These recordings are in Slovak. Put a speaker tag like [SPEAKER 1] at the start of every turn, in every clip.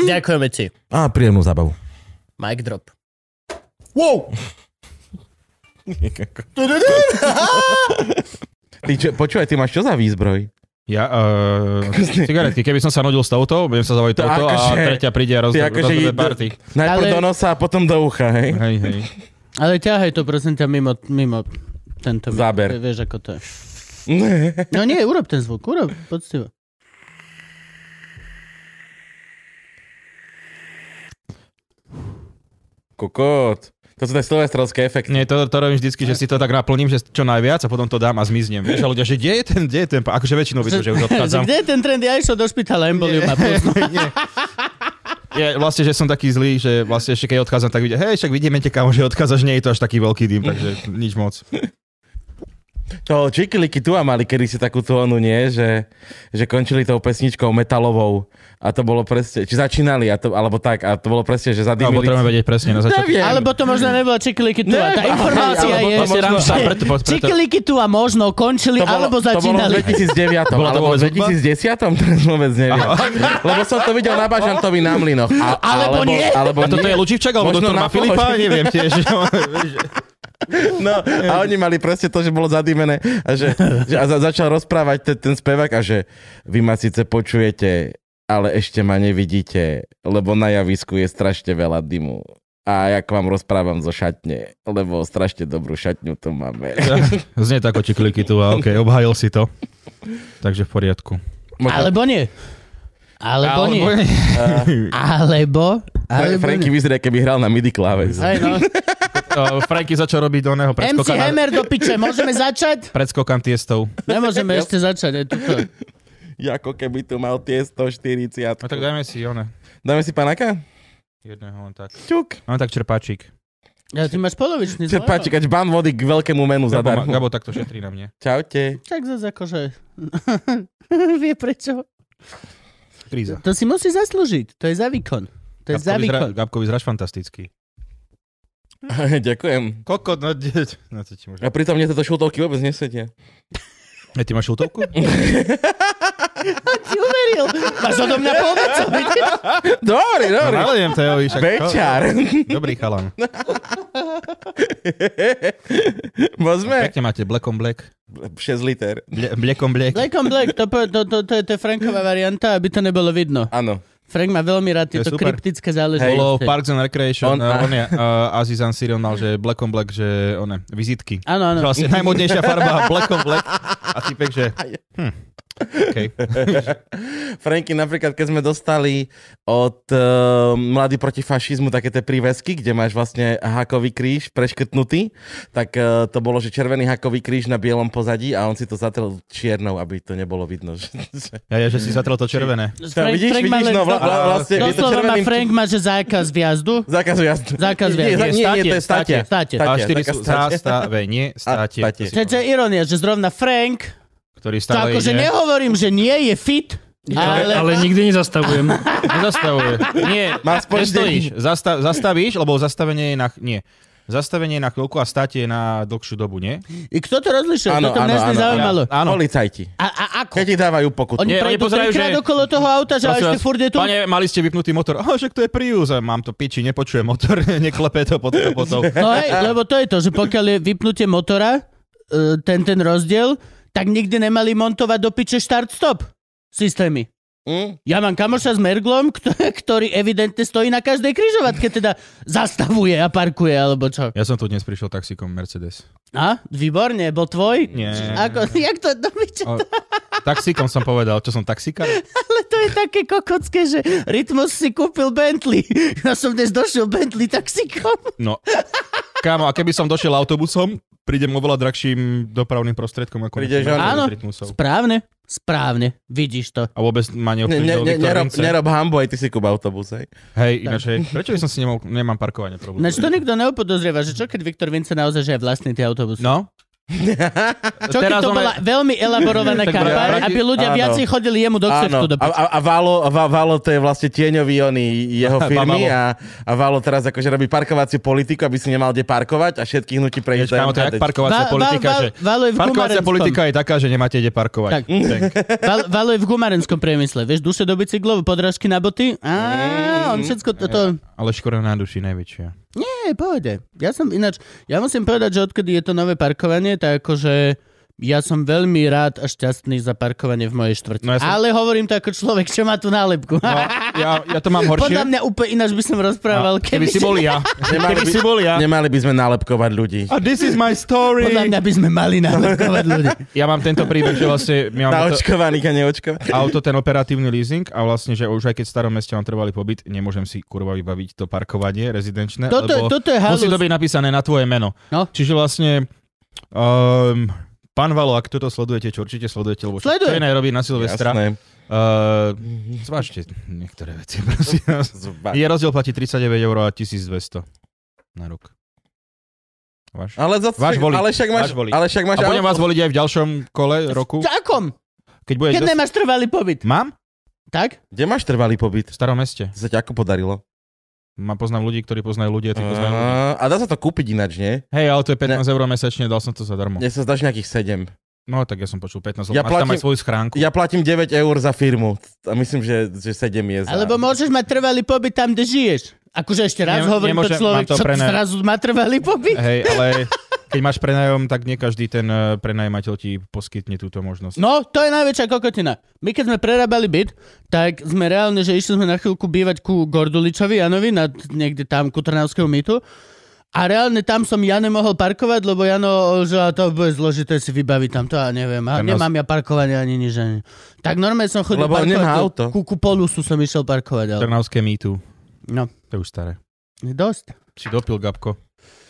[SPEAKER 1] Ďakujeme ti.
[SPEAKER 2] A príjemnú zábavu.
[SPEAKER 1] Mic drop.
[SPEAKER 2] Wow! Ty čo, počúvaj, ty máš čo za výzbroj?
[SPEAKER 3] Ja, uh, cigaretky, keby som sa nudil s touto, budem sa
[SPEAKER 2] To
[SPEAKER 3] zavolať touto a
[SPEAKER 2] akože-
[SPEAKER 3] tretia príde a roz,
[SPEAKER 2] Ty akože
[SPEAKER 3] rozbe
[SPEAKER 2] ide-
[SPEAKER 3] party.
[SPEAKER 2] Najprv
[SPEAKER 1] Ale-
[SPEAKER 2] do nosa a potom do ucha, hej?
[SPEAKER 3] Hej, hej.
[SPEAKER 1] Ale ťahaj to prosím ťa mimo, mimo tento...
[SPEAKER 2] Záber.
[SPEAKER 1] Vieš, ako to je. No nie, urob ten zvuk, urob, poctivo.
[SPEAKER 2] Kokot. To sú tie silvestrovské efekty.
[SPEAKER 3] Nie, to, to robím vždycky, že si to tak naplním, že čo najviac a potom to dám a zmiznem. Vieš, a ľudia, že kde je ten, kde je ten, pa- akože väčšinou by to, že už odchádzam.
[SPEAKER 1] Kde je ten trend? Ja išiel do špitala, embolium a plus.
[SPEAKER 3] Je vlastne, že som taký zlý, že vlastne ešte keď odchádzam, tak vidia, hej, však vidíme te kámo, že odchádzaš, nie je to až taký veľký dym, takže nič moc.
[SPEAKER 2] To čikiliky tu a mali kedysi takú tú onu, nie? Že, že končili tou pesničkou metalovou a to bolo presne, či začínali, a to, alebo tak, a to bolo presne, že
[SPEAKER 3] No,
[SPEAKER 2] zadýmili.
[SPEAKER 3] potrebujeme vedieť presne na začiatku.
[SPEAKER 2] Neviem.
[SPEAKER 1] Alebo to možno nebola čikiliky tu.
[SPEAKER 2] Ne,
[SPEAKER 1] Tá
[SPEAKER 2] ale-
[SPEAKER 1] informácia
[SPEAKER 2] alebo
[SPEAKER 1] je...
[SPEAKER 2] to možno-
[SPEAKER 3] Ramša, preto, preto, preto,
[SPEAKER 1] Čikiliky tu a možno končili
[SPEAKER 2] to bolo,
[SPEAKER 1] alebo začínali.
[SPEAKER 2] To bolo
[SPEAKER 3] Bola to
[SPEAKER 2] v 2009, alebo v
[SPEAKER 3] vôbec
[SPEAKER 2] 2010, teraz vôbec neviem. Lebo som to videl na Bažantovi na Mlinoch. A,
[SPEAKER 1] Alebo nie.
[SPEAKER 2] Alebo
[SPEAKER 3] A toto je
[SPEAKER 2] nie.
[SPEAKER 3] Lučivčak alebo
[SPEAKER 2] Možno na
[SPEAKER 3] doktor Filipa?
[SPEAKER 2] pohode.
[SPEAKER 3] Neviem tiež. no, vieš, že-
[SPEAKER 2] No, a oni mali presne to, že bolo zadýmené a, že, že, a za, začal rozprávať ten, ten spevák a že vy ma síce počujete, ale ešte ma nevidíte, lebo na javisku je strašne veľa dymu. A ja k vám rozprávam zo šatne, lebo strašne dobrú šatňu tu máme.
[SPEAKER 3] Znie to ako čikliky tu a okej, obhajil si to. Takže v poriadku.
[SPEAKER 1] Alebo nie. Alebo nie. Alebo...
[SPEAKER 2] Fra-
[SPEAKER 1] Alebo
[SPEAKER 2] Franky
[SPEAKER 1] nie.
[SPEAKER 2] vyzerá, keby hral na midi kláves.
[SPEAKER 1] Hej, no.
[SPEAKER 3] Uh, Franky začal robiť do oného
[SPEAKER 1] MC
[SPEAKER 3] predskokan,
[SPEAKER 1] Hammer do piče, môžeme začať?
[SPEAKER 3] predskokan tiestov.
[SPEAKER 1] Nemôžeme ešte začať, je tuto.
[SPEAKER 2] Ako keby tu mal tie 140.
[SPEAKER 3] No tak dajme si one.
[SPEAKER 2] Dáme si panaka?
[SPEAKER 3] Jedného len tak.
[SPEAKER 2] Čuk.
[SPEAKER 3] No tak čerpačík.
[SPEAKER 1] Ja, ty máš polovičný zľavo.
[SPEAKER 2] Čerpáčik, ač bán vody k veľkému menu
[SPEAKER 3] Gabo, ma-
[SPEAKER 2] zadarmo.
[SPEAKER 3] Gabo takto šetrí na mne.
[SPEAKER 2] Čaute.
[SPEAKER 1] Tak zase akože... Vie prečo?
[SPEAKER 3] Kríza.
[SPEAKER 1] To si musí zaslúžiť, to je za výkon. To je za
[SPEAKER 3] Gabko vyzerá,
[SPEAKER 1] výkon.
[SPEAKER 3] Gabko vyzeráš fantasticky.
[SPEAKER 2] Ďakujem.
[SPEAKER 3] Kokot, no, deť. no to ti môže.
[SPEAKER 2] A pritom mne tieto šultovky vôbec nesedia.
[SPEAKER 3] Ja, E, ty máš šultovku?
[SPEAKER 1] Ti uveril. Máš odo mňa polovicu. vidíš?
[SPEAKER 2] Dobrý,
[SPEAKER 3] No,
[SPEAKER 2] dobrý.
[SPEAKER 3] ale viem, to je ovi, však-
[SPEAKER 2] Večer.
[SPEAKER 3] Dobrý chalan.
[SPEAKER 2] Môžeme?
[SPEAKER 3] Pekne máte Black on Black.
[SPEAKER 2] 6 liter.
[SPEAKER 3] Ble- Black on Black.
[SPEAKER 1] Black on black, to, po- to, to, to, je, to je Franková varianta, aby to nebolo vidno.
[SPEAKER 2] Áno.
[SPEAKER 1] Frank má veľmi rád
[SPEAKER 3] To je
[SPEAKER 1] tieto
[SPEAKER 3] super.
[SPEAKER 1] kryptické záležitosti.
[SPEAKER 3] Bolo v Parks and Recreation, on,
[SPEAKER 2] On-
[SPEAKER 3] on je, uh, Aziz Ansirion mal, že Black on Black, že one, vizitky.
[SPEAKER 1] Áno, áno.
[SPEAKER 3] Vlastne najmodnejšia farba Black on Black a typek, že hm, okay.
[SPEAKER 2] Franky, napríklad, keď sme dostali od uh, Mladý proti fašizmu také tie prívesky, kde máš vlastne hakový kríž preškrtnutý, tak uh, to bolo, že červený hakový kríž na bielom pozadí a on si to zatrel čiernou, aby to nebolo vidno. že- že-
[SPEAKER 3] ja, ja, že si zatrel to červené.
[SPEAKER 2] to vidíš, vidíš, no vla, vla, vlastne je to
[SPEAKER 1] Doslova má
[SPEAKER 2] červeným...
[SPEAKER 1] Frank má, že zákaz vjazdu.
[SPEAKER 2] Zákaz jazdy.
[SPEAKER 1] Zákaz
[SPEAKER 2] nie,
[SPEAKER 1] jazdy.
[SPEAKER 2] nie, nie, nie, to je
[SPEAKER 1] Státie,
[SPEAKER 2] státie.
[SPEAKER 1] státie.
[SPEAKER 3] A
[SPEAKER 2] Státie,
[SPEAKER 3] štyri
[SPEAKER 2] zákaz
[SPEAKER 3] sú
[SPEAKER 2] státie.
[SPEAKER 3] zastavenie, státie,
[SPEAKER 2] státie.
[SPEAKER 3] to si
[SPEAKER 1] Čo čo je ironia, že zrovna Frank,
[SPEAKER 3] povedal, ktorý
[SPEAKER 1] to
[SPEAKER 3] stále
[SPEAKER 1] akože
[SPEAKER 3] ide,
[SPEAKER 1] nehovorím, že nie je fit,
[SPEAKER 4] Ale,
[SPEAKER 1] ale...
[SPEAKER 4] ale nikdy nezastavujem.
[SPEAKER 3] nezastavuje. Nie,
[SPEAKER 2] Má aspoň
[SPEAKER 3] nestojíš,
[SPEAKER 2] deň.
[SPEAKER 3] Zasta- zastavíš, lebo zastavenie je na... Nie. Zastavenie je na chvíľku a státie je na dlhšiu dobu, nie?
[SPEAKER 1] I Kto to rozlišil?
[SPEAKER 2] Áno,
[SPEAKER 1] Toto mňa
[SPEAKER 2] áno,
[SPEAKER 1] vždy
[SPEAKER 2] áno,
[SPEAKER 1] zaujímalo.
[SPEAKER 3] Áno.
[SPEAKER 2] Policajti.
[SPEAKER 1] A, a ako?
[SPEAKER 2] Keď ti dávajú pokutu.
[SPEAKER 1] Oni
[SPEAKER 3] Nie, oni
[SPEAKER 1] prejdú
[SPEAKER 3] pozerajú,
[SPEAKER 1] trikrát
[SPEAKER 3] že-
[SPEAKER 1] okolo toho auta, že a
[SPEAKER 3] Prosím
[SPEAKER 1] ešte
[SPEAKER 3] vás,
[SPEAKER 1] furt je tu.
[SPEAKER 3] Pane, mali ste vypnutý motor. Oh, však to je Prius. A Mám to piči, nepočujem motor, neklepe to pod kapotou.
[SPEAKER 1] No hej, lebo to je to, že pokiaľ je vypnutie motora, e, ten, ten rozdiel, tak nikdy nemali montovať do piče start-stop systémy.
[SPEAKER 2] Mm.
[SPEAKER 1] Ja mám kamoša s Merglom, kto- ktorý evidentne stojí na každej križovatke, teda zastavuje a parkuje, alebo čo.
[SPEAKER 3] Ja som tu dnes prišiel taxikom Mercedes.
[SPEAKER 1] A? Výborne, bol tvoj?
[SPEAKER 3] Nie.
[SPEAKER 1] Ako, jak to no, do piče?
[SPEAKER 3] O, taxíkom som povedal, čo som taxikár?
[SPEAKER 1] Ale to je také kokocké, že Rytmus si kúpil Bentley. Ja som dnes došiel Bentley taxikom.
[SPEAKER 3] No. Kámo, a keby som došiel autobusom, prídem oveľa drahším dopravným prostriedkom ako
[SPEAKER 2] Prídeš
[SPEAKER 3] nejaký
[SPEAKER 2] on-
[SPEAKER 3] metromix
[SPEAKER 1] Áno.
[SPEAKER 3] rytmusov.
[SPEAKER 1] Správne, správne, vidíš to.
[SPEAKER 3] A vôbec ma
[SPEAKER 2] Ne,
[SPEAKER 3] neovplyvnil
[SPEAKER 2] ne, ne,
[SPEAKER 3] Viktor
[SPEAKER 2] nerob,
[SPEAKER 3] Vince.
[SPEAKER 2] nerob hambu, aj ty si kúp autobus, hej.
[SPEAKER 3] Hej, ináč, hej, prečo by som si nemal, nemám parkovanie problém?
[SPEAKER 1] Ináč to nikto neopodozrieva, že čo keď Viktor Vince naozaj že je vlastný tie autobusy.
[SPEAKER 3] No,
[SPEAKER 1] čo keď to
[SPEAKER 3] on
[SPEAKER 1] bola
[SPEAKER 3] je-
[SPEAKER 1] veľmi elaborovaná
[SPEAKER 3] Tak
[SPEAKER 1] kampaň,
[SPEAKER 3] vrati-
[SPEAKER 1] aby ľudia
[SPEAKER 2] áno.
[SPEAKER 1] viacej chodili jemu do ksichtu.
[SPEAKER 2] Áno,
[SPEAKER 1] do
[SPEAKER 2] a,
[SPEAKER 1] piči.
[SPEAKER 2] a, a Valo, Va- Valo to je vlastne tieňový oný jeho firmy
[SPEAKER 3] Valo.
[SPEAKER 2] a, a Valo teraz akože robí parkovaciu politiku, aby si nemal kde parkovať a všetkých nutí prejsť
[SPEAKER 3] Vieš, kámo, to je jak parkovacia
[SPEAKER 1] Val-
[SPEAKER 3] politika,
[SPEAKER 1] Val-
[SPEAKER 3] že...
[SPEAKER 1] Valo je v
[SPEAKER 3] Parkovacia
[SPEAKER 1] Gumarenskom.
[SPEAKER 3] politika je taká, že nemáte kde parkovať.
[SPEAKER 1] Tak. Val, Valo je v gumárenskom priemysle. Vieš, duše do bicyklov, podrážky na boty.
[SPEAKER 3] Mm.
[SPEAKER 1] Á, on všetko to... to...
[SPEAKER 3] Ale škoda na duši najväčšia.
[SPEAKER 1] Nie, pohode. Ja som ináč, ja musím povedať, že odkedy je to nové parkovanie, tak akože ja som veľmi rád a šťastný za parkovanie v mojej štvrti. No,
[SPEAKER 3] No
[SPEAKER 1] ja
[SPEAKER 3] ja som-
[SPEAKER 1] Ale hovorím to ako človek, čo má tú nálepku.
[SPEAKER 3] No, ja, ja to mám horšie.
[SPEAKER 1] Podľa mňa úplne ináč by som rozprával,
[SPEAKER 3] No, keby si
[SPEAKER 1] som-
[SPEAKER 3] bol ja. Keby si bol ja.
[SPEAKER 2] Nemali by sme nálepkovať ľudí.
[SPEAKER 3] A this is my story.
[SPEAKER 1] Podľa mňa by sme mali nálepkovať ľudí.
[SPEAKER 3] Ja mám tento príbeh, že vlastne my mám auto,
[SPEAKER 2] Naočkovaných a neočkovaných.
[SPEAKER 3] auto, ten operatívny leasing a vlastne, že už aj keď v starom meste mám trvalý pobyt, nemôžem si kurva vybaviť to parkovanie rezidenčné,
[SPEAKER 1] Toto,
[SPEAKER 3] lebo
[SPEAKER 1] toto je halus.
[SPEAKER 3] musí to byť napísané na tvoje meno.
[SPEAKER 1] No.
[SPEAKER 3] Čiže vlastne... Um, pán Valo, ak toto sledujete, čo určite sledujete, lebo čo, čo
[SPEAKER 1] Sledujem.
[SPEAKER 3] iné robí na Silvestra,
[SPEAKER 2] Jasné.
[SPEAKER 3] Uh, zvážte niektoré veci, prosím vás.
[SPEAKER 2] Zba-
[SPEAKER 3] Je rozdiel platí 39 eur a 1200 na rok. Váš.
[SPEAKER 2] Ale, za,
[SPEAKER 3] Váš volí.
[SPEAKER 2] ale však máš,
[SPEAKER 3] Váš volí.
[SPEAKER 2] ale však
[SPEAKER 3] A
[SPEAKER 2] máš
[SPEAKER 3] budem vás
[SPEAKER 2] auto.
[SPEAKER 3] voliť aj v ďalšom kole roku,
[SPEAKER 1] V akom?
[SPEAKER 3] keď budeš...
[SPEAKER 1] Keď
[SPEAKER 3] dos-
[SPEAKER 1] nemáš trvalý pobyt.
[SPEAKER 3] Mám?
[SPEAKER 1] Tak?
[SPEAKER 2] Kde máš trvalý
[SPEAKER 3] V
[SPEAKER 2] pobyt?
[SPEAKER 3] starom meste.
[SPEAKER 2] To sa ti ako podarilo?
[SPEAKER 3] Ma poznám ľudí, ktorí poznajú ľudí a ty poznajú ľudí.
[SPEAKER 2] Á, A dá sa to kúpiť ináč, nie?
[SPEAKER 3] Hej, ale to je 15 eur mesačne, dal som to zadarmo.
[SPEAKER 2] Mne sa zdaš nejakých 7.
[SPEAKER 3] No tak ja som počul 15,
[SPEAKER 2] Ja
[SPEAKER 3] ja máš tam
[SPEAKER 2] platím-
[SPEAKER 3] aj svoju schránku.
[SPEAKER 2] Ja platím 9 eur za firmu. A myslím, že, že 7 je za...
[SPEAKER 1] Alebo môžeš mať trvalý pobyt tam, kde žiješ. Akože ešte raz
[SPEAKER 3] Nem-
[SPEAKER 1] hovorím
[SPEAKER 3] nemôžem,
[SPEAKER 1] to človek,
[SPEAKER 3] mám to
[SPEAKER 1] čo
[SPEAKER 3] prené- Eh.
[SPEAKER 1] zrazu má trvalý pobyt.
[SPEAKER 3] Hej, ale keď máš prenajom, tak nie každý ten eh, prenajímateľ ti poskytne túto možnosť.
[SPEAKER 1] No, to je najväčšia kokotina. My keď sme prerábali byt, tak sme reálne, že išli sme na chvíľku bývať ku Gorduličovi Janovi, nad, niekde tam ku Trnavského mýtu. A reálne tam som ja nemohol parkovať, lebo Jano, že a to bude zložité si vybaviť tam to, a neviem, a
[SPEAKER 3] Trnavsk-
[SPEAKER 1] nemám ja parkovanie ani nič. Ani. Tak normálne som chodil
[SPEAKER 2] Lebo
[SPEAKER 1] parkovať,
[SPEAKER 2] nemá
[SPEAKER 1] ku-
[SPEAKER 2] auto.
[SPEAKER 1] Ku, ku polusu som išiel parkovať, ale
[SPEAKER 3] Trnavské mýtu.
[SPEAKER 1] no,
[SPEAKER 3] To je už staré.
[SPEAKER 1] dosť.
[SPEAKER 3] Si dopil, Gabko.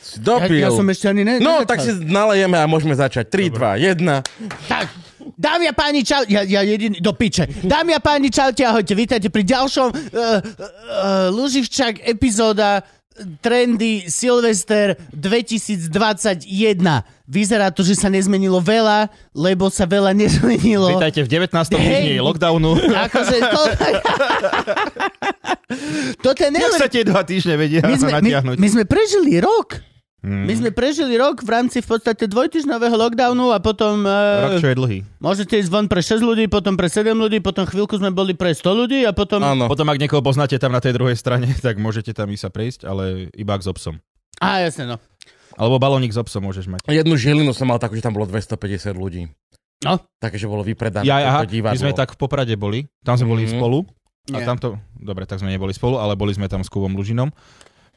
[SPEAKER 2] Si
[SPEAKER 1] Ja,
[SPEAKER 2] Dopil.
[SPEAKER 1] ja som ešte ani ne,
[SPEAKER 2] No,
[SPEAKER 1] nezačal.
[SPEAKER 2] tak si nalejeme a môžeme začať. 3, 2, 1.
[SPEAKER 1] Tak, dámy a páni, čau... Ja, ja jediný... Do piče. Dámy a páni, čaute, ahojte. Vítajte pri ďalšom uh, uh, Luživčak epizóda e, Trendy Silvester 2021. Vyzerá to, že sa nezmenilo veľa, lebo sa veľa nezmenilo.
[SPEAKER 3] Vítajte v 19.
[SPEAKER 1] No. Hej.
[SPEAKER 3] týždni lockdownu.
[SPEAKER 1] Akože to... Toto je
[SPEAKER 3] Jak sa
[SPEAKER 1] neuveriteľné.
[SPEAKER 3] tie dva týždne vedia
[SPEAKER 1] My
[SPEAKER 3] my
[SPEAKER 1] sme, my,
[SPEAKER 3] natiahnuť?
[SPEAKER 1] my sme prežili rok.
[SPEAKER 3] Mm.
[SPEAKER 1] My sme prežili rok v rámci v podstate dvojtyžnového lockdownu a potom... eh,
[SPEAKER 3] Rok, čo je dlhý.
[SPEAKER 1] Môžete ísť von pre 6 ľudí, potom pre 7 ľudí, potom chvíľku sme boli pre 100 ľudí a potom...
[SPEAKER 2] Áno.
[SPEAKER 3] Potom, ak niekoho poznáte tam na tej druhej strane, tak môžete tam ísť sa prejsť, ale iba ak s obsom.
[SPEAKER 1] Á, jasne, no.
[SPEAKER 3] Alebo balónik s obsom môžeš mať.
[SPEAKER 2] Jednu žilinu som mal takú, že tam bolo 250 ľudí.
[SPEAKER 1] No.
[SPEAKER 2] Takže bolo vypredané
[SPEAKER 3] Ja,
[SPEAKER 2] to
[SPEAKER 3] aha,
[SPEAKER 2] divadlo.
[SPEAKER 3] my sme tak v Poprade boli, tam sme boli
[SPEAKER 2] Mhm.
[SPEAKER 3] spolu.
[SPEAKER 1] Nie.
[SPEAKER 3] A tam to, dobre, tak sme neboli spolu, ale boli sme tam s Kubom Lužinom.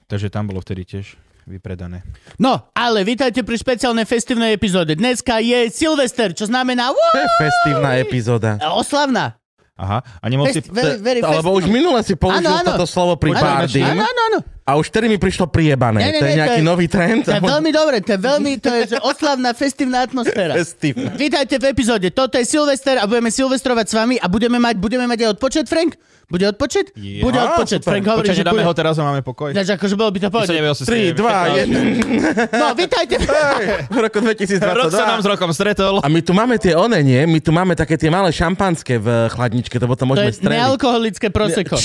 [SPEAKER 3] Takže tam bolo vtedy tiež vypredané.
[SPEAKER 1] No, ale vítajte pri špeciálnej festívnej epizóde. Dneska je Silvester, čo znamená...
[SPEAKER 2] To je festívna epizóda.
[SPEAKER 1] Wow, oslavná.
[SPEAKER 3] Aha, a nemohol si...
[SPEAKER 1] Fest, very, very
[SPEAKER 2] Alebo
[SPEAKER 1] festivná.
[SPEAKER 2] už minule si použil
[SPEAKER 1] Áno, áno.
[SPEAKER 2] toto slovo pri
[SPEAKER 1] Áno,
[SPEAKER 2] Bardin
[SPEAKER 1] Áno, áno, áno.
[SPEAKER 2] a už tedy mi prišlo priebané.
[SPEAKER 1] Ne, ne,
[SPEAKER 2] to je
[SPEAKER 1] ne,
[SPEAKER 2] nejaký
[SPEAKER 1] to je-
[SPEAKER 2] nový trend.
[SPEAKER 1] To je veľmi dobre, to je veľmi... To je že oslavná, festívna atmosféra.
[SPEAKER 2] Festívna.
[SPEAKER 1] Vítajte v epizóde. Toto je Silvester a budeme silvestrovať s vami a budeme mať, budeme mať aj odpočet, Frank? Bude odpočet?
[SPEAKER 3] Ja,
[SPEAKER 1] Bude odpočet.
[SPEAKER 2] super.
[SPEAKER 1] Frank hovorí,
[SPEAKER 3] Počkaj,
[SPEAKER 1] že
[SPEAKER 3] že dáme ho
[SPEAKER 1] bude...
[SPEAKER 3] teraz a máme pokoj.
[SPEAKER 1] Ináč, akože bolo by to
[SPEAKER 3] Ty sa
[SPEAKER 1] povedať.
[SPEAKER 3] nevedel si
[SPEAKER 2] 3, 2, 1.
[SPEAKER 1] No, vítajte.
[SPEAKER 2] V roku
[SPEAKER 3] Rok sa nám s
[SPEAKER 2] 2022.
[SPEAKER 3] rokom stretol.
[SPEAKER 2] A my tu máme tie one, nie? My tu máme také tie malé šampanské v chladničke, to
[SPEAKER 1] To
[SPEAKER 2] potom môžeme
[SPEAKER 1] je
[SPEAKER 2] streliť.
[SPEAKER 1] nealkoholické proseko.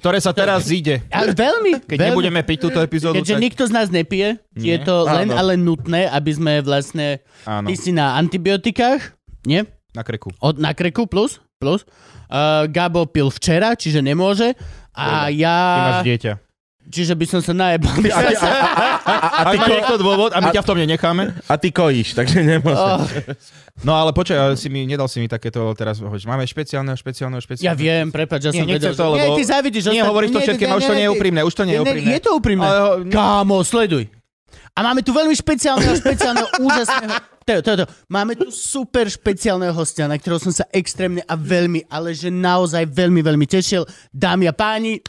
[SPEAKER 3] ktoré sa teraz zíde.
[SPEAKER 1] Ale veľmi,
[SPEAKER 3] Keď
[SPEAKER 1] veľmi.
[SPEAKER 3] nebudeme piť túto epizódu,
[SPEAKER 1] Keďže
[SPEAKER 3] tak...
[SPEAKER 1] nikto z nás nepije, nie. je
[SPEAKER 3] Nie.
[SPEAKER 1] to len
[SPEAKER 2] Áno.
[SPEAKER 1] ale nutné, aby sme vlastne...
[SPEAKER 3] Áno,
[SPEAKER 1] Ty si na antibiotikách, nie?
[SPEAKER 3] na kreku.
[SPEAKER 1] Od, na kreku plus, plus. Uh, Gabo pil včera, čiže nemôže. A ja...
[SPEAKER 3] Ty máš dieťa.
[SPEAKER 1] Čiže by som sa najebal.
[SPEAKER 2] A, ty- a, a, a, a,
[SPEAKER 3] A
[SPEAKER 2] ty
[SPEAKER 3] ty
[SPEAKER 2] ko,
[SPEAKER 3] niekto dôvod a my ťa v tom nenecháme.
[SPEAKER 2] a ty kojíš, takže nemôžeš.
[SPEAKER 1] Oh,
[SPEAKER 3] No ale počkaj, ale si mi, nedal si mi takéto teraz, hoď, máme špeciálneho, špeciálneho, špeciálneho.
[SPEAKER 1] ja viem, prepáč, ja
[SPEAKER 3] Nie,
[SPEAKER 1] som
[SPEAKER 3] nechcem
[SPEAKER 1] vedel.
[SPEAKER 3] to,
[SPEAKER 1] že-
[SPEAKER 3] lebo...
[SPEAKER 1] Nie, ty závidíš.
[SPEAKER 3] Nie,
[SPEAKER 1] ostatní-
[SPEAKER 3] hovoríš to
[SPEAKER 1] nie,
[SPEAKER 3] všetkým,
[SPEAKER 1] nie,
[SPEAKER 3] a už to
[SPEAKER 1] nie,
[SPEAKER 3] nie je
[SPEAKER 1] nie,
[SPEAKER 3] úprimné, už to nie je
[SPEAKER 1] nie, nie,
[SPEAKER 3] úprimné.
[SPEAKER 1] Je to úprimné.
[SPEAKER 3] Ale ho-
[SPEAKER 1] Kámo, sleduj. A máme tu veľmi špeciálneho, špeciálneho, úžasného... To, je- to, je to. Máme tu super špeciálneho hostia, na ktorého som sa extrémne a veľmi, ale že naozaj veľmi, veľmi tešil. Dámy a páni,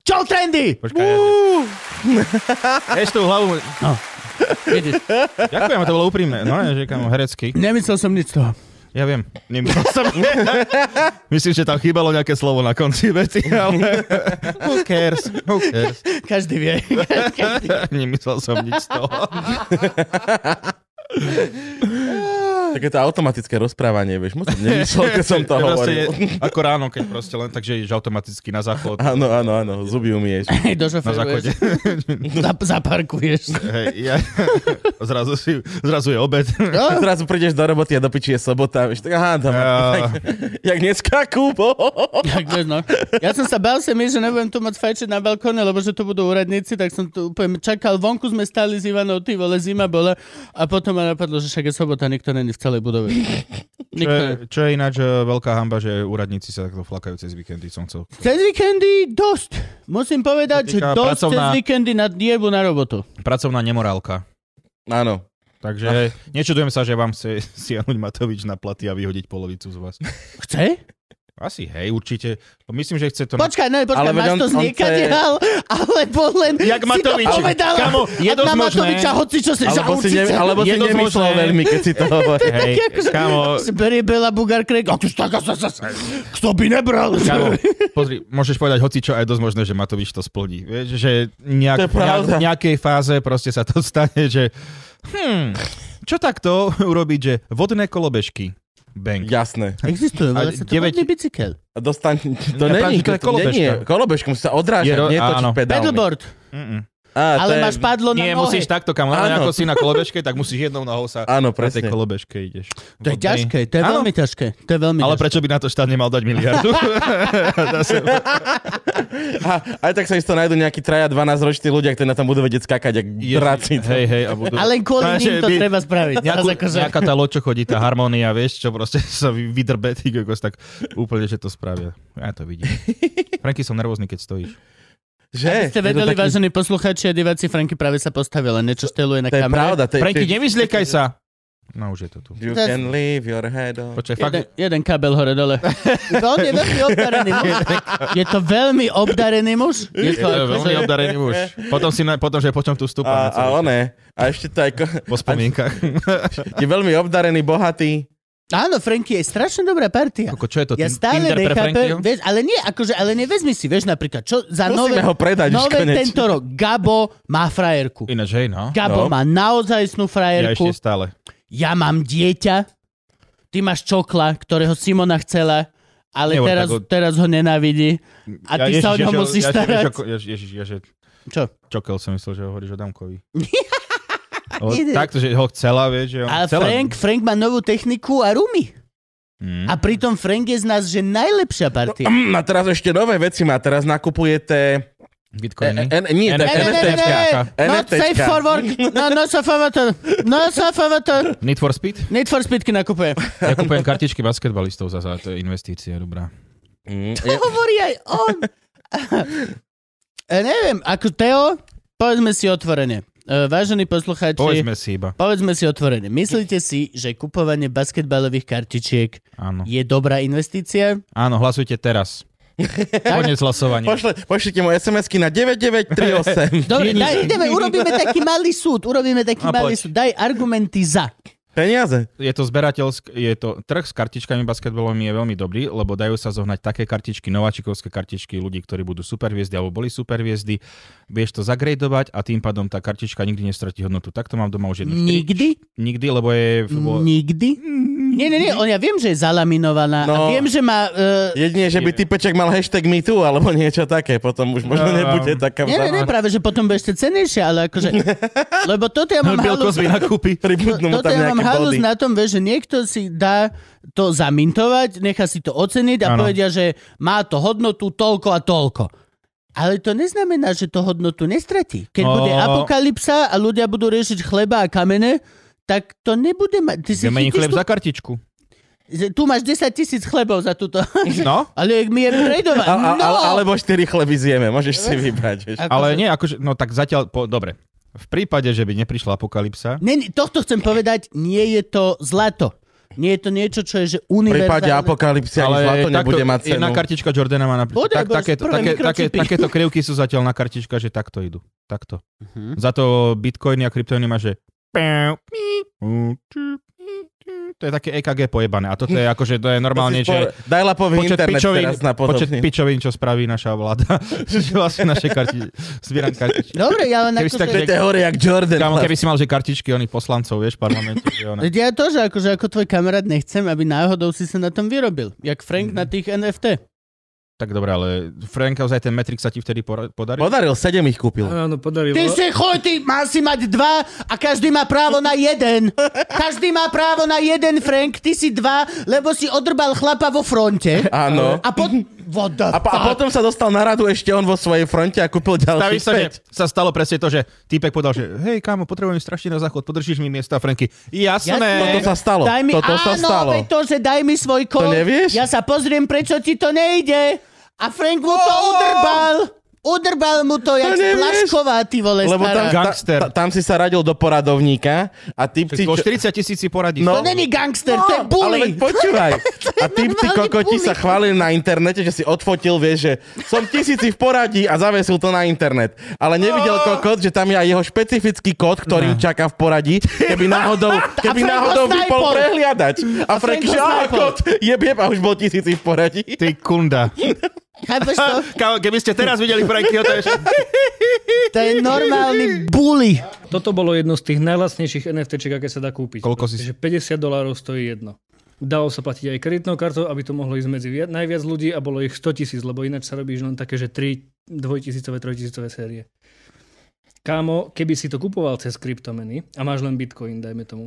[SPEAKER 1] čo trendy?
[SPEAKER 3] Počkaj, ja, že- Vieš tú hlavu...
[SPEAKER 1] No.
[SPEAKER 3] Vidíš. Ďakujem, to bolo úprimné. No, že kamo, herecký.
[SPEAKER 1] Nemyslel som nič z toho.
[SPEAKER 3] Ja viem. Nemyslel som. Myslím, že tam chýbalo nejaké slovo na konci vety, ale... Who cares? Who cares?
[SPEAKER 1] Každý vie.
[SPEAKER 3] Nemyslel som nič z toho.
[SPEAKER 2] Také to automatické rozprávanie, vieš, musím nemyslel, keď som to
[SPEAKER 3] Proste
[SPEAKER 2] hovoril.
[SPEAKER 3] je ako ráno, keď proste len tak, že ideš automaticky na záchod.
[SPEAKER 2] Áno, áno, áno, zuby umieš.
[SPEAKER 1] Hej,
[SPEAKER 3] Na záchode.
[SPEAKER 1] došoferuješ. Zap- Zaparkuješ.
[SPEAKER 3] Hej, ja, zrazu, si, zrazu je obed.
[SPEAKER 1] No,
[SPEAKER 2] Zrazu prídeš do roboty a do piči je sobota, vieš, tak aha, tam,
[SPEAKER 3] Ja.
[SPEAKER 2] tak, jak dneska kúpo.
[SPEAKER 1] tak vieš, no. Ja som sa bál sem, že nebudem tu mať fajčiť na balkóne, lebo že tu budú úradníci, tak som tu úplne čakal. Vonku sme stali s Ivanou, ty vole, zima bola. A potom ma napadlo, že však je sobota, nikto není v celej budove.
[SPEAKER 3] Čo je,
[SPEAKER 1] Nikto.
[SPEAKER 3] čo je ináč e, veľká hamba, že úradníci sa takto flakajú cez víkendy, som chcel.
[SPEAKER 1] Cez víkendy dosť. Musím povedať, že
[SPEAKER 3] Čo sa týka
[SPEAKER 1] dosť cez
[SPEAKER 3] pracovná-
[SPEAKER 1] víkendy na diebu na robotu.
[SPEAKER 3] Pracovná nemorálka.
[SPEAKER 2] Áno.
[SPEAKER 3] Takže nečudujem sa, že vám chce siahnuť Matovič na platy a vyhodiť polovicu z vás.
[SPEAKER 1] Chce?
[SPEAKER 3] Asi hej, určite. Myslím, že chce to...
[SPEAKER 1] Počkaj, ne, počkaj, ale
[SPEAKER 2] Ale veď
[SPEAKER 1] máš
[SPEAKER 2] on-
[SPEAKER 1] to
[SPEAKER 2] on
[SPEAKER 1] zniekadial, alebo len
[SPEAKER 3] Jak
[SPEAKER 1] si to
[SPEAKER 3] Matovič.
[SPEAKER 1] povedal.
[SPEAKER 3] Kamo, je
[SPEAKER 1] a na
[SPEAKER 3] dosť možné.
[SPEAKER 1] Matoviča, hoci čo si, že
[SPEAKER 2] Alebo si, ne,
[SPEAKER 1] určite.
[SPEAKER 2] alebo si
[SPEAKER 3] Je dosť
[SPEAKER 2] nemyslel
[SPEAKER 3] možné.
[SPEAKER 2] veľmi, keď si to hovoril.
[SPEAKER 3] Hej,
[SPEAKER 1] Taký akože-
[SPEAKER 3] kámo,
[SPEAKER 1] Si berie Bela Bugar Craig, a tu tak, sa, sa, sa- kto by nebral?
[SPEAKER 3] Kámo, pozri, môžeš povedať hocičo aj dosť možné, že Matovič to splní. Vieš, že
[SPEAKER 2] To je
[SPEAKER 3] nejak,
[SPEAKER 2] pravda.
[SPEAKER 3] v nejakej fáze proste sa to stane, že hm, čo takto urobiť, že vodné kolobežky, bank.
[SPEAKER 2] Jasné.
[SPEAKER 1] Existuje,
[SPEAKER 3] A
[SPEAKER 1] ale sa to
[SPEAKER 3] deväť-
[SPEAKER 1] vodný bicykel.
[SPEAKER 2] Dostaň, to
[SPEAKER 3] Ja
[SPEAKER 2] není,
[SPEAKER 3] práve, že to je
[SPEAKER 2] to není.
[SPEAKER 3] kolobežka.
[SPEAKER 2] Kolobežka musí sa
[SPEAKER 3] Je
[SPEAKER 2] odrážať,
[SPEAKER 3] ro-
[SPEAKER 2] nie točiť
[SPEAKER 3] áno.
[SPEAKER 2] pedálmi.
[SPEAKER 1] Pedalboard,
[SPEAKER 3] Mm-mm.
[SPEAKER 2] Á, to
[SPEAKER 1] ale
[SPEAKER 2] je-
[SPEAKER 1] máš padlo na
[SPEAKER 3] Nie,
[SPEAKER 1] nohe.
[SPEAKER 3] musíš takto, kam, ale
[SPEAKER 2] Áno.
[SPEAKER 3] ako si na kolobežke, tak musíš jednou nohou sa
[SPEAKER 2] Áno,
[SPEAKER 3] na tej
[SPEAKER 2] presne.
[SPEAKER 3] kolobežke ideš.
[SPEAKER 1] To je
[SPEAKER 3] Vodnej.
[SPEAKER 1] ťažké, to je
[SPEAKER 3] Áno.
[SPEAKER 1] veľmi ťažké. To je veľmi
[SPEAKER 3] Ale
[SPEAKER 1] ťažké.
[SPEAKER 3] prečo by na to štát nemal dať miliardu? Zase,
[SPEAKER 2] A, aj tak sa isto nájdú nejakí traja 12-roční ľudia, ktorí na tam budú vedieť skákať, jak draci.
[SPEAKER 3] hej, hej, a budú...
[SPEAKER 1] Ale kvôli
[SPEAKER 3] Takže
[SPEAKER 1] ním to
[SPEAKER 3] by-
[SPEAKER 1] treba spraviť.
[SPEAKER 3] Nejakú,
[SPEAKER 1] Teraz akože-
[SPEAKER 3] Nejaká tá loď, čo chodí, tá harmónia, vieš, čo proste sa vy- vydrbe, ty kokos, tak úplne, že to spravia. Ja to vidím. Franky, som nervózny, keď stojíš.
[SPEAKER 2] Že?
[SPEAKER 1] Aby ste
[SPEAKER 2] Je to
[SPEAKER 1] vedeli,
[SPEAKER 2] taký-
[SPEAKER 1] vážení poslucháči a diváci, Franky práve sa postavil a niečo šteluje na
[SPEAKER 2] To je
[SPEAKER 1] kamere.
[SPEAKER 2] pravda. To je,
[SPEAKER 3] Franky,
[SPEAKER 2] to je-
[SPEAKER 3] nevyzliekaj sa! No už je to tu.
[SPEAKER 2] You can leave your head on.
[SPEAKER 3] Počkaj, fakt,
[SPEAKER 1] Jeden, jeden kabel hore dole. On je veľmi obdarený muž. Je to veľmi obdarený muž. Je
[SPEAKER 3] je
[SPEAKER 1] to,
[SPEAKER 3] to
[SPEAKER 1] akože-
[SPEAKER 3] veľmi obdarený muž. Potom, si, na- potom že počom
[SPEAKER 2] A,
[SPEAKER 3] tu stúpa.
[SPEAKER 2] a one. A ešte to aj... ko-
[SPEAKER 3] Po spomienkach.
[SPEAKER 2] Je veľmi obdarený, bohatý.
[SPEAKER 1] Áno, Franky je strašne dobrá partia.
[SPEAKER 3] Koko, čo je to?
[SPEAKER 1] Ja
[SPEAKER 3] Tin-
[SPEAKER 1] stále
[SPEAKER 3] Tinder pre Frankyho?
[SPEAKER 1] nechápem, vieš, ale nie, akože, ale nevezmi si, vieš, napríklad, čo za
[SPEAKER 2] Musíme
[SPEAKER 1] nové,
[SPEAKER 2] ho predať už
[SPEAKER 1] nové
[SPEAKER 2] konečne.
[SPEAKER 1] tento rok. Gabo má frajerku.
[SPEAKER 3] Ináč, hej, no.
[SPEAKER 1] Gabo
[SPEAKER 2] No.
[SPEAKER 1] má naozaj snú
[SPEAKER 3] Ja
[SPEAKER 1] frajerku.
[SPEAKER 3] ešte stále.
[SPEAKER 1] ja mám dieťa, ty máš čokla, ktorého Simona chcela, ale
[SPEAKER 3] Nehovor
[SPEAKER 1] teraz,
[SPEAKER 3] tak o-
[SPEAKER 1] teraz ho nenávidí. A ty
[SPEAKER 3] Ja-
[SPEAKER 1] sa o
[SPEAKER 3] Ježiš,
[SPEAKER 1] ňo
[SPEAKER 3] ja-
[SPEAKER 1] musíš
[SPEAKER 3] ja-
[SPEAKER 1] starať.
[SPEAKER 3] Ježiš, ja- Ježiš, ja- že-
[SPEAKER 1] Čo?
[SPEAKER 3] Čokel som myslel, že hovoríš o Damkovi. o,
[SPEAKER 1] Nie, nie.
[SPEAKER 3] takto, že ho chcela, vieš, že on
[SPEAKER 1] A
[SPEAKER 3] chcela.
[SPEAKER 1] Frank, Frank má novú techniku a rumy.
[SPEAKER 3] Mm.
[SPEAKER 1] A pritom Frank je z nás, že najlepšia partia.
[SPEAKER 3] No,
[SPEAKER 2] Mm, A teraz ešte nové veci má. Teraz nakupujete...
[SPEAKER 3] Bitcoiny.
[SPEAKER 2] E, e, nie, tak
[SPEAKER 3] Ne, ne, ne, ne,
[SPEAKER 2] NFTčka.
[SPEAKER 1] ne, not
[SPEAKER 2] NFTčka.
[SPEAKER 1] safe for work, no, no safe for water, no safe for water.
[SPEAKER 3] Need for Speed?
[SPEAKER 1] Need for speedky nakupuje.
[SPEAKER 3] Ja kúpujem kartičky basketbalistov za, za to je investícia, dobrá.
[SPEAKER 2] Mm,
[SPEAKER 1] To hovorí aj on. E, neviem, ako Teo, povedzme si otvorene. E, vážení poslucháči,
[SPEAKER 3] Povedzme si iba.
[SPEAKER 1] Povedzme si otvorene, myslíte si, že kupovanie basketbalových kartičiek
[SPEAKER 3] Áno.
[SPEAKER 1] je dobrá investícia?
[SPEAKER 3] Áno, hlasujte teraz. Konec hlasovania.
[SPEAKER 2] Pošle, pošlite mu SMS-ky na 9938.
[SPEAKER 1] Dobre,
[SPEAKER 3] Nie, nie.
[SPEAKER 1] daj, ideme, urobíme taký malý súd, urobíme taký
[SPEAKER 3] No,
[SPEAKER 1] malý
[SPEAKER 3] poď.
[SPEAKER 1] súd, daj argumenty za.
[SPEAKER 2] Peniaze.
[SPEAKER 3] Je to zberateľsk, je to trh s kartičkami basketbalovými je veľmi dobrý, lebo dajú sa zohnať také kartičky, nováčikovské kartičky ľudí, ktorí budú superhviezdy alebo boli superhviezdy. Vieš to zagradovať a tým pádom tá kartička nikdy nestratí hodnotu. Takto mám doma už jednu. štyri-
[SPEAKER 1] Nikdy?
[SPEAKER 3] Nikdy, lebo je... Vo...
[SPEAKER 1] Nikdy? Nie, nie, nie, on, ja viem, že je zalaminovaná a
[SPEAKER 2] No.
[SPEAKER 1] viem, že má... Uh,
[SPEAKER 2] Jedine, že by typeček mal hashtag MeToo alebo niečo také, potom už možno
[SPEAKER 3] No.
[SPEAKER 2] nebude taká
[SPEAKER 1] nie, nie, nie, práve, že potom bude ešte cenejšia, ale akože... Lebo toto ja mám
[SPEAKER 3] Bill
[SPEAKER 1] halus,
[SPEAKER 3] Cosby nakúpi.
[SPEAKER 2] Pribudnú mu
[SPEAKER 1] toto
[SPEAKER 2] No, tam
[SPEAKER 1] ja mám
[SPEAKER 2] nejaké
[SPEAKER 1] halus
[SPEAKER 2] body.
[SPEAKER 1] na tom, vieš, že niekto si dá to zamintovať, nechá si to oceniť a
[SPEAKER 3] Áno.
[SPEAKER 1] povedia, že má to hodnotu toľko a toľko. Ale to neznamená, že to hodnotu nestratí. Keď
[SPEAKER 3] No.
[SPEAKER 1] bude apokalypsa a ľudia budú riešiť chleba a kamene, tak to nebude mať... Ty si
[SPEAKER 3] Zmení
[SPEAKER 1] chytíš
[SPEAKER 3] chleb
[SPEAKER 1] tu,
[SPEAKER 3] za kartičku.
[SPEAKER 1] že tu máš 10 tisíc chlebov za túto.
[SPEAKER 3] No?
[SPEAKER 1] ale my je tradovať.
[SPEAKER 2] A, a,
[SPEAKER 1] No!
[SPEAKER 2] ale, alebo štyri chleby zjeme, môžeš si vybrať. Vieš.
[SPEAKER 1] Ako-
[SPEAKER 3] Ale nie, akože, no tak zatiaľ, po, dobre. V prípade, že by neprišla apokalypsa,
[SPEAKER 1] Nie, nie, tohto chcem povedať, nie je to zlato. Nie je to niečo, čo je, že
[SPEAKER 2] V prípade
[SPEAKER 1] univerzálne...
[SPEAKER 2] apokalipsy ani zlato nebude mať cenu.
[SPEAKER 3] jedna kartička Jordana má napríklad.
[SPEAKER 1] Bude,
[SPEAKER 3] Tak,
[SPEAKER 1] bol
[SPEAKER 3] také,
[SPEAKER 1] prvé
[SPEAKER 3] také, také,
[SPEAKER 1] mikročipy.
[SPEAKER 3] takéto krivky sú zatiaľ na kartička, že takto idú. Takto.
[SPEAKER 1] Mhm.
[SPEAKER 3] Za to bitcoiny a kryptoiny má, že to je také EKG pojebané. A toto je akože, to je normálne,
[SPEAKER 2] To si
[SPEAKER 3] že
[SPEAKER 2] spor- Daj lapový
[SPEAKER 3] počet
[SPEAKER 2] internet
[SPEAKER 3] pičovín,
[SPEAKER 2] teraz na
[SPEAKER 3] počet
[SPEAKER 2] podobný.
[SPEAKER 3] pičovín, čo spraví naša vláda. že vlastne naše kartičky, zbieram kartičky.
[SPEAKER 1] Dobre, ja len
[SPEAKER 3] Keby si
[SPEAKER 1] akože...
[SPEAKER 3] tak-
[SPEAKER 2] To je teória jak Jordan.
[SPEAKER 3] Kámo, keby si mal, že kartičky oných poslancov, vieš, v parlamente. Že ona...
[SPEAKER 1] Veď Ja to, že akože ako tvoj kamarát nechcem, aby náhodou si sa na tom vyrobil. Jak
[SPEAKER 2] Mhm.
[SPEAKER 1] Frank na tých NFT.
[SPEAKER 3] Tak dobre, ale Frank, ozaj ten Matrix sa ti vtedy pora- podaril?
[SPEAKER 2] Podaril, sedem ich kúpil.
[SPEAKER 5] Áno, podarilo.
[SPEAKER 1] Ty si chuj, ty má si mať dva a každý má právo na jeden. Každý má právo na jeden, Frank, ty si dva, lebo si odrbal chlapa vo fronte.
[SPEAKER 2] Áno.
[SPEAKER 1] A pot... What the
[SPEAKER 2] A, po, a
[SPEAKER 1] fuck?
[SPEAKER 2] potom sa dostal na radu ešte on vo svojej fronte a kúpil ďalší
[SPEAKER 3] Staví sa, že
[SPEAKER 2] 5.
[SPEAKER 3] sa stalo presne to, že týpek podal, že hej, kámo, potrebujem ísť strašne na záchod, podržíš mi miesto a Franky,
[SPEAKER 1] Jasné.
[SPEAKER 3] jasné.
[SPEAKER 2] Toto sa stalo.
[SPEAKER 1] Daj mi,
[SPEAKER 2] Toto
[SPEAKER 1] áno,
[SPEAKER 2] sa stalo.
[SPEAKER 1] veď to, že daj mi svoj kód.
[SPEAKER 2] nevieš?
[SPEAKER 1] Ja sa pozriem, prečo ti to nejde. A Frank mu to udrbal. Udrbal mu to, jak
[SPEAKER 2] Oh! nevieš?
[SPEAKER 1] Blašková, ty vole,
[SPEAKER 2] Lebo
[SPEAKER 1] stará.
[SPEAKER 2] tam,
[SPEAKER 3] ga-
[SPEAKER 2] ta,
[SPEAKER 3] Gangster.
[SPEAKER 2] ta, tam si sa radil do poradovníka a typci...
[SPEAKER 3] Po
[SPEAKER 2] čo-
[SPEAKER 3] 40 tisíc si poradíš.
[SPEAKER 1] To není gangster, to je
[SPEAKER 2] No, Ale
[SPEAKER 1] bully.
[SPEAKER 2] veď počúvaj. A typci
[SPEAKER 1] normálny
[SPEAKER 2] kokoti
[SPEAKER 1] bully.
[SPEAKER 2] sa chválili na internete, že si odfotil, vieš, že som tisíci v poradí a zavesil to na internet. Ale nevidel
[SPEAKER 1] Oh.
[SPEAKER 2] kokot, že tam je aj jeho špecifický kód, ktorý čaká v poradí, keby náhodou, keby
[SPEAKER 1] Franko
[SPEAKER 2] náhodou vypol
[SPEAKER 1] Sniper.
[SPEAKER 2] prehliadať. A,
[SPEAKER 1] A Franko
[SPEAKER 2] Frank, že á,
[SPEAKER 1] Sniper.
[SPEAKER 2] kód, jebieb a už bol tisíci v poradí.
[SPEAKER 3] Ty kunda.
[SPEAKER 1] Chápeš to?
[SPEAKER 3] Kámo, keby ste teraz videli Frankyho, to je ešte...
[SPEAKER 1] To je normálny bully.
[SPEAKER 5] Toto bolo jedno z tých najlacnejších NFTčiek, aké sa dá kúpiť.
[SPEAKER 3] Koľko si-
[SPEAKER 5] Že 50 dolárov stojí jedno. Dalo sa platiť aj kreditnou kartou, aby to mohlo ísť medzi vi- najviac ľudí a bolo ich 100 tisíc, lebo ináč sa robíš len také, že 3 dvojtisícové, trojtisícové série. Kámo, keby si to kupoval cez kryptomeny a máš len bitcoin, dajme tomu,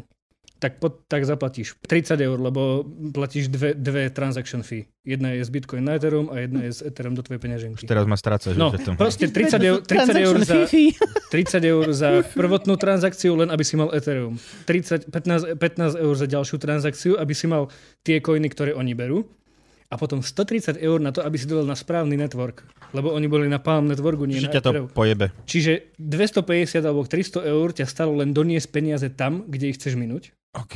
[SPEAKER 5] tak, pod, tak zaplatíš 30 eur, lebo platíš dve, dve transaction fee. Jedna je z bitcoin na Ethereum a jedna je z Ethereum do tvojej peňaženky.
[SPEAKER 3] Teraz ma strácaš.
[SPEAKER 5] No,
[SPEAKER 3] že v tom-
[SPEAKER 5] proste 30 eur, 30 eur za, 30 eur za prvotnú transakciu, len aby si mal Ethereum. 30, 15, 15 eur za ďalšiu transakciu, aby si mal tie coiny, ktoré oni berú. A potom 130 eur na to, aby si dodal na správny network. Lebo oni boli na Palm networku, nie
[SPEAKER 3] Že
[SPEAKER 5] na
[SPEAKER 3] ťa to
[SPEAKER 5] Ethereum.
[SPEAKER 3] pojebe.
[SPEAKER 5] Čiže 250 alebo 300 eur ťa stalo len doniesť peniaze tam, kde ich chceš minúť.
[SPEAKER 3] OK.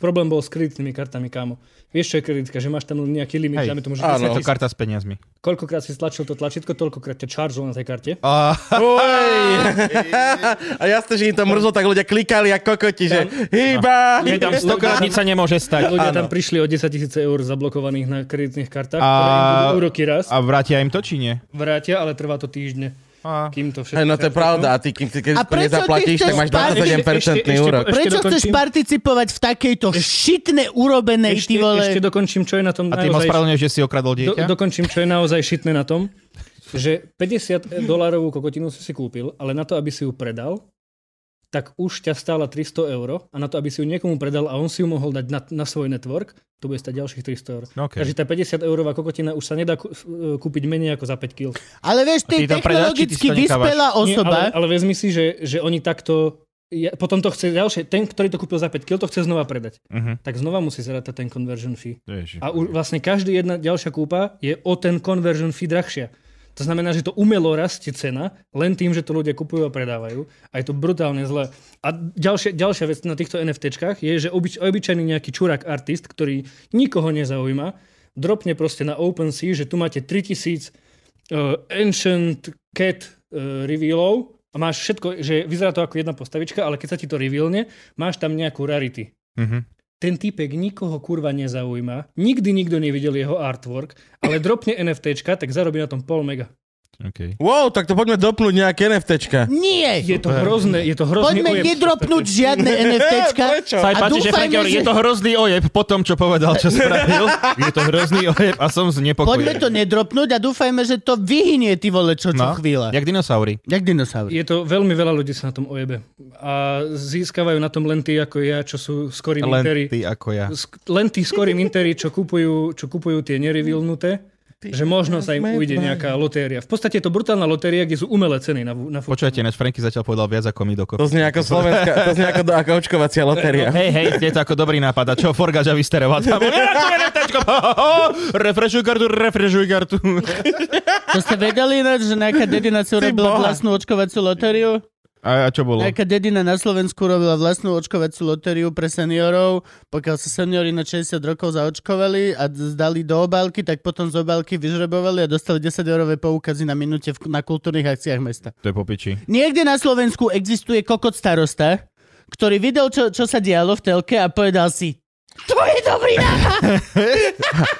[SPEAKER 5] Problém bol s kreditnými kartami, kámo. Vieš, čo je kreditka? Že máš tam len nejaký limit.
[SPEAKER 3] Hej,
[SPEAKER 5] dáme tomu, že
[SPEAKER 2] áno.
[SPEAKER 3] Je to
[SPEAKER 5] 10 tisíc.
[SPEAKER 3] karta s peniazmi.
[SPEAKER 5] Koľkokrát si stlačil to tlačítko, toľkokrát ťa chargol na tej karte.
[SPEAKER 3] A,
[SPEAKER 2] Oj. A jasne, že im to mrzlo, tak ľudia klikali ako kokoti, že hýba.
[SPEAKER 3] je tam stokrát, nič sa nemôže stať.
[SPEAKER 5] Ľudia tam prišli o 10 tisíce eur zablokovaných na kreditných
[SPEAKER 3] A-
[SPEAKER 5] kartách, a... ktoré im budú úroky raz.
[SPEAKER 3] A vrátia im to, či nie?
[SPEAKER 5] Vrátia, ale trvá to týždne,
[SPEAKER 3] A...
[SPEAKER 5] kým to všetko...
[SPEAKER 2] Hej, no to je pravda, a ty, kým si keď
[SPEAKER 1] A
[SPEAKER 2] to
[SPEAKER 1] prečo ty
[SPEAKER 2] nezaplatíš,
[SPEAKER 1] chceš
[SPEAKER 2] tak máš
[SPEAKER 1] spať?
[SPEAKER 2] 27-percentný
[SPEAKER 5] Ešte- ešte-
[SPEAKER 2] úrok.
[SPEAKER 5] ešte-
[SPEAKER 1] Prečo
[SPEAKER 5] dokončím.
[SPEAKER 1] chceš participovať v takejto šitne urobenej,
[SPEAKER 5] Ešte,
[SPEAKER 1] ty vole?
[SPEAKER 5] ešte dokončím, čo je na tom
[SPEAKER 3] A ty ma
[SPEAKER 5] naozaj...
[SPEAKER 3] ospravedlňuješ, že si okradol
[SPEAKER 5] do,
[SPEAKER 3] dieťa?
[SPEAKER 5] dokončím, čo je naozaj šitné na tom, že 50 dolárovú kokotinu si si kúpil, ale na to, aby si ju predal, tak už ťa stála 300 eur a na to, aby si ju niekomu predal a on si ju mohol dať na, na svoj network, to bude stať ďalších 300 eur.
[SPEAKER 3] No, okay.
[SPEAKER 5] Takže tá 50 eurová kokotina už sa nedá kú- f- kúpiť menej ako za 5 kg.
[SPEAKER 1] Ale vieš, ty,
[SPEAKER 3] A ty to predáš, či ty si
[SPEAKER 1] technologicky
[SPEAKER 3] to nechávaš?
[SPEAKER 1] vyspelá
[SPEAKER 5] Nie, ale,
[SPEAKER 1] osoba.
[SPEAKER 5] ale vezmi si, že, že oni takto... Ja, potom to chce ďalšie, ten, ktorý to kúpil za 5 kg, to chce znova predať.
[SPEAKER 3] Uh-huh.
[SPEAKER 5] Tak znova musí zarátať ten conversion fee. A u, vlastne každý jedna ďalšia kúpa je o ten conversion fee drahšia. To znamená, že to umelo rastie cena len tým, že to ľudia kupujú a predávajú. A je to brutálne zlé. A ďalšia, ďalšia vec na týchto NFTčkách je, že obyč, obyčajný nejaký čurák artist, ktorý nikoho nezaujíma, dropne proste na OpenSea, že tu máte 3000 uh, Ancient Cat uh, revealov a máš všetko, že vyzerá to ako jedna postavička, ale keď sa ti to revealne, máš tam nejakú rarity
[SPEAKER 3] Uh-huh.
[SPEAKER 5] ten typek nikoho kurva nezaujíma, nikdy nikto nevidel jeho artwork, ale dropne NFTčka, tak zarobí na tom pol mega.
[SPEAKER 3] Okay.
[SPEAKER 2] Wow, tak to poďme dopnúť nejaké NFTčka.
[SPEAKER 1] Nie.
[SPEAKER 5] Je to hrozné, je to hrozný
[SPEAKER 1] Poďme
[SPEAKER 5] ujeb.
[SPEAKER 1] nedropnúť žiadne NFTčka.
[SPEAKER 2] Prečo?
[SPEAKER 3] Sa aj
[SPEAKER 1] A
[SPEAKER 3] páči, že
[SPEAKER 1] dúfajme,
[SPEAKER 3] Frank hovorí,
[SPEAKER 1] že-
[SPEAKER 3] je to hrozný ojeb po tom, čo povedal, čo spravil. Je to hrozný ojeb a som
[SPEAKER 1] Poďme
[SPEAKER 3] znepokojený.
[SPEAKER 1] to nedropnúť a dúfajme, že to vyhynie, ty vole, čo, čo chvíľa.
[SPEAKER 3] No. Jak dinosaury.
[SPEAKER 1] Jak dinosaur.
[SPEAKER 5] Je to veľmi veľa ľudí sa na tom ojebe. A získavajú na tom len tí ako ja, čo sú skorí
[SPEAKER 3] Len
[SPEAKER 5] mintery.
[SPEAKER 3] ty ako ja.
[SPEAKER 5] Sk- Len tí skorí mintery, čo kupujú, čo kupujú tie nerevilnuté, že možno sa im ujde nejaká lotéria. V podstate je to brutálna lotéria, kde sú umelé ceny na, na fotku.
[SPEAKER 3] Počujete, náš Franky zatiaľ povedal viac ako my
[SPEAKER 2] To
[SPEAKER 3] dokopy.
[SPEAKER 2] znie ako slovenská, to znie ako, do- ako očkovacia lotéria.
[SPEAKER 3] Hej, hej, je to ako dobrý nápad. A čo, Forgaža vysterovať? Refreshuj kartu, refreshuj kartu.
[SPEAKER 1] To ste vedeli, ináč, že nejaká dedina si urobila
[SPEAKER 2] boha.
[SPEAKER 1] vlastnú očkovaciu lotériu?
[SPEAKER 3] A, a čo bolo?
[SPEAKER 1] Nejaká dedina na Slovensku robila vlastnú očkovaciu lotériu pre seniorov. Pokiaľ sa seniori na 60 rokov zaočkovali a zdali do obálky, tak potom z obálky vyžrebovali a dostali 10-eurové poukazy na minúte v, na kultúrnych akciách mesta.
[SPEAKER 3] To je popiči.
[SPEAKER 1] Niekde na Slovensku existuje kokot starosta, ktorý videl, čo, čo sa dialo v telke a povedal si, to je dobrý nápad!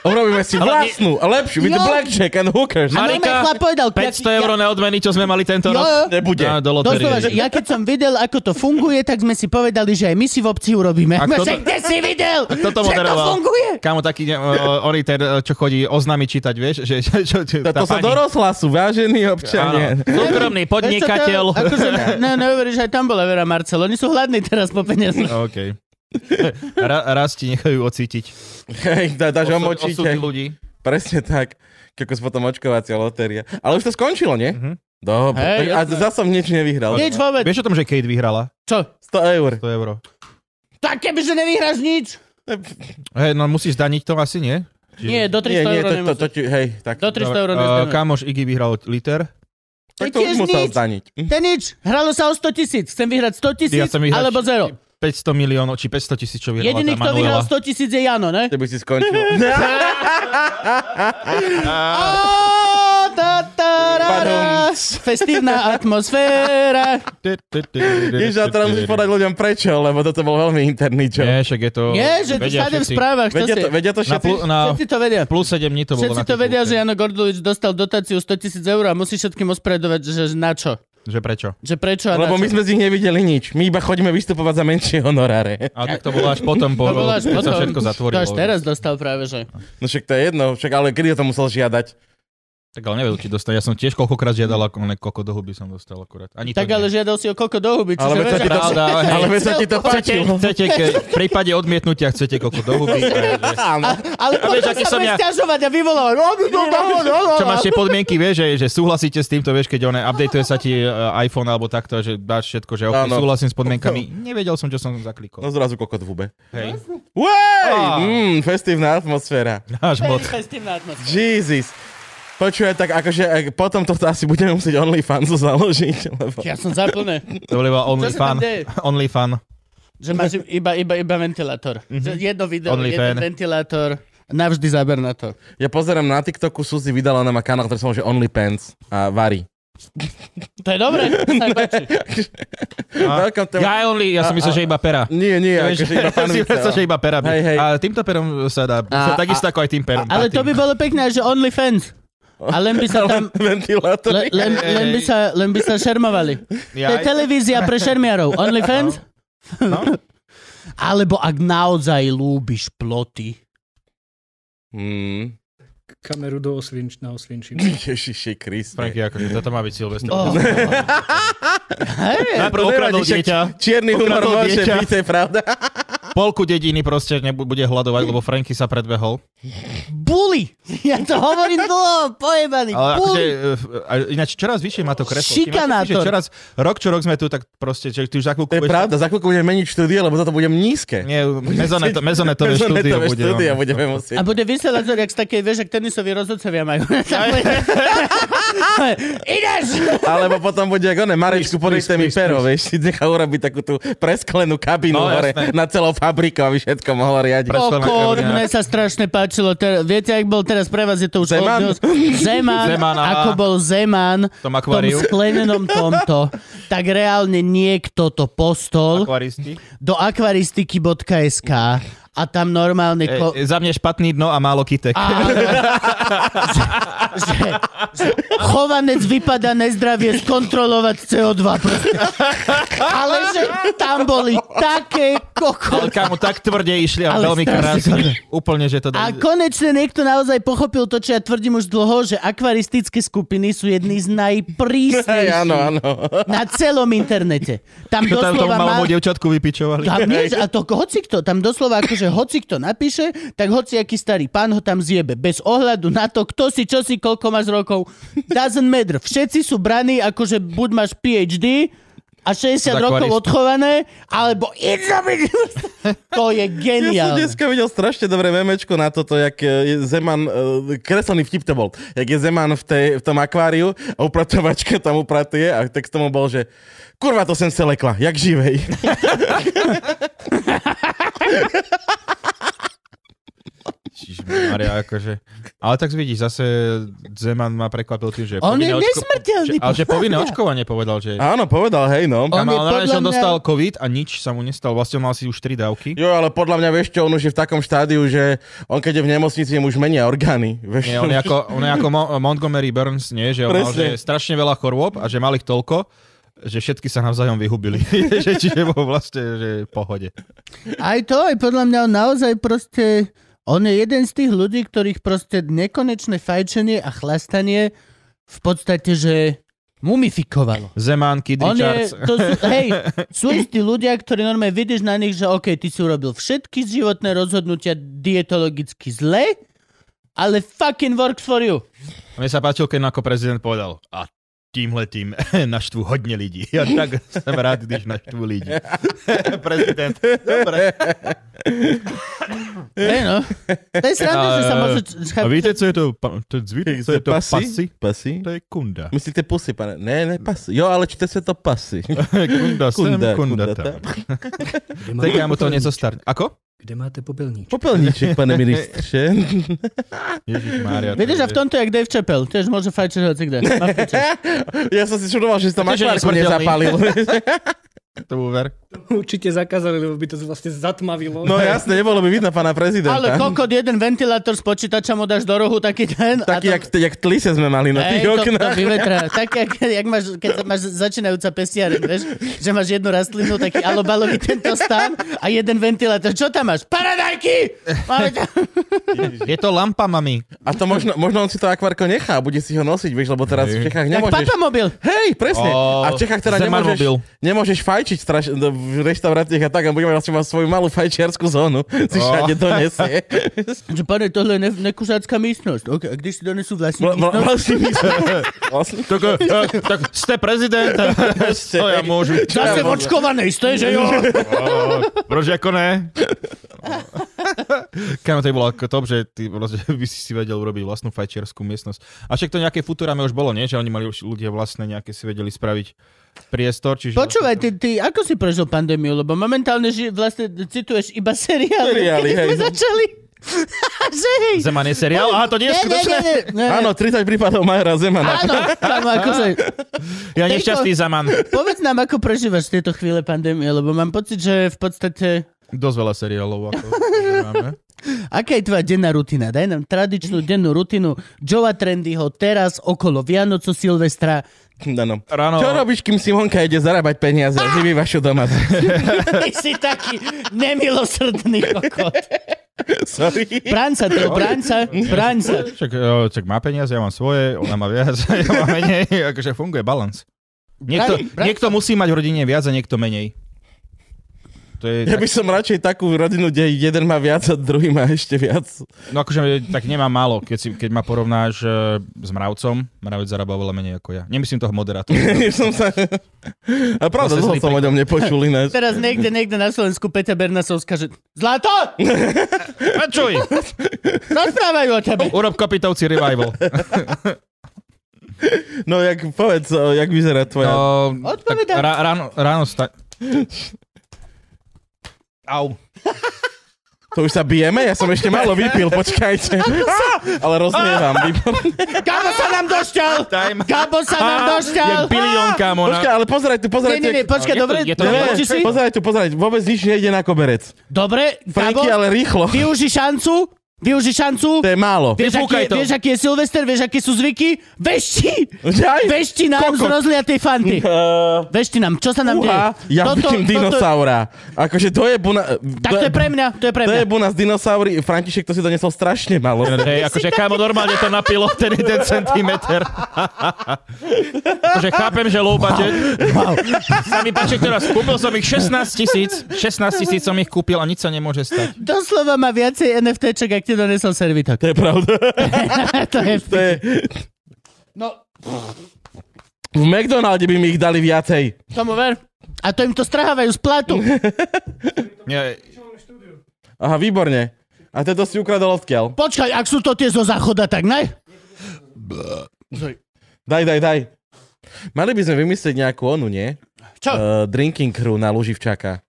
[SPEAKER 2] Urobíme si vlastnú, a lepšiu, with
[SPEAKER 1] Jo.
[SPEAKER 2] blackjack and hookers.
[SPEAKER 1] A normálne
[SPEAKER 3] Marika,
[SPEAKER 1] chlap povedal,
[SPEAKER 3] 500 eur
[SPEAKER 1] ja,
[SPEAKER 3] neodmeny, čo sme mali tento
[SPEAKER 1] Jo,
[SPEAKER 3] rok.
[SPEAKER 1] jo.
[SPEAKER 2] Nebude.
[SPEAKER 3] Á, do
[SPEAKER 1] Doslova, že
[SPEAKER 3] lotérie.
[SPEAKER 1] ja keď som videl, ako to funguje, tak sme si povedali, že aj my si v obci urobíme. A
[SPEAKER 3] A kto to-
[SPEAKER 1] to... Kde si videl,
[SPEAKER 3] Kto
[SPEAKER 1] že
[SPEAKER 3] to
[SPEAKER 1] to
[SPEAKER 3] moderoval?
[SPEAKER 1] funguje?
[SPEAKER 3] Kámo, taký ne, o, oni ten, e, čo chodí oznámiť čítať, vieš? Že, čo, čo, čo,
[SPEAKER 2] To, to
[SPEAKER 3] tá
[SPEAKER 2] sa
[SPEAKER 3] pani.
[SPEAKER 2] dorosla sú, vážení
[SPEAKER 3] Áno,
[SPEAKER 2] občania.
[SPEAKER 3] súkromný
[SPEAKER 1] Vieš čo,
[SPEAKER 3] podnikateľ.
[SPEAKER 1] to- Akože, ne, neuveríš, aj tam bola Vera Marcel. Oni sú hladní teraz po peniazoch.
[SPEAKER 3] OK. Ra, raz ti nechajú ocítiť.
[SPEAKER 2] Hej, dá, dáš
[SPEAKER 3] Osud-
[SPEAKER 2] omočíte.
[SPEAKER 3] osudy ľudí.
[SPEAKER 2] Presne tak. Kokos potom očkovacia lotéria. Ale už to skončilo, nie? Dobre.
[SPEAKER 1] Hej,
[SPEAKER 2] tak, a
[SPEAKER 1] jasné.
[SPEAKER 2] zase som nič
[SPEAKER 3] no,
[SPEAKER 2] nevyhral.
[SPEAKER 1] Nič vôbec.
[SPEAKER 3] Vieš o tom, že Kate vyhrala
[SPEAKER 1] Čo?
[SPEAKER 2] 100 eur.
[SPEAKER 3] 100 euro?
[SPEAKER 1] Tak kebyže nevyhráš nič.
[SPEAKER 3] Hej, no musíš daniť to asi, nie? Čiže-
[SPEAKER 1] Nie, do 300
[SPEAKER 2] Nie,
[SPEAKER 1] eur
[SPEAKER 2] nie, to, to,
[SPEAKER 1] nemusíš. No
[SPEAKER 2] to ti, hej, tak,
[SPEAKER 1] Do 300 eur
[SPEAKER 3] Dobre,
[SPEAKER 1] nemusíš.
[SPEAKER 3] eh, Kámoš Iggy vyhral liter.
[SPEAKER 2] tak
[SPEAKER 1] to
[SPEAKER 2] to už
[SPEAKER 1] tiež
[SPEAKER 2] musel
[SPEAKER 1] nič.
[SPEAKER 2] zdaniť. Hm.
[SPEAKER 1] To je nič. Hralo sa o 100 tisíc. Chcem vyhrať 100
[SPEAKER 3] Ja
[SPEAKER 1] tisíc
[SPEAKER 3] chcem vyhrať-
[SPEAKER 1] alebo zero.
[SPEAKER 3] 500 miliónov, či 500 tisíc, čo vyhrala
[SPEAKER 1] Jediný,
[SPEAKER 3] tá
[SPEAKER 1] kto vyhral
[SPEAKER 3] Manuela.
[SPEAKER 1] 100 tisíc je Jano, ne?
[SPEAKER 2] To by si skončil.
[SPEAKER 1] Á, tá, tá, rá, rá.
[SPEAKER 2] Pardon.
[SPEAKER 1] Festívna atmosféra.
[SPEAKER 2] Ježiš, a teraz musíš povedať ľuďom prečo, lebo toto bol veľmi interný čo.
[SPEAKER 3] Nie, však je to...
[SPEAKER 1] Nie, že to
[SPEAKER 3] vedia
[SPEAKER 1] všade v
[SPEAKER 3] všetci.
[SPEAKER 1] správach. to
[SPEAKER 2] Vedia
[SPEAKER 1] si-
[SPEAKER 2] to, vedia to
[SPEAKER 3] Na,
[SPEAKER 2] všetci?
[SPEAKER 3] plu, na
[SPEAKER 1] Všetci to vedia.
[SPEAKER 3] plus 7 dní to bolo
[SPEAKER 1] Všetci
[SPEAKER 3] na
[SPEAKER 1] to vedia,
[SPEAKER 3] titulke.
[SPEAKER 1] že Jano Gordulič dostal dotáciu 100 tisíc eur a musí všetkým ospredovať, že že na čo.
[SPEAKER 3] Že prečo?
[SPEAKER 1] Že prečo a na
[SPEAKER 2] Lebo my
[SPEAKER 1] čo.
[SPEAKER 2] sme z nich nevideli nič. My iba chodíme vystupovať za menšie honoráre.
[SPEAKER 3] Ale tak to bolo až potom, po,
[SPEAKER 1] To bolo až
[SPEAKER 3] keď sa
[SPEAKER 1] potom.
[SPEAKER 3] všetko zatvorilo.
[SPEAKER 1] To až teraz dostal práve, že.
[SPEAKER 2] No však to je jedno, však ale kedy to musel žiadať?
[SPEAKER 3] Tak ale nevedel, či dostal. Ja som tiež koľkokrát žiadal, ako ne, koľko do huby som dostal akurát. Ani
[SPEAKER 1] Tak
[SPEAKER 3] to
[SPEAKER 1] ale
[SPEAKER 3] nie.
[SPEAKER 1] žiadal si o koľko do huby, čiže
[SPEAKER 2] Ale veď sa ti to,
[SPEAKER 1] veď-
[SPEAKER 3] Pravda, hej.
[SPEAKER 2] ale veď sa ti to
[SPEAKER 3] Chcete,
[SPEAKER 2] páčilo.
[SPEAKER 3] chcete, ke, v prípade odmietnutia chcete koľko do huby. takže-
[SPEAKER 2] Áno.
[SPEAKER 1] Ale
[SPEAKER 3] vieš,
[SPEAKER 1] potom
[SPEAKER 3] aký
[SPEAKER 1] sa
[SPEAKER 3] som
[SPEAKER 1] bude
[SPEAKER 3] ja?
[SPEAKER 1] stiažovať a vyvolávať. No, no, no, no, no, no.
[SPEAKER 3] Čo máš tie podmienky, vieš, že, že súhlasíte s týmto, vieš, keď one updateuje sa ti eh, iPhone alebo takto, že dáš všetko, že okay,
[SPEAKER 2] Áno.
[SPEAKER 3] súhlasím s podmienkami. Nevedel som, čo som zaklikol.
[SPEAKER 2] No zrazu kokot v hube.
[SPEAKER 3] Hej.
[SPEAKER 2] Uej!
[SPEAKER 3] Á.
[SPEAKER 2] Mm, festívna atmosféra.
[SPEAKER 3] Náš
[SPEAKER 1] To je
[SPEAKER 3] bod.
[SPEAKER 1] festívna atmosféra.
[SPEAKER 2] Jesus. Počuje, tak akože eh, potom tohto asi budeme musieť OnlyFansu založiť, lebo...
[SPEAKER 1] Ja som zaplné.
[SPEAKER 3] To bol iba only
[SPEAKER 1] Čo sa
[SPEAKER 3] fan.
[SPEAKER 1] tam deje?
[SPEAKER 3] Only fan.
[SPEAKER 1] Že máš iba, iba, iba ventilátor. Že Jedno video,
[SPEAKER 3] Only
[SPEAKER 1] jeden
[SPEAKER 3] fan.
[SPEAKER 1] ventilátor. Navždy záber na to.
[SPEAKER 2] Ja pozerám na TikToku, Suzy vydala, ona má kanál, ktorý sa volá že OnlyPants a varí.
[SPEAKER 1] To je dobré. to sa mi páči.
[SPEAKER 3] A-
[SPEAKER 2] Veľkom téma-
[SPEAKER 3] Ja only, ja som myslel, že iba pera.
[SPEAKER 2] Nie, nie,
[SPEAKER 3] Ja
[SPEAKER 2] akože iba
[SPEAKER 3] si
[SPEAKER 2] panvice.
[SPEAKER 3] predstav, že iba pera. by-
[SPEAKER 2] Hej, hej.
[SPEAKER 3] A týmto perom sa dá,
[SPEAKER 2] A-
[SPEAKER 3] takisto ako aj tým perom.
[SPEAKER 1] Ale to by bolo pekné, že OnlyFans. A len by sa tam...
[SPEAKER 2] Ventilátor.
[SPEAKER 1] Le, len, len, by sa, len by sa šermovali. To je televízia pre šermiarov. OnlyFans?
[SPEAKER 3] No.
[SPEAKER 1] Alebo ak naozaj lúbiš ploty.
[SPEAKER 2] Mm.
[SPEAKER 4] Kameru do osvinč, na osvinčinu.
[SPEAKER 2] Ježiši Kriste.
[SPEAKER 3] Franky, akože toto má byť Silvestr.
[SPEAKER 1] Oh. Hej,
[SPEAKER 3] Najprv
[SPEAKER 2] To nevadí,
[SPEAKER 3] okradol
[SPEAKER 2] však
[SPEAKER 3] dieťa,
[SPEAKER 2] Čierny humor
[SPEAKER 3] Ukradol
[SPEAKER 2] môže
[SPEAKER 3] dieťa.
[SPEAKER 2] byť, to je pravda.
[SPEAKER 3] polku dediny proste nebude hľadovať, lebo Franky sa predbehol.
[SPEAKER 1] bully. Ja to hovorím dlho, pojebaný.
[SPEAKER 3] Ale akože,
[SPEAKER 1] Bully.
[SPEAKER 3] e, a ináč čoraz vyššie má to kreslo. Všímate si,
[SPEAKER 1] Šikanátor.
[SPEAKER 3] že Čoraz, rok čo rok sme tu, tak proste, že ty už za chvíľku...
[SPEAKER 2] To je pravda, za chvíľku budem meniť štúdie, lebo toto budem nízke.
[SPEAKER 3] Nie, mezoneto, mezonetové štúdio
[SPEAKER 2] Mezonetové
[SPEAKER 3] bude.
[SPEAKER 2] štúdio
[SPEAKER 3] no.
[SPEAKER 2] budeme
[SPEAKER 1] A
[SPEAKER 2] musieť.
[SPEAKER 1] bude vysielať, jak z takej, vieš, ak tenisoví rozhodcovia majú. Ideš!
[SPEAKER 2] Alebo potom bude, ako ne, Marečku, podejte mi pero, vieš, si nechá urobiť takú tú presklenú kabinu
[SPEAKER 3] No,
[SPEAKER 2] hore
[SPEAKER 3] jasné.
[SPEAKER 2] na celou fabriku, aby všetko mohlo riadiť.
[SPEAKER 3] Pres- Presvedčená
[SPEAKER 1] Okor,
[SPEAKER 3] krvina.
[SPEAKER 1] mne sa strašne páčilo. Ter, viete, ak bol teraz pre vás, je to už
[SPEAKER 2] Zeman?
[SPEAKER 1] old news. Zeman,
[SPEAKER 3] Zeman, á.
[SPEAKER 1] ako bol Zeman v
[SPEAKER 3] tom
[SPEAKER 1] tom
[SPEAKER 3] akváriu.
[SPEAKER 1] sklenenom tomto, tak reálne niekto to postol
[SPEAKER 3] Akvaristi.
[SPEAKER 1] do akvaristiky.sk a tam normálne...
[SPEAKER 3] E,
[SPEAKER 1] Ko-
[SPEAKER 3] e, za mne špatný dno a málo kytek.
[SPEAKER 1] a, že, že chovanec vypadá nezdravie skontrolovať CO2. Proste. Ale že tam boli také
[SPEAKER 3] Ale
[SPEAKER 1] kokot.
[SPEAKER 3] kámo, tak tvrde išli a
[SPEAKER 1] Ale
[SPEAKER 3] veľmi
[SPEAKER 1] strašne tvrde.
[SPEAKER 3] krásne. Úplne, že to...
[SPEAKER 1] A
[SPEAKER 3] dá-
[SPEAKER 1] konečne niekto naozaj pochopil to, čo ja tvrdím už dlho, že akvaristické skupiny sú jedny z
[SPEAKER 2] Hej,
[SPEAKER 1] najprísnejších
[SPEAKER 2] áno, áno.
[SPEAKER 1] na celom internete. Tam
[SPEAKER 3] Čo tam tomu
[SPEAKER 1] doslova má...
[SPEAKER 3] malomu devčatku vypičovali.
[SPEAKER 1] Tam nie, a to hocikto, tam doslova akože hocikto napíše, tak hociaký starý pán ho tam zjebe. Bez ohľadu na to, kto si, čo si, koľko máš rokov. Doesn't matter. Všetci sú braní, akože buď máš PhD, a 60
[SPEAKER 3] Za
[SPEAKER 1] rokov
[SPEAKER 3] akvarist.
[SPEAKER 1] odchované, alebo it's a bit- To je
[SPEAKER 2] Ja som
[SPEAKER 1] geniálne.
[SPEAKER 2] dneska videl strašne dobré memečko na toto, jak e, je Zeman, e, kreslený vtip to bol, jak je Zeman v, tej, v tom akváriu a upratovačka tam upratuje a tak tomu bol, že kurva to sem se lekla, jak živej.
[SPEAKER 3] Maria, akože... Ale tak vidíš, zase Zeman ma prekvapil tým, že...
[SPEAKER 1] On je
[SPEAKER 3] povinné
[SPEAKER 1] nesmrteľný,
[SPEAKER 3] že- Ale že
[SPEAKER 1] podľa
[SPEAKER 3] povinné
[SPEAKER 1] mňa.
[SPEAKER 3] očkovanie povedal, že...
[SPEAKER 2] Áno, povedal, hej no.
[SPEAKER 1] On je
[SPEAKER 3] Tam, ale normálne, že
[SPEAKER 1] podľa
[SPEAKER 3] on
[SPEAKER 1] mňa-
[SPEAKER 3] dostal COVID a nič sa mu nestalo. Vlastne on mal si už tri dávky.
[SPEAKER 2] Jo, ale podľa mňa, vieš čo, on už je v takom štádiu, že on keď je v nemocnici, im už menia orgány. Vieš,
[SPEAKER 3] Nie, on je ako, on je ako Mo- Montgomery Burns, nie? Že on mal
[SPEAKER 2] Presne.
[SPEAKER 3] že strašne veľa chorôb a že mal ich toľko, že všetky sa navzájom vyhubili. že, čiže bol vlastne že v pohode.
[SPEAKER 1] Aj to, aj podľa mňa on naozaj proste, on je jeden z tých ľudí, ktorých proste nekonečné fajčenie a chlastanie v podstate, že mumifikovalo.
[SPEAKER 3] Zeman, Kid
[SPEAKER 1] On je,
[SPEAKER 3] Richards.
[SPEAKER 1] to sú, hej, sú istí ľudia, ktorí normálne vidíš na nich, že OK, ty si urobil všetky životné rozhodnutia dietologicky zle, ale fucking works for you.
[SPEAKER 3] Mne sa páčil, keď no ako prezident povedal, a týmhletým naštvú hodne ľudí. Ja tak som rád, když naštvú ľudí. prezident. Dobre.
[SPEAKER 1] Hej no. To je sranda, že sa
[SPEAKER 3] A-
[SPEAKER 1] môžu...
[SPEAKER 3] A víte, co je to, pa- to,
[SPEAKER 2] Jak
[SPEAKER 3] víte, co
[SPEAKER 2] se
[SPEAKER 3] je to
[SPEAKER 2] pasy?
[SPEAKER 3] pasy?
[SPEAKER 2] Pasy?
[SPEAKER 3] To je kunda.
[SPEAKER 2] Myslíte pusy, pane? Ne, ne, pasy. Jo, ale čte se to pasy.
[SPEAKER 3] Kunda sem,
[SPEAKER 2] Kunda,
[SPEAKER 3] kunda,
[SPEAKER 2] kunda tam.
[SPEAKER 3] tam.
[SPEAKER 5] Kde
[SPEAKER 3] Tak
[SPEAKER 5] máte,
[SPEAKER 3] ja mu to
[SPEAKER 5] popelníček?
[SPEAKER 3] nezostarne. Ako?
[SPEAKER 5] Kde máte popelníček?
[SPEAKER 2] Popelníček, pane ministře.
[SPEAKER 3] Ježiš Mária.
[SPEAKER 1] Vidíš, a v tomto je Dave Chappelle, tiež môže fajčiť hocikde. Na piče.
[SPEAKER 2] ja som si čudoval, že si tam
[SPEAKER 3] Viete, že
[SPEAKER 2] akvárku
[SPEAKER 3] nesmrteľný.
[SPEAKER 2] nezapálil.
[SPEAKER 3] To uver.
[SPEAKER 4] Určite zakázali, lebo by to vlastne zatmavilo.
[SPEAKER 2] no jasne, nebolo by vidno pána prezidenta.
[SPEAKER 1] Ale kokot, jeden ventilátor z počítača mu dáš do rohu, taký ten. a
[SPEAKER 2] Taký,
[SPEAKER 1] to-
[SPEAKER 2] jak, jak tlise sme mali na
[SPEAKER 1] Hej,
[SPEAKER 2] tých
[SPEAKER 1] to, to
[SPEAKER 2] oknách.
[SPEAKER 1] vyvetrá. Tak, jak, jak máš, keď máš začínajúca pestiareň, vieš, že máš jednu rastlinu, taký alobalový tento stan a jeden ventilátor. Čo tam máš? Paradajky! Máme tam...
[SPEAKER 3] Je to lampa, mami.
[SPEAKER 2] A to možno, možno on si to akvárko nechá, bude si ho nosiť, vieš, lebo teraz v Čechách
[SPEAKER 1] Jak
[SPEAKER 2] nemôžeš.
[SPEAKER 1] papamobil.
[SPEAKER 2] Hej, presne.
[SPEAKER 3] Ó,
[SPEAKER 2] a v Čechách teda
[SPEAKER 3] Zeman
[SPEAKER 2] nemôžeš,
[SPEAKER 3] mobil.
[SPEAKER 2] nemôžeš fajčiť straš, no, v reštauráciách a tak. A budeme vlastne mať svoju malú fajčiarskú zónu. Si
[SPEAKER 3] Ó.
[SPEAKER 2] všade donesie.
[SPEAKER 1] Že pane, tohle je ne, nekužácká místnosť. Okay, a když si donesú vlastní
[SPEAKER 2] Vla- vla-
[SPEAKER 1] místnosť?
[SPEAKER 2] Vlastne my sme... Vlastne...
[SPEAKER 3] Tak, eh, tak ste prezident, to ja môžu.
[SPEAKER 2] Čo ja
[SPEAKER 1] Zase
[SPEAKER 2] môžem?
[SPEAKER 1] očkované, isté, že jo?
[SPEAKER 3] Proč ako ne? Kámo, to by bolo ako top, že ty vlastne by si si vedel urobiť vlastnú fajčiarskú miestnosť. A však to nejaké futurame už bolo, nie? Že oni mali už ľudia vlastne nejaké si vedeli spraviť priestor, čiže...
[SPEAKER 1] Počúvaj, ty, ty, ako si prežil pandémiu? Lebo momentálne ži, vlastne cituješ iba seriály,
[SPEAKER 2] Seriály,
[SPEAKER 1] kedy
[SPEAKER 2] hej,
[SPEAKER 1] sme
[SPEAKER 2] no.
[SPEAKER 1] začali. že hej.
[SPEAKER 3] Zeman je seriál? Aha, to nie je
[SPEAKER 1] Ne, ne,
[SPEAKER 3] skutočné.
[SPEAKER 1] ne, ne, ne, ne.
[SPEAKER 2] Áno, 30 prípadov Majera Zemana.
[SPEAKER 1] Áno, tam akože...
[SPEAKER 3] Ja nešťastný Zeman.
[SPEAKER 1] Povedz nám, ako prežívaš tieto chvíle pandémie, lebo mám pocit, že v podstate...
[SPEAKER 3] Dosť veľa seriálov. Ako, že máme.
[SPEAKER 1] Aká je tvoja denná rutina? Daj nám tradičnú dennú rutinu Joea Trendyho teraz, okolo Vianocu, Silvestra.
[SPEAKER 2] Áno.
[SPEAKER 1] No.
[SPEAKER 2] No,
[SPEAKER 3] Ráno-
[SPEAKER 2] Čo robíš, kým Simonka ide zarábať peniaze
[SPEAKER 1] Ah!
[SPEAKER 2] a živí vašu doma?
[SPEAKER 1] Ty si taký nemilosrdný kokot.
[SPEAKER 2] Sorry.
[SPEAKER 1] Branca, to je branca, branca.
[SPEAKER 3] Čak, eh, čak má peniaze, ja mám svoje, ona má viac, ja mám menej, akože funguje balans. Niekto,
[SPEAKER 1] Braň- braň-
[SPEAKER 3] niekto musí mať v rodine viac a niekto menej. To je
[SPEAKER 2] Ja
[SPEAKER 3] tak,
[SPEAKER 2] by som radšej takú rodinu, kde jeden má viac a druhý má ešte viac.
[SPEAKER 3] no akože tak nemá málo, keď, si, keď ma porovnáš eh, s mravcom, mravec zarába oveľa menej ako ja. Nemyslím toho moderátora.
[SPEAKER 2] som sa... A pravda,
[SPEAKER 1] No,
[SPEAKER 3] Zase
[SPEAKER 2] dlho
[SPEAKER 3] zlý
[SPEAKER 2] som o ňom nepočul ináč.
[SPEAKER 1] Teraz niekde, niekde na Slovensku Peťa Bernasovská, že Zlato,
[SPEAKER 3] Počuj,
[SPEAKER 1] rozprávajú o tebe.
[SPEAKER 3] urob kopitovci revival.
[SPEAKER 2] No, jak, povedz, o, jak vyzerá tvoja...
[SPEAKER 3] No, tak
[SPEAKER 1] Odpovedaj.
[SPEAKER 3] rá, ráno, ráno sta... Au.
[SPEAKER 2] To už sa bijeme? Ja som ešte málo vypil, počkajte. Á, Ale rozmievam. výborne.
[SPEAKER 1] Gabo sa nám došťal!
[SPEAKER 3] Time.
[SPEAKER 1] Gabo sa nám
[SPEAKER 3] Je
[SPEAKER 1] došťal!
[SPEAKER 3] bilión, kámo. na-
[SPEAKER 2] Počkaj, ale pozeraj tu,
[SPEAKER 1] Nie,
[SPEAKER 2] pozeraj tu.
[SPEAKER 1] nie, nie,
[SPEAKER 2] jak-
[SPEAKER 1] počkaj,
[SPEAKER 3] Je to-
[SPEAKER 1] dobre?
[SPEAKER 3] je to-
[SPEAKER 2] Ne,
[SPEAKER 1] dobre, či si?
[SPEAKER 2] Pozeraj tu, pozeraj tu. Vôbec nič nejde na koberec.
[SPEAKER 1] Dobre,
[SPEAKER 2] Franky,
[SPEAKER 1] Gabo,
[SPEAKER 2] ale rýchlo.
[SPEAKER 1] využi šancu, využi šancu.
[SPEAKER 2] To je málo.
[SPEAKER 1] Vieš aký,
[SPEAKER 3] Vyfúkaj
[SPEAKER 1] je,
[SPEAKER 3] to.
[SPEAKER 1] vieš, aký je Silvester, vieš, aké sú zvyky? Vešti!
[SPEAKER 2] Aj,
[SPEAKER 1] Vešti nám z
[SPEAKER 2] kokot.
[SPEAKER 1] rozliatej fanty.
[SPEAKER 2] Eh,
[SPEAKER 1] Vešti nám, čo sa nám deje?
[SPEAKER 2] Uha, ja vidím dinosaura. Akože to je buna...
[SPEAKER 1] Tak to je pre mňa, to je pre
[SPEAKER 2] To
[SPEAKER 1] mňa.
[SPEAKER 2] je buna z dinosaury. František, to si donesol strašne malo.
[SPEAKER 3] Hej, akože kámo, normálne to napilo ten jeden centimeter. akože chápem, že low budget.
[SPEAKER 1] Wow.
[SPEAKER 3] Sa mi páči teraz, kúpil som ich 16 tisíc. 16 tisíc som ich kúpil a nič sa nemôže stať.
[SPEAKER 1] Doslova má viacej NFTček, ak ti donesol
[SPEAKER 2] To
[SPEAKER 1] servitok.
[SPEAKER 2] je pravda.
[SPEAKER 1] to je...
[SPEAKER 2] To je...
[SPEAKER 1] No,
[SPEAKER 2] V McDonalde by mi ich dali viacej.
[SPEAKER 1] tomu ver. A to im to strhávajú z platu.
[SPEAKER 3] Nie,
[SPEAKER 2] Aha, výborne. A teda si ukradol odkiaľ.
[SPEAKER 1] Počkaj, ak sú to tie zo záchoda, tak ne?
[SPEAKER 2] Daj, daj, daj. Mali by sme vymyslieť nejakú onu, nie?
[SPEAKER 1] Čo?
[SPEAKER 2] Uh, drinking crew na Luživčaka.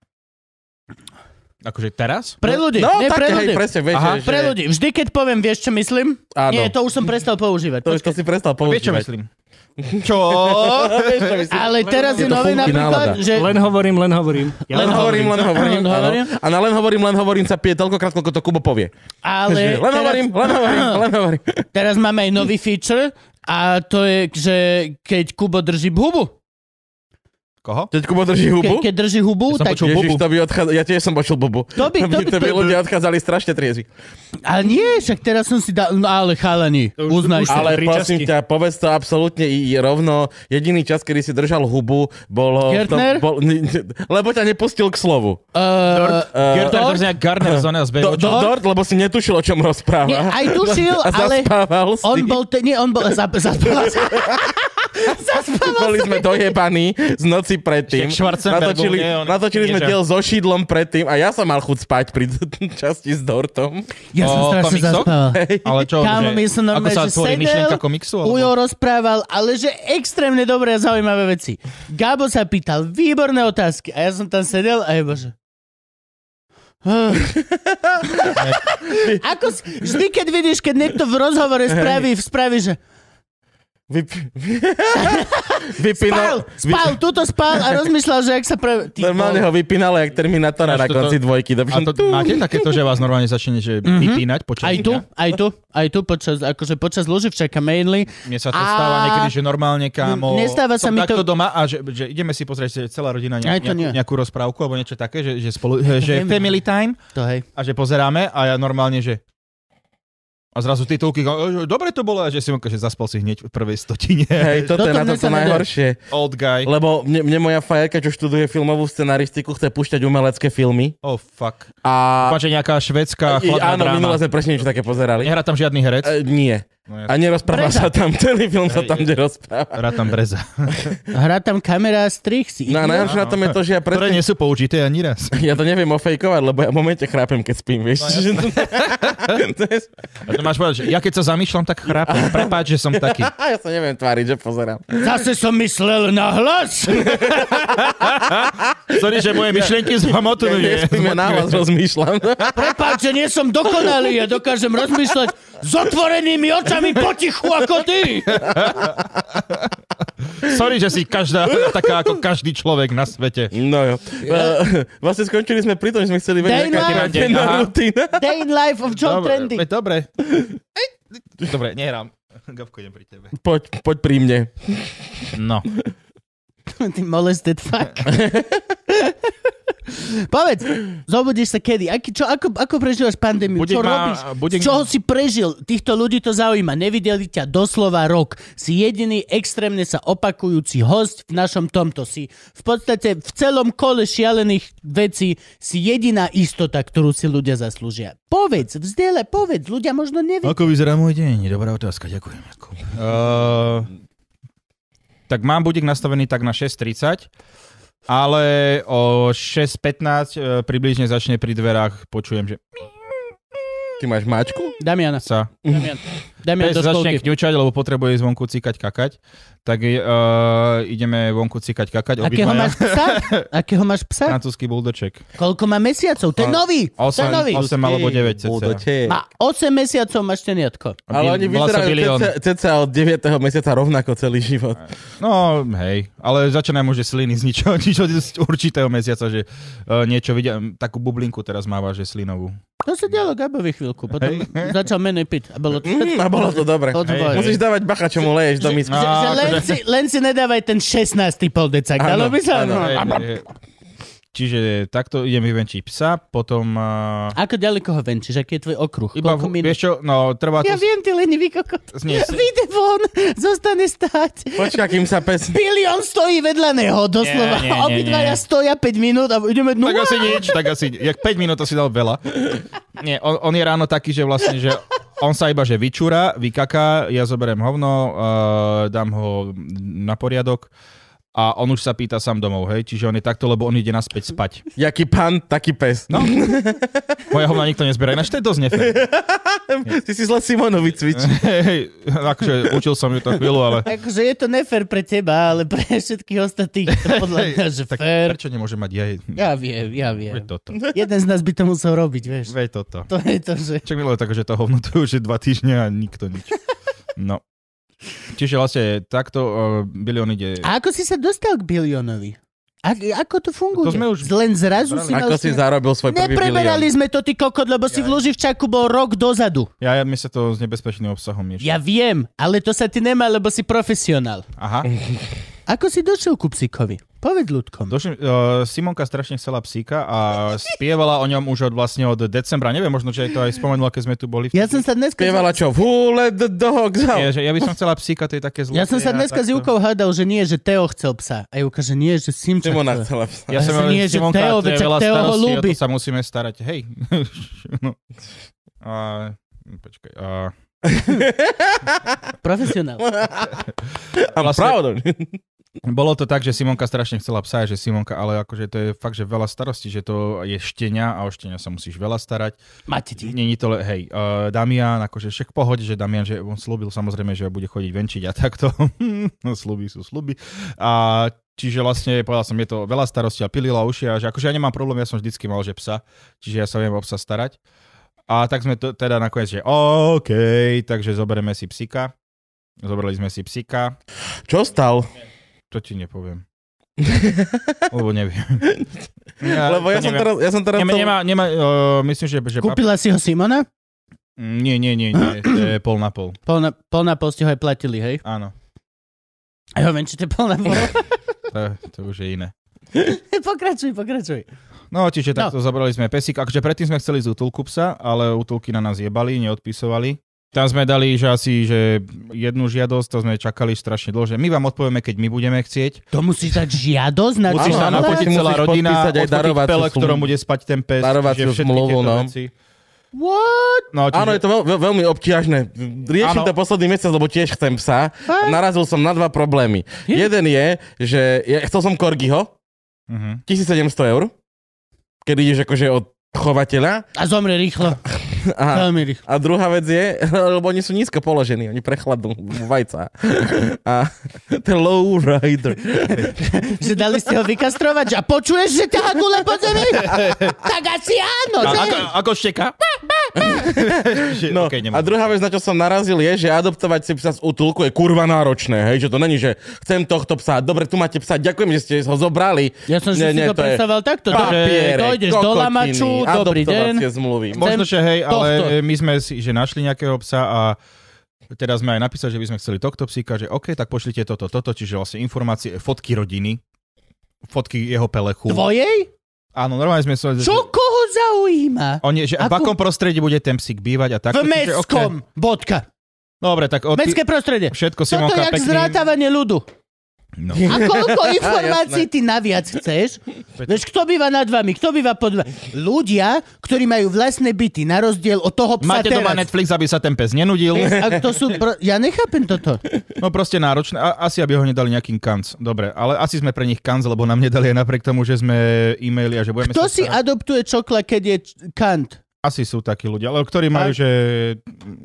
[SPEAKER 3] akože teraz?
[SPEAKER 1] Pre ľudí,
[SPEAKER 2] No,
[SPEAKER 1] nie pre
[SPEAKER 2] také, hej,
[SPEAKER 1] ľudí.
[SPEAKER 2] presne, vieš,
[SPEAKER 3] Aha,
[SPEAKER 2] že,
[SPEAKER 1] Pre ľudí. Vždy, keď poviem, vieš, čo myslím?
[SPEAKER 2] Áno.
[SPEAKER 1] Nie, to už som prestal používať.
[SPEAKER 2] To, už
[SPEAKER 1] Počkaj.
[SPEAKER 2] to si prestal používať.
[SPEAKER 3] Vieš, čo myslím?
[SPEAKER 2] Čo? Vieš, čo myslím?
[SPEAKER 1] Ale teraz je
[SPEAKER 2] to
[SPEAKER 1] nové
[SPEAKER 2] funky
[SPEAKER 1] napríklad,
[SPEAKER 2] nálada.
[SPEAKER 1] že...
[SPEAKER 4] Len hovorím, len hovorím. Ja
[SPEAKER 2] Len hovorím, len hovorím.
[SPEAKER 1] Len
[SPEAKER 2] áno.
[SPEAKER 1] hovorím.
[SPEAKER 2] A na len hovorím, len hovorím sa pije toľkokrát, koľko to Kubo povie.
[SPEAKER 1] Ale
[SPEAKER 2] Že len
[SPEAKER 1] teraz-
[SPEAKER 2] hovorím, len hovorím, len hovorím.
[SPEAKER 1] Teraz máme aj nový feature a to je, že keď Kubo drží hubu.
[SPEAKER 3] Koho?
[SPEAKER 2] Teď Kubo drží hubu.
[SPEAKER 1] Ke, keď drží hubu,
[SPEAKER 3] Ja som
[SPEAKER 1] tak...
[SPEAKER 3] počul
[SPEAKER 2] Ježiš, to by odchádza... Ja tiež som počul bubu.
[SPEAKER 1] To by- to by-
[SPEAKER 2] to by
[SPEAKER 1] to by-
[SPEAKER 2] ľudia odchádzali strašne triezvi.
[SPEAKER 1] Ale nie, však teraz som si dal... No ale chalani,
[SPEAKER 4] To už-
[SPEAKER 1] uznaj
[SPEAKER 4] už-
[SPEAKER 1] sa.
[SPEAKER 2] Ale
[SPEAKER 4] tri
[SPEAKER 2] prosím
[SPEAKER 4] časti.
[SPEAKER 2] ťa, povedz to absolútne i i rovno. Jediný čas, kedy si držal hubu, bolo...
[SPEAKER 1] Gertner?
[SPEAKER 2] bol, n- n- lebo ťa nepustil k slovu.
[SPEAKER 1] Uh,
[SPEAKER 3] Gerda
[SPEAKER 1] Dort?
[SPEAKER 3] Dort? Gardner z oného z
[SPEAKER 2] Do,
[SPEAKER 3] Baywatchu.
[SPEAKER 2] do, dort, lebo si netušil, o čom rozpráva.
[SPEAKER 1] Nie, aj tušil,
[SPEAKER 2] a
[SPEAKER 1] ale
[SPEAKER 2] zaspával si.
[SPEAKER 1] on bol... Te, nie, on bol... Zap, zaspával sa.
[SPEAKER 2] Boli sme dojebaní z noci predtým.
[SPEAKER 3] Však Schwarzenberg bol,
[SPEAKER 2] Natočili,
[SPEAKER 3] nie, on-
[SPEAKER 2] natočili sme
[SPEAKER 3] Ježa.
[SPEAKER 2] diel so šídlom predtým a ja som mal chuť spať pri časti s Dortom.
[SPEAKER 1] Ja som
[SPEAKER 3] O
[SPEAKER 1] strašne
[SPEAKER 3] komiksoch?
[SPEAKER 1] zaspával.
[SPEAKER 3] Ale čo,
[SPEAKER 1] Kámo, my som
[SPEAKER 3] že, ako
[SPEAKER 1] normálne,
[SPEAKER 3] sa
[SPEAKER 1] že
[SPEAKER 3] tvorí
[SPEAKER 1] sedel,
[SPEAKER 3] myšlienka komiksu?
[SPEAKER 1] Ujo
[SPEAKER 3] Alebo...
[SPEAKER 1] rozprával, ale že extrémne dobré a zaujímavé veci. Gabo sa pýtal výborné otázky a ja som tam sedel a je bože. Ako si, vždy, keď vidíš, keď niekto v rozhovore spraví, spraví, že
[SPEAKER 2] Vyp... Vypínal...
[SPEAKER 1] spal, spal, tuto spal a rozmýšľal, že ak sa praví. Ty
[SPEAKER 2] Normálne ho
[SPEAKER 1] vole.
[SPEAKER 2] vypínalo jak Terminátora
[SPEAKER 3] Až
[SPEAKER 2] na
[SPEAKER 3] toto-
[SPEAKER 2] konci dvojky.
[SPEAKER 3] A to máte takéto, že vás normálne začne že vypínať počas
[SPEAKER 1] Mhm. Aj tu,
[SPEAKER 3] dňa?
[SPEAKER 1] aj tu, aj tu počas, akože počas Luživčaka mainly.
[SPEAKER 3] Mne sa to
[SPEAKER 1] A-
[SPEAKER 3] stáva niekedy, že normálne, kámo,
[SPEAKER 1] Nestáva sa
[SPEAKER 3] som
[SPEAKER 1] mi to-
[SPEAKER 3] takto doma a že, že ideme si pozrieť že celá rodina
[SPEAKER 1] Aj to
[SPEAKER 3] nejak,
[SPEAKER 1] nie.
[SPEAKER 3] nejakú, nejakú rozprávku alebo niečo také, že, že, spolu,
[SPEAKER 1] Viem.
[SPEAKER 3] že family time
[SPEAKER 1] To hej.
[SPEAKER 3] a že pozeráme a ja normálne, že a zrazu titulky, "O, že dobre to bolo, a že si mu že zaspal si hneď v prvej stotine.
[SPEAKER 2] Hej,
[SPEAKER 1] Toto
[SPEAKER 2] toto je na
[SPEAKER 1] mne
[SPEAKER 2] to
[SPEAKER 1] sa nedá.
[SPEAKER 2] najhoršie.
[SPEAKER 3] Old guy.
[SPEAKER 2] Lebo mne, mne moja fajerka, čo študuje filmovú scenaristiku, chce púšťať umelecké filmy.
[SPEAKER 3] Oh fuck.
[SPEAKER 2] A...
[SPEAKER 3] Páči nejaká švedská
[SPEAKER 2] I-
[SPEAKER 3] chladná
[SPEAKER 2] áno, minule
[SPEAKER 3] dráma.
[SPEAKER 2] sme presne niečo také pozerali.
[SPEAKER 3] Nehrá tam žiadny herec.
[SPEAKER 2] E, nie.
[SPEAKER 3] No,
[SPEAKER 2] A nerozpráva
[SPEAKER 1] Prečo?
[SPEAKER 2] sa tam, celý film sa tam nerozpráva.
[SPEAKER 3] Hrá tam Breza.
[SPEAKER 1] Hrá tam kamera, strich si.
[SPEAKER 2] No a
[SPEAKER 1] idiot.
[SPEAKER 2] najhoršie na tom je to, že ja
[SPEAKER 3] Ktoré
[SPEAKER 2] presne...
[SPEAKER 3] nie sú použité ani raz.
[SPEAKER 2] Ja to neviem ofejkovať, lebo ja v momente chrápem, keď spím, vieš. No,
[SPEAKER 3] A to máš povedať, že ja keď sa zamýšľam, tak chrápem. Prepáč, že som taký.
[SPEAKER 2] ja sa neviem tváriť, že pozerám.
[SPEAKER 1] Zase som myslel na hlas.
[SPEAKER 3] Sorry, že moje myšlienky
[SPEAKER 2] Ja
[SPEAKER 3] zhamotnú.
[SPEAKER 2] nespím, ja na vás rozmýšľam.
[SPEAKER 1] Prepáč, že nie som dokonalý, ja dokážem rozmýšľať s otvorenými očami potichu ako ty.
[SPEAKER 3] Sorry, že si každá taká ako každý človek na svete.
[SPEAKER 2] No jo. E, Vlastne skončili sme pri tom, že sme chceli
[SPEAKER 1] Daj
[SPEAKER 2] vedieť, aká
[SPEAKER 1] nám-
[SPEAKER 2] je tvoja denná
[SPEAKER 3] Aha.
[SPEAKER 2] rutina.
[SPEAKER 1] Day in life of John
[SPEAKER 3] Dobre,
[SPEAKER 1] Trendy.
[SPEAKER 3] veď Dobre. Ej, Dobre, nehrám. Gabko, idem pri tebe.
[SPEAKER 2] Poď, poď pri mne.
[SPEAKER 3] No.
[SPEAKER 1] Ty molested fuck. Povedz, zobudíš sa kedy? Aký, čo, ako, ako prežívaš pandémiu?
[SPEAKER 3] Budík
[SPEAKER 1] čo
[SPEAKER 3] ma-
[SPEAKER 1] robíš?
[SPEAKER 3] budík
[SPEAKER 1] Z čoho
[SPEAKER 3] ma-
[SPEAKER 1] si prežil? Týchto ľudí to zaujíma. Nevideli ťa doslova rok. Si jediný extrémne sa opakujúci host v našom tomto. Si v podstate v celom kole šialených vecí si jediná istota, ktorú si ľudia zaslúžia. Povedz, vzdele, povedz. Ľudia možno nevedia.
[SPEAKER 3] Ako vyzerá môj deň? Dobrá otázka, ďakujem. Uh, tak mám budík nastavený tak na 6.30, ale o 6.15 eh, približne začne pri dverách, počujem, že
[SPEAKER 2] Ty máš mačku?
[SPEAKER 1] Damiana,
[SPEAKER 3] sa
[SPEAKER 1] Damian. Damian
[SPEAKER 3] pes
[SPEAKER 1] do školky.
[SPEAKER 3] začne kňučať, lebo potrebuje ísť vonku cikať kakať. Tak uh, ideme vonku cikať kakať.
[SPEAKER 1] Akého
[SPEAKER 3] obidvaja.
[SPEAKER 1] máš psa? Akého máš psa?
[SPEAKER 3] Francúzsky buldoček.
[SPEAKER 1] Koľko má mesiacov? To je nový. To je
[SPEAKER 3] 8,
[SPEAKER 1] nový.
[SPEAKER 3] 8 alebo 9 cca.
[SPEAKER 2] Budote.
[SPEAKER 1] Má 8 mesiacov máš teniatko.
[SPEAKER 2] Ale oni
[SPEAKER 3] Bola sa
[SPEAKER 2] vyzerajú
[SPEAKER 3] bilión.
[SPEAKER 2] ceca- ceca od 9. mesiaca rovnako celý život.
[SPEAKER 3] No, hej, ale začínajú už že sliny z ničoho, ničoho z určitého mesiaca, že uh, niečo vidia, takú bublinku teraz máva, že slinovú.
[SPEAKER 1] To sa dialo Gabovi chvíľku, potom začal menej piť a bolo to
[SPEAKER 3] No,
[SPEAKER 2] Mm,
[SPEAKER 1] všetko.
[SPEAKER 2] a bolo to dobre.
[SPEAKER 1] To bolo.
[SPEAKER 2] Musíš dávať bacha, čo mu leješ do misky.
[SPEAKER 1] Že,
[SPEAKER 3] akože-
[SPEAKER 1] že len, si, len si nedávaj ten 16. poldecak,
[SPEAKER 2] Áno,
[SPEAKER 1] dalo by sa?
[SPEAKER 2] áno,
[SPEAKER 1] No.
[SPEAKER 3] Hej, hej. Čiže takto idem vyvenčiť psa, potom... Uh,
[SPEAKER 1] Ako ďaleko ho venčíš? Aký je tvoj okruh?
[SPEAKER 3] iba,
[SPEAKER 1] Koľko
[SPEAKER 3] v,
[SPEAKER 1] minút?
[SPEAKER 3] vieš čo, no trvá to...
[SPEAKER 1] Ja viem, ty lenivý kokot.
[SPEAKER 3] Nie, si-
[SPEAKER 1] Vyjde von, zostane stáť.
[SPEAKER 2] Počkaj, kým sa pes...
[SPEAKER 1] Bilión stojí vedľa neho, doslova.
[SPEAKER 3] Nie, nie, nie,
[SPEAKER 1] Obidvaja
[SPEAKER 3] nie.
[SPEAKER 1] stoja 5 minút a ideme... No,
[SPEAKER 3] Tak asi nič, tak asi, jak 5 minút to si dal veľa. Nie, on, on je ráno taký, že vlastne, že on sa iba že vyčúra, vykaká, ja zoberiem hovno, uh, dám ho na poriadok a on už sa pýta sám domov, hej, čiže on je takto, lebo on ide naspäť spať.
[SPEAKER 2] Jaký pán, taký pes.
[SPEAKER 3] No. Moje hovna nikto nezbiera, ináč to je dosť nefér.
[SPEAKER 2] Ty si zle Simonovi cvič.
[SPEAKER 3] Hej, akože učil som ju to chvíľu, ale...
[SPEAKER 1] Akože je to nefér pre teba, ale pre všetkých ostatných je to podľa
[SPEAKER 3] Hej,
[SPEAKER 1] mňa, že
[SPEAKER 3] tak
[SPEAKER 1] fér.
[SPEAKER 3] prečo nemôžem mať ja
[SPEAKER 1] Ja viem, ja viem.
[SPEAKER 3] Veď toto.
[SPEAKER 1] Jeden z nás by to musel robiť, vieš.
[SPEAKER 3] Veď toto.
[SPEAKER 1] To je to, že...
[SPEAKER 3] Čak miluje tak, že to hovno tu už je dva týždne a nikto nič. No. Čiže vlastne takto uh, bilión ide...
[SPEAKER 1] A ako si sa dostal k bilionovi? A, ako to funguje?
[SPEAKER 3] To sme už
[SPEAKER 1] Len zrazu si mal...
[SPEAKER 2] Ako si zarobil svoj prvý
[SPEAKER 1] Nepreberali
[SPEAKER 2] bilión.
[SPEAKER 1] sme to, ty kokot, lebo si v Luživčaku bol rok dozadu.
[SPEAKER 3] Ja, ja mi sa to s nebezpečným obsahom mieša.
[SPEAKER 1] Ja viem, ale to sa ti nemá, lebo si profesionál.
[SPEAKER 3] Aha.
[SPEAKER 1] Ako si došiel ku psíkovi? Povedz ľudkom.
[SPEAKER 3] Došli, uh, Simonka strašne chcela psíka a spievala o ňom už od vlastne od decembra. Neviem, možno, že jej to aj spomenula, keď sme tu boli.
[SPEAKER 1] Ja som sa dneska...
[SPEAKER 2] Spievala čo? Who let the dogs out?
[SPEAKER 3] Je, že ja by som chcela psíka, to je také zlaté.
[SPEAKER 1] Ja som sa
[SPEAKER 3] a
[SPEAKER 1] dneska s
[SPEAKER 3] takto.
[SPEAKER 1] Jukou hádal, že nie, že Teo chcel psa. A Juka, že nie, že Simča
[SPEAKER 2] Simona
[SPEAKER 1] chcel.
[SPEAKER 2] chcela psa.
[SPEAKER 3] Ja som
[SPEAKER 1] Ale
[SPEAKER 3] hovoril,
[SPEAKER 1] nie, že
[SPEAKER 3] Simonka,
[SPEAKER 1] Teo,
[SPEAKER 3] to je
[SPEAKER 1] veď však
[SPEAKER 3] veľa
[SPEAKER 1] Teo ho
[SPEAKER 3] starostí, o
[SPEAKER 1] ľúbi.
[SPEAKER 3] to sa musíme starať. Hej. no. A, počkaj. A,
[SPEAKER 1] Profesionál.
[SPEAKER 2] I'm
[SPEAKER 3] Vlastne-
[SPEAKER 2] proud of you.
[SPEAKER 3] bolo to tak, že Simonka strašne chcela psa, že Simonka, ale akože to je fakt, že veľa starostí, že to je štenia a o štenia sa musíš veľa starať.
[SPEAKER 1] Máte ti.
[SPEAKER 3] Není to, le- hej, uh, Damian, akože však v pohode, že Damian, že on slúbil samozrejme, že bude chodiť venčiť a takto. no, sluby sú sluby. A Čiže vlastne, povedal som, je to veľa starosti a pilila uši a že akože ja nemám problém, ja som vždycky mal, že psa, čiže ja sa viem o psa starať. A tak sme to, teda nakoniec, že OK, takže zoberieme si psika. Zobrali sme si psika,
[SPEAKER 2] Čo stal?
[SPEAKER 3] to ti nepoviem. Lebo neviem.
[SPEAKER 2] Lebo ja som
[SPEAKER 3] to neviem.
[SPEAKER 2] teraz... Ja som teraz
[SPEAKER 3] Nemá,
[SPEAKER 2] to-
[SPEAKER 3] nemá, nemá, uh, myslím, že, že pap- Mm,
[SPEAKER 1] Kúpila si ho Simona?
[SPEAKER 3] Nie, nie, nie, nie, to je pol na pol.
[SPEAKER 1] Polna, polna posti ho aj platili, hej?
[SPEAKER 3] Áno,
[SPEAKER 1] A ho venčite polna pol.
[SPEAKER 3] to, to už je iné.
[SPEAKER 1] pokračuj, pokračuj.
[SPEAKER 3] No, čiže
[SPEAKER 1] No.
[SPEAKER 3] takto zabrali sme pesík. Akože predtým sme chceli z útulku psa, ale útulky na nás jebali, neodpisovali. Tam sme dali, že asi že jednu žiadosť, to sme čakali strašne dlho, že my vám odpovieme, keď my budeme chcieť.
[SPEAKER 1] To musíš dať žiadosť na
[SPEAKER 3] Musíš
[SPEAKER 2] Áno,
[SPEAKER 3] sa
[SPEAKER 2] áno,
[SPEAKER 3] nafotiť
[SPEAKER 2] musíš
[SPEAKER 3] celá rodina,
[SPEAKER 2] podpísať aj
[SPEAKER 3] odfotiť
[SPEAKER 2] darovaciu
[SPEAKER 3] pele,
[SPEAKER 2] zmluvu.
[SPEAKER 3] ktorom bude spať ten pes.
[SPEAKER 2] Darovaciu
[SPEAKER 3] čiže všetky
[SPEAKER 2] zmluvu,
[SPEAKER 3] tieto
[SPEAKER 2] no.
[SPEAKER 3] veci.
[SPEAKER 1] What?
[SPEAKER 3] No, čiže,
[SPEAKER 2] Áno, je to veľ, veľ, veľmi obťažné. Riešim
[SPEAKER 3] Áno.
[SPEAKER 2] to posledný mesiac, lebo tiež chcem psa. Narazil som na dva problémy. Jeden je, že ja chcel som Korgiho,
[SPEAKER 3] Mhm.
[SPEAKER 2] 1700 eur, keď ideš akože od chovateľa.
[SPEAKER 1] A zomre rýchlo.
[SPEAKER 2] A,
[SPEAKER 1] Veľmi rýchlo.
[SPEAKER 2] a druhá vec je, lebo oni sú nízko položení, oni prechladnú vajca. A ten low rider.
[SPEAKER 1] Že dali ste ho vykastrovať že- a počuješ, že ťa gule po zemi? tak asi áno,
[SPEAKER 3] A
[SPEAKER 1] že?
[SPEAKER 3] No, ako, ako šteka? Že-
[SPEAKER 2] No,
[SPEAKER 3] okej,
[SPEAKER 2] a
[SPEAKER 3] nemôžem.
[SPEAKER 2] druhá vec, na čo som narazil, je, že adoptovať si psa z útulku je kurva náročné, hej, že to není, že chcem tohto psa, dobre, tu máte psa, ďakujem, že ste ho zobrali.
[SPEAKER 1] Ja som si to
[SPEAKER 2] je
[SPEAKER 1] predstavoval takto, že
[SPEAKER 2] papiere,
[SPEAKER 1] dojdeš do
[SPEAKER 2] kokotiny,
[SPEAKER 1] lamaču, dobrý deň.
[SPEAKER 2] adoptovacie zmluvy.
[SPEAKER 3] Možno, že hej, ale
[SPEAKER 1] tohto.
[SPEAKER 3] my sme si, že našli nejakého psa a teda sme aj napísali, že by sme chceli tohto psíka, že OK, tak pošlite toto, toto, čiže vlastne informácie, fotky rodiny, fotky jeho pelechu.
[SPEAKER 1] Tvojej?
[SPEAKER 3] Áno, normálne sme sa...
[SPEAKER 1] Čo koho zaujíma?
[SPEAKER 3] Oni, že v
[SPEAKER 1] Ako-
[SPEAKER 3] akom prostredí bude ten psík bývať a tak.
[SPEAKER 1] V mestskom. Bodka.
[SPEAKER 3] Dobre, tak od...
[SPEAKER 1] Mestské prostredie.
[SPEAKER 3] Všetko si
[SPEAKER 1] Toto je jak zrátavanie ľudu.
[SPEAKER 3] No.
[SPEAKER 1] A koľko informácií ty naviac chceš? Vieš, kto býva nad vami, kto býva pod vami? Ľudia, ktorí majú vlastné byty, na rozdiel od toho psa
[SPEAKER 3] Máte doma
[SPEAKER 1] teraz.
[SPEAKER 3] Netflix, aby sa ten pes nenudil.
[SPEAKER 1] A to sú pro... Ja nechápem toto.
[SPEAKER 3] No proste náročné. A, asi aby ho nedali nejakým kanc. Dobre, ale asi sme pre nich kanc, lebo nám nedali aj napriek tomu, že sme e-maili a že budeme
[SPEAKER 1] Kto
[SPEAKER 3] sa
[SPEAKER 1] si
[SPEAKER 3] starať.
[SPEAKER 1] adoptuje čokla, keď je č- kant?
[SPEAKER 3] Asi sú takí ľudia, ale ktorí majú, že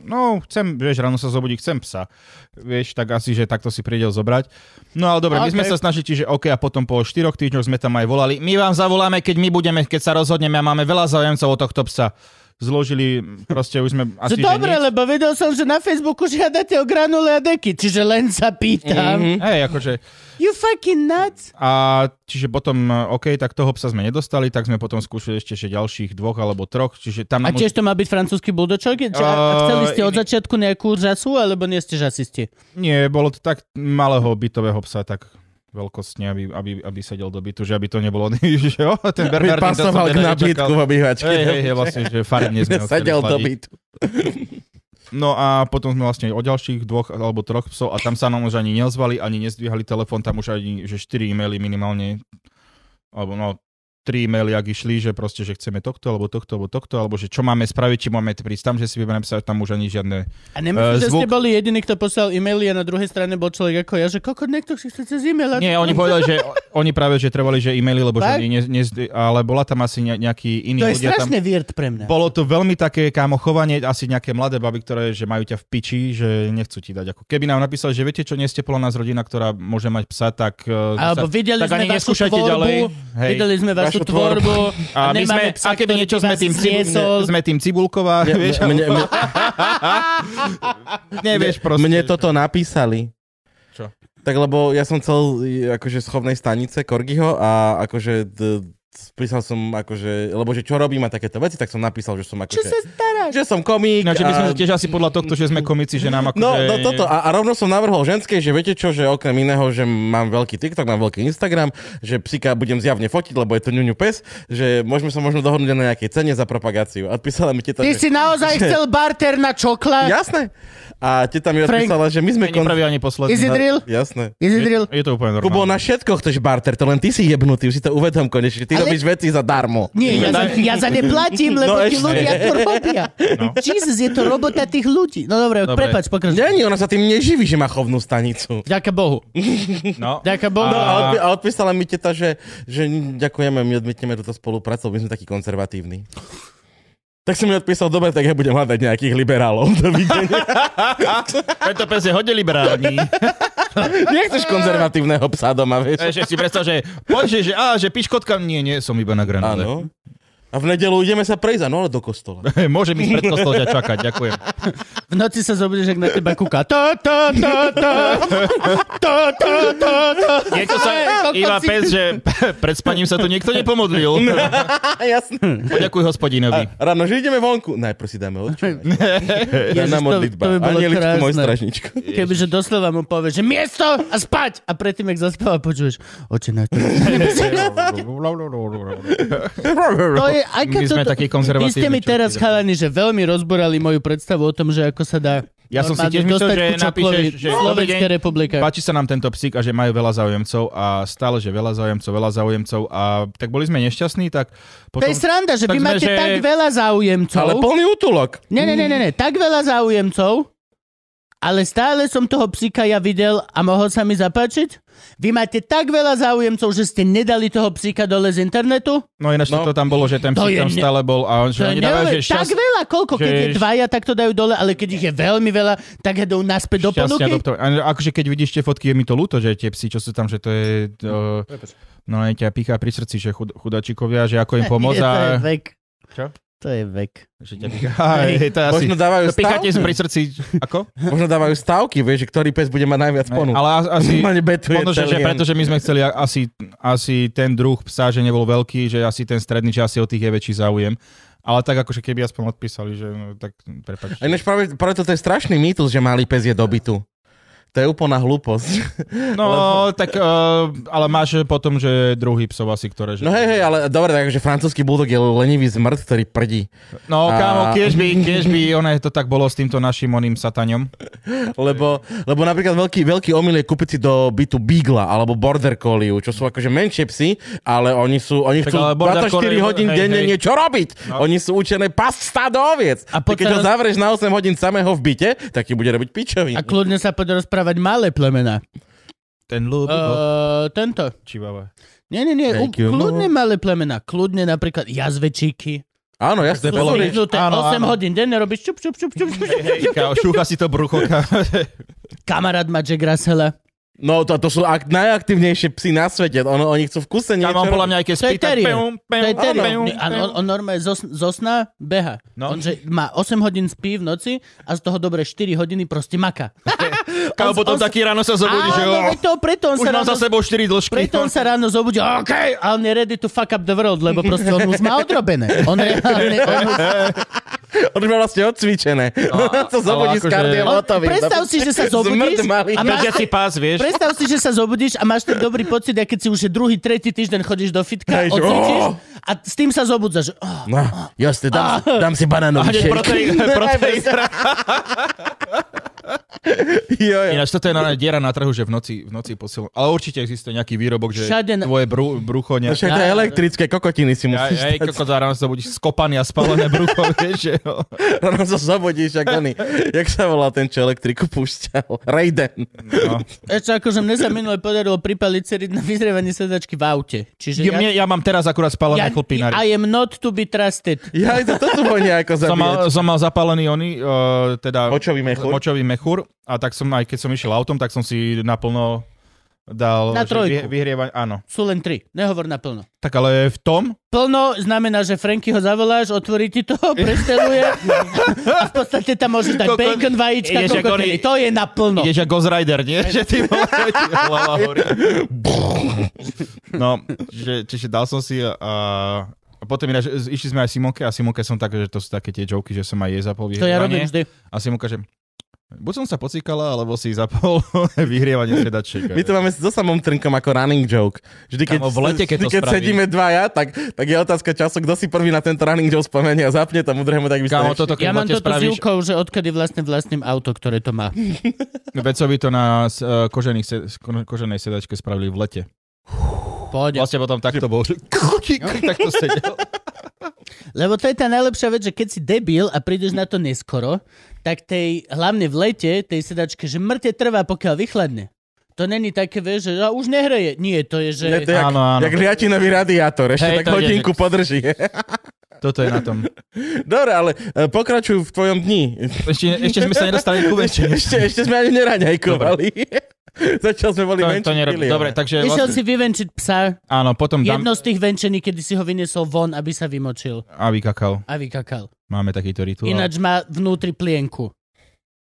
[SPEAKER 3] no, chcem, vieš, ráno sa zobudí, chcem psa. Vieš, tak asi, že takto si príde zobrať. No ale dobre, my sme
[SPEAKER 1] Okay.
[SPEAKER 3] sa snažili, čiže OK, a potom po 4 týždňoch sme tam aj volali. My vám zavoláme, keď my budeme, keď sa rozhodneme a máme veľa záujemcov o tohto psa. Zložili, proste už sme asi,
[SPEAKER 1] Že dobre,
[SPEAKER 3] že nič.
[SPEAKER 1] lebo vedel som, že na Facebooku žiadate o granule a deky, čiže len sa pýtam.
[SPEAKER 3] Hej, akože,
[SPEAKER 1] You fucking nuts?
[SPEAKER 3] a čiže potom, OK, tak toho psa sme nedostali, tak sme potom skúšali ešte že ďalších dvoch alebo troch, čiže
[SPEAKER 1] A
[SPEAKER 3] tam... nám už-
[SPEAKER 1] tiež to má byť francúzsky buldočok? Či- A a chceli ste od
[SPEAKER 3] Eh,
[SPEAKER 1] začiatku nejakú žasu, alebo nie ste žasisti?
[SPEAKER 3] Nie, bolo to tak malého bytového psa, tak veľkostne, aby, aby, aby sedel do bytu, že aby to nebolo, že jo, ten
[SPEAKER 2] By
[SPEAKER 3] Bernardín... to som
[SPEAKER 2] pasoval k
[SPEAKER 3] teda
[SPEAKER 2] nabídku
[SPEAKER 3] nečakal.
[SPEAKER 2] v obývačke.
[SPEAKER 3] Hej, hej, hej, vlastne, že farebne sme ho chceli
[SPEAKER 2] Sedel do
[SPEAKER 3] chladiť.
[SPEAKER 2] bytu.
[SPEAKER 3] No a potom sme vlastne o ďalších dvoch alebo troch psov a tam sa nám už ani neozvali, ani nezdvíhali telefón, tam už ani, že štyri e-maily minimálne, alebo no, tri e-maily, ak išli, že proste, že chceme tohto, alebo tohto, alebo tohto, alebo že čo máme spraviť, či máme prísť tam, že si vyberám sa, tam už ani žiadne...
[SPEAKER 1] A nemyslím,
[SPEAKER 3] Eh,
[SPEAKER 1] že
[SPEAKER 3] zvuk-
[SPEAKER 1] ste boli jediný, kto poslal e-maily a na druhej strane bol človek ako ja, že koko, niekto si chce cez e-mail. a-
[SPEAKER 3] Nie, oni povedali, že oni práve, že trebali, že e-maily, lebo
[SPEAKER 1] Tak?
[SPEAKER 3] že ne, ne, ale bola tam asi ne- nejaký iný
[SPEAKER 1] To je
[SPEAKER 3] ľudia tam...
[SPEAKER 1] strašne weird pre mňa.
[SPEAKER 3] Bolo to veľmi také kámo chovanie, asi nejaké mladé baby, ktoré že majú ťa v piči, že nechcú ti dať. Ako keby nám napísali, že viete čo, nie ste podľa nás rodina, ktorá môže mať psa, tak... eh,
[SPEAKER 1] Alebo
[SPEAKER 3] sa-
[SPEAKER 1] videli
[SPEAKER 3] tak
[SPEAKER 1] sme
[SPEAKER 3] ani
[SPEAKER 1] vašu
[SPEAKER 3] neskúšajte
[SPEAKER 1] tvorbu,
[SPEAKER 3] ďalej. Hej.
[SPEAKER 1] videli sme vašu
[SPEAKER 2] Vašu
[SPEAKER 1] tvorbu a,
[SPEAKER 3] A my sme,
[SPEAKER 1] nemáme
[SPEAKER 3] a
[SPEAKER 1] psa,
[SPEAKER 3] keby
[SPEAKER 1] ktorý
[SPEAKER 3] niečo
[SPEAKER 1] by
[SPEAKER 3] sme
[SPEAKER 1] vás
[SPEAKER 3] tým, cibu, ne,
[SPEAKER 1] zniesol.
[SPEAKER 3] sme tým Cibulková,
[SPEAKER 2] Mne-
[SPEAKER 3] vieš,
[SPEAKER 2] mne-
[SPEAKER 3] alebo-
[SPEAKER 2] mne-
[SPEAKER 3] nevieš proste.
[SPEAKER 2] Mne toto napísali.
[SPEAKER 3] Čo?
[SPEAKER 2] Tak lebo ja som chcel e, akože schovnej stanice Korgiho a akože d- písal som akože, lebo že čo robím a takéto veci, tak som napísal, že som akože...
[SPEAKER 1] Čo sa stará?
[SPEAKER 2] Že som komik.
[SPEAKER 3] Ináč No, že by sme
[SPEAKER 2] a-
[SPEAKER 3] sa tiež asi podľa tohto, že sme komici, že nám akože...
[SPEAKER 2] No, no toto. A, a rovno som navrhol ženskej, že viete čo, že okrem iného, že mám veľký TikTok, mám veľký Instagram, že psíka budem zjavne fotiť, lebo je to ňuňu pes, že môžeme sa možno dohodnúť na nejakej cene za propagáciu. A Odpísala mi teta,
[SPEAKER 1] Ty
[SPEAKER 2] že...
[SPEAKER 1] si naozaj chcel barter na čokla?
[SPEAKER 2] Jasné. A teta mi
[SPEAKER 1] Frank,
[SPEAKER 2] odpísala, že my sme...
[SPEAKER 3] Je nepravý ani posledný.
[SPEAKER 1] Is it real?
[SPEAKER 3] No.
[SPEAKER 2] Jasné.
[SPEAKER 1] Is it real?
[SPEAKER 3] Je, je to úplne normálne.
[SPEAKER 2] Kubo, na všetko chceš barter, to len ty si jebnutý, už si to uvedom konečne, ty
[SPEAKER 1] Ale-
[SPEAKER 2] robíš veci zadarmo.
[SPEAKER 1] Nie, ja za, ja za ne platím, lebo
[SPEAKER 2] No
[SPEAKER 1] tí
[SPEAKER 2] ešte.
[SPEAKER 1] ľudia to robia.
[SPEAKER 3] No.
[SPEAKER 1] Jesus, je to robota tých ľudí. No dobre,
[SPEAKER 3] Dobre.
[SPEAKER 1] prepač, pokračuj.
[SPEAKER 2] Nie, nie, ona sa tým neživí, že má chovnú stanicu.
[SPEAKER 1] Ďaká Bohu.
[SPEAKER 3] No.
[SPEAKER 1] Ďaká Bohu.
[SPEAKER 2] No a,
[SPEAKER 1] No,
[SPEAKER 2] odpi- a odpísala mi teta, že, že ďakujeme, my odmietneme túto spoluprácu, lebo my sme takí konzervatívni. Tak som mi odpísal, dobre, tak ja budem hľadať nejakých liberálov. Dovidenia.
[SPEAKER 3] Tento pes je hodne liberálny.
[SPEAKER 2] Nechceš konzervatívneho psa doma, vieš?
[SPEAKER 3] že si predstav, že poďže, že, á, že piškotka, nie, nie, som iba na granule.
[SPEAKER 2] Áno. A v nedelu ideme sa prejsť, no ale do kostola.
[SPEAKER 3] Môžem ísť pred kostol ťa čakať, ďakujem.
[SPEAKER 1] v noci sa zobudíš, ak na teba kúka. To, to, to, to. To, to, to, to.
[SPEAKER 3] Niekto sa,
[SPEAKER 1] Ej, koľko
[SPEAKER 3] iba
[SPEAKER 1] si-
[SPEAKER 3] pes, že pred spaním sa tu niekto nepomodlil.
[SPEAKER 2] Jasné.
[SPEAKER 3] Poďakuj hospodinovi.
[SPEAKER 2] Ráno, že ideme vonku. Najprv si dáme odčúvať.
[SPEAKER 1] Ježiš, to- to
[SPEAKER 2] Na
[SPEAKER 1] by
[SPEAKER 2] modlitba.
[SPEAKER 1] bolo
[SPEAKER 2] Anieličku, môj
[SPEAKER 1] krásne.
[SPEAKER 2] stražničku.
[SPEAKER 1] Kebyže doslova mu povieš, že miesto a spať! A predtým, ak zaspáva, počuješ, oče na to. To je, aká
[SPEAKER 3] My sme
[SPEAKER 1] toto-
[SPEAKER 3] takí
[SPEAKER 1] Vy
[SPEAKER 3] konzervatívni.
[SPEAKER 1] ste mi
[SPEAKER 3] čo
[SPEAKER 1] teraz,
[SPEAKER 3] robíme.
[SPEAKER 1] chalani, že veľmi rozborali moju predstavu o tom, že ako sa dá
[SPEAKER 3] Ja som si
[SPEAKER 1] normálne
[SPEAKER 3] tiež myslel,
[SPEAKER 1] dostať
[SPEAKER 3] že
[SPEAKER 1] ku Čaplovi
[SPEAKER 3] napíšeš, že dobrý
[SPEAKER 1] Slovenská
[SPEAKER 3] deň,
[SPEAKER 1] republika.
[SPEAKER 3] Páči sa nám tento psík a že majú veľa záujemcov a stále, že veľa záujemcov, veľa záujemcov a tak boli sme nešťastní, tak
[SPEAKER 1] To je
[SPEAKER 3] potom...
[SPEAKER 1] sranda, že vy
[SPEAKER 3] tak sme,
[SPEAKER 1] máte
[SPEAKER 3] že-
[SPEAKER 1] tak veľa záujemcov.
[SPEAKER 2] Ale plný útulok.
[SPEAKER 1] Ne, ne, ne, ne, ne, tak veľa záujemcov, ale stále som toho psíka ja videl a mohol sa mi zapáčiť. Vy máte tak veľa záujemcov, že ste nedali toho psíka dole z internetu.
[SPEAKER 3] No ináč
[SPEAKER 2] No.
[SPEAKER 3] to tam bolo, že ten
[SPEAKER 1] To je
[SPEAKER 3] psík tam
[SPEAKER 1] ne-
[SPEAKER 3] stále bol a on, že
[SPEAKER 1] To je
[SPEAKER 3] oni dávajú, že
[SPEAKER 1] neuver- tak
[SPEAKER 3] šťast-
[SPEAKER 1] veľa, koľko, keď
[SPEAKER 3] že
[SPEAKER 1] je
[SPEAKER 3] š-
[SPEAKER 1] dvaja, tak to dajú dole, ale keď ich je veľmi veľa, tak idú naspäť do
[SPEAKER 3] šťastne
[SPEAKER 1] ponuky.
[SPEAKER 3] adoptovať. A akože keď vidíš tie fotky, je mi to ľúto, že tie psi, čo sú tam, že to je... Uh, no aj ťa pichá pri srdci, že chud, chudačikovia, že ako im pomôcť a...
[SPEAKER 1] To je vek.
[SPEAKER 3] Čo?
[SPEAKER 1] To je vek.
[SPEAKER 3] Že ťa pichá. Aj, to je asi...
[SPEAKER 2] Možno dávajú
[SPEAKER 3] To picháte
[SPEAKER 2] stavky.
[SPEAKER 3] pri srdci. Ako?
[SPEAKER 2] Možno dávajú stavky, vieš, že ktorý pes bude mať najviac ponúk.
[SPEAKER 3] Ale a- asi...
[SPEAKER 2] Normálne betuje
[SPEAKER 3] Možno, že, že
[SPEAKER 2] celý
[SPEAKER 3] pretože my sme chceli a- asi, asi ten druh psa, že nebol veľký, že asi ten stredný, že asi o tých je väčší záujem. Ale tak akože keby aspoň odpísali, že no, tak
[SPEAKER 2] A ináč
[SPEAKER 3] prepáčte.
[SPEAKER 2] práve, práve toto je strašný mýtus, že malý pes je dobytu. To je úplná hlúposť.
[SPEAKER 3] No, tak, uh, ale máš potom, že druhý psov asi, ktoré... Že...
[SPEAKER 2] No hej, hej, ale dobre, takže francúzsky bulldog je lenivý zmrt, ktorý prdí.
[SPEAKER 3] No,
[SPEAKER 2] A-
[SPEAKER 3] kámo, kiež by, kiež by, ono to tak bolo s týmto našim oným sataňom.
[SPEAKER 2] Lebo, lebo napríklad veľký, veľký omyl je kúpiť si do bytu Beagla alebo Border Collieu, čo sú akože menšie psy, ale oni sú, oni
[SPEAKER 3] Tak
[SPEAKER 2] chcú
[SPEAKER 3] ale Border
[SPEAKER 2] 24
[SPEAKER 3] Collie-
[SPEAKER 2] hodín
[SPEAKER 3] hej,
[SPEAKER 2] denne
[SPEAKER 3] hej. No.
[SPEAKER 2] niečo robiť. Oni sú učené past stádo oviec.
[SPEAKER 1] A
[SPEAKER 2] A Ty, keď ho
[SPEAKER 1] potom-
[SPEAKER 2] zavrieš na 8 hodín samého v byte, tak ti bude robiť pičovinu.
[SPEAKER 1] A kľudne sa poď rozprávať malé plemena.
[SPEAKER 3] Ten ľúbi uh,
[SPEAKER 1] Uh, tento.
[SPEAKER 3] čivava.
[SPEAKER 1] Nie, nie, nie, u,
[SPEAKER 2] Thank you.
[SPEAKER 1] kľudne malé plemena. Kľudne napríklad jazvečíky.
[SPEAKER 2] Áno, jasne.
[SPEAKER 1] To sú
[SPEAKER 2] pozri.
[SPEAKER 1] vyhnuté
[SPEAKER 3] áno,
[SPEAKER 1] 8
[SPEAKER 3] áno.
[SPEAKER 1] hodín denne, robíš čup, čup, čup, čup, čup, čup.
[SPEAKER 3] Šúcha si to brucho. kámo.
[SPEAKER 1] Kamarát má Jack Russella.
[SPEAKER 2] No to, to sú ak- najaktívnejšie psy na svete. Ono, oni chcú v kuse niečo.
[SPEAKER 3] Tam on podľa mňa aj keď
[SPEAKER 1] To je
[SPEAKER 3] spýta.
[SPEAKER 1] terrier.
[SPEAKER 3] peum, peum,
[SPEAKER 1] To je terrier.
[SPEAKER 3] peum,
[SPEAKER 1] Nie, áno,
[SPEAKER 3] peum.
[SPEAKER 1] On, on normálne zo, sn- zo sna beha.
[SPEAKER 3] No.
[SPEAKER 1] On že má 8 hodín spí v noci a z toho dobre 4 hodiny proste maka.
[SPEAKER 3] Kámo,
[SPEAKER 1] on-
[SPEAKER 3] potom
[SPEAKER 1] on-
[SPEAKER 3] taký ráno sa zobudí, že
[SPEAKER 1] Áno,
[SPEAKER 3] jo,
[SPEAKER 1] veď to, preto on sa
[SPEAKER 3] už mám
[SPEAKER 1] ráno
[SPEAKER 3] za sebou 4 dĺžky.
[SPEAKER 1] Preto on sa ráno zobudí, OK, a on je ready to fuck up the world, lebo proste on už má odrobené. On reálne, on už...
[SPEAKER 2] On má vlastne odcvičené. No, to zobudí
[SPEAKER 3] ale
[SPEAKER 2] s
[SPEAKER 3] akože-
[SPEAKER 2] kardiom
[SPEAKER 1] On-
[SPEAKER 2] hotový.
[SPEAKER 1] predstav si, že sa zobudíš
[SPEAKER 2] Zmrt malý.
[SPEAKER 1] a máš,
[SPEAKER 3] Gaťací pás, vieš?
[SPEAKER 1] predstav si, že sa zobudíš a máš ten dobrý pocit, a keď si už je druhý, tretí týždeň chodíš do fitka,
[SPEAKER 2] Hej, že-
[SPEAKER 3] oh.
[SPEAKER 1] odcvičíš a s tým sa zobudzaš. Oh,
[SPEAKER 2] No,
[SPEAKER 1] Ah.
[SPEAKER 2] jasne, dám, dám si banánový
[SPEAKER 3] Hneď
[SPEAKER 2] šejk.
[SPEAKER 3] proteín, proteín.
[SPEAKER 2] Jo, jo.
[SPEAKER 3] Ináč toto je na diera na trhu, že v noci, v noci posilu. Ale určite existuje nejaký výrobok, že
[SPEAKER 1] Všade na-
[SPEAKER 3] tvoje bru, brucho
[SPEAKER 2] No
[SPEAKER 3] nejaké...
[SPEAKER 2] Však to je elektrické, kokotiny si
[SPEAKER 3] Ja,
[SPEAKER 2] musíš
[SPEAKER 3] ja,
[SPEAKER 2] dať.
[SPEAKER 3] koko, ráno sa budíš skopaný a spálené brucho, vieš, že jo.
[SPEAKER 2] Ráno sa No, zobudíš, ako oni. Jak sa volá ten, čo elektriku púšťal? Raiden.
[SPEAKER 3] No.
[SPEAKER 1] Ešte akože mne sa minule podarilo pripaliť cerit na vyzrievanie sedačky v aute. Čiže
[SPEAKER 3] Ja, mne, ja mám teraz akurát
[SPEAKER 1] ja,
[SPEAKER 3] spálené ja, chlpinári.
[SPEAKER 1] I am not to be trusted.
[SPEAKER 2] Ja aj to, to sú oni ako
[SPEAKER 3] som mal,
[SPEAKER 2] zabíjať.
[SPEAKER 3] som mal zapálený oný, uh, teda
[SPEAKER 2] Močový mechúr.
[SPEAKER 3] močový mechúr a tak som aj keď som išiel autom, tak som si naplno dal
[SPEAKER 1] Na
[SPEAKER 3] že
[SPEAKER 1] trojku.
[SPEAKER 3] vyh- vyhrievať, áno.
[SPEAKER 1] Sú len tri. Nehovor naplno.
[SPEAKER 3] Tak ale v tom,
[SPEAKER 1] Plno znamená, že Franky ho zavoláš, otvorí ti to, presteluje a v podstate tam môžeš dať
[SPEAKER 3] Koko-
[SPEAKER 1] bacon, vajíčka,
[SPEAKER 3] Ideš ako
[SPEAKER 1] kokotiny.
[SPEAKER 3] oni-
[SPEAKER 1] To je naplno.
[SPEAKER 3] ideš ako Ghost Rider, nie? Že ty vole, ti hlava horí. No, že, čiže dal som si a, a potom ináč, išli sme aj Simonke a Simonke som tak, že to sú také tie joky, že som aj jej zapol
[SPEAKER 1] To ja robím vždy.
[SPEAKER 3] A Simonka, že buď som sa pocikala, alebo si zapol vyhrievanie sedačiek.
[SPEAKER 2] My to máme so samom Trnkom ako running joke. Vždy, keď,
[SPEAKER 3] Kamo, v lete, keď
[SPEAKER 2] vždy,
[SPEAKER 3] to
[SPEAKER 2] keď
[SPEAKER 3] spraví.
[SPEAKER 2] sedíme dvaja, tak, tak je otázka času, kto si prvý na tento running joke spomenie a zapne tomu druhému, tak by ste
[SPEAKER 3] Kámo, toto keď
[SPEAKER 1] Ja mám
[SPEAKER 3] máte
[SPEAKER 1] toto s
[SPEAKER 3] spravíš,
[SPEAKER 1] Júkou, že odkedy vlastne vlastným auto, ktoré to má.
[SPEAKER 3] Vecovi to na s- eh, kožených, se- s ko- koženej sedačke spravili v lete.
[SPEAKER 1] Poď.
[SPEAKER 3] Vlastne potom takto bol, že takto sedel.
[SPEAKER 1] Lebo to je tá najlepšia vec, že keď si debil a prídeš na to neskoro, tak tej, hlavne v lete, tej sedačke, že mŕte trvá, pokiaľ vychladne. To není také, vieš, že a už nehreje. Nie, to je, že...
[SPEAKER 2] Ne, to je
[SPEAKER 3] Áno, áno.
[SPEAKER 2] jak, jak liatinový radiátor, ešte
[SPEAKER 3] Hej,
[SPEAKER 2] tak
[SPEAKER 3] to ide,
[SPEAKER 2] hodinku podrží.
[SPEAKER 3] Toto je na tom.
[SPEAKER 2] Dobre, ale e, pokračuj v tvojom dni.
[SPEAKER 3] Ešte, ešte sme sa nedostali
[SPEAKER 2] Ešte,
[SPEAKER 3] ku venčine.
[SPEAKER 2] ešte, ešte sme ani neraňajkovali. Začal sme boli
[SPEAKER 3] To, to
[SPEAKER 2] menší
[SPEAKER 3] nerobí.
[SPEAKER 2] pilia.
[SPEAKER 3] Dobre, takže
[SPEAKER 1] Išiel
[SPEAKER 3] vlastne,
[SPEAKER 1] si vyvenčiť psa,
[SPEAKER 3] áno, potom dám
[SPEAKER 1] jedno z tých venčení, kedy si ho vyniesol von, aby sa vymočil
[SPEAKER 3] a vykakal.
[SPEAKER 1] a vykakal.
[SPEAKER 3] Máme takýto rituál.
[SPEAKER 1] Ináč má vnútri plienku.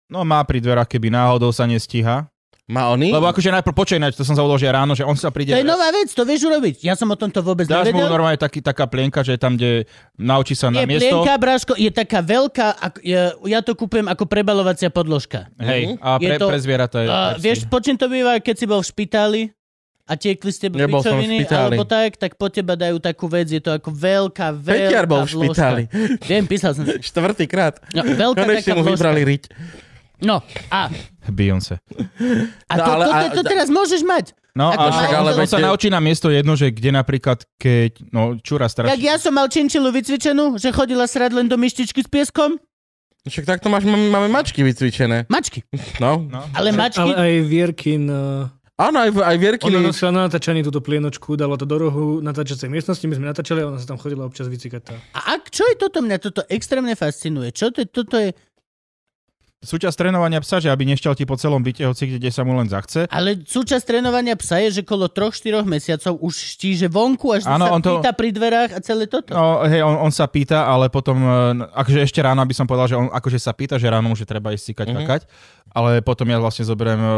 [SPEAKER 3] No má pri dverách, keby náhodou sa nestíha.
[SPEAKER 2] Má oni?
[SPEAKER 3] Lebo akože najprv počkaj, ináč to som sa uložil ráno, že on sa
[SPEAKER 1] To
[SPEAKER 3] príde...
[SPEAKER 1] je nová vec, to vieš urobiť. Ja som o tomto vôbec
[SPEAKER 3] Dáš mu
[SPEAKER 1] nevedel.
[SPEAKER 3] normálne taký, taká plienka, že tam, kde naučí sa
[SPEAKER 1] Je
[SPEAKER 3] na miesto.
[SPEAKER 1] plienka, bráško, je taká veľká, ak- je- ja to kúpujem ako prebalovacia podložka.
[SPEAKER 3] Hej,
[SPEAKER 1] Mhm.
[SPEAKER 3] a
[SPEAKER 1] Je
[SPEAKER 3] pre,
[SPEAKER 1] to-
[SPEAKER 3] pre zvieratá je...
[SPEAKER 1] A
[SPEAKER 3] tak si-
[SPEAKER 1] vieš, po čom to býva, keď si bol v špitáli a tiekli ste
[SPEAKER 2] Nebol som v
[SPEAKER 1] pičoviny,
[SPEAKER 2] špitáli.
[SPEAKER 1] alebo tak, tak po teba dajú takú vec, je to ako veľká, veľká
[SPEAKER 2] Peťar bol v
[SPEAKER 1] vložka.
[SPEAKER 2] špitáli.
[SPEAKER 1] Viem, písal som si.
[SPEAKER 2] Štvrtýkrát.
[SPEAKER 1] No, veľká
[SPEAKER 2] Konečne
[SPEAKER 1] taká
[SPEAKER 2] mu
[SPEAKER 1] vložka.
[SPEAKER 2] vybrali riť.
[SPEAKER 1] No, a,
[SPEAKER 3] Beyoncé.
[SPEAKER 1] a
[SPEAKER 2] No,
[SPEAKER 1] to,
[SPEAKER 2] ale-
[SPEAKER 1] to, to,
[SPEAKER 2] a-
[SPEAKER 1] to, teraz môžeš mať.
[SPEAKER 3] No
[SPEAKER 1] Ako
[SPEAKER 3] a
[SPEAKER 1] však,
[SPEAKER 3] však,
[SPEAKER 1] ale
[SPEAKER 3] ale on sa
[SPEAKER 2] viete-
[SPEAKER 3] naučí na miesto jedno, že kde napríklad, keď, no čura
[SPEAKER 1] Jak
[SPEAKER 3] strašne.
[SPEAKER 1] ja som mal činčilu vycvičenú, že chodila srať len do myštičky s pieskom.
[SPEAKER 2] Však takto máš, máme máme mačky vycvičené.
[SPEAKER 1] Mačky.
[SPEAKER 2] No.
[SPEAKER 3] No.
[SPEAKER 1] Ale mačky...
[SPEAKER 5] Ale aj Vierkin... eh,
[SPEAKER 2] Áno, aj, aj
[SPEAKER 5] Ona
[SPEAKER 2] Vierkiny.
[SPEAKER 5] nosila na natáčanie túto plienočku, dala to do rohu natáčacej miestnosti, my sme natáčali a ona sa tam chodila občas vycikať. tá.
[SPEAKER 1] A ak, čo je toto? Mňa toto extrémne fascinuje. Čo to je? Toto je...
[SPEAKER 3] Súčasť trénovania psa, že aby nešťal ti po celom byte, hoci kde, kde sa mu len zachce.
[SPEAKER 1] Ale súčasť trénovania psa je, že kolo 3-4 mesiacov už štíže vonku, až
[SPEAKER 3] Áno,
[SPEAKER 1] sa
[SPEAKER 3] on to-
[SPEAKER 1] pýta pri dverách a celé toto.
[SPEAKER 3] No, hej, on, on, sa pýta, ale potom, e, n- akože ešte ráno by som povedal, že on akože sa pýta, že ráno môže treba ísť síkať, mm-hmm. kakať, ale potom ja vlastne zoberiem e, e,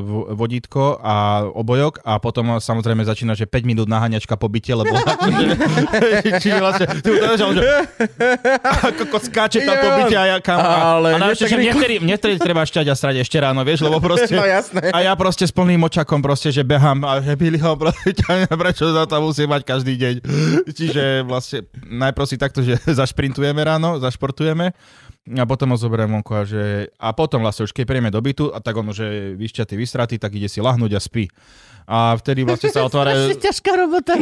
[SPEAKER 3] v- vodítko a obojok a potom e, samozrejme začína, že 5 minút naháňačka po byte, lebo akože, čiže vlastne, ty mu to dáš, a on že, ako skáče tam po byte a ja kam. A,
[SPEAKER 2] Ale
[SPEAKER 3] a na,
[SPEAKER 2] nie
[SPEAKER 3] že
[SPEAKER 2] tak rýchlo.
[SPEAKER 3] niektorý, niektorý treba šťať a srať ešte ráno, vieš, lebo proste,
[SPEAKER 2] No jasné.
[SPEAKER 3] a ja proste s plným očakom proste, že behám a že byli ho proste, ťa- prečo za to musím mať každý deň. Čiže vlastne najprv si takto, že zašprintujeme ráno, zašportujeme a potom ho zoberiem vonku a, že... a potom vlastne už keď príjeme do bytu, a tak on už je vyšťatý, vystratý, tak ide si lahnúť a spí. A vtedy
[SPEAKER 2] No,
[SPEAKER 3] vlastne sa otvára...
[SPEAKER 1] Strašne ťažká robota.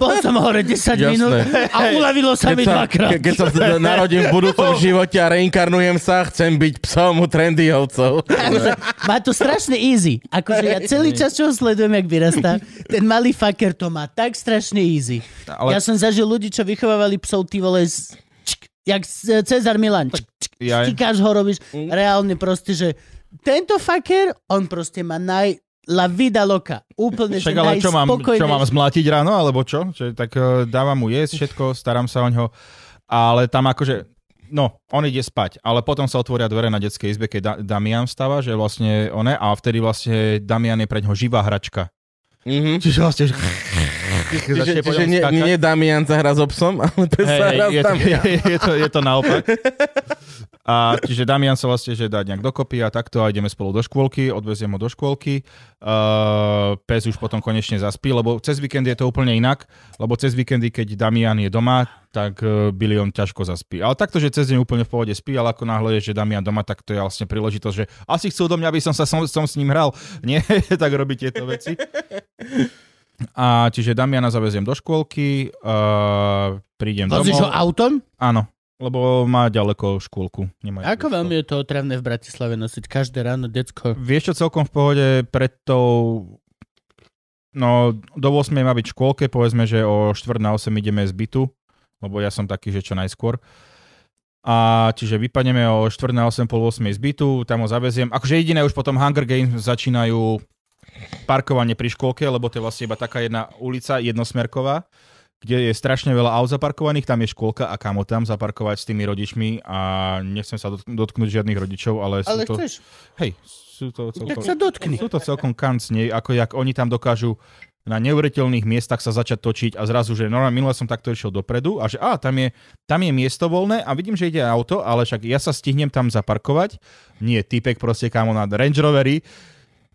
[SPEAKER 1] Bol som hore 10
[SPEAKER 2] Jasné.
[SPEAKER 1] minút a uľavilo sa
[SPEAKER 2] Keď
[SPEAKER 1] mi
[SPEAKER 2] sa,
[SPEAKER 1] dvakrát.
[SPEAKER 2] ke, keď sa teda narodím v
[SPEAKER 3] Oh.
[SPEAKER 2] budúcom živote a reinkarnujem sa, chcem byť psom u trendyhovcov.
[SPEAKER 1] Akože, má to strašne easy. Akože ja celý čas, čo ho sledujem, jak vyrastá, ten malý fucker to má tak strašne easy. Ja
[SPEAKER 3] Ale-
[SPEAKER 1] som zažil ľudí, čo vychovávali psov, ty vole, z... čk, jak z- Cezar Milan. Čk, čk,
[SPEAKER 3] Jaj. Mm.
[SPEAKER 1] Stikáš ho, robíš reálne proste, že tento fucker, on proste má naj... La vida loca. Úplne,
[SPEAKER 3] Však
[SPEAKER 1] že
[SPEAKER 3] ale čo mám, čo
[SPEAKER 1] najspokojnejší.
[SPEAKER 3] mám zmlátiť ráno, alebo čo? Že, tak eh, dávam mu jesť všetko, starám sa o ňo, ale tam akože, no, on ide spať, ale potom sa otvoria dvere na detskej izbe, keď da- Damian vstáva, že vlastne one, a vtedy vlastne Damian je pre ňo živá hračka.
[SPEAKER 2] Mhm.
[SPEAKER 3] Čiže vlastne, že... všetkých
[SPEAKER 2] Čiže,
[SPEAKER 3] začne po
[SPEAKER 2] čiže
[SPEAKER 3] ňom
[SPEAKER 2] nie,
[SPEAKER 3] skákať.
[SPEAKER 2] nie Damian sa hrá so psom, ale pes
[SPEAKER 3] Hej,
[SPEAKER 2] sa
[SPEAKER 3] hej,
[SPEAKER 2] hrá s
[SPEAKER 3] je, to, je,
[SPEAKER 2] Damianom.
[SPEAKER 3] je, to, je to naopak. A čiže Damian sa vlastne, že dá nejak dokopy a takto a ideme spolu do škôlky, odveziem ho do škôlky. Uh, pes už potom konečne zaspí, lebo cez víkend je to úplne inak, lebo cez víkendy, keď Damian je doma, tak uh, Billy on ťažko zaspí. Ale takto, že cez deň úplne v pohode spí, ale ako náhle je, že Damian doma, tak to je vlastne príležitosť, že asi chcú do mňa, aby som sa som, som s ním hral. Nie, tak robí tieto veci. A čiže Damiana zaveziem do škôlky, uh, prídem
[SPEAKER 1] Vozíš ho
[SPEAKER 3] domov.
[SPEAKER 1] autom?
[SPEAKER 3] Áno, lebo má ďaleko škôlku. Nemá
[SPEAKER 1] Ako
[SPEAKER 3] blízko.
[SPEAKER 1] veľmi je to otravné v Bratislave nosiť každé ráno decko?
[SPEAKER 3] Vieš čo, celkom v pohode pred tou... No, do 8 má byť v škôlke, povedzme, že o 4 na 8 ideme z bytu, lebo ja som taký, že čo najskôr. A čiže vypadneme o 4 na 8, pol 8 z bytu, tam ho zaveziem. Akože jediné už potom Hunger Games začínajú parkovanie pri škôlke, lebo to je vlastne iba taká jedna ulica, jednosmerková, kde je strašne veľa aut zaparkovaných, tam je škôlka a kamo tam zaparkovať s tými rodičmi a nechcem sa dotk- dotknúť žiadnych rodičov, ale,
[SPEAKER 1] Ale
[SPEAKER 3] sú to...
[SPEAKER 1] chceš?
[SPEAKER 3] Hej, sú to celkom...
[SPEAKER 1] Tak sa dotkni.
[SPEAKER 3] Sú to celkom kancne, ako jak oni tam dokážu na neuveriteľných miestach sa začať točiť a zrazu, že normálne minule som takto išiel dopredu a že a, tam je, tam je miesto voľné a vidím, že ide auto, ale však ja sa stihnem tam zaparkovať. Nie, typek proste kámo na Range Rovery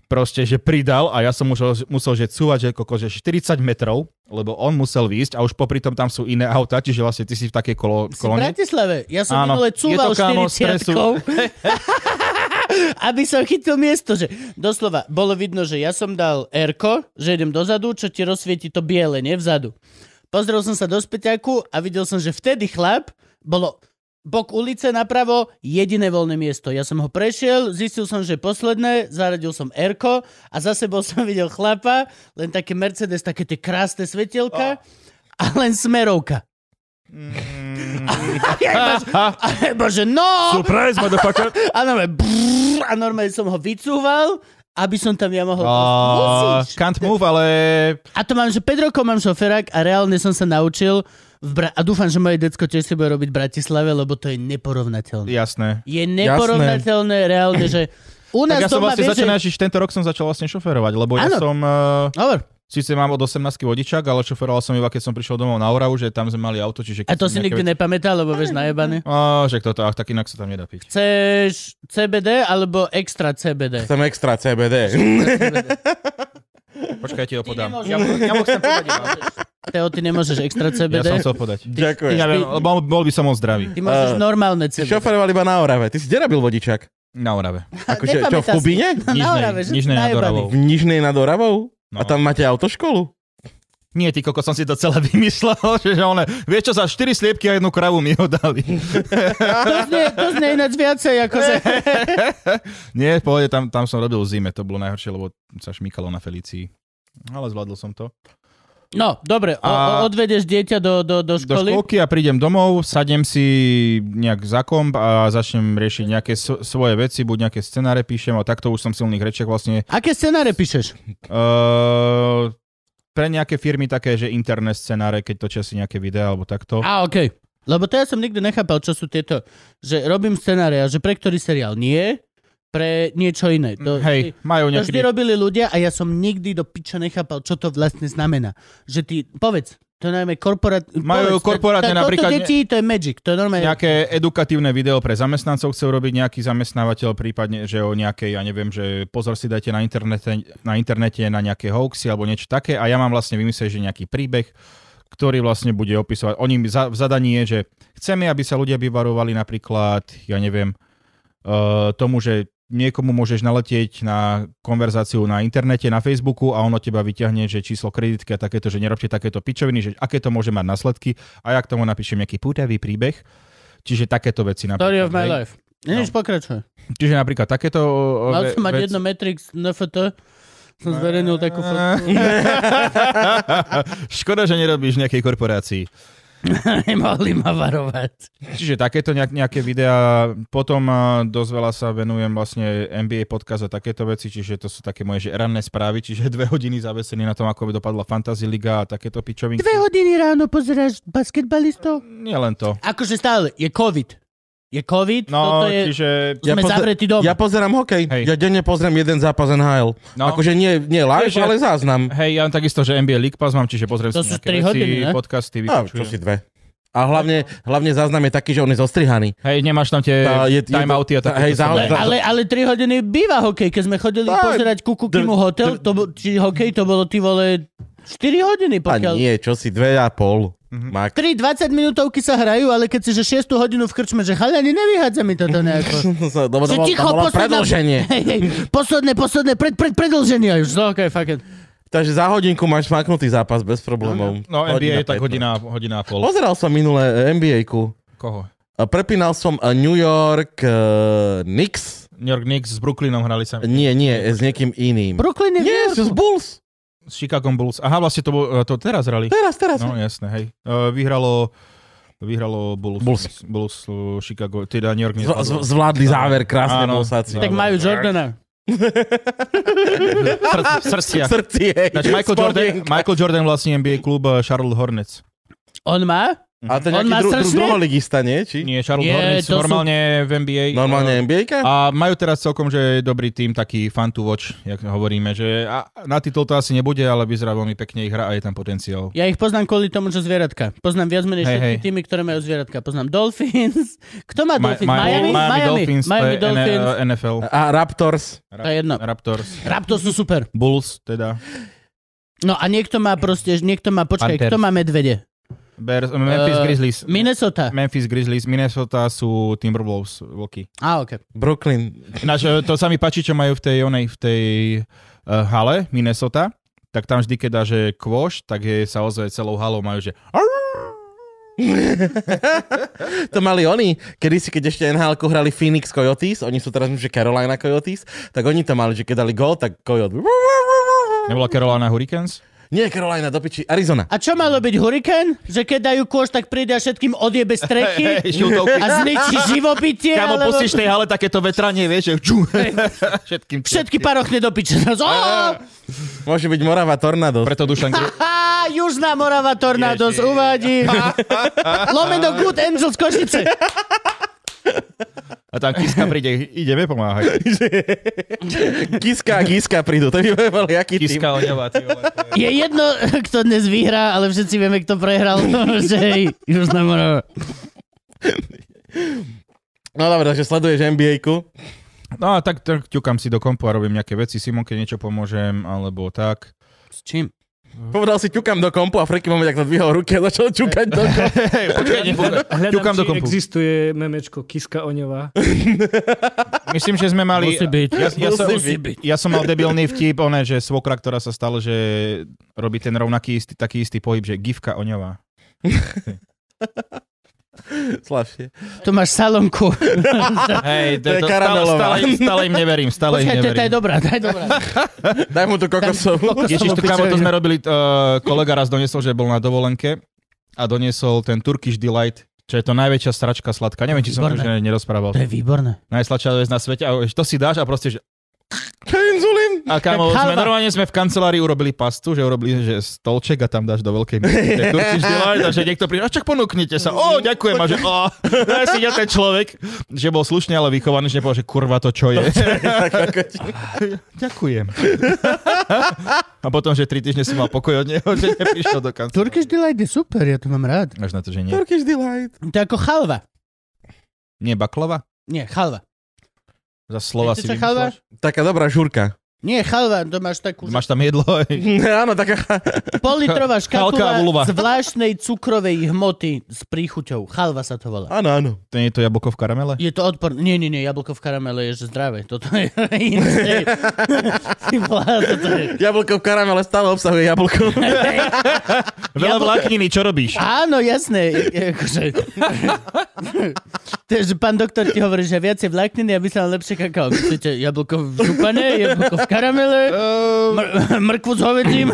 [SPEAKER 3] proste, že pridal a ja som musel, musel že cúvať, že, koko, že 40 metrov, lebo on musel výjsť a už popri tom tam sú iné auta, čiže vlastne ty si v takej kolo,
[SPEAKER 1] Si v
[SPEAKER 3] kolone.
[SPEAKER 1] Bratislave. Ja som
[SPEAKER 3] Áno.
[SPEAKER 1] minule cúval
[SPEAKER 3] Je to, kámo,
[SPEAKER 1] 40
[SPEAKER 3] stresu.
[SPEAKER 1] aby som chytil miesto, že doslova bolo vidno, že ja som dal Rko, že idem dozadu, čo ti rozsvieti to biele, nie vzadu. Pozrel som sa do späťaku a videl som, že vtedy chlap bolo bok ulice napravo, jediné voľné miesto. Ja som ho prešiel, zistil som, že je posledné, zaradil som Rko a za sebou som videl chlapa, len také Mercedes, také tie krásne svetielka
[SPEAKER 3] Oh.
[SPEAKER 1] a len smerovka.
[SPEAKER 3] Mm.
[SPEAKER 1] A ja iba, že- a ja iba, že no!
[SPEAKER 3] Surprise, motherfucker!
[SPEAKER 1] A normálne, brrr, a normálne som ho vycúval, aby som tam ja mohol...
[SPEAKER 3] A,
[SPEAKER 1] Musíš.
[SPEAKER 3] can't move, ale...
[SPEAKER 1] A to mám, že 5 rokov mám šoferák a reálne som sa naučil v Bra- a dúfam, že moje decko tiež si bude robiť v Bratislave, lebo to je neporovnateľné.
[SPEAKER 3] Jasné.
[SPEAKER 1] Je neporovnateľné reálne, že u nás
[SPEAKER 3] Tak ja som
[SPEAKER 1] doma,
[SPEAKER 3] vlastne
[SPEAKER 1] vieš,
[SPEAKER 3] začal,
[SPEAKER 1] že...
[SPEAKER 3] až tento rok som začal vlastne šoferovať, lebo ja
[SPEAKER 1] Áno.
[SPEAKER 3] som... Uh,
[SPEAKER 1] Hovor.
[SPEAKER 3] síce mám od 18 vodičak, ale šoferoval som iba, keď som prišiel domov na Oravu, že tam sme mali auto, čiže...
[SPEAKER 1] A to si nikdy nepamätá, lebo vieš, najebane.
[SPEAKER 3] A, že kto to, ach, tak inak sa tam nedá piť.
[SPEAKER 1] Chceš CBD alebo extra CBD?
[SPEAKER 2] Chcem extra CBD.
[SPEAKER 3] Počkaj, ja ti ho
[SPEAKER 1] Ty
[SPEAKER 3] podám.
[SPEAKER 1] nemôžeš.
[SPEAKER 3] Ja, mu- ja mu chcem podať. iba.
[SPEAKER 1] Teo, ty nemôžeš extra
[SPEAKER 3] Ja
[SPEAKER 1] CBD?
[SPEAKER 3] som chcel podať.
[SPEAKER 2] Ďakujem.
[SPEAKER 3] Ja viem, lebo bol- bol by som on zdravý.
[SPEAKER 1] Ty môžeš
[SPEAKER 2] Eh,
[SPEAKER 1] normálne
[SPEAKER 2] Ty
[SPEAKER 1] CBD.
[SPEAKER 2] šoferoval iba na Orave. Ty si kde robil vodičak?
[SPEAKER 3] Na Orave.
[SPEAKER 2] Akože, čo,
[SPEAKER 1] nepamätá
[SPEAKER 2] v
[SPEAKER 1] si.
[SPEAKER 2] Kubíne?
[SPEAKER 3] Nižnej,
[SPEAKER 1] Orave, že?
[SPEAKER 3] nižnej nad
[SPEAKER 1] Najebaný.
[SPEAKER 3] Oravou.
[SPEAKER 2] V Nižnej nad Oravou?
[SPEAKER 3] No.
[SPEAKER 2] A tam máte autoškolu?
[SPEAKER 3] Nie, ty koko, som si to celé vymyslel, že že one, vieš čo, za 4 sliepky a jednu kravu mi ho dali.
[SPEAKER 1] To znie, to znie ináč viacej, akože...
[SPEAKER 3] Nie, v pohode, tam, tam som robil v zime, to bolo najhoršie, lebo sa šmýkalo na Felicii. Ale zvládol som to.
[SPEAKER 1] No, dobre, o, o,
[SPEAKER 3] A-
[SPEAKER 1] odvedieš dieťa do, do, do
[SPEAKER 3] Do
[SPEAKER 1] školy.
[SPEAKER 3] školky a prídem domov, sadnem si nejak za komp a začnem riešiť nejaké so, svoje veci, buď nejaké scenáre píšem a takto už som silných rečiek vlastne.
[SPEAKER 1] Aké scenáre píšeš?
[SPEAKER 3] Uh, pre nejaké firmy také, že interné scenáre, keď točia si nejaké videá alebo takto.
[SPEAKER 1] A, okej. Lebo to ja som nikdy nechápal, čo sú tieto, že robím scenáre a že pre ktorý seriál nie, pre niečo iné. To,
[SPEAKER 3] Hej, majú
[SPEAKER 1] to
[SPEAKER 3] nejaký...
[SPEAKER 1] vždy robili ľudia a ja som nikdy do piča nechápal, čo to vlastne znamená. Že ty, povedz, to najmä korporát...
[SPEAKER 3] Majú
[SPEAKER 1] povedz, to-
[SPEAKER 3] korporátne
[SPEAKER 1] to- toto
[SPEAKER 3] napríklad-
[SPEAKER 1] deti, to je magic, to je normálne...
[SPEAKER 3] Nejaké edukatívne video pre zamestnancov chce urobiť nejaký zamestnávateľ, prípadne, že o nejakej, ja neviem, že pozor si dajte na internete, na internete na nejaké hoaxy alebo niečo také a ja mám vlastne vymyslieť, že nejaký príbeh, ktorý vlastne bude opisovať. Oni mi za, v zadaní je, že chceme, aby sa ľudia vyvarovali napríklad, ja neviem, eh, tomu, že niekomu môžeš naletieť na konverzáciu na internete, na Facebooku a ono teba vyťahne, že číslo kreditky a takéto, že nerobte takéto pičoviny, že aké to môže mať následky a ja k tomu napíšem nejaký pútavý príbeh. Čiže takéto veci napríklad.
[SPEAKER 1] Story of my
[SPEAKER 3] hej.
[SPEAKER 1] life. Nič, pokračuj.
[SPEAKER 3] Čiže napríklad takéto... e, o,
[SPEAKER 1] Mal
[SPEAKER 3] ve-
[SPEAKER 1] som mať
[SPEAKER 3] veci.
[SPEAKER 1] jedno Matrix NFT, som zverejnil takú fotku.
[SPEAKER 3] Škoda, že nerobíš v nejakej korporácii.
[SPEAKER 1] Nemohli ma varovať.
[SPEAKER 3] Čiže takéto nejak, nejaké videá. Potom a, dosť veľa sa venujem vlastne NBA podcast a takéto veci, čiže to sú také moje že ranné správy, čiže dve hodiny zavesený na tom, ako by dopadla Fantasy Liga a takéto pičovinky.
[SPEAKER 1] Dve hodiny ráno pozeráš basketbalistov?
[SPEAKER 3] Nie len to.
[SPEAKER 1] Akože stále, je COVID. Je COVID,
[SPEAKER 3] No,
[SPEAKER 1] toto je...
[SPEAKER 3] čiže...
[SPEAKER 1] Sme zavretí doma.
[SPEAKER 2] ja pozerám hokej.
[SPEAKER 3] Hej.
[SPEAKER 2] Ja denne pozerám jeden zápas NHL.
[SPEAKER 3] No.
[SPEAKER 2] Akože nie, nie live,
[SPEAKER 3] Vieš, ja-
[SPEAKER 2] ale záznam.
[SPEAKER 3] Hej, ja mám takisto, že NBA League Pass mám, čiže pozriem
[SPEAKER 1] To
[SPEAKER 3] si
[SPEAKER 1] sú
[SPEAKER 3] nejaké
[SPEAKER 1] tri
[SPEAKER 3] veci,
[SPEAKER 1] hodiny, ne?
[SPEAKER 3] podcasty,
[SPEAKER 2] A, čo si
[SPEAKER 3] vypočujem.
[SPEAKER 2] No, dve. A hlavne, hlavne záznam je taký, že on je zostrihaný.
[SPEAKER 3] Hej, nemáš tam tie
[SPEAKER 2] Tá, je- je to-
[SPEAKER 3] timeouty a
[SPEAKER 2] tá,
[SPEAKER 3] také.
[SPEAKER 2] hej, za-
[SPEAKER 1] Ale, ale, ale 3 hodiny býva hokej, keď sme chodili
[SPEAKER 2] Tak.
[SPEAKER 1] pozerať Kukukimu hotel, to, bo- či hokej, to bolo ty vole 4 hodiny,
[SPEAKER 2] A
[SPEAKER 1] pokiaľ...
[SPEAKER 2] nie, čo si dve a pol.
[SPEAKER 3] Mhm.
[SPEAKER 2] Max.
[SPEAKER 1] 3 20 minútovky sa hrajú, ale keď si že 6 hodinu v krčme, že chalani, nevyhádza mi toto nejako. Že
[SPEAKER 2] Dobre, to bolo, to bolo predlženie.
[SPEAKER 1] Hej, hej, posledné, posledné, pred, pred, predlženie. Už, no, okay, fuck it.
[SPEAKER 2] Takže za hodinku máš smaknutý zápas bez problémov.
[SPEAKER 3] No, NBA je tak
[SPEAKER 2] 15.
[SPEAKER 3] hodina, hodina a pol.
[SPEAKER 2] Pozeral som minulé eh, NBA-ku.
[SPEAKER 3] Koho?
[SPEAKER 2] A Prepínal som eh, New York uh, Knicks.
[SPEAKER 3] New York Knicks s Brooklynom hrali sa.
[SPEAKER 2] Nie, nie, eh, s niekým iným.
[SPEAKER 1] Brooklyn je v
[SPEAKER 2] Nie,
[SPEAKER 1] New
[SPEAKER 2] z
[SPEAKER 1] Yorku.
[SPEAKER 2] Bulls.
[SPEAKER 3] S Chicago Bulls. Aha, vlastne to, bol- to teraz hrali.
[SPEAKER 2] Teraz, teraz.
[SPEAKER 3] No, jasné, hej. Eh, Vyhralo Vyhralo Bulls,
[SPEAKER 2] Bulls.
[SPEAKER 3] Bulls eh, Chicago, teda New York
[SPEAKER 2] Z- z-
[SPEAKER 3] Knicks.
[SPEAKER 2] zvládli záver, krásne
[SPEAKER 3] Áno.
[SPEAKER 2] bosáci.
[SPEAKER 1] Tak majú Jordana.
[SPEAKER 3] Srd- Srdcia.
[SPEAKER 2] Srdci, hej.
[SPEAKER 3] Ináč Michael Jordan, Michael Jordan vlastní NBA klub eh, Charlotte Hornets.
[SPEAKER 1] On má?
[SPEAKER 2] A to je
[SPEAKER 1] On
[SPEAKER 2] nejaký
[SPEAKER 1] má
[SPEAKER 2] dru- dru-
[SPEAKER 1] srdcie?
[SPEAKER 2] druholigista, nie? Či?
[SPEAKER 3] Nie, Charlotte
[SPEAKER 1] Nie,
[SPEAKER 3] Hornets
[SPEAKER 1] to sú-
[SPEAKER 3] normálne v NBA.
[SPEAKER 2] Normálne NBA-ka?
[SPEAKER 3] e, A majú teraz celkom, že dobrý tým, taký fun to watch, jak hovoríme, že a na titul to asi nebude, ale vyzerá veľmi pekne ich hra a je tam potenciál.
[SPEAKER 1] Ja ich poznám kvôli tomu, že zvieratka. Poznám viac menej
[SPEAKER 3] Hej,
[SPEAKER 1] všetky
[SPEAKER 3] hej.
[SPEAKER 1] týmy, ktoré majú zvieratka. Poznám Dolphins. Kto má
[SPEAKER 3] Ma-
[SPEAKER 1] Dolphins?
[SPEAKER 3] Ma-
[SPEAKER 1] Miami?
[SPEAKER 3] Miami Dolphins,
[SPEAKER 1] Miami
[SPEAKER 3] to je N-
[SPEAKER 1] Dolphins.
[SPEAKER 3] NFL,
[SPEAKER 2] A Raptors.
[SPEAKER 1] To je jedno.
[SPEAKER 3] Raptors,
[SPEAKER 1] Raptors sú super.
[SPEAKER 3] Bulls, teda.
[SPEAKER 1] No a niekto má proste, niekto má, počkaj,
[SPEAKER 3] Panthers.
[SPEAKER 1] kto má medvede?
[SPEAKER 3] Bears, Memphis
[SPEAKER 1] Eh,
[SPEAKER 3] Grizzlies.
[SPEAKER 1] Minnesota.
[SPEAKER 3] Memphis Grizzlies, Minnesota sú Timberwolves, Vlky.
[SPEAKER 1] Á, ok.
[SPEAKER 2] Brooklyn.
[SPEAKER 3] Ináč, e, to sa mi páči, čo majú v tej, onej, v tej uh, hale, Minnesota, tak tam vždy, keď dá, že kôš, tak je, sa ozve celou halou, majú, že
[SPEAKER 2] To mali oni, kedysi, keď ešte nhl hrali Phoenix Coyotes, oni sú teraz, myslím, že Carolina Coyotes, tak oni to mali, že keď dali gol, tak Coyote.
[SPEAKER 3] nebola Carolina Hurricanes?
[SPEAKER 2] Nie, Carolina, do piči, Arizona.
[SPEAKER 1] A čo malo byť hurikán? Že keď dajú koš, tak príde a všetkým odjebe strechy
[SPEAKER 3] Hej, šiltovky.
[SPEAKER 1] a zničí živobytie,
[SPEAKER 3] Kámo,
[SPEAKER 1] alebo
[SPEAKER 3] pustíš tej hale takéto vetranie, vieš, že ču, všetkým.
[SPEAKER 1] všetky parochne do piče. Zas, Ó,
[SPEAKER 2] Môže byť Morava Tornado.
[SPEAKER 3] Preto Dušan, Gri-
[SPEAKER 1] á, Južná Morava Tornado z uvádí. Lomeno Good Angels Košice.
[SPEAKER 3] a tam Kiska príde, ideme pomáhať.
[SPEAKER 2] Kiska a Kiska prídu, to by bol jaký tým.
[SPEAKER 3] Kiska oňová, ty vole. to je-
[SPEAKER 1] Je jedno, kto dnes vyhrá, ale všetci vieme, kto prehral. Že hej, Južná Morava.
[SPEAKER 2] No dobre, takže sleduješ NBA-ku.
[SPEAKER 3] No a tak, tak ťukam si do kompu a robím nejaké veci, Simonke niečo pomôžem, alebo tak.
[SPEAKER 1] S čím?
[SPEAKER 2] Povedal si, ťukám do kompu a Freky moment, ak nadvihol ruky a začal ťukať do kompu.
[SPEAKER 3] Hej, počkaj, nepovedal. Ťukám
[SPEAKER 5] Hľadám,
[SPEAKER 3] do
[SPEAKER 5] či
[SPEAKER 3] kompu.
[SPEAKER 5] existuje memečko Kiska Oňová.
[SPEAKER 3] Myslím, že sme mali...
[SPEAKER 1] Musí byť.
[SPEAKER 3] Ja, ja, som,
[SPEAKER 1] Musí byť.
[SPEAKER 3] ja som mal debilný vtip, oné, že svokra, ktorá sa stalo, že robí ten rovnaký istý, taký istý pohyb, že gifka oňová.
[SPEAKER 2] Slavšie.
[SPEAKER 1] Tu máš salonku.
[SPEAKER 3] Hej,
[SPEAKER 2] to je karamelová.
[SPEAKER 3] Stále, stále, im- stále im neverím, stále im
[SPEAKER 1] Počkaj, to je tá je
[SPEAKER 3] neverím.
[SPEAKER 1] dobrá, tá je dobrá.
[SPEAKER 2] Daj mu tú kokosovú.
[SPEAKER 3] Ježiš, tu
[SPEAKER 1] Samo
[SPEAKER 3] kámo, to
[SPEAKER 1] pičovina.
[SPEAKER 3] sme robili, uh, kolega raz doniesol, že bol na dovolenke a doniesol ten Turkish Delight, čo je to najväčšia stračka sladká. Neviem, či som to už
[SPEAKER 1] Výborné.
[SPEAKER 3] ne- nerozprával.
[SPEAKER 1] To je výborné.
[SPEAKER 3] Najsladšia vec na svete. A to si dáš a proste, že...
[SPEAKER 2] To je inzulín.
[SPEAKER 3] A kámo,
[SPEAKER 1] Tak
[SPEAKER 3] sme,
[SPEAKER 1] halva.
[SPEAKER 3] normálne sme v kancelárii urobili pastu, že urobili že stolček a tam dáš do veľkej miery. ten Turkish Delight a že niekto príde, a čak ponúknite sa. O, ďakujem. A že, o, ja si ja ten človek, že bol slušne, ale vychovaný, že nepovedal, že kurva to čo je. ďakujem. A potom, že tri týždne si mal pokoj od neho, že neprišiel do kancelárie.
[SPEAKER 1] Turkish Delight je super, ja to mám rád.
[SPEAKER 3] Až na to, že nie.
[SPEAKER 2] Turkish Delight.
[SPEAKER 1] To je ako chalva.
[SPEAKER 3] Nie baklava?
[SPEAKER 1] Nie, chalva.
[SPEAKER 3] Za slova
[SPEAKER 1] Viete,
[SPEAKER 3] si
[SPEAKER 1] čo chalva?
[SPEAKER 3] vymýšľaš?
[SPEAKER 2] Taká dobrá žurka.
[SPEAKER 1] Nie, chalva, to máš takú máš...
[SPEAKER 3] Máš tam jedlo? hej.
[SPEAKER 2] Áno, taká...
[SPEAKER 1] politrová
[SPEAKER 3] Chalka a vulva.
[SPEAKER 1] škatula zvláštnej cukrovej hmoty s príchuťou. Chalva sa to volá.
[SPEAKER 2] Áno, áno.
[SPEAKER 3] To nie je to jablko v karamele?
[SPEAKER 1] Je to odporné. Nie, nie, nie, jablko v karamele je že zdravé. Toto je iné. Ty volá, toto je.
[SPEAKER 2] Jablko v karamele stále obsahuje jablko.
[SPEAKER 1] Jablko-
[SPEAKER 3] Veľa vlákniny, čo robíš?
[SPEAKER 1] Áno, jasné. je- je Akože... Takže pán doktor ti hovorí, že viacej vlákniny, aby sa vám lepšie kakao. Myslíte, jablko v župane, jablko v karamele,
[SPEAKER 3] Ehm.
[SPEAKER 1] mr- mrkvu s hovedím.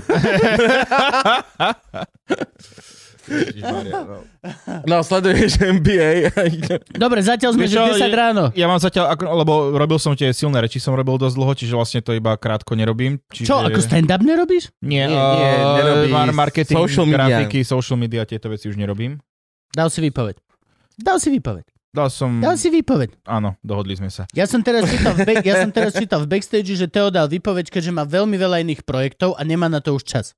[SPEAKER 2] No, sleduješ NBA.
[SPEAKER 1] Dobre, zatiaľ sme,
[SPEAKER 3] Vieš
[SPEAKER 1] že
[SPEAKER 3] čo,
[SPEAKER 1] 10
[SPEAKER 3] je-
[SPEAKER 1] ráno.
[SPEAKER 3] Ja mám zatiaľ, ako- lebo robil som tie silné reči, som robil dosť dlho, čiže vlastne to iba krátko nerobím. Čiže...
[SPEAKER 1] Čo, ako stand-up nerobíš?
[SPEAKER 3] Nie,
[SPEAKER 2] Nie, nie,
[SPEAKER 3] eh,
[SPEAKER 2] nerobí
[SPEAKER 3] mar- marketing,
[SPEAKER 2] social
[SPEAKER 3] social
[SPEAKER 2] media.
[SPEAKER 3] grafiky, social media, tieto veci už nerobím.
[SPEAKER 1] Dal si výpoveď. Dal si výpoveď.
[SPEAKER 3] Dal som...
[SPEAKER 1] Dal si výpoveď.
[SPEAKER 3] Áno, dohodli sme sa.
[SPEAKER 1] Ja som teraz čítal v, back, ja som teraz čítal v backstage, že Teo dal výpoveď, keďže má veľmi veľa iných projektov a nemá na to už čas.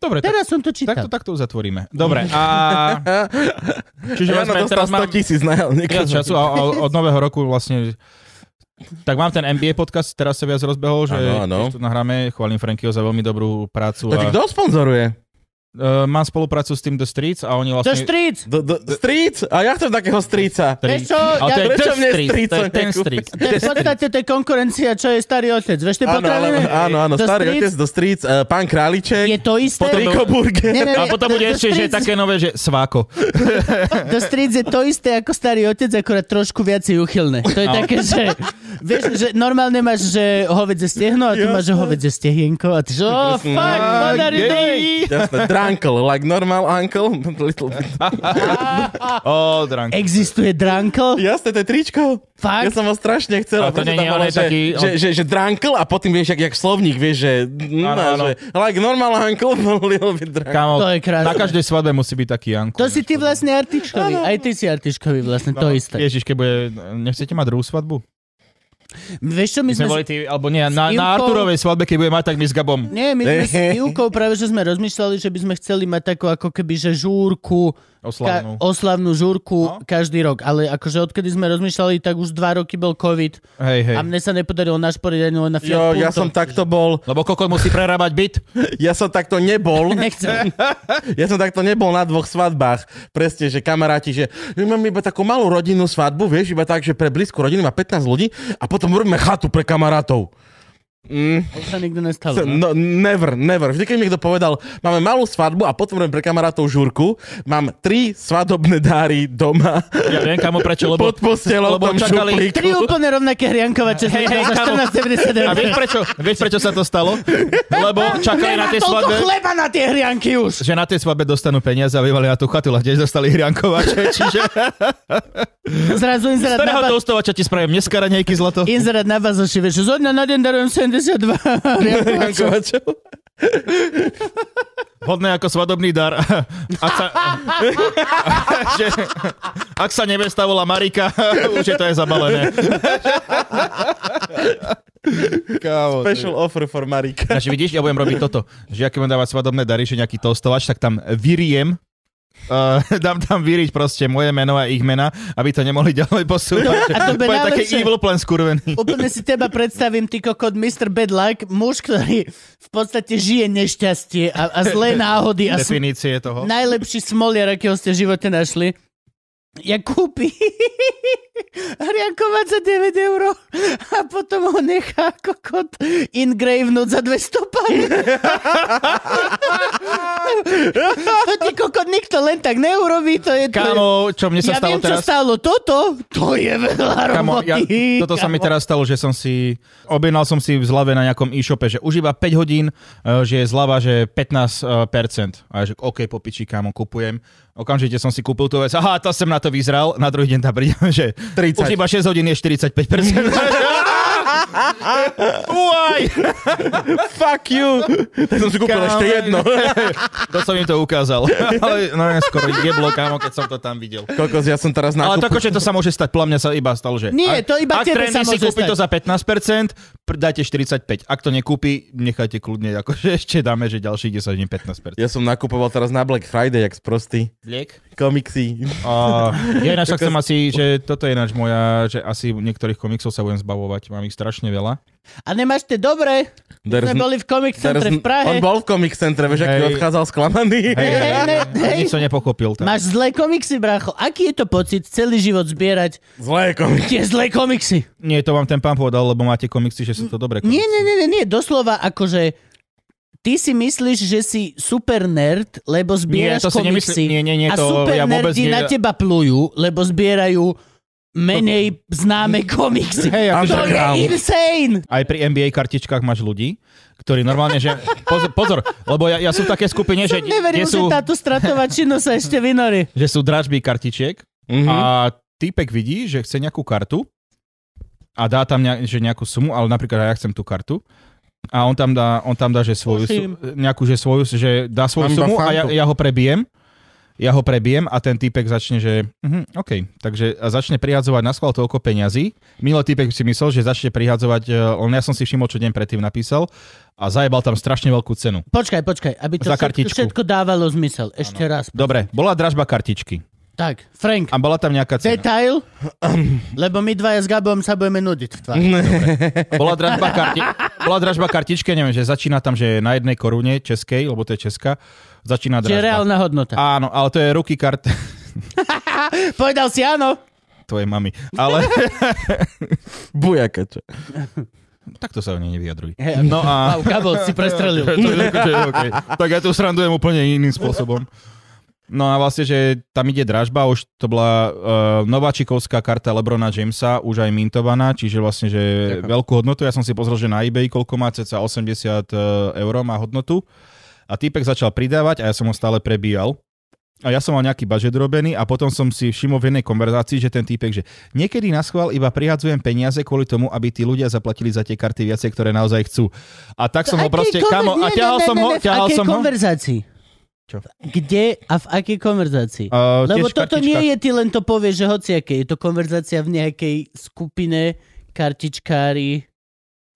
[SPEAKER 3] Dobre, tak,
[SPEAKER 1] Teraz som to čítal.
[SPEAKER 3] takto, takto uzatvoríme. Dobre, a... Čiže
[SPEAKER 2] Ja
[SPEAKER 3] vlastne
[SPEAKER 2] dostal
[SPEAKER 3] teraz mám
[SPEAKER 2] 100 tisíc na
[SPEAKER 3] viac času a a- od nového roku vlastne... Tak mám ten NBA podcast, teraz sa viac rozbehol, že
[SPEAKER 2] Áno, áno.
[SPEAKER 3] tiež tu nahráme. Chválim Frankyho za veľmi dobrú prácu.
[SPEAKER 2] To ti kto sponzoruje?
[SPEAKER 3] Uh, mám spoluprácu s tým The Streets a oni
[SPEAKER 1] To
[SPEAKER 3] vlastne...
[SPEAKER 1] je stric!
[SPEAKER 2] Do, do, stríc? A ja chcem takého stríca.
[SPEAKER 3] Tri-
[SPEAKER 1] Vieš čo, ja-
[SPEAKER 3] Ale to je
[SPEAKER 2] Prečo
[SPEAKER 3] The
[SPEAKER 2] mne
[SPEAKER 3] Streets,
[SPEAKER 2] Streets
[SPEAKER 3] to je
[SPEAKER 2] to
[SPEAKER 3] ten
[SPEAKER 2] nekúpi?
[SPEAKER 3] Streets.
[SPEAKER 1] To je v podstate to je konkurencia, čo je starý otec. Vieš, tie
[SPEAKER 2] Áno, ale,
[SPEAKER 1] potraviny?
[SPEAKER 2] áno, áno,
[SPEAKER 1] Do
[SPEAKER 2] starý
[SPEAKER 1] stríc?
[SPEAKER 2] otec do stríc, eh, pán Králiček,
[SPEAKER 1] Je to isté?
[SPEAKER 2] Triko Burger.
[SPEAKER 1] Nie, nie,
[SPEAKER 3] A potom
[SPEAKER 1] The-
[SPEAKER 3] bude
[SPEAKER 1] The
[SPEAKER 3] ešte, že
[SPEAKER 1] Streets-
[SPEAKER 3] také nové, že sváko.
[SPEAKER 1] The Streets je to isté ako starý otec, akorát trošku viacej uchylné. To je
[SPEAKER 3] No.
[SPEAKER 1] také, že, vieš, že normálne máš, že hovedze stehno a ty máš, že hovedze stehienko a ty že, oh, fuck, what are you doing?
[SPEAKER 2] Jasné, drunkle, like normal uncle. Little bit.
[SPEAKER 3] Ó, drank.
[SPEAKER 1] Existuje drunkel?
[SPEAKER 2] Jasné, to je tričko. Ja
[SPEAKER 1] Fakt?
[SPEAKER 2] som ho strašne chcel.
[SPEAKER 3] A to
[SPEAKER 2] preto
[SPEAKER 3] nie je
[SPEAKER 2] tam bolo,
[SPEAKER 3] onej
[SPEAKER 2] že,
[SPEAKER 3] taký-
[SPEAKER 2] Že, že, že drunkle a potom vieš, jak, jak slovník, vieš, že... No,
[SPEAKER 3] Áno, áno.
[SPEAKER 2] že like normal uncle, little bit drunkle.
[SPEAKER 3] Kámo,
[SPEAKER 1] To je krásne.
[SPEAKER 3] na každej svadbe musí byť taký Janko.
[SPEAKER 1] To si ty vlastne artiškovi. Aj ty si artiškovi vlastne, to isté.
[SPEAKER 3] Ježiš, keď bude... Nechcete mať druhú svadbu?
[SPEAKER 1] Vieš čo, my
[SPEAKER 3] My sme
[SPEAKER 1] sme...
[SPEAKER 3] boli tí, alebo nie, na,
[SPEAKER 1] Ivkou-
[SPEAKER 3] na Arturovej svadbe, keď bude mať, tak my s Gabom.
[SPEAKER 1] Nie, my sme s Ivkou práve, že sme rozmýšľali, že by sme chceli mať takú ako keby, že žúrku,
[SPEAKER 3] Oslavnú.
[SPEAKER 1] Ka- oslavnú žúrku
[SPEAKER 3] No.
[SPEAKER 1] každý rok. Ale akože odkedy sme rozmýšľali, tak už dva roky bol COVID
[SPEAKER 3] Hej, hej.
[SPEAKER 1] a mne sa nepodarilo našporiť ani len na Fiat
[SPEAKER 2] Jo,
[SPEAKER 1] Punto.
[SPEAKER 2] ja som takto bol,
[SPEAKER 3] Lebo kokot musí prerábať byt.
[SPEAKER 2] ja som takto nebol.
[SPEAKER 1] Nechcel.
[SPEAKER 2] Ja som takto nebol na dvoch svadbách. Presne, že kamaráti, že my máme iba takú malú rodinnú svadbu, vieš, iba tak, že pre blízku rodinu má 15 ľudí a potom robíme chatu pre kamarátov. Mm,
[SPEAKER 1] To sa nikdy nestalo. No.
[SPEAKER 2] no, never, never. Vždy, keď mi niekto povedal, máme malú svadbu a potom robím pre kamarátov žurku, mám tri svadobné dáry doma.
[SPEAKER 3] Ja viem, kamo, prečo, lebo...
[SPEAKER 2] pod postelou v
[SPEAKER 3] lebo
[SPEAKER 2] tom
[SPEAKER 3] čakali-
[SPEAKER 2] šuplíku.
[SPEAKER 1] Tri úplne rovnaké hriankovače hey, hey,
[SPEAKER 3] hej,
[SPEAKER 1] za
[SPEAKER 3] kámo.
[SPEAKER 1] 14,99.
[SPEAKER 3] A vieš prečo, vieš, prečo sa to stalo? Lebo čakali
[SPEAKER 1] Nemá
[SPEAKER 3] na tej
[SPEAKER 1] toľko
[SPEAKER 3] svadbe...
[SPEAKER 1] chleba na tie hrianky už.
[SPEAKER 3] že na tej svadbe dostanú peniaze a vyvali na tú chatu, ale tiež dostali hriankovače, čiže
[SPEAKER 1] Zrazu inzerát na,
[SPEAKER 3] starého
[SPEAKER 1] ba-
[SPEAKER 3] toastovača ti spravím neskaranejky zlato.
[SPEAKER 1] inzerát na bazoši, vieš, že zo dňa na deň darujem 72 hriankovače.
[SPEAKER 2] Jankovačov.
[SPEAKER 3] Hodné ako svadobný dar. Ak sa, že, ak sa nevesta volá Marika, už je to aj zabalené. Kámo,
[SPEAKER 2] Special offer for Marika.
[SPEAKER 3] Takže vidíš, ja budem robiť toto, že aké budem dávať svadobné dary, že nejaký toastovač, tak tam vyriem, Uh, dám tam vyriť proste moje meno a ich mena, aby to nemohli ďalej posúvať.
[SPEAKER 1] A to bude
[SPEAKER 3] Bude taký
[SPEAKER 1] najlepšie.
[SPEAKER 3] evil plan skurvený.
[SPEAKER 1] Úplne si teba predstavím, ty kokot Mr. Bad Luck, muž, ktorý v podstate žije nešťastie a, a zlé náhody a sm-
[SPEAKER 3] Definície toho.
[SPEAKER 1] najlepší smoliar, akého ste v živote našli. Ja kúpi hriankovať za 9 eur a potom ho nechá kokot ingravenúť za 200 pár. to ti kokot nikto len tak neurobí, to je... to je-
[SPEAKER 3] Kámo, čo mne
[SPEAKER 1] ja
[SPEAKER 3] sa stalo
[SPEAKER 1] viem,
[SPEAKER 3] teraz?
[SPEAKER 1] čo stálo toto. To je veľa
[SPEAKER 3] Kamo,
[SPEAKER 1] roboty.
[SPEAKER 3] ja, toto sa mi
[SPEAKER 1] kamo.
[SPEAKER 3] teraz stalo, že som si, objednal som si v zlave na nejakom e-shope, že už iba 5 hodín, eh, že je zľava, že 15%. A ja že OK, popiči, kámo, kupujem. Okamžite som si kúpil tú vec. Aha, to som na to vyzral. Na druhý deň tam prídem, že
[SPEAKER 2] 30.
[SPEAKER 3] už iba 6 hodín je 45%. Uaj!
[SPEAKER 2] Fuck you. Tak som si kúpil
[SPEAKER 3] Kámo,
[SPEAKER 2] ešte jedno.
[SPEAKER 3] To som im to ukázal. Ale no, ja skoro jeblo, kámo, keď som to tam videl.
[SPEAKER 2] Kokos, ja som teraz na
[SPEAKER 3] Ale to akože to sa môže stať, podľa mňa sa iba stalo, že...
[SPEAKER 1] Nie, to iba
[SPEAKER 3] ak
[SPEAKER 1] tebe
[SPEAKER 3] tréner
[SPEAKER 1] sa
[SPEAKER 3] si
[SPEAKER 1] môže
[SPEAKER 3] kúpi
[SPEAKER 1] stať.
[SPEAKER 3] to za 15%, pr- dajte 45. Ak to nekúpi, nechajte kľudne, akože ešte dáme, že ďalší 10 dní 15%.
[SPEAKER 2] Ja som nakupoval teraz na Black Friday, jak sprostý.
[SPEAKER 3] Liek?
[SPEAKER 2] Komiksy.
[SPEAKER 3] A, ja ináč sa chcem asi, že toto je ináč moja, že asi niektorých komiksov sa budem zbavovať, mám ich strašne veľa.
[SPEAKER 1] A nemáš tie dobré? My
[SPEAKER 2] There's no
[SPEAKER 1] sme
[SPEAKER 2] n-
[SPEAKER 1] boli v Comic
[SPEAKER 2] Teraz
[SPEAKER 1] Centre v Prahe.
[SPEAKER 2] On bol v Comic Centre, vieš, aký
[SPEAKER 3] Hej.
[SPEAKER 2] odchádzal sklamaný.
[SPEAKER 1] Hej, hej, hej, hej.
[SPEAKER 3] Nič som nepochopil. teda. Tak.
[SPEAKER 1] Máš zlé komiksy, brácho. Aký je to pocit celý život zbierať
[SPEAKER 2] Zlé komiksy.
[SPEAKER 1] tie zlé komiksy?
[SPEAKER 3] Nie, to vám ten pán povedal, lebo máte komiksy, že sú to dobré komiksy.
[SPEAKER 1] Nie, nie, nie, nie, nie. Doslova akože ty si myslíš, že si super nerd, lebo
[SPEAKER 3] Nie,
[SPEAKER 1] zbieraš
[SPEAKER 3] to si
[SPEAKER 1] komiksy.
[SPEAKER 3] nemyslím. Nie, nie, nie,
[SPEAKER 1] a
[SPEAKER 3] to
[SPEAKER 1] super
[SPEAKER 3] ja vôbec
[SPEAKER 1] nerdi
[SPEAKER 3] nie...
[SPEAKER 1] na teba plujú, lebo zbierajú menej známe komiksy.
[SPEAKER 3] Hej, akože-
[SPEAKER 1] to je
[SPEAKER 2] underground.
[SPEAKER 1] insane!
[SPEAKER 3] aj pri NBA kartičkách máš ľudí, ktorí normálne, že... Pozor, pozor lebo ja, ja som v takej skupine, že,
[SPEAKER 1] Som neveril,
[SPEAKER 3] kde
[SPEAKER 1] že
[SPEAKER 3] sú,
[SPEAKER 1] táto stratová činnosť sa ešte vynorí.
[SPEAKER 3] že sú dražby kartičiek
[SPEAKER 2] Mhm.
[SPEAKER 3] a týpek vidí, že chce nejakú kartu a dá tam nejak, že nejakú sumu, ale napríklad aj ja chcem tú kartu a on tam dá, on tam dá že svoju,
[SPEAKER 1] Prosím.
[SPEAKER 3] su- nejakú, že svoju, že dá svoju
[SPEAKER 2] Mám iba
[SPEAKER 3] sumu a ja,
[SPEAKER 2] fantu.
[SPEAKER 3] ja ho prebijem ja ho prebijem a ten typek začne, že mhm, OK, takže a začne prihadzovať na schvál toľko peňazí. Minulý typek si myslel, že začne prihadzovať, eh, len ja som si všimol, čo deň predtým napísal a zajebal tam strašne veľkú cenu.
[SPEAKER 1] Počkaj, počkaj, aby to
[SPEAKER 3] Za
[SPEAKER 1] všetko,
[SPEAKER 3] kartičku.
[SPEAKER 1] všetko dávalo zmysel. Ešte raz.
[SPEAKER 3] Dobre, bola dražba kartičky
[SPEAKER 1] Tak, Frank,
[SPEAKER 3] a bola tam nejaká cena.
[SPEAKER 1] detail, lebo my dvaja s Gabom sa budeme nudiť v tvári.
[SPEAKER 3] Bola dražba, karti- bola dražba kartičky, neviem, že začína tam, že na jednej korune českej, lebo to je česká, začína
[SPEAKER 1] Čiže
[SPEAKER 3] dražba.
[SPEAKER 1] reálna hodnota.
[SPEAKER 3] Áno, ale to je ruky kart
[SPEAKER 1] Povedal si áno.
[SPEAKER 3] tvojej mamy. Ale
[SPEAKER 2] Bujakače.
[SPEAKER 3] takto sa o nej nevyjadruj.
[SPEAKER 1] Hej,
[SPEAKER 3] No a...
[SPEAKER 1] Wow, Gabo, si prestrelil.
[SPEAKER 3] To je akože, okay. Tak ja tu srandujem úplne iným spôsobom. No a vlastne, že tam ide dražba, už to bola uh, nováčikovská karta Lebrona Jamesa, už aj mintovaná, čiže vlastne, že veľkú hodnotu. Ja som si pozrel, že na eBay koľko má, cca 80 eh, eur má hodnotu. A týpek začal pridávať a ja som ho stále prebíjal. A ja som mal nejaký budget robený a potom som si všimol v jednej konverzácii, že ten týpek, že niekedy na schvál iba prihadzujem peniaze kvôli tomu, aby tí ľudia zaplatili za tie karty viacej, ktoré naozaj chcú. A tak som ho
[SPEAKER 1] Akej
[SPEAKER 3] proste,
[SPEAKER 1] konver-
[SPEAKER 3] kamo, a
[SPEAKER 1] nie,
[SPEAKER 3] ťahal
[SPEAKER 1] ne, ne,
[SPEAKER 3] som
[SPEAKER 1] ne,
[SPEAKER 3] ho,
[SPEAKER 1] ne, v
[SPEAKER 3] ťahal
[SPEAKER 1] akej
[SPEAKER 3] som ho.
[SPEAKER 1] konverzácii?
[SPEAKER 3] Čo?
[SPEAKER 1] Kde a v akej konverzácii?
[SPEAKER 3] Uh,
[SPEAKER 1] Lebo
[SPEAKER 3] tiež
[SPEAKER 1] toto
[SPEAKER 3] kartička.
[SPEAKER 1] nie je, ty len to povieš, že hociaké. Je to konverzácia v nejakej skupine kartičkári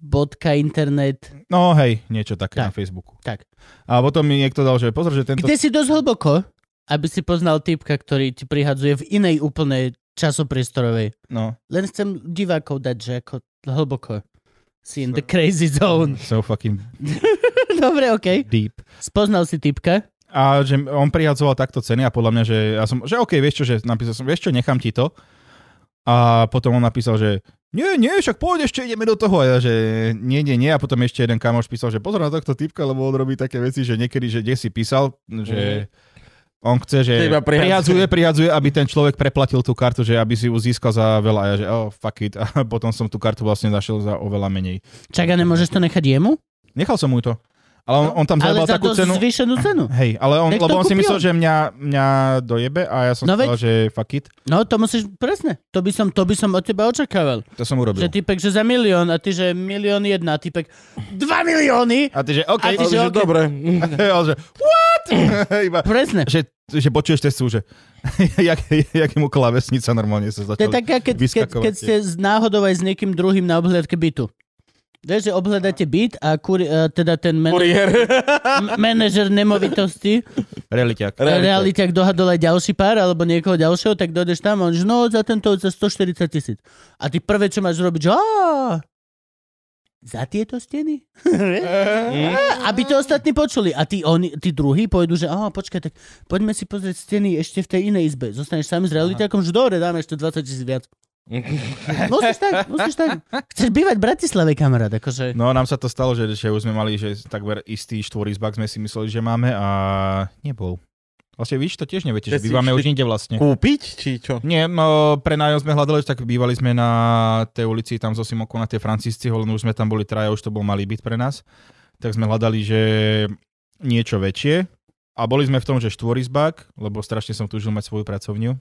[SPEAKER 1] bodka internet.
[SPEAKER 3] No hej, niečo také
[SPEAKER 1] Tak.
[SPEAKER 3] na Facebooku.
[SPEAKER 1] Tak.
[SPEAKER 3] A potom mi niekto dal, že pozor, že tento...
[SPEAKER 1] Kde si dosť hlboko, aby si poznal typka, ktorý ti prihadzuje v inej úplnej časopriestorovej.
[SPEAKER 3] No,
[SPEAKER 1] Len chcem divákov dať, že ako hlboko. Si in the crazy zone.
[SPEAKER 3] so fucking
[SPEAKER 1] Dobre, okej.
[SPEAKER 3] deep.
[SPEAKER 1] Spoznal si typka.
[SPEAKER 3] A že on prihadzoval takto ceny a podľa mňa, že ja som, že OK, vieš čo, že napísal som, vieš čo, nechám ti to. A potom on napísal, že nie, nie, však poď ešte, ideme do toho. A ja, že nie, nie, nie. A potom ešte jeden kamoš písal, že pozor na tohto typka, lebo on robí také veci, že niekedy, že kde si písal, že on chce, že
[SPEAKER 2] Že iba prihadzuje.
[SPEAKER 3] prihadzuje, prihadzuje, aby ten človek preplatil tú kartu, že aby si ju získal za veľa. A ja, že oh, fuck it. A potom som tú kartu vlastne našiel za oveľa menej.
[SPEAKER 1] Čak a nemôžeš to nechať jemu?
[SPEAKER 3] Nechal som mu to. Ale on, on tam
[SPEAKER 1] Ale
[SPEAKER 3] zajebal
[SPEAKER 1] za
[SPEAKER 3] takú
[SPEAKER 1] dosť
[SPEAKER 3] cenu.
[SPEAKER 1] zvýšenú cenu.
[SPEAKER 3] Hej, ale on,
[SPEAKER 1] Tak to
[SPEAKER 3] lebo on si
[SPEAKER 1] kúpil.
[SPEAKER 3] myslel, že mňa, mňa dojebe a ja som
[SPEAKER 1] No
[SPEAKER 3] no povedal, že fuck it,
[SPEAKER 1] No, to musíš, presne. To by som, to by som od teba očakával.
[SPEAKER 3] to som urobil.
[SPEAKER 1] Že typek, že za milión a ty, že milión jedna a typek, dva milióny!
[SPEAKER 3] A ty, že OK.
[SPEAKER 1] A ty,
[SPEAKER 2] Ale
[SPEAKER 1] že
[SPEAKER 2] že
[SPEAKER 1] ok.
[SPEAKER 2] dobre.
[SPEAKER 3] A on, že what? Iba,
[SPEAKER 1] Presne.
[SPEAKER 3] že, že počuješ testu, že jak, jak mu klavesnica normálne sa
[SPEAKER 1] To je
[SPEAKER 3] začala.
[SPEAKER 1] taká, keď, keď,
[SPEAKER 3] vyskakovať
[SPEAKER 1] keď ste s náhodou aj s niekým druhým na obhľadke bytu. Vieš, že obhľadáte byt a kuri, eh, teda ten man,
[SPEAKER 2] Kuriér.
[SPEAKER 1] m- manažer nemovitosti,
[SPEAKER 3] Realiťak.
[SPEAKER 1] realite, ak dohadol aj ďalší pár alebo niekoho ďalšieho, tak dojdeš tam a on že no za tento za 140 tisíc. A ty prvé, čo máš robiť, že "Á, za tieto steny? Vieš? aby to ostatní počuli. A tí, oni, tí druhí pôjdu, že aha, počkaj, tak poďme si pozrieť steny ešte v tej inej izbe. Zostaneš sám s realitákom, že dobre, dáme ešte 20 tisíc viac. musíš tak, musíš tak. Chceš bývať v Bratislave, kamarát, akože.
[SPEAKER 3] No, nám sa to stalo, že, že už sme mali že takmer istý štvorizbak, sme si mysleli, že máme a nebol. Vlastne víš, to tiež neviete,
[SPEAKER 2] Že
[SPEAKER 3] že
[SPEAKER 2] si
[SPEAKER 3] bývame už
[SPEAKER 2] išli-
[SPEAKER 3] inde vlastne.
[SPEAKER 2] Kúpiť, či čo?
[SPEAKER 3] Nie, no, pre nájom sme hľadali, tak bývali sme na tej ulici, tam zo Simoku na tej Francisciho, len už sme tam boli traja, už to bol malý byt pre nás. Tak sme hľadali, že niečo väčšie. A boli sme v tom, že štvorizbak, lebo strašne som túžil mať svoju pracovňu.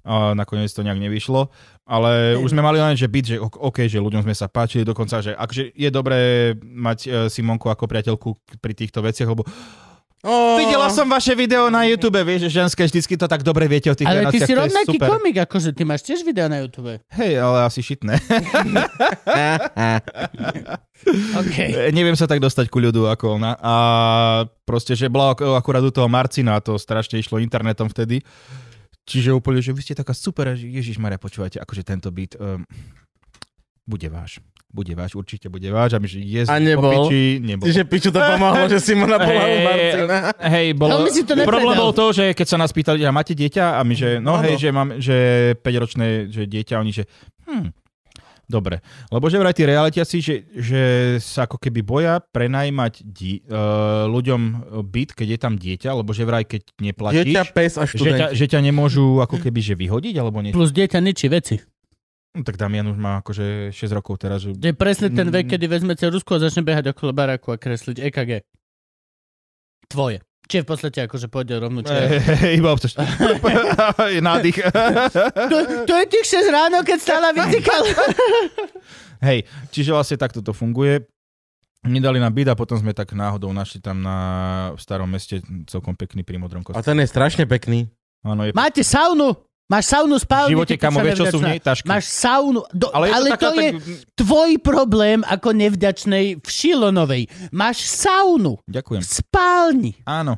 [SPEAKER 3] A nakoniec to nejak nevyšlo. Ale už sme mali len, že byt, že ok- OK, že ľuďom sme sa páčili, dokonca, že akože je dobré mať e, Simonku ako priateľku k- pri týchto veciach, lebo
[SPEAKER 2] Ó,
[SPEAKER 3] videla som vaše video na YouTube, vieš, že ženské vždycky to tak dobre viete o tých
[SPEAKER 1] Ale ty si
[SPEAKER 3] reláciách, to je
[SPEAKER 1] rovnaký
[SPEAKER 3] super.
[SPEAKER 1] komik, akože ty máš tiež videa na YouTube.
[SPEAKER 3] Hej, ale asi šitné.
[SPEAKER 1] OK.
[SPEAKER 3] Neviem sa tak dostať ku ľudu ako ona. A proste, že bola ak- akurát u toho Marcina a to strašne išlo internetom vtedy. Čiže úplne, že vy ste taká super, že Ježiš Maria, počúvajte, akože tento beat um, bude váš. Bude váš, určite bude váš. A my, že yes,
[SPEAKER 2] A nebol?
[SPEAKER 3] nebol.
[SPEAKER 2] Že piču to pomohlo, že Simona bola u Marcina.
[SPEAKER 3] hej, bolo,
[SPEAKER 1] Veľmi si to nepredal.
[SPEAKER 3] problém bol to, že keď sa nás pýtali, že máte dieťa a my, že no,
[SPEAKER 2] Áno.
[SPEAKER 3] hej, že mám že 5-ročné že dieťa, oni, že hm, dobre. Lebo že vraj tí realitiaci, že, že sa ako keby boja prenajímať di- uh, ľuďom byt, keď je tam dieťa, lebo že vraj keď neplatíš,
[SPEAKER 2] Dieťa, pes a
[SPEAKER 3] že, ťa,
[SPEAKER 2] študenti.
[SPEAKER 3] že ťa nemôžu ako keby že vyhodiť, alebo nie.
[SPEAKER 1] Plus dieťa ničí veci.
[SPEAKER 3] No, tak Damian už má akože 6 rokov teraz, že
[SPEAKER 1] To je presne ten
[SPEAKER 3] Mm.
[SPEAKER 1] vek, kedy vezme ceruzku a začne behať okolo baraku a kresliť EKG. Tvoje. Čiže v podstate akože pôjde rovnú čiaru.
[SPEAKER 3] Eh, Iba občas. Nádych.
[SPEAKER 1] To, to je tých 6 ráno, keď stála vycikal.
[SPEAKER 3] Hej, čiže vlastne takto to funguje. Nedali nám byt a potom sme tak náhodou našli tam na, v starom meste celkom pekný pri modrom
[SPEAKER 2] A
[SPEAKER 3] kostole.
[SPEAKER 2] ten je strašne pekný.
[SPEAKER 3] Áno, je...
[SPEAKER 1] Máte saunu? Máš saunu
[SPEAKER 3] V
[SPEAKER 1] spálne?
[SPEAKER 3] živote, kamo, vieš, čo sú v nej tašky.
[SPEAKER 1] Máš saunu. Do, ale,
[SPEAKER 3] Ale je to
[SPEAKER 1] ale
[SPEAKER 3] taká,
[SPEAKER 1] to je
[SPEAKER 3] tak-
[SPEAKER 1] tvoj problém ako nevďačnej v Šilonovej. Máš saunu
[SPEAKER 3] Ďakujem.
[SPEAKER 1] v spálni.
[SPEAKER 3] Áno.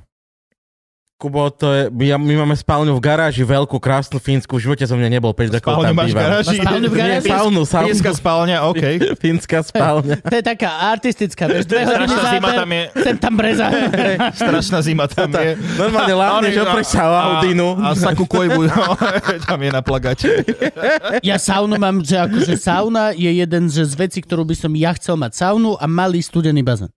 [SPEAKER 2] Kubo, to je, my, my máme spálňu v garáži, veľkú, krásnu fínsku, v živote som mne nebol 5 rokov tam bývam.
[SPEAKER 1] Spálňu v garáži?
[SPEAKER 2] Saunu, saunu.
[SPEAKER 3] Fínska spálňa, OK.
[SPEAKER 2] Fínska spálňa.
[SPEAKER 1] To je taká artistická vec. Dve hodiny
[SPEAKER 3] Strašná zima
[SPEAKER 1] záber,
[SPEAKER 3] tam je.
[SPEAKER 1] sem tam breza.
[SPEAKER 3] Strašná zima tam je.
[SPEAKER 2] Normálne lámneš,
[SPEAKER 3] A-
[SPEAKER 2] oprieš sa o
[SPEAKER 3] a-
[SPEAKER 2] Audinu.
[SPEAKER 3] A Saku Koibu, no, tam je na plagate.
[SPEAKER 1] Ja saunu mám, že akože sauna je jeden že z vecí, ktorú by som ja chcel mať. Saunu a malý studený bazén.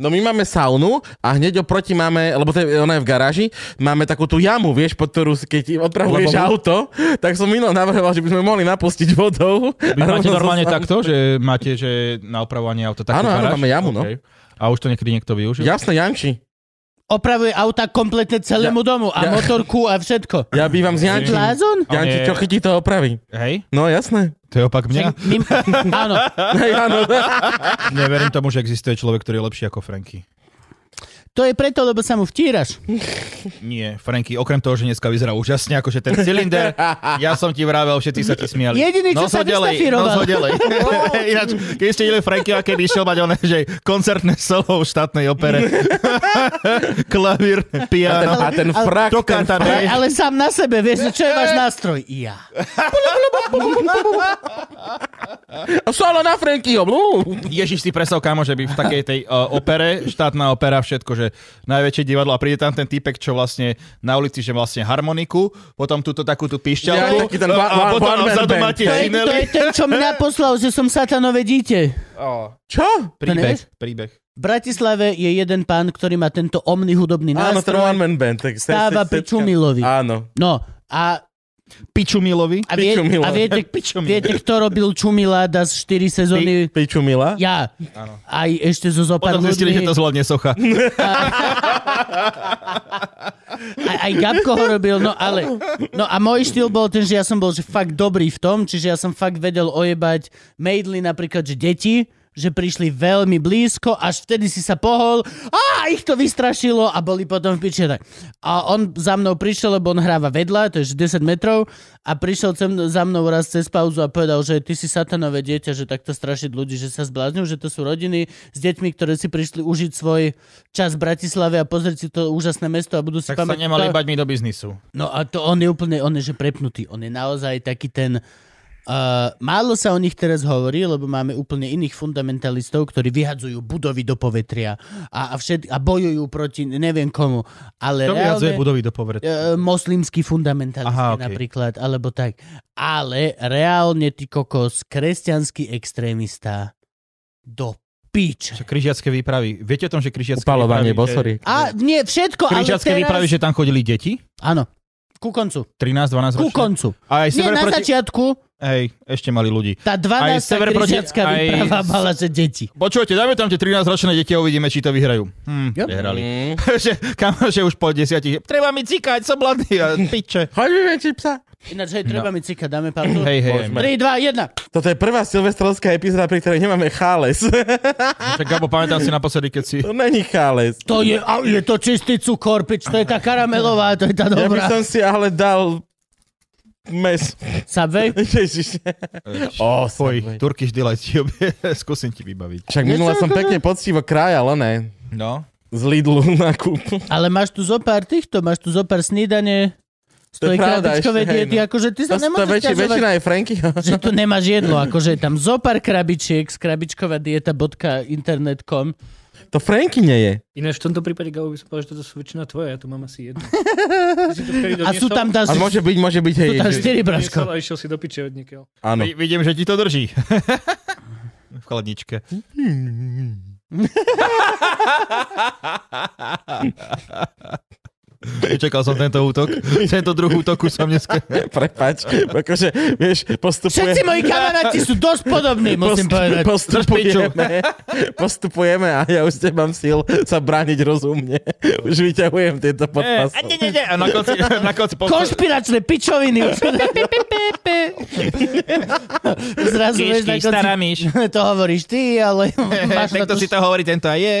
[SPEAKER 2] No my máme saunu a hneď oproti máme, lebo to je, ona je v garáži, máme takú tú jamu, vieš, pod ktorú si- keď odpravuješ
[SPEAKER 3] Lebo-
[SPEAKER 2] auto, tak som minul navrhoval, že by sme mohli napustiť vodou.
[SPEAKER 3] Vy
[SPEAKER 2] Rovno
[SPEAKER 3] máte
[SPEAKER 2] zo
[SPEAKER 3] normálne
[SPEAKER 2] sauny.
[SPEAKER 3] takto, že máte že na opravovanie auta takú
[SPEAKER 2] Áno, áno,
[SPEAKER 3] garáž?
[SPEAKER 2] máme jamu, no.
[SPEAKER 3] Okej. A už to niekedy niekto využil?
[SPEAKER 2] Jasné, Janči.
[SPEAKER 1] Opravuje auta kompletne celému domu a
[SPEAKER 2] ja-
[SPEAKER 1] motorku a všetko.
[SPEAKER 2] Ja bývam s Jančím.
[SPEAKER 1] Blázon?
[SPEAKER 2] Janči,
[SPEAKER 3] On je-
[SPEAKER 2] čo chytí, to opraví.
[SPEAKER 3] Hej,
[SPEAKER 2] No jasné.
[SPEAKER 3] to je opak mňa.
[SPEAKER 1] Mim- Áno.
[SPEAKER 2] Hej, áno.
[SPEAKER 3] Neverím tomu, že existuje človek, ktorý je lepší ako Franky.
[SPEAKER 1] To je preto, lebo sa mu vtíraš.
[SPEAKER 3] Nie, Franky, okrem toho, že dneska vyzerá úžasne, akože ten cylinder, ja som ti vravel, všetci sa ti smiali. No
[SPEAKER 1] Jediný, čo
[SPEAKER 3] Nos
[SPEAKER 1] sa
[SPEAKER 3] ho ďalej,
[SPEAKER 1] vystafiroval.
[SPEAKER 3] nos ho ďalej. Ináč, keď ste videli Franky, aké by išiel mať one, že koncertné solo v štátnej opere. Klavír, piano.
[SPEAKER 2] A ten frak,
[SPEAKER 3] To
[SPEAKER 2] ten
[SPEAKER 3] kantar,
[SPEAKER 1] Ale,
[SPEAKER 3] hej.
[SPEAKER 1] ale sám na sebe, vieš, že čo je váš nástroj? Ja.
[SPEAKER 2] Solo na Frankyho. blú.
[SPEAKER 3] Ježiš si presal, kámo, že by v takej tej uh, opere, štátna opera, všetko, že najväčšie divadlo a príde tam ten typek, čo vlastne na ulici, že vlastne harmoniku, potom túto takú tú
[SPEAKER 2] Ja,
[SPEAKER 3] pišťalku
[SPEAKER 2] taký ten
[SPEAKER 3] a,
[SPEAKER 2] one-
[SPEAKER 3] a
[SPEAKER 2] one-
[SPEAKER 3] potom
[SPEAKER 2] one man
[SPEAKER 3] vzadu
[SPEAKER 2] band,
[SPEAKER 3] máte
[SPEAKER 1] To je, to je
[SPEAKER 3] žinely.
[SPEAKER 1] ten, čo mňa poslal, že som satanové dieťa.
[SPEAKER 3] Ó,
[SPEAKER 2] Čo?
[SPEAKER 3] Príbeh,
[SPEAKER 1] nevieš?
[SPEAKER 3] príbeh.
[SPEAKER 1] V Bratislave je jeden pán, ktorý má tento omný hudobný
[SPEAKER 2] Áno, ten
[SPEAKER 1] nástroj.
[SPEAKER 2] one man band. Tak,
[SPEAKER 1] Stáva Pičumilovi.
[SPEAKER 2] Áno.
[SPEAKER 1] No, a,
[SPEAKER 3] Pičumilovi.
[SPEAKER 1] a, vie,
[SPEAKER 2] Pičumila.
[SPEAKER 1] a viete,
[SPEAKER 3] Pičumila.
[SPEAKER 1] viete, kto robil Čumila das 4 sezóny?
[SPEAKER 2] Pičumila.
[SPEAKER 1] Ja. Aj ešte zo zopár
[SPEAKER 3] Potom zistili, že
[SPEAKER 1] ľudí.
[SPEAKER 3] to zvládne socha.
[SPEAKER 1] Aj, aj Gabko ho robil, no ale... No a môj štýl bol ten, že ja som bol že fakt dobrý v tom, čiže ja som fakt vedel ojebať maidly napríklad, že deti, že prišli veľmi blízko, až vtedy si sa pohol a ich to vystrašilo a boli potom v piči. tak. A on za mnou prišiel, lebo on hráva vedľa, to je že 10 metrov a prišiel sem, za mnou raz cez pauzu a povedal, že ty si satanové dieťa, že takto strašiť ľudí, že sa zblázňujú, že to sú rodiny s deťmi, ktoré si prišli užiť svoj čas v Bratislave a pozrieť si to úžasné mesto a budú si
[SPEAKER 3] Tak sa
[SPEAKER 1] pamätať-
[SPEAKER 3] nemali bať mi do biznisu.
[SPEAKER 1] No a to on je úplne, on je že prepnutý. On je naozaj taký ten... Uh, málo sa o nich teraz hovorí, lebo máme úplne iných fundamentalistov, ktorí vyhadzujú budovy do povetria a, a, všet, a bojujú proti neviem komu. Ale
[SPEAKER 3] To vyjadzuje
[SPEAKER 1] reálne,
[SPEAKER 3] budovy do povretu.
[SPEAKER 1] e, moslimskí fundamentalisti
[SPEAKER 3] Aha,
[SPEAKER 1] Aha,
[SPEAKER 3] okej.
[SPEAKER 1] okay. napríklad, alebo tak. Ale reálne ty kokos, kresťanský extrémista do pič.
[SPEAKER 3] Čo Kryžiacké výpravy. Viete o tom, že kryžiacké
[SPEAKER 2] Upalovanie bosoriek.
[SPEAKER 3] výpravy...
[SPEAKER 1] A nie, všetko, ale teraz...
[SPEAKER 3] Kryžiacké výpravy, že tam chodili deti?
[SPEAKER 1] Áno, ku koncu,
[SPEAKER 3] 13, 12
[SPEAKER 1] ku
[SPEAKER 3] ročné.
[SPEAKER 1] koncu.
[SPEAKER 3] A aj
[SPEAKER 1] Nie,
[SPEAKER 3] sever
[SPEAKER 1] na
[SPEAKER 3] proti...
[SPEAKER 1] začiatku
[SPEAKER 3] Hej, ešte mali ľudí.
[SPEAKER 1] Tá
[SPEAKER 3] Aj
[SPEAKER 1] 12.
[SPEAKER 3] sever proti-
[SPEAKER 1] kryžiacká
[SPEAKER 3] aj-
[SPEAKER 1] výprava mala, že deti.
[SPEAKER 3] Počujete, dáme tam tie 13-ročné deti a uvidíme, či to vyhrajú. Hm,
[SPEAKER 1] Jo.
[SPEAKER 3] prehrali.
[SPEAKER 2] Mm.
[SPEAKER 3] že, kam, že už po desiatich, treba mi cikať, som mladý a piče.
[SPEAKER 2] Chodíme či psa.
[SPEAKER 1] Ináč, hej,
[SPEAKER 2] No.
[SPEAKER 1] treba mi cika, dáme pauzu.
[SPEAKER 3] Hej, hej, hej.
[SPEAKER 2] Môžeme.
[SPEAKER 1] 3, 2, 1.
[SPEAKER 2] Toto je prvá silvestrovská epizóda, pri ktorej nemáme cháles.
[SPEAKER 3] Však, Gabo, pamätám si naposledy, keď si...
[SPEAKER 2] to není cháles.
[SPEAKER 1] To je, au, je to čistý cukor, pič, to je tá karamelová, to je tá
[SPEAKER 2] Ja by
[SPEAKER 1] dobrá.
[SPEAKER 2] som si ale dal mes.
[SPEAKER 1] Subway?
[SPEAKER 2] Ježiš. Ó,
[SPEAKER 3] Foj, Turkish Delight ti obie, skúsim ti vybaviť.
[SPEAKER 2] Však minule som pekne poctivo krájal, ne?
[SPEAKER 3] No.
[SPEAKER 2] Z Lidlu na kúp.
[SPEAKER 1] Ale máš tu zopár týchto, máš tu zopár snídanie,
[SPEAKER 2] To
[SPEAKER 1] to
[SPEAKER 2] je
[SPEAKER 1] je
[SPEAKER 2] pravda
[SPEAKER 1] krabičkové
[SPEAKER 2] ešte, hej,
[SPEAKER 1] diety,
[SPEAKER 2] no.
[SPEAKER 1] akože ty
[SPEAKER 2] To,
[SPEAKER 1] sa
[SPEAKER 2] to
[SPEAKER 1] nemôžeš
[SPEAKER 2] väčši,
[SPEAKER 1] ťažovať,
[SPEAKER 2] väčšina je Frankyho.
[SPEAKER 1] že tu nemáš jedlo, akože je tam zopár krabičiek z krabičková dieta.internet.com.
[SPEAKER 2] To Franky nie je.
[SPEAKER 5] Ináč v tomto prípade, Gabo, by som povedal, že toto sú väčšina tvoje, ja tu mám asi jednu. Ty si to vtedy
[SPEAKER 1] A sú
[SPEAKER 5] doniesol-
[SPEAKER 1] tam dá,
[SPEAKER 2] A môže byť, môže byť, hej.
[SPEAKER 1] sú tam
[SPEAKER 2] že-
[SPEAKER 1] 4
[SPEAKER 5] doniesol
[SPEAKER 1] braško.
[SPEAKER 5] A išiel si do piče od niekiaľ.
[SPEAKER 2] Áno.
[SPEAKER 3] Vi- Vidím, že ti to drží. v chladničke. Čakal som tento útok. Tento druh útoku som dneska...
[SPEAKER 2] Prepač. Akože, vieš, postupuje...
[SPEAKER 1] Všetci moji kamaráti sú dosť podobní, musím
[SPEAKER 2] post-
[SPEAKER 1] povedať.
[SPEAKER 2] Postupujeme. postupujeme a ja už nemám síl sa brániť rozumne. Už vyťahujem tieto
[SPEAKER 3] A,
[SPEAKER 2] podpasy.
[SPEAKER 3] nie, nie, nie. a na konci, na konci po...
[SPEAKER 1] Konšpiračné pičoviny. Zrazu vieš, na konci to hovoríš ty, ale máš na to...
[SPEAKER 3] to hovorí, tento aj je.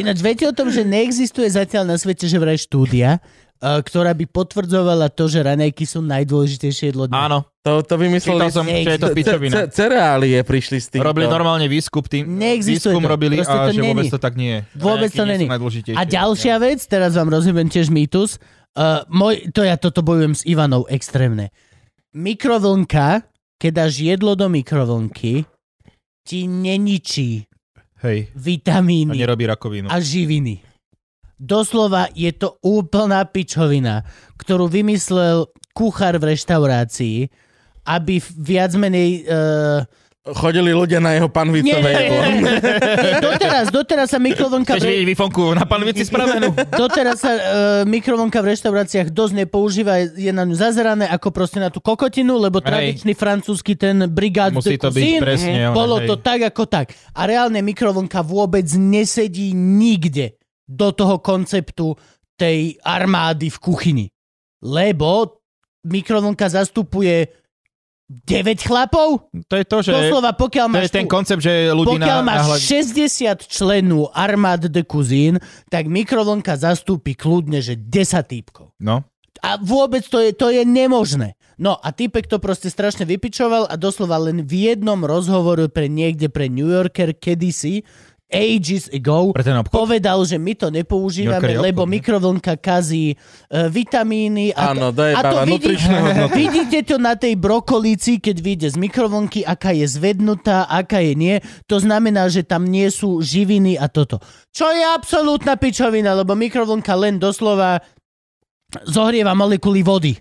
[SPEAKER 1] Ináč viete o tom, že neexistuje zatiaľ na svete že vraj štúdia, e, ktorá by potvrdzovala to, že raňajky sú najdôležitejšie jedlo dňa.
[SPEAKER 3] Áno,
[SPEAKER 2] To, to vymysleli...
[SPEAKER 3] čítal som, že je to
[SPEAKER 2] Ce-
[SPEAKER 3] pičovina.
[SPEAKER 2] ce- Cereálie prišli s týmto.
[SPEAKER 3] Robili normálne výskup, tým,
[SPEAKER 1] Neexistuje
[SPEAKER 3] výskum
[SPEAKER 1] to.
[SPEAKER 3] robili
[SPEAKER 1] Proste
[SPEAKER 3] a
[SPEAKER 1] to
[SPEAKER 3] že
[SPEAKER 1] není.
[SPEAKER 3] vôbec to tak nie je.
[SPEAKER 1] Vôbec to
[SPEAKER 3] Nejaký nie
[SPEAKER 1] není.
[SPEAKER 3] sú najdôležitejšie.
[SPEAKER 1] A ďalšia vec, teraz vám rozumiem tiež mýtus, uh, môj, to ja toto bojujem s Ivanou extrémne. Mikrovlnka, keď dáš jedlo do mikrovlnky, ti neničí
[SPEAKER 3] Hej, a
[SPEAKER 1] vitamíny
[SPEAKER 3] nerobí rakovinu.
[SPEAKER 1] a živiny. Doslova je to úplná pičovina, ktorú vymyslel kuchár v reštaurácii, aby f- viac menej... Uh,
[SPEAKER 2] Chodili ľudia na jeho
[SPEAKER 1] nie, nie,
[SPEAKER 2] panvicové jedlo.
[SPEAKER 1] nie, nie, doteraz, doteraz sa mikrovlnka...
[SPEAKER 3] Chceš vidieť výfonku na panvici spravenú?
[SPEAKER 1] Doteraz sa e, mikrovlnka v reštauráciách dosť nepoužíva, je na ňu zazerané ako proste na tú kokotinu, lebo
[SPEAKER 3] Hej.
[SPEAKER 1] tradičný francúzsky ten brigád
[SPEAKER 3] Musí
[SPEAKER 1] de
[SPEAKER 3] to byť
[SPEAKER 1] cuisine,
[SPEAKER 3] presne ono,
[SPEAKER 1] bolo
[SPEAKER 3] hej.
[SPEAKER 1] to tak ako tak. A reálne mikrovlnka vôbec nesedí nikde do toho konceptu tej armády v kuchyni. Lebo mikrovlnka zastupuje 9 chlapov?
[SPEAKER 3] To je to, že...
[SPEAKER 1] Doslova, pokiaľ
[SPEAKER 3] To je
[SPEAKER 1] máš
[SPEAKER 3] ten
[SPEAKER 1] tú-
[SPEAKER 3] koncept, že ľudí
[SPEAKER 1] pokiaľ
[SPEAKER 3] na, na
[SPEAKER 1] máš
[SPEAKER 3] hlavi...
[SPEAKER 1] 60 členov armád de cuisine, tak mikrovlnka zastúpi kľudne, že 10 týpkov.
[SPEAKER 3] No.
[SPEAKER 1] A vôbec to je, to je nemožné. No a typek to proste strašne vypičoval a doslova len v jednom rozhovoru pre niekde pre New Yorker kedysi, ages ago,
[SPEAKER 3] Pre ten obchod?
[SPEAKER 1] povedal, že my to
[SPEAKER 3] New Yorker
[SPEAKER 1] nepoužívame,
[SPEAKER 3] je obchod,
[SPEAKER 1] lebo
[SPEAKER 3] ne?
[SPEAKER 1] mikrovlnka kazí e, vitamíny a,
[SPEAKER 2] Áno, daj
[SPEAKER 1] a to
[SPEAKER 2] baba, nutričné hodnoty.
[SPEAKER 1] vidíte to na tej brokolici, keď vyjde z mikrovlnky, aká je zvednutá, aká je nie. To znamená, že tam nie sú živiny a toto. Čo je absolútna pičovina, lebo mikrovlnka len doslova zohrieva molekuly vody.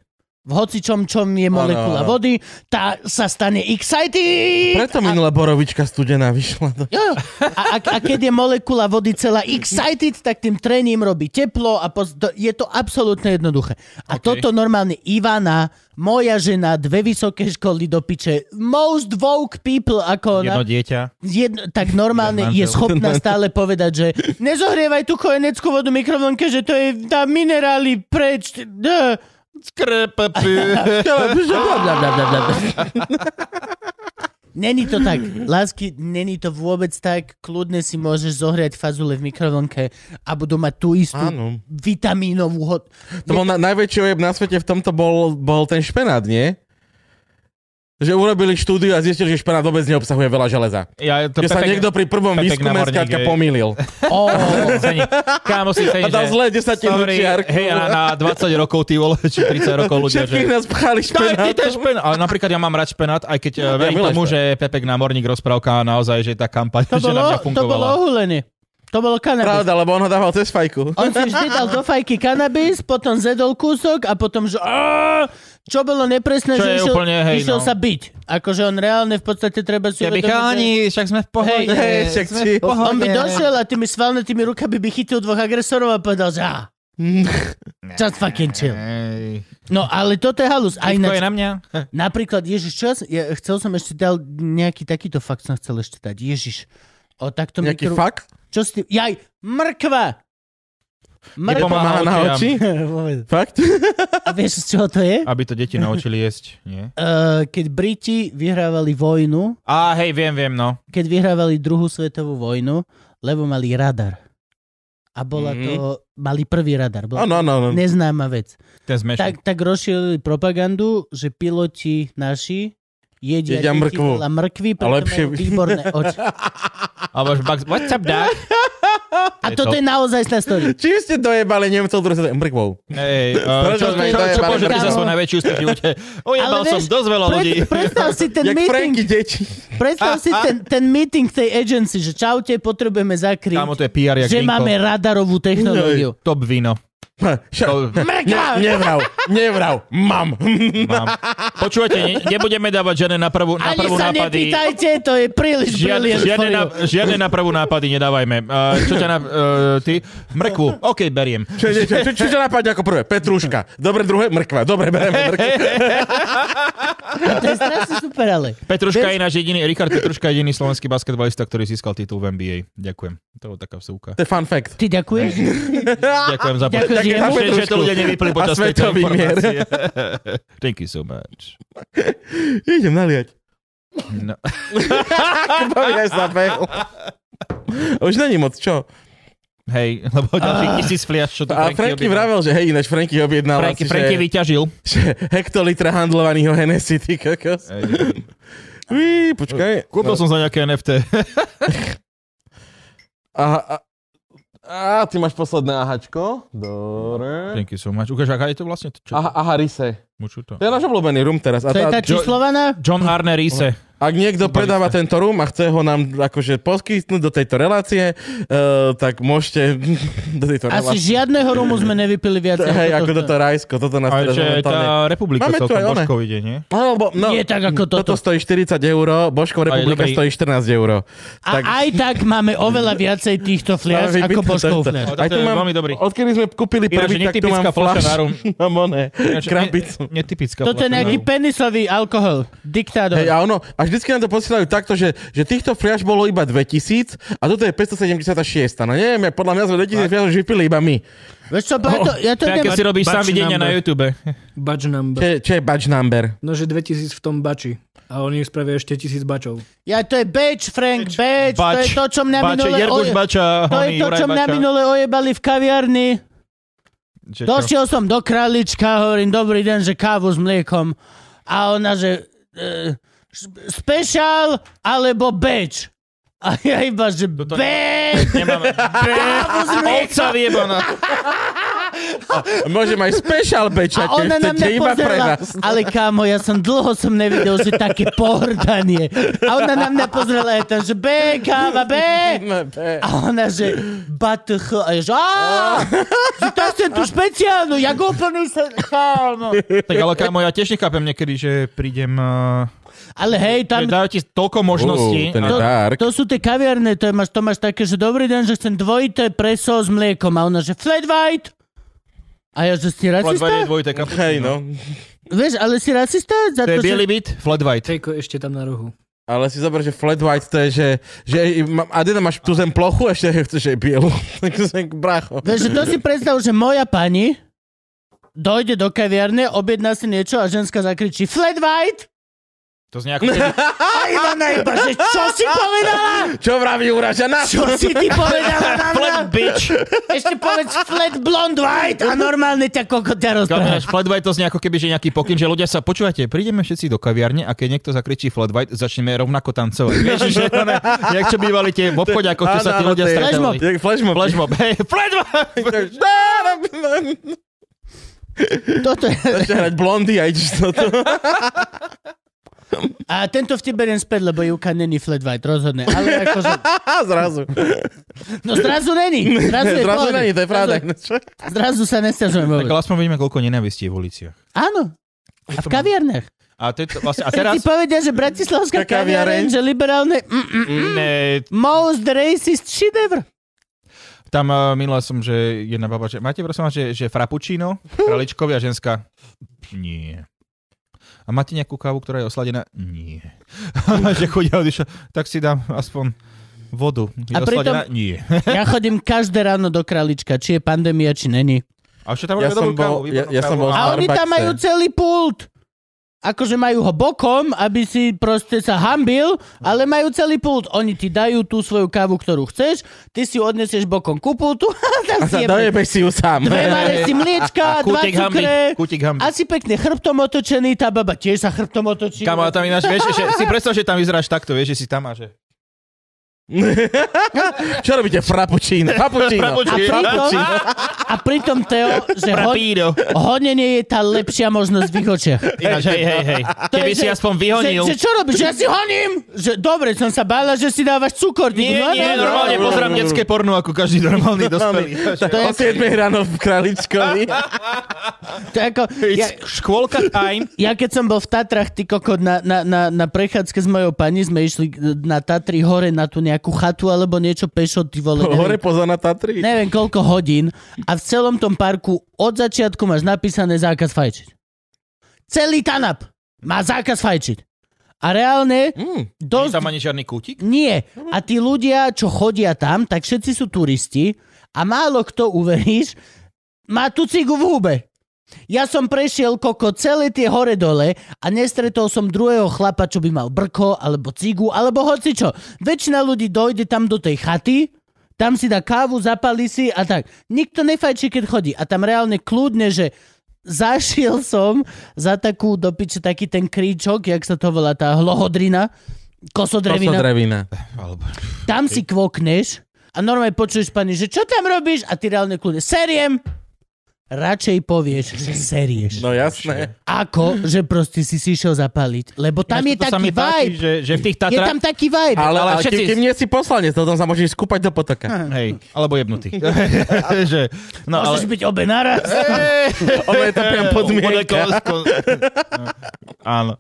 [SPEAKER 1] V hocičom, čom je molekula
[SPEAKER 2] áno.
[SPEAKER 1] vody, tá sa stane exciting!
[SPEAKER 2] Preto minulá borovička studená vyšla. Do...
[SPEAKER 1] Jo, jo. A, a, a keď je molekula vody celá excited, tak tým trením robí teplo a poz, to, je to absolútne jednoduché. A okay. toto normálne Ivana, moja žena, dve vysoké školy do piče, most woke people, ako ona,
[SPEAKER 3] Jedno dieťa.
[SPEAKER 1] jedno, tak normálne
[SPEAKER 3] Jeden
[SPEAKER 1] je
[SPEAKER 3] manžel.
[SPEAKER 1] schopná stále povedať, že nezohrievaj tú kojeneckú vodu v mikrovlnke, že to je tá minerály preč. Dá. Není to tak. Lásky, není to vôbec tak. Kľudne si môžeš zohriať fazule v mikrovlnke a budú mať tú istú
[SPEAKER 2] Áno.
[SPEAKER 1] vitamínovú hod...
[SPEAKER 2] To bol na, najväčší ojeb na svete v tomto bol, bol ten špenát, nie? Že urobili štúdiu a zistili, že špenát vôbec neobsahuje veľa železa.
[SPEAKER 3] Ja, to
[SPEAKER 2] že sa
[SPEAKER 3] Pepek-
[SPEAKER 2] niekto pri prvom
[SPEAKER 3] Pepek
[SPEAKER 2] výskume
[SPEAKER 3] Námorník,
[SPEAKER 2] skrátka
[SPEAKER 3] hej.
[SPEAKER 2] pomýlil.
[SPEAKER 1] Oh,
[SPEAKER 3] Cení. Kámo si
[SPEAKER 2] A
[SPEAKER 3] cení,
[SPEAKER 2] dal
[SPEAKER 3] že-
[SPEAKER 2] zle desatinu
[SPEAKER 3] Sorry,
[SPEAKER 2] čiarku.
[SPEAKER 3] Hej, a na 20 rokov ty vole, či 30 rokov ľudia,
[SPEAKER 2] Všetkých
[SPEAKER 3] že...
[SPEAKER 2] nás pchali
[SPEAKER 3] Daj, ty
[SPEAKER 2] špenát.
[SPEAKER 3] ten špen... Ale napríklad ja mám rád špenát, aj keď ja, verím
[SPEAKER 2] milujem
[SPEAKER 3] tomu,
[SPEAKER 2] špenát.
[SPEAKER 3] že Pepek Námorník rozprávka a naozaj, že tá kampaň,
[SPEAKER 1] to, bolo,
[SPEAKER 3] že na mňa
[SPEAKER 1] to bolo
[SPEAKER 3] fungovala.
[SPEAKER 1] ohulenie. To bolo kanabis.
[SPEAKER 2] Pravda, lebo on ho dával cez fajku.
[SPEAKER 1] On si vždy dal do fajky kanabis, potom zedol kúsok a potom, že "Á!" čo bolo nepresné,
[SPEAKER 3] Čo
[SPEAKER 1] že
[SPEAKER 3] je
[SPEAKER 1] išiel,
[SPEAKER 3] úplne, hej,
[SPEAKER 1] išiel
[SPEAKER 3] no.
[SPEAKER 1] sa byť. Akože on reálne v podstate treba si
[SPEAKER 3] Keby
[SPEAKER 1] uvedomiť, že-
[SPEAKER 3] chalani, však sme v pohode.
[SPEAKER 1] Hej,
[SPEAKER 2] hej, však
[SPEAKER 3] sme
[SPEAKER 2] chill.
[SPEAKER 3] v pohode.
[SPEAKER 1] On by došiel a tými svalnatými rukami by chytil dvoch agresorov a povedal, že á, just fucking chill.
[SPEAKER 3] Hej.
[SPEAKER 1] No ale toto je halus. Aj
[SPEAKER 3] Pivko je
[SPEAKER 1] na,
[SPEAKER 3] na mňa?
[SPEAKER 1] napríklad, Ježiš, čo ja, som- ja, chcel som ešte dal nejaký takýto fakt, som chcel ešte dať. Ježiš. O takto
[SPEAKER 2] Nejaký
[SPEAKER 1] mikro...
[SPEAKER 2] fakt?
[SPEAKER 1] Čo si ty... Jaj, mrkva! Mrkva.
[SPEAKER 3] Nepomáha
[SPEAKER 2] Pomáha na
[SPEAKER 3] očiam.
[SPEAKER 2] oči?
[SPEAKER 1] Vôbec.
[SPEAKER 2] Fakt?
[SPEAKER 1] A vieš, z čoho to je?
[SPEAKER 3] Aby to deti naučili jesť, nie?
[SPEAKER 1] Uh, keď Briti vyhrávali vojnu,
[SPEAKER 3] Á, hej, viem, viem, no.
[SPEAKER 1] keď vyhrávali druhú svetovú vojnu, lebo mali radar. A bola
[SPEAKER 2] Mhm.
[SPEAKER 1] to... Mali prvý radar. Bola
[SPEAKER 2] Áno, áno, áno.
[SPEAKER 3] Hm.
[SPEAKER 1] neznáma vec.
[SPEAKER 3] Ten zmešný.
[SPEAKER 1] Tak, tak rozšírili propagandu, že piloti naši jedia,
[SPEAKER 2] Jedia
[SPEAKER 1] deti
[SPEAKER 2] mrkvu.
[SPEAKER 1] veľa mrkvy,
[SPEAKER 2] A
[SPEAKER 1] preto
[SPEAKER 2] lepšie-
[SPEAKER 1] majú výborné oči.
[SPEAKER 3] Alebo že Bugs, what's up, dog?
[SPEAKER 1] A toto je naozaj sná story.
[SPEAKER 2] Čím ste dojebali Nemcov druhé sveté? Mrkvou.
[SPEAKER 3] Hej, eh,
[SPEAKER 2] Prečo
[SPEAKER 3] čo, čo,
[SPEAKER 2] sme
[SPEAKER 3] čo,
[SPEAKER 2] dojebali
[SPEAKER 3] čo považuješ ty
[SPEAKER 1] kámo?
[SPEAKER 3] za svoj najväčší úspech v živote? Ujebal
[SPEAKER 1] Ale
[SPEAKER 3] som
[SPEAKER 1] vieš,
[SPEAKER 3] dosť veľa ľudí.
[SPEAKER 1] Pred, predstav si ten
[SPEAKER 2] Jak
[SPEAKER 1] meeting,
[SPEAKER 2] Franky deti.
[SPEAKER 1] predstav si ten, ten meeting tej agency, že čaute, potrebujeme zakryť,
[SPEAKER 3] Kámo, to je PR jak
[SPEAKER 1] že
[SPEAKER 3] vinko.
[SPEAKER 1] máme radarovú technológiu.
[SPEAKER 3] Top víno.
[SPEAKER 2] Čo? Ne, nevrav, nevrav, mám.
[SPEAKER 3] Mám. Počúvajte, ne, nebudeme dávať žiadne na prvú, na
[SPEAKER 1] Ani
[SPEAKER 3] prvú
[SPEAKER 1] sa
[SPEAKER 3] nápady.
[SPEAKER 1] nepýtajte, to je príliš
[SPEAKER 3] Žiadne,
[SPEAKER 1] brilliant
[SPEAKER 3] žiadne,
[SPEAKER 1] for
[SPEAKER 3] na,
[SPEAKER 1] you.
[SPEAKER 3] žiadne na prvú nápady nedávajme. Uh, čo ťa na... Uh, ty? Mrkvu. OK, beriem.
[SPEAKER 2] Čo, čo, čo, čo, čo ťa napadne ako prvé? Petruška. Dobre, druhé, mrkva. Dobre, bereme mrkvu.
[SPEAKER 1] To je strašne super, ale.
[SPEAKER 3] Petruška je náš jediný, Richard Petruška je jediný slovenský basketbalista, ktorý získal titul v NBA. Ďakujem. To je taká vsúka.
[SPEAKER 2] To je fun fact.
[SPEAKER 1] Ty ďakuješ?
[SPEAKER 3] Ďakujem za
[SPEAKER 1] Ďakujem
[SPEAKER 3] pozornosť.
[SPEAKER 1] za
[SPEAKER 3] Ďakujem, že to
[SPEAKER 2] Petrušku.
[SPEAKER 3] ľudia nevypli
[SPEAKER 2] A
[SPEAKER 3] počas tejto
[SPEAKER 2] svetový mier.
[SPEAKER 3] informácie. Thank you so much.
[SPEAKER 2] Idem naliať.
[SPEAKER 3] No.
[SPEAKER 2] Povídaj sa, Peo. Už není moc, čo?
[SPEAKER 3] Hej, lebo ďalších tisíc fliaš, čo tu
[SPEAKER 2] Ah. A Franky vravel, že hej, ináč Franky objednal
[SPEAKER 3] Franky,
[SPEAKER 2] asi,
[SPEAKER 3] Franky
[SPEAKER 2] že,
[SPEAKER 3] vyťažil.
[SPEAKER 2] že hektolitra handlovaného Hennessy, ty E kokos. Uí, počkaj.
[SPEAKER 3] Kúpil som za nejaké NFT.
[SPEAKER 2] Aha, a, a, ty máš posledné ahačko. Dobre.
[SPEAKER 3] Thank you so much. Ukáž, aká je to vlastne? Čo to?
[SPEAKER 2] Aha, aha, Rise.
[SPEAKER 3] Muču to.
[SPEAKER 2] To je náš obľúbený room teraz. A
[SPEAKER 1] To je tá
[SPEAKER 2] tá,
[SPEAKER 1] číslovaná?
[SPEAKER 3] John Arne Riese.
[SPEAKER 2] ak niekto predáva tento room a chce ho nám akože poskytnúť do tejto relácie, uh, tak môžete do tejto
[SPEAKER 1] Asi
[SPEAKER 2] relácie.
[SPEAKER 1] žiadneho rumu sme nevypili viac.
[SPEAKER 2] Hej, ako
[SPEAKER 1] toto.
[SPEAKER 2] toto Rajsko, toto nás
[SPEAKER 3] A
[SPEAKER 2] teraz
[SPEAKER 3] že
[SPEAKER 2] momentálne...
[SPEAKER 3] tá republika
[SPEAKER 2] Máme tu
[SPEAKER 3] celkom
[SPEAKER 2] aj one.
[SPEAKER 3] božko ide, nie?
[SPEAKER 2] Alebo, no,
[SPEAKER 1] Nie tak ako
[SPEAKER 2] toto
[SPEAKER 1] toto.
[SPEAKER 2] stojí 40 eur, Božkov
[SPEAKER 3] Aj,
[SPEAKER 2] republika
[SPEAKER 3] dobrý.
[SPEAKER 2] stojí 14 eur.
[SPEAKER 1] A
[SPEAKER 2] tak-
[SPEAKER 1] aj tak máme oveľa viacej týchto fliaž ako božkov fliaž.
[SPEAKER 3] Ale to je veľmi dobrý.
[SPEAKER 2] Odkedy sme kúpili
[SPEAKER 3] Ináč,
[SPEAKER 2] prvý, tak tu
[SPEAKER 3] netypická
[SPEAKER 2] mám
[SPEAKER 3] fľaša
[SPEAKER 2] flash
[SPEAKER 3] na rum.
[SPEAKER 2] na moné,
[SPEAKER 3] Ináč,
[SPEAKER 2] krabicu.
[SPEAKER 3] ne- Netypická
[SPEAKER 1] Toto je
[SPEAKER 3] fľaša na
[SPEAKER 1] nejaký
[SPEAKER 3] rumu.
[SPEAKER 1] penisový alkohol. Diktátor.
[SPEAKER 2] Hej, a ono, a vždycky nám to posielajú takto, že, že týchto fliaž bolo iba 2000 a toto je 576. No neviem, podľa mňa sme 2000 fliaž už vypili iba my.
[SPEAKER 1] Vieš čo, preto, ja to
[SPEAKER 3] To je, keď
[SPEAKER 1] idem...
[SPEAKER 3] si robíš
[SPEAKER 5] Bač
[SPEAKER 3] sám videnia
[SPEAKER 5] number.
[SPEAKER 3] na YouTube.
[SPEAKER 5] Bač number.
[SPEAKER 2] Čo, je- čo je badge number?
[SPEAKER 5] No, že 2000 v tom bači. A oni spravia ešte 1000 bačov.
[SPEAKER 1] Ja, to je beč, Frank, beč, to je
[SPEAKER 3] Bač.
[SPEAKER 1] to, čo mňa
[SPEAKER 3] Bača,
[SPEAKER 1] minule...
[SPEAKER 3] Jerguš
[SPEAKER 1] oje-
[SPEAKER 3] Bača,
[SPEAKER 1] To je
[SPEAKER 3] honí
[SPEAKER 1] to,
[SPEAKER 3] Juraj
[SPEAKER 1] čo mňa
[SPEAKER 3] Bača.
[SPEAKER 1] minule ojebali v kaviarni.
[SPEAKER 3] Že čo?
[SPEAKER 1] Došiel som do králička, hovorím, dobrý deň, že kávu s mliekom. A ona, že e, special alebo beč. A ja iba, že
[SPEAKER 3] Toto-
[SPEAKER 1] beč,
[SPEAKER 3] Nemáme.
[SPEAKER 1] kávu s mliekom.
[SPEAKER 3] Ovca vyjebaná.
[SPEAKER 2] Môžem aj special badge,
[SPEAKER 1] A
[SPEAKER 2] ak
[SPEAKER 1] ona na
[SPEAKER 2] chcete,
[SPEAKER 1] mňa
[SPEAKER 2] iba pre
[SPEAKER 1] pozerala,
[SPEAKER 2] nás.
[SPEAKER 1] ale kámo, ja som dlho som nevidel, že také pohrdanie. A ona na mňa pozerala, ja tam, že B, káva, B. A ona, že batch, a ja, že "Á, že to som tu špeciálnu, ja úplný sa, kámo.
[SPEAKER 3] Tak ale kámo, ja tiež nechápem niekedy, že prídem... Uh,
[SPEAKER 1] Ale hej,
[SPEAKER 3] tam...
[SPEAKER 1] tam,
[SPEAKER 3] Že dajú ti toľko možností.
[SPEAKER 2] ten je
[SPEAKER 3] a-
[SPEAKER 2] dark.
[SPEAKER 1] to sú tie kaviarne, to, je, máš, to máš také, že dobrý deň, že chcem dvojité preso s mliekom. A ona, že flat white. A ja, že si
[SPEAKER 3] Flat white je
[SPEAKER 1] rasista?
[SPEAKER 3] dvojité kapučino.
[SPEAKER 2] Hej, no.
[SPEAKER 1] Vieš, ale si rasista? Za
[SPEAKER 3] To je
[SPEAKER 1] to, že...
[SPEAKER 3] biely byt, flat white.
[SPEAKER 5] Tejko ešte tam na rohu.
[SPEAKER 2] Ale si zober, že flat white to je, že, že ma- a teda máš tu zem plochu, ešte je chceš aj bielu. Tak to som bracho.
[SPEAKER 1] Takže to si predstav, že moja pani dojde do kaviarne, objedná si niečo a ženská zakričí flat white
[SPEAKER 3] To znie ako keby,
[SPEAKER 1] a Ivana iba, že čo si povedala?
[SPEAKER 2] Čo vraví uražená?
[SPEAKER 1] Čo si ty povedala na mňa?
[SPEAKER 3] flat bitch.
[SPEAKER 1] Ešte povedz flat blond white a normálne ťa kokot ťa rozpráva.
[SPEAKER 3] Kameráš, flat white to znie ako keby, že nejaký pokyn, že ľudia sa, počúvate, prídeme všetci do kaviarne a keď niekto zakričí flat white, začneme rovnako tancovať. Vieš, že one, jak čo bývali tie v obchodiakoch, čo sa tí ľudia stretávali.
[SPEAKER 2] Jak flashmob.
[SPEAKER 3] Flashmob, hej, flat white!
[SPEAKER 1] Toto je...
[SPEAKER 2] Začne hrať blondy a ideš do toho.
[SPEAKER 1] A tento vtip beriem späť, lebo Juka není flat white, rozhodne. Ale akože...
[SPEAKER 2] A zrazu.
[SPEAKER 1] No zrazu není. Zrazu je
[SPEAKER 2] Zrazu
[SPEAKER 1] pohode.
[SPEAKER 2] není, to je pravda.
[SPEAKER 1] Zrazu, zrazu sa nestiažujem.
[SPEAKER 3] Tak
[SPEAKER 1] vôbec.
[SPEAKER 3] ale aspoň vidíme, koľko nenávistí je v uliciach.
[SPEAKER 1] Áno. A v kaviarniach.
[SPEAKER 3] A, to je to, vlastne, a
[SPEAKER 1] Teraz...
[SPEAKER 3] teraz...
[SPEAKER 1] Ti povedia, že bratislavská
[SPEAKER 2] Kaviareň.
[SPEAKER 1] kaviareň, že liberálne... Mm, mm,
[SPEAKER 3] Ne,
[SPEAKER 1] Most racist shit ever.
[SPEAKER 3] Tam uh, minula som, že jedna baba, že máte prosím vás, že, že frappuccino, kraličkovia, ženská? Nie. A máte nejakú kávu, ktorá je osladená? Nie. že chodia odišla, tak si dám aspoň vodu. Je
[SPEAKER 1] A
[SPEAKER 3] a
[SPEAKER 1] pritom-
[SPEAKER 3] osladená? Nie.
[SPEAKER 1] Ja chodím každé ráno do Kralička, či je pandémia, či není.
[SPEAKER 3] A čo tam
[SPEAKER 2] Ja
[SPEAKER 3] robia
[SPEAKER 2] som
[SPEAKER 3] dobrú
[SPEAKER 2] bol-
[SPEAKER 3] kávu? výbornú
[SPEAKER 2] ja- ja som
[SPEAKER 3] kávu.
[SPEAKER 2] bol
[SPEAKER 3] A-
[SPEAKER 2] v
[SPEAKER 1] A oni tam
[SPEAKER 2] Starbuckse.
[SPEAKER 1] majú celý pult. Akože majú ho bokom, aby si proste sa hambil, ale majú celý pult. Oni ti dajú tú svoju kávu, ktorú chceš, ty si ju odnesieš bokom ku pultu a tam
[SPEAKER 2] A
[SPEAKER 1] si
[SPEAKER 2] sa
[SPEAKER 1] jebe.
[SPEAKER 2] dojebeš si ju sám.
[SPEAKER 1] Dve malé si
[SPEAKER 3] A-
[SPEAKER 1] mliečka,
[SPEAKER 3] a
[SPEAKER 1] dva
[SPEAKER 3] kútik hamby,
[SPEAKER 1] cukre.
[SPEAKER 3] kútik hamby.
[SPEAKER 1] A si pekne chrbtom otočený, tá baba tiež sa chrbtom otočí.
[SPEAKER 3] Kamo, a tam ináč, vieš, že si predstav, že tam vyzeráš takto, vieš, že si tam a že...
[SPEAKER 2] Čo robíte? Frappuccino. Frappuccino. Frappuccino.
[SPEAKER 1] A pritom, Teo, že hon, honenie je tá lepšia možnosť v ich očiach.
[SPEAKER 3] Ináč, hej, hej, hej.
[SPEAKER 1] To
[SPEAKER 3] Keby
[SPEAKER 1] je,
[SPEAKER 3] si
[SPEAKER 1] že-
[SPEAKER 3] aspoň vyhonil.
[SPEAKER 1] Že, že čo robíš? Ja si honím! Že, dobre, som sa bála, že si dávaš cukor. ty No,
[SPEAKER 3] Nie,
[SPEAKER 1] gnoja.
[SPEAKER 3] nie, normálne pozerám detské porno ako každý normálny dospelý.
[SPEAKER 1] To je,
[SPEAKER 2] O 7 ráno v Kraličkovi.
[SPEAKER 1] to je ako, ja,
[SPEAKER 3] It's Škôlka time.
[SPEAKER 1] ja keď som bol v Tatrach, ty kokot, na, na, na, na prechádzke s mojou pani sme išli e, na Tatry hore na tú nejakú chatu alebo niečo pešo, ty vole. neviem.
[SPEAKER 2] Hore poza na Tatry.
[SPEAKER 1] neviem koľko hodín a v celom tom parku od začiatku máš napísané zákaz fajčiť. Celý Tanap má zákaz fajčiť. A reálne
[SPEAKER 2] Mm.
[SPEAKER 3] Nie je
[SPEAKER 1] dosť...
[SPEAKER 3] tam ani žiadny kútik?
[SPEAKER 1] Nie. A tí ľudia, čo chodia tam, tak všetci sú turisti a málo kto uveríš, má tu cigu v hube. Ja som prešiel koko celé tie hore dole a nestretol som druhého chlapa, čo by mal brko, alebo cigu, alebo hocičo. Väčšina ľudí dojde tam do tej chaty, tam si dá kávu, zapali si a tak. Nikto nefajčí, keď chodí. A tam reálne kľudne, že zašiel som za takú do piče, taký ten kríčok, jak sa to volá, tá hlohodrina, kosodrevina.
[SPEAKER 2] Drevina.
[SPEAKER 3] Alebo...
[SPEAKER 1] Tam si kvokneš a normálne počuješ pani, že čo tam robíš a ty reálne kľudne, seriem. Radšej povieš, že serieš.
[SPEAKER 2] No jasné.
[SPEAKER 1] Ako, že proste si si išiel zapaliť. Lebo tam je
[SPEAKER 3] Ináč toto sa
[SPEAKER 1] taký
[SPEAKER 3] mi páči,
[SPEAKER 1] vibe.
[SPEAKER 3] že, že v tých
[SPEAKER 1] Je
[SPEAKER 3] Tatra...
[SPEAKER 1] tam taký vibe.
[SPEAKER 2] Ale,
[SPEAKER 3] Ale
[SPEAKER 2] ale
[SPEAKER 3] všetci-
[SPEAKER 2] všetci... kým nie si poslanec, potom sa môžeš skúpať do potoka.
[SPEAKER 3] Hej, alebo jebnutý. že, no, ale...
[SPEAKER 1] Môžeš byť obe naraz.
[SPEAKER 2] Ono je to priam podmienka.
[SPEAKER 3] Monakolsko- No, Áno.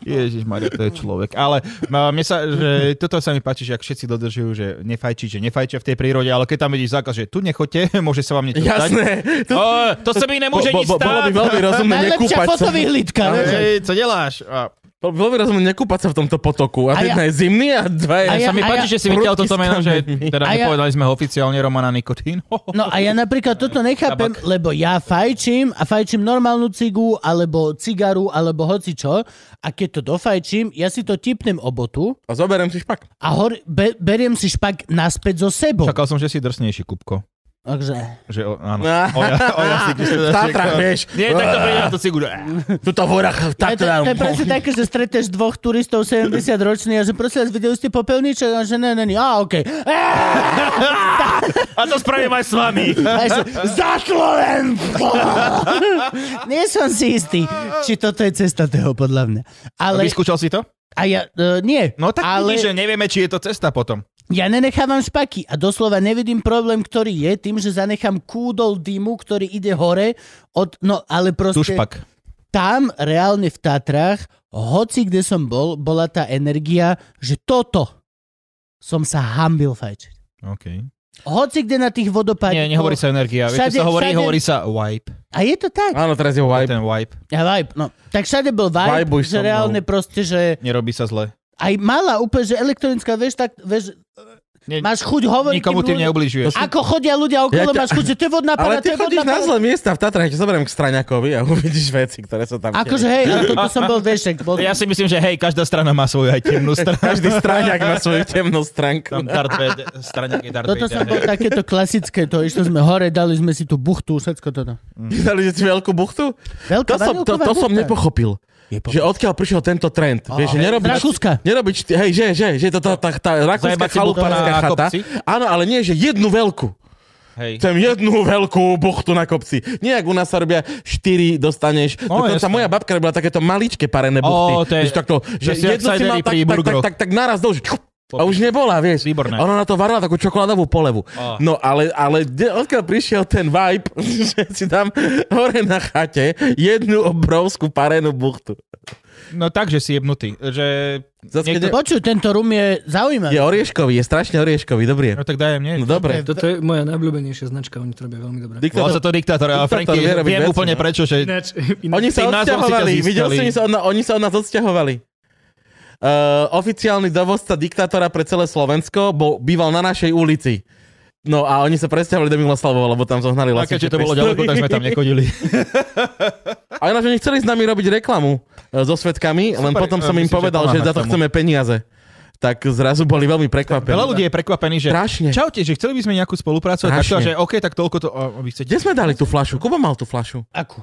[SPEAKER 3] Ježiš Maria, to je človek. Ale no, mne sa, že toto sa mi páči, že ak všetci dodržujú, že nefajčí, že nefajčia v tej prírode, ale keď tam vidíš zákaz, že tu nechoďte, môže sa vám niečo stať.
[SPEAKER 2] Jasné.
[SPEAKER 3] To, o, to sa mi nemôže nič
[SPEAKER 2] Bo- bo- Bolo by
[SPEAKER 3] stať.
[SPEAKER 2] veľmi
[SPEAKER 3] No,
[SPEAKER 2] rozumné
[SPEAKER 1] Najlepšia
[SPEAKER 2] nekúpať sa.
[SPEAKER 1] fotovyhlídka. vieš.
[SPEAKER 3] Hej, co deláš? A,
[SPEAKER 2] Bolo by veľmi rozumné nekúpať sa v tomto potoku.
[SPEAKER 1] A
[SPEAKER 2] A,
[SPEAKER 1] ja-
[SPEAKER 2] jedna je zimný a dva je...
[SPEAKER 1] A ja-
[SPEAKER 3] sa mi páči, že si vytiaľ toto meno, že teda
[SPEAKER 1] A ja-
[SPEAKER 3] nepovedali sme ho oficiálne Romana Nikotín.
[SPEAKER 1] No a ja napríklad toto nechápem,
[SPEAKER 3] Tabak.
[SPEAKER 1] lebo ja fajčím a fajčím normálnu cigu, alebo cigaru, alebo hocičo. A keď to dofajčím, ja si to tipnem obotu
[SPEAKER 2] A zoberiem si špak.
[SPEAKER 1] a hor- be- beriem si špak naspäť so sebou.
[SPEAKER 3] Čakal som, že si drsnejší, Kupko.
[SPEAKER 1] Takže...
[SPEAKER 3] Že o, áno. O, ja, o, ja si,
[SPEAKER 2] V Tatrach, No. vieš.
[SPEAKER 3] nie, tak to príde na to cigu.
[SPEAKER 2] Tuto v horách,
[SPEAKER 1] To
[SPEAKER 2] v
[SPEAKER 1] je, to, to je
[SPEAKER 2] Tatrách.
[SPEAKER 1] presne také, že stretneš dvoch turistov 70 ročných a že prosím vás, videli ste popelníček? A že ne, ne, ne. A okej.
[SPEAKER 3] A to spravím aj s vami.
[SPEAKER 1] A ja že, Za Slovensko! Nie som si istý, či toto je cesta toho, podľa mňa. Ale,
[SPEAKER 3] Vyskúšal si to?
[SPEAKER 1] a ja, e, nie.
[SPEAKER 3] No tak
[SPEAKER 1] ale...
[SPEAKER 3] ale... vidíš, že nevieme, či je to cesta potom.
[SPEAKER 1] Ja nenechávam špaky a doslova nevidím problém, ktorý je tým, že zanechám kúdol dymu, ktorý ide hore od, no ale proste...
[SPEAKER 3] Tu špak.
[SPEAKER 1] Tam reálne v Tatrách, hoci kde som bol, bola tá energia, že toto som sa hambil fajčiť.
[SPEAKER 3] OK.
[SPEAKER 1] Hoci kde na tých vodopádoch.
[SPEAKER 3] Nie, nehovorí sa energia. Vieš,
[SPEAKER 1] Všade-
[SPEAKER 3] čo sa hovorí?
[SPEAKER 1] všade-
[SPEAKER 3] Hovorí sa wipe.
[SPEAKER 1] A je to tak.
[SPEAKER 2] Áno, teraz je vibe.
[SPEAKER 3] Ten wipe.
[SPEAKER 1] Ja, vibe, no. Tak všade bol vibe,
[SPEAKER 2] Vibuj
[SPEAKER 1] že
[SPEAKER 2] so mnou.
[SPEAKER 1] reálne proste, že
[SPEAKER 3] Nerobí sa zle.
[SPEAKER 1] aj malá úplne, že elektronická, vieš, tak, vieš,
[SPEAKER 3] Nie,
[SPEAKER 1] máš chuť hovoriť
[SPEAKER 3] nikomu
[SPEAKER 1] tým
[SPEAKER 3] tým
[SPEAKER 1] ľuďom.
[SPEAKER 3] neubližuješ.
[SPEAKER 1] Ako chodia ľudia okolo,
[SPEAKER 2] Ja ťa-
[SPEAKER 1] máš chuť, že to je vodná
[SPEAKER 2] Ale
[SPEAKER 1] pára, to
[SPEAKER 2] ty
[SPEAKER 1] je vodná
[SPEAKER 2] chodíš na
[SPEAKER 1] pára.
[SPEAKER 2] zlé miesta v Tatrách, čo zoberiem k Straňakovi a uvidíš veci, ktoré sa tam...
[SPEAKER 1] Akože hej, ale toto som bol, vieš, tak bol...
[SPEAKER 3] Ja si myslím, že hej, každá strana má svoju aj temnú stranu.
[SPEAKER 2] Každý stráňak má svoju temnú stránku.
[SPEAKER 3] Tam Darth Vader, strana je Darth
[SPEAKER 1] Toto
[SPEAKER 3] Vader,
[SPEAKER 1] som bol
[SPEAKER 3] hej.
[SPEAKER 1] takéto klasické, to išli sme hore, dali sme si tú buchtu, všetko toto.
[SPEAKER 2] Dali si veľkú buchtu?
[SPEAKER 1] Veľká
[SPEAKER 2] To som, to,
[SPEAKER 1] vanilková
[SPEAKER 2] to som
[SPEAKER 1] buchta.
[SPEAKER 2] nepochopil. Že odkiaľ prišiel tento trend. Vieš, že
[SPEAKER 1] hej.
[SPEAKER 2] nerobiš...
[SPEAKER 1] Z Rakúska.
[SPEAKER 2] Nerobiš, ty- hej, že, že, že to tá, tá, tá rakúska
[SPEAKER 3] Zajebať si
[SPEAKER 2] chalupárska
[SPEAKER 3] buchtu na
[SPEAKER 2] chata.
[SPEAKER 3] kopci?
[SPEAKER 2] Áno, ale nie, že jednu veľkú.
[SPEAKER 3] Hej.
[SPEAKER 2] Chcem jednu veľkú buchtu na kopci. Nie, ak u nás sa robia štyri, dostaneš.
[SPEAKER 3] No,
[SPEAKER 2] No, Dokonca
[SPEAKER 3] jasné.
[SPEAKER 2] moja babka robila takéto maličké parené buchty.
[SPEAKER 3] Ó, to je-
[SPEAKER 2] Vieš, takto,
[SPEAKER 3] že
[SPEAKER 2] že
[SPEAKER 3] si
[SPEAKER 2] jednu si
[SPEAKER 3] outsidery
[SPEAKER 2] mal tak,
[SPEAKER 3] pri
[SPEAKER 2] tak, tak,
[SPEAKER 3] burgeroch.
[SPEAKER 2] tak, tak naraz dole, že čup, a už nebola, vieš.
[SPEAKER 3] Výborné.
[SPEAKER 2] A Ona na to varila takú čokoládovú polevu. No ale, ale de- odkiaľ prišiel ten vibe, že si tam hore na chate jednu obrovskú parenú buchtu.
[SPEAKER 3] No tak, že si jebnutý. Že...
[SPEAKER 2] Zas, keď je,
[SPEAKER 3] Niekto-
[SPEAKER 1] Počuj, tento rum je
[SPEAKER 2] je
[SPEAKER 1] zaujímavý.
[SPEAKER 2] orieškový, je strašne orieškový, dobrý je.
[SPEAKER 3] No tak daj
[SPEAKER 2] No
[SPEAKER 3] mne.
[SPEAKER 2] dobre.
[SPEAKER 5] Toto je moja najobľúbenejšia značka, oni to robia veľmi dobre.
[SPEAKER 3] Volá sa to diktátor.
[SPEAKER 2] No,
[SPEAKER 3] A
[SPEAKER 2] Diktátor
[SPEAKER 3] Franky,
[SPEAKER 2] vie robiť
[SPEAKER 3] viem
[SPEAKER 2] veci,
[SPEAKER 3] úplne
[SPEAKER 2] no.
[SPEAKER 3] prečo, že...
[SPEAKER 5] Ináč,
[SPEAKER 2] Oni sa
[SPEAKER 3] Tým názvom si ťa
[SPEAKER 2] odsťahovali,
[SPEAKER 3] získali.
[SPEAKER 2] videl som, oni sa od, oni sa od nás odsťahovali. Uh, oficiálny dovozca diktátora pre celé Slovensko bol, býval na našej ulici. No a oni sa presťahovali do Miloslavova, lebo tam zohnali vlastne
[SPEAKER 3] A keďže to bolo ďaleko, tak sme tam nechodili.
[SPEAKER 2] A ináč oni chceli s nami robiť reklamu e, so svetkami, len
[SPEAKER 3] Super,
[SPEAKER 2] potom
[SPEAKER 3] e,
[SPEAKER 2] som im
[SPEAKER 3] myslím, že
[SPEAKER 2] povedal,
[SPEAKER 3] pomáha
[SPEAKER 2] že za to
[SPEAKER 3] tomu.
[SPEAKER 2] chceme peniaze. Tak zrazu boli veľmi prekvapení.
[SPEAKER 3] Veľa ľudí je prekvapených, že
[SPEAKER 2] Strašne.
[SPEAKER 3] čaute, že chceli by sme nejakú spoluprácu a
[SPEAKER 2] Strašne.
[SPEAKER 3] takto, a že OK, tak toľko to, a vy chcete.
[SPEAKER 2] Kde sme dali tú flašu? Kuba mal tú flašu.
[SPEAKER 1] Akú?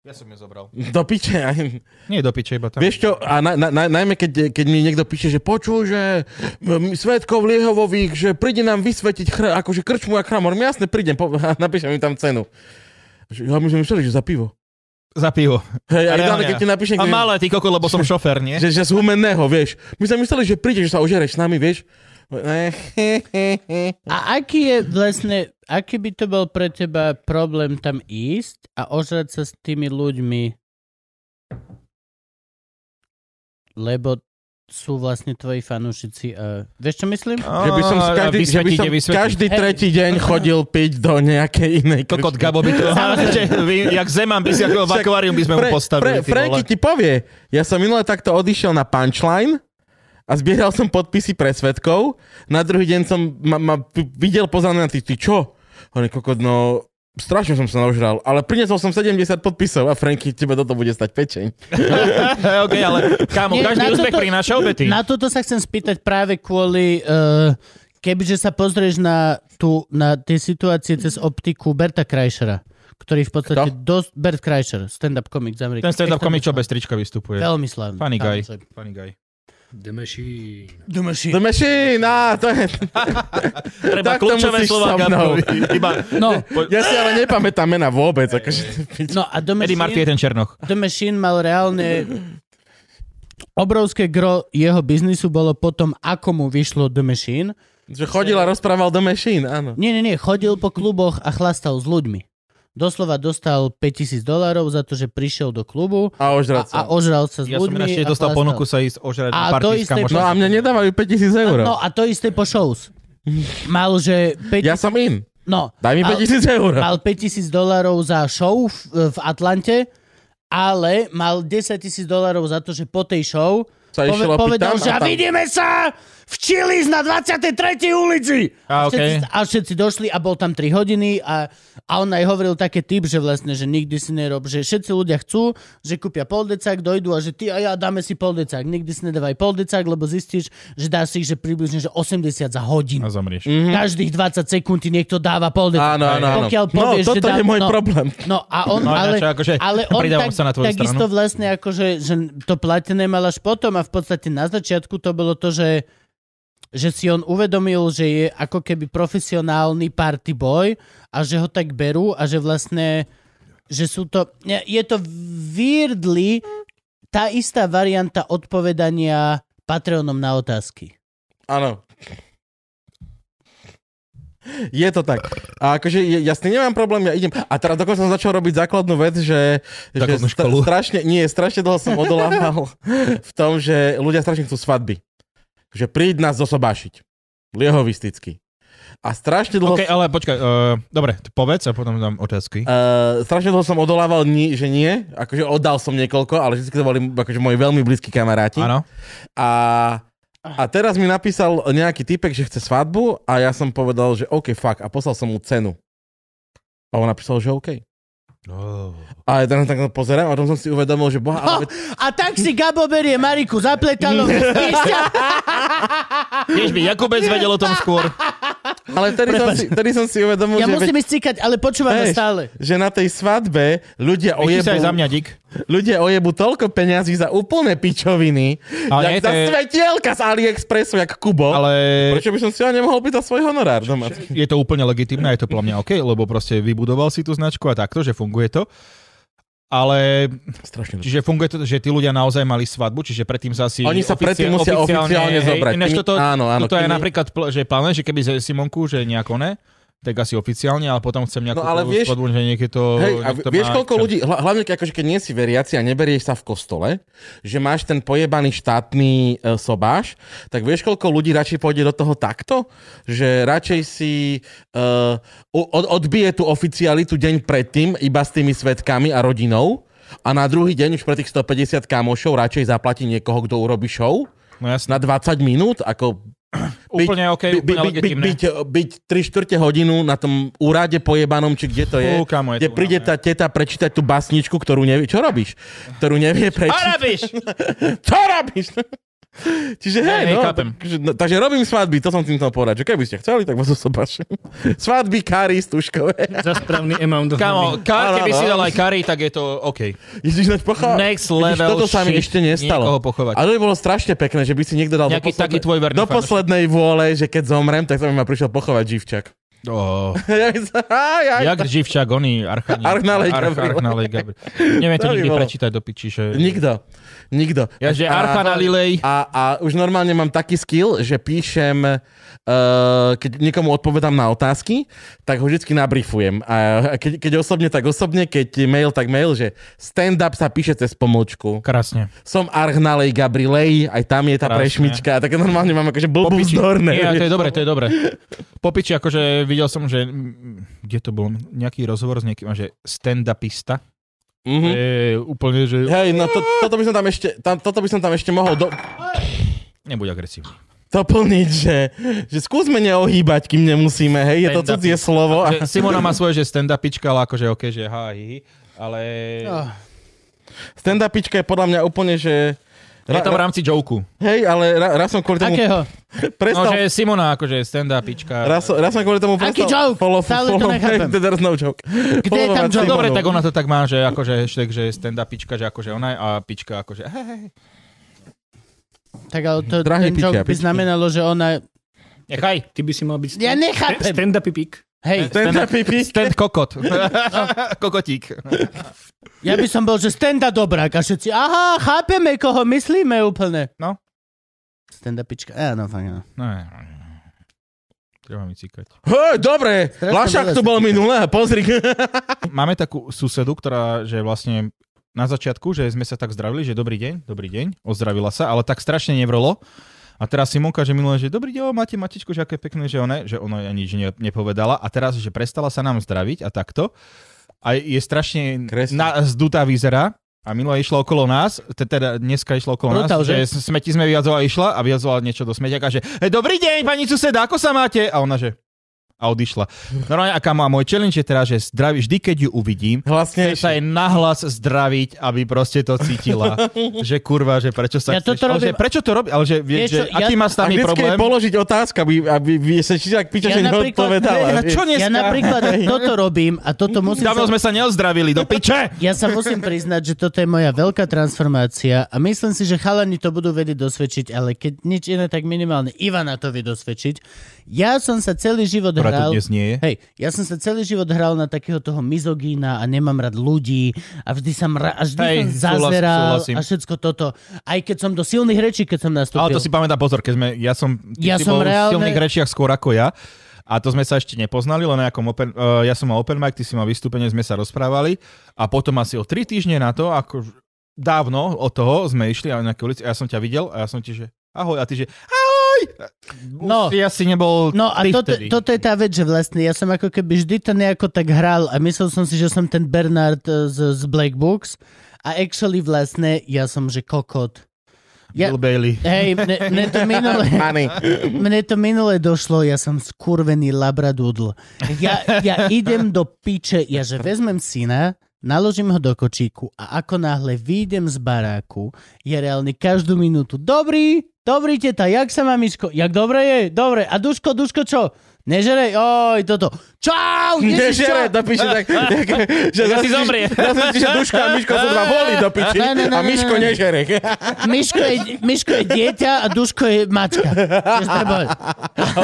[SPEAKER 6] Ja som ju zobral.
[SPEAKER 2] Do piče. aj-
[SPEAKER 6] Nie do piče, iba tam.
[SPEAKER 2] Vieš čo, a na, na, na, najmä keď, keď mi niekto píše, že počul, že m, svetkov liehovových, že príde nám vysvetiť chr, akože krčmu a kramor. Jasne, prídem, po, a napíšem im tam cenu. Že, Ja my sme mysleli, že za pivo.
[SPEAKER 6] Za pivo.
[SPEAKER 2] Hej, a
[SPEAKER 6] A
[SPEAKER 2] ideálne,
[SPEAKER 6] reálne.
[SPEAKER 2] keď ti napíše,
[SPEAKER 6] A
[SPEAKER 2] niekto,
[SPEAKER 6] malé, ty koko, lebo som šofér, nie?
[SPEAKER 2] že, že z humenného, vieš. My sme mysleli, že príde, že sa ožereš s nami, vieš. Ne.
[SPEAKER 1] A aký je vlastne, aký by to bol pre teba problém tam ísť a ožrať sa s tými ľuďmi? Lebo sú vlastne tvoji fanúšici a... Vieš, čo myslím?
[SPEAKER 2] Že by som, s každý, že by som každý tretí deň chodil piť do nejakej inej krčmy.
[SPEAKER 6] Kokot Gabo by to... že, vy, jak Zeman by si, ako v
[SPEAKER 2] Však
[SPEAKER 6] akvárium by sme mu postavili, ty
[SPEAKER 2] Franky
[SPEAKER 6] vole.
[SPEAKER 2] ti povie, ja som minule takto odišiel na punchline a zbieral som podpisy pre svetkov. Na druhý deň som ma, ma videl poznané na ty, ty čo? Hovorím, kokot, no strašne som sa naožral, ale priniesol som 70 podpisov a Franky, tebe toto bude stať pečeň.
[SPEAKER 6] OK, ale kámo,
[SPEAKER 1] Nie,
[SPEAKER 6] každý
[SPEAKER 1] na
[SPEAKER 6] úspech
[SPEAKER 1] toto-
[SPEAKER 6] prináša obety.
[SPEAKER 1] Na toto sa chcem spýtať práve kvôli... Uh, kebyže sa pozrieš na, tú, na tie situácie cez optiku Berta Krajšera, ktorý v podstate... Dosť, Bert Kreischer, stand-up komik z Ameriky.
[SPEAKER 6] Ten stand-up
[SPEAKER 1] Extrémne
[SPEAKER 6] komik, čo
[SPEAKER 1] slavný.
[SPEAKER 6] bez trička vystupuje.
[SPEAKER 1] Veľmi slavný.
[SPEAKER 6] Funny guy.
[SPEAKER 1] človek.
[SPEAKER 6] Funny guy.
[SPEAKER 4] The Machine.
[SPEAKER 1] The machine.
[SPEAKER 2] The machine, á, to je...
[SPEAKER 6] Treba
[SPEAKER 2] Takto musíš
[SPEAKER 6] kľúčové
[SPEAKER 2] so
[SPEAKER 6] slova
[SPEAKER 2] mnou.
[SPEAKER 6] Gabrovi. Iba...
[SPEAKER 1] No,
[SPEAKER 2] Ja si ale nepamätám mena vôbec, akože...
[SPEAKER 1] no a The
[SPEAKER 6] Eddie Murphy
[SPEAKER 1] Machine,
[SPEAKER 6] je ten Černoch.
[SPEAKER 1] The Machine mal reálne obrovské gro jeho biznisu bolo potom, ako mu vyšlo The Machine.
[SPEAKER 2] Že chodil a rozprával The machine, áno.
[SPEAKER 1] Nie, nie, nie, chodil po kluboch a chlastal s ľuďmi. Doslova dostal 5000 dolárov za to, že prišiel do klubu
[SPEAKER 2] A
[SPEAKER 1] a,
[SPEAKER 2] ožrať
[SPEAKER 1] a
[SPEAKER 2] sa.
[SPEAKER 1] ožral sa s
[SPEAKER 6] Ja som
[SPEAKER 1] ľuďmi.
[SPEAKER 6] ináč tiež
[SPEAKER 1] a
[SPEAKER 6] dostal
[SPEAKER 1] chlastal.
[SPEAKER 6] ponuku sa ísť ožrať
[SPEAKER 1] A
[SPEAKER 6] na
[SPEAKER 1] to
[SPEAKER 6] party s
[SPEAKER 1] isté-
[SPEAKER 6] kamošom.
[SPEAKER 2] No a mne nedávajú 5000 eur.
[SPEAKER 1] No a to isté po shows. Mal, že... 5
[SPEAKER 2] Ja som in.
[SPEAKER 1] No,
[SPEAKER 2] Daj mi
[SPEAKER 1] mal-
[SPEAKER 2] 5000 eur.
[SPEAKER 1] Mal 5000 dolárov za show v, v Atlante, ale mal 10 tisíc dolárov za to, že po tej show
[SPEAKER 2] Sa išiel opiť
[SPEAKER 1] povedal,
[SPEAKER 2] tam
[SPEAKER 1] že
[SPEAKER 2] a
[SPEAKER 1] a
[SPEAKER 2] tam."
[SPEAKER 1] vidíme sa v Chili's na 23. ulici.
[SPEAKER 6] A,
[SPEAKER 1] všetci,
[SPEAKER 6] okej.
[SPEAKER 1] a všetci došli a bol tam 3 hodiny a, a on aj hovoril také typ, že vlastne, že nikdy si nerob, že všetci ľudia chcú, že kúpia poldecák, dojdú a že ty a ja dáme si poldecák. Nikdy si nedávaj poldecák, lebo zistíš, že dá si ich, že približne že 80 za hodinu.
[SPEAKER 3] No
[SPEAKER 6] A zomrieš.
[SPEAKER 1] Mm-hmm. Každých 20 sekúnd ti niekto dáva pol decaka.
[SPEAKER 2] Áno, áno, áno.
[SPEAKER 1] Pokiaľ
[SPEAKER 2] No,
[SPEAKER 1] povieš, že
[SPEAKER 2] toto
[SPEAKER 1] dám,
[SPEAKER 2] je môj
[SPEAKER 1] no,
[SPEAKER 2] problém.
[SPEAKER 1] No a on,
[SPEAKER 6] No,
[SPEAKER 1] ale,
[SPEAKER 6] ináč, akože,
[SPEAKER 1] ale on
[SPEAKER 6] pridávam
[SPEAKER 1] tak,
[SPEAKER 6] sa na tvoju
[SPEAKER 1] takisto
[SPEAKER 6] stranu.
[SPEAKER 1] vlastne akože, že to platené mal až potom a v podstate na začiatku to bolo to, že že si on uvedomil, že je ako keby profesionálny party boy a že ho tak berú a že vlastne že sú to, ne, je to weirdly tá istá varianta odpovedania Patreonom na otázky.
[SPEAKER 2] Áno. Je to tak. A akože je- ja s tým nemám problém, ja idem. A teraz dokonca som začal robiť základnú vec, že, že
[SPEAKER 6] Základnú školu.
[SPEAKER 2] strašne, nie, strašne dlho som odolával v tom, že ľudia strašne chcú svadby. Že príď nás zosobášiť. Liehovisticky. A strašne dlho... eh,
[SPEAKER 6] OK, ale počkaj, uh, dobre, t- povedz a potom dám otázky.
[SPEAKER 2] Uh, strašne dlho som odolával, ni- že nie. Akože oddal som niekoľko, ale vždy to boli akože moji veľmi blízki kamaráti.
[SPEAKER 6] Áno.
[SPEAKER 2] A, a
[SPEAKER 6] Ah.
[SPEAKER 2] teraz mi napísal nejaký typek, že chce svadbu a ja som povedal, že OK, fuck. A poslal som mu cenu. A on napísal, že OK.
[SPEAKER 6] Oh.
[SPEAKER 2] A ja tam tak pozerám a potom som si uvedomil, že boha, ale... veď-
[SPEAKER 1] A tak si Gabo berie Mariku zapletanú.
[SPEAKER 6] Tiež by Jakubec vedel o tom skôr.
[SPEAKER 2] Ale tedy som, si, tedy som si uvedomil,
[SPEAKER 1] ja
[SPEAKER 2] že,
[SPEAKER 1] musím
[SPEAKER 2] veď-
[SPEAKER 1] ísť cíkať, ale počúvame
[SPEAKER 2] Vieš,
[SPEAKER 1] stále.
[SPEAKER 2] že na tej svadbe ľudia
[SPEAKER 6] Ty sa aj za
[SPEAKER 2] ojebú,
[SPEAKER 6] mňa, dík.
[SPEAKER 2] ľudia ojebú toľko peňazí za úplné pičoviny,
[SPEAKER 6] Ale
[SPEAKER 2] ale jak
[SPEAKER 6] nie, to
[SPEAKER 2] za
[SPEAKER 6] je-
[SPEAKER 2] svetielka z Aliexpressu, jak Kubo.
[SPEAKER 6] Ale
[SPEAKER 2] Prečo by som si ho nemohol pýtať svoj honorár No, doma?
[SPEAKER 6] je to úplne legitimné, je to podľa mňa OK, lebo proste vybudoval si tú značku a takto, že funguje to. Ale
[SPEAKER 2] Strašne.
[SPEAKER 6] čiže funguje to, že tí ľudia naozaj mali svadbu, čiže predtým sa si
[SPEAKER 2] Oni sa predtým musia oficiálne
[SPEAKER 6] hej,
[SPEAKER 2] zobrať.
[SPEAKER 6] Ináč
[SPEAKER 2] Kým-
[SPEAKER 6] toto,
[SPEAKER 2] áno, áno,
[SPEAKER 6] toto je
[SPEAKER 2] kým-
[SPEAKER 6] napríklad, pl- že plán, že keby ze Simonku, že nejako ne, tak asi oficiálne, ale potom chcem nejakú
[SPEAKER 2] No, ale vieš-
[SPEAKER 6] svadbu, že niekto to...
[SPEAKER 2] Hej, a
[SPEAKER 6] niekto
[SPEAKER 2] vieš,
[SPEAKER 6] má
[SPEAKER 2] koľko
[SPEAKER 6] čas.
[SPEAKER 2] ľudí, hla- hlavne keď, akože, keď nie si veriaci a neberieš sa v kostole, že máš ten pojebaný štátny e, sobáš, tak vieš, koľko ľudí radšej pôjde do toho takto? Že radšej si e, u- od, odbije tú oficialitu deň predtým iba s tými svetkami a rodinou a na druhý deň už pre tých 150 kamošov radšej zaplatí niekoho, kto urobí show
[SPEAKER 6] No
[SPEAKER 2] na
[SPEAKER 6] jasné,
[SPEAKER 2] 20 minút, ako
[SPEAKER 6] úplne
[SPEAKER 2] by, by,
[SPEAKER 6] OK, úplne
[SPEAKER 2] by, by,
[SPEAKER 6] legitimné.
[SPEAKER 2] byť, e, byť 3 štvrte hodinu na tom úrade pojebanom, či kde to je,
[SPEAKER 6] Fú, kamo, je
[SPEAKER 2] kde
[SPEAKER 6] to
[SPEAKER 2] príde
[SPEAKER 6] únavné.
[SPEAKER 2] tá teta prečítať tú básničku, ktorú nevie... Čo robíš? Ktorú nevie prečítať.
[SPEAKER 6] Arabíš!
[SPEAKER 2] Čo robíš? Čiže
[SPEAKER 7] hej,
[SPEAKER 2] hej, no,
[SPEAKER 7] chápem.
[SPEAKER 2] takže, no, takže robím svadby, to som tým chcel povedať, že keby ste chceli, tak vás osobaším. svadby kary stužkové.
[SPEAKER 5] Za správny amount of
[SPEAKER 2] Áno,
[SPEAKER 3] Kamo,
[SPEAKER 5] money.
[SPEAKER 3] kar, keby si
[SPEAKER 2] áno.
[SPEAKER 3] dal aj kary, tak je to OK.
[SPEAKER 2] Ježiš, no, naď pochá...
[SPEAKER 3] Next
[SPEAKER 2] Ježiš,
[SPEAKER 3] level
[SPEAKER 2] toto sa mi
[SPEAKER 3] shit.
[SPEAKER 2] ešte nestalo.
[SPEAKER 3] Niekoho pochovať.
[SPEAKER 2] Ale to by bolo strašne pekné, že by si niekto dal do,
[SPEAKER 3] Nejaký
[SPEAKER 2] poslednej,
[SPEAKER 3] taký tvoj verný
[SPEAKER 2] do
[SPEAKER 3] fanúšik.
[SPEAKER 2] poslednej vôle, že keď zomrem, tak sa mi ma prišiel pochovať živčak.
[SPEAKER 3] Oh,
[SPEAKER 2] ja by som, á, ja,
[SPEAKER 3] jak Živčak, oni, Archani.
[SPEAKER 2] Archnalej Gabriel.
[SPEAKER 3] Archnalej Gabriel. Neviem to
[SPEAKER 2] To by
[SPEAKER 3] nikdy
[SPEAKER 2] bolo.
[SPEAKER 3] prečítať do piči, že...
[SPEAKER 2] Nikto. Nikto.
[SPEAKER 3] Ja, že
[SPEAKER 2] A-
[SPEAKER 3] Archanalilej.
[SPEAKER 2] A, a už normálne mám taký skill, že píšem, uh, keď niekomu odpovedám na otázky, tak ho vždycky nabriefujem. A keď, keď osobne, tak osobne, keď mail, tak mail, že stand-up sa píše cez pomlčku.
[SPEAKER 3] Krásne.
[SPEAKER 2] Som Arhnalej Gabrilej, aj tam je tá
[SPEAKER 3] Krásne.
[SPEAKER 2] prešmička. Tak normálne mám akože blbú
[SPEAKER 3] Popiči.
[SPEAKER 2] vzdorné.
[SPEAKER 3] Nie, to je dobre, to je dobre. Popiči, akože videl som, že... mm, Kde to bol? Nejaký rozhovor s niekým, že stand-upista.
[SPEAKER 2] Mhm.
[SPEAKER 3] Je úplne, že...
[SPEAKER 2] Hej, no to, toto by som tam ešte, tam, toto by som tam ešte mohol do,
[SPEAKER 3] Nebuď agresívny.
[SPEAKER 2] doplniť, že, že skúsme neohýbať, kým nemusíme, hej, je to
[SPEAKER 3] Stand-up.
[SPEAKER 2] cudzie slovo.
[SPEAKER 3] Že Simona má svoje, že stand-upička, ale akože OK, že ha, hi, hi, ale...
[SPEAKER 2] Stand-upička je podľa mňa úplne, že...
[SPEAKER 3] Je to v rámci joku.
[SPEAKER 2] Hej, ale ra, raz som kvôli tomu
[SPEAKER 1] Akého?
[SPEAKER 3] No,
[SPEAKER 2] prestal...
[SPEAKER 3] že Simona akože stand-upička.
[SPEAKER 2] Raz, raz som kvôli tomu
[SPEAKER 1] Aký
[SPEAKER 2] prestal...
[SPEAKER 1] joke?
[SPEAKER 2] Follow,
[SPEAKER 1] Stále to
[SPEAKER 2] follow,
[SPEAKER 1] nechápem.
[SPEAKER 2] there's no joke.
[SPEAKER 1] Kde je tam
[SPEAKER 2] Followovať
[SPEAKER 1] joke?
[SPEAKER 2] Simonu.
[SPEAKER 3] Dobre, tak ona to tak má, že akože hashtag, že stand-upička, že akože ona je a pička akože hej, hej.
[SPEAKER 1] Tak ale to, ten
[SPEAKER 2] Drahý
[SPEAKER 1] joke
[SPEAKER 2] pičia,
[SPEAKER 1] by
[SPEAKER 2] pičky.
[SPEAKER 1] znamenalo, že ona...
[SPEAKER 3] Nechaj.
[SPEAKER 5] Ty by si mal byť
[SPEAKER 1] Ja nechápem.
[SPEAKER 5] stand-upy pík.
[SPEAKER 1] Hej,
[SPEAKER 2] Stand-up pipi.
[SPEAKER 3] Stand kokot. Kokotík. No.
[SPEAKER 1] ja by som bol, že stenda dobrák a všetci, aha, chápeme, koho myslíme úplne.
[SPEAKER 3] No.
[SPEAKER 1] Stenda pička, áno, fakt, áno.
[SPEAKER 3] No, no, no. Treba mi cikať.
[SPEAKER 2] Hej, dobre,
[SPEAKER 1] Strašne
[SPEAKER 2] Lašak
[SPEAKER 1] veľa
[SPEAKER 2] tu bol minulé, pozri.
[SPEAKER 3] Máme takú susedu, ktorá, že vlastne na začiatku, že sme sa tak zdravili, že dobrý deň, dobrý deň, ozdravila sa, ale tak strašne nevrolo. A teraz Simonka, že minule, že dobrý deň, o, máte matičku, že aké pekné, že ona, že ona ani nič ne, nepovedala. A teraz, že prestala sa nám zdraviť a takto. A je strašne
[SPEAKER 2] Kresne.
[SPEAKER 3] na, zdutá výzera. A minule išla okolo nás, te- teda dneska išla okolo
[SPEAKER 1] Brutál,
[SPEAKER 3] nás, že, že smeti sme vyjadzovala, išla a vyjadzovala niečo do smetiaka, že "E, dobrý deň, pani suseda, ako sa máte? A ona, že a odišla. Normálne, aká má môj challenge je teraz, že zdraví, vždy, keď ju uvidím,
[SPEAKER 2] Vlastne,
[SPEAKER 3] chcem sa jej nahlas zdraviť, aby proste to cítila. že kurva, že prečo sa
[SPEAKER 1] Ja toto
[SPEAKER 3] chceš, ale že
[SPEAKER 1] robím-
[SPEAKER 3] prečo to robí, ale že, vie,
[SPEAKER 1] Vieš čo,
[SPEAKER 3] že
[SPEAKER 1] ja-
[SPEAKER 3] aký
[SPEAKER 2] a
[SPEAKER 3] má stavný
[SPEAKER 2] vždycky jej
[SPEAKER 3] problém.
[SPEAKER 2] položiť otázka, aby, aby, aby sa či tak píča,
[SPEAKER 1] Ja
[SPEAKER 2] že
[SPEAKER 1] napríklad-
[SPEAKER 2] neodpovedala.
[SPEAKER 3] Ja, čo dneska?
[SPEAKER 1] Ja napríklad toto robím a toto musím...
[SPEAKER 3] Dávno
[SPEAKER 1] sa-
[SPEAKER 3] sme sa neozdravili, do piče!
[SPEAKER 1] Ja sa musím priznať, že toto je moja veľká transformácia a myslím si, že chalani to budú vedieť dosvedčiť, ale keď nič iné, tak minimálne Ivana to vie dosvedčiť. Ja som sa celý život hral...
[SPEAKER 3] Ktorá tu dnes nie je.
[SPEAKER 1] Hej, ja som sa celý život hral na takého toho mizogína a nemám rád ľudí a vždy sa mra... a vždy
[SPEAKER 3] Hej,
[SPEAKER 1] som
[SPEAKER 3] súhlas-
[SPEAKER 1] zazeral
[SPEAKER 3] súhlasím.
[SPEAKER 1] a všetko toto. Aj keď som do silných rečí, keď som nastúpil.
[SPEAKER 3] Ale to si pamätám, pozor, keď sme, ja som, ty
[SPEAKER 1] Ja
[SPEAKER 3] si
[SPEAKER 1] som
[SPEAKER 3] bol
[SPEAKER 1] reálne-
[SPEAKER 3] v silných rečiach skôr ako ja. A to sme sa ešte nepoznali, len ako open, uh, ja som mal open mic, ty si mal vystúpenie, sme sa rozprávali a potom asi o tri týždne na to, ako dávno od toho sme išli a na nejakej ulici a ja som ťa videl a ja som ti, že ahoj a ty, že ahoj!
[SPEAKER 1] No.
[SPEAKER 3] Už si asi nebol
[SPEAKER 1] No a
[SPEAKER 3] ty
[SPEAKER 1] toto,
[SPEAKER 3] vtedy.
[SPEAKER 1] toto je tá vec, že vlastne ja som ako keby vždy to nejako tak hral a myslel som si, že som ten Bernard e, z, z Black Books a actually vlastne ja som, že kokot. Ja,
[SPEAKER 3] Bill Bailey.
[SPEAKER 1] hej, mne, mne, to minule,
[SPEAKER 2] Pani.
[SPEAKER 1] mne to minule došlo, ja som skurvený labradudl. Ja, ja idem do piče, ja že vezmem syna, naložím ho do kočíku a ako náhle výjdem z baráku, je reálne každú minútu dobrý, dobrý teta, jak sa má Miško, jak dobre je, dobre, a Duško, Duško čo? Nežerej, oj, toto. Čau, Ježiš,
[SPEAKER 2] Nežere,
[SPEAKER 1] čo?
[SPEAKER 2] do piči, tak, tak, že zase
[SPEAKER 3] si zomrie.
[SPEAKER 2] Zase si, že Duško a Miško sú dva voli do piči
[SPEAKER 1] Ne, ne, ne,
[SPEAKER 2] a
[SPEAKER 1] ne,
[SPEAKER 2] Miško
[SPEAKER 1] ne, ne.
[SPEAKER 2] nežere.
[SPEAKER 1] Miško je, Miško je dieťa a Duško je mačka. Vieš, neboj.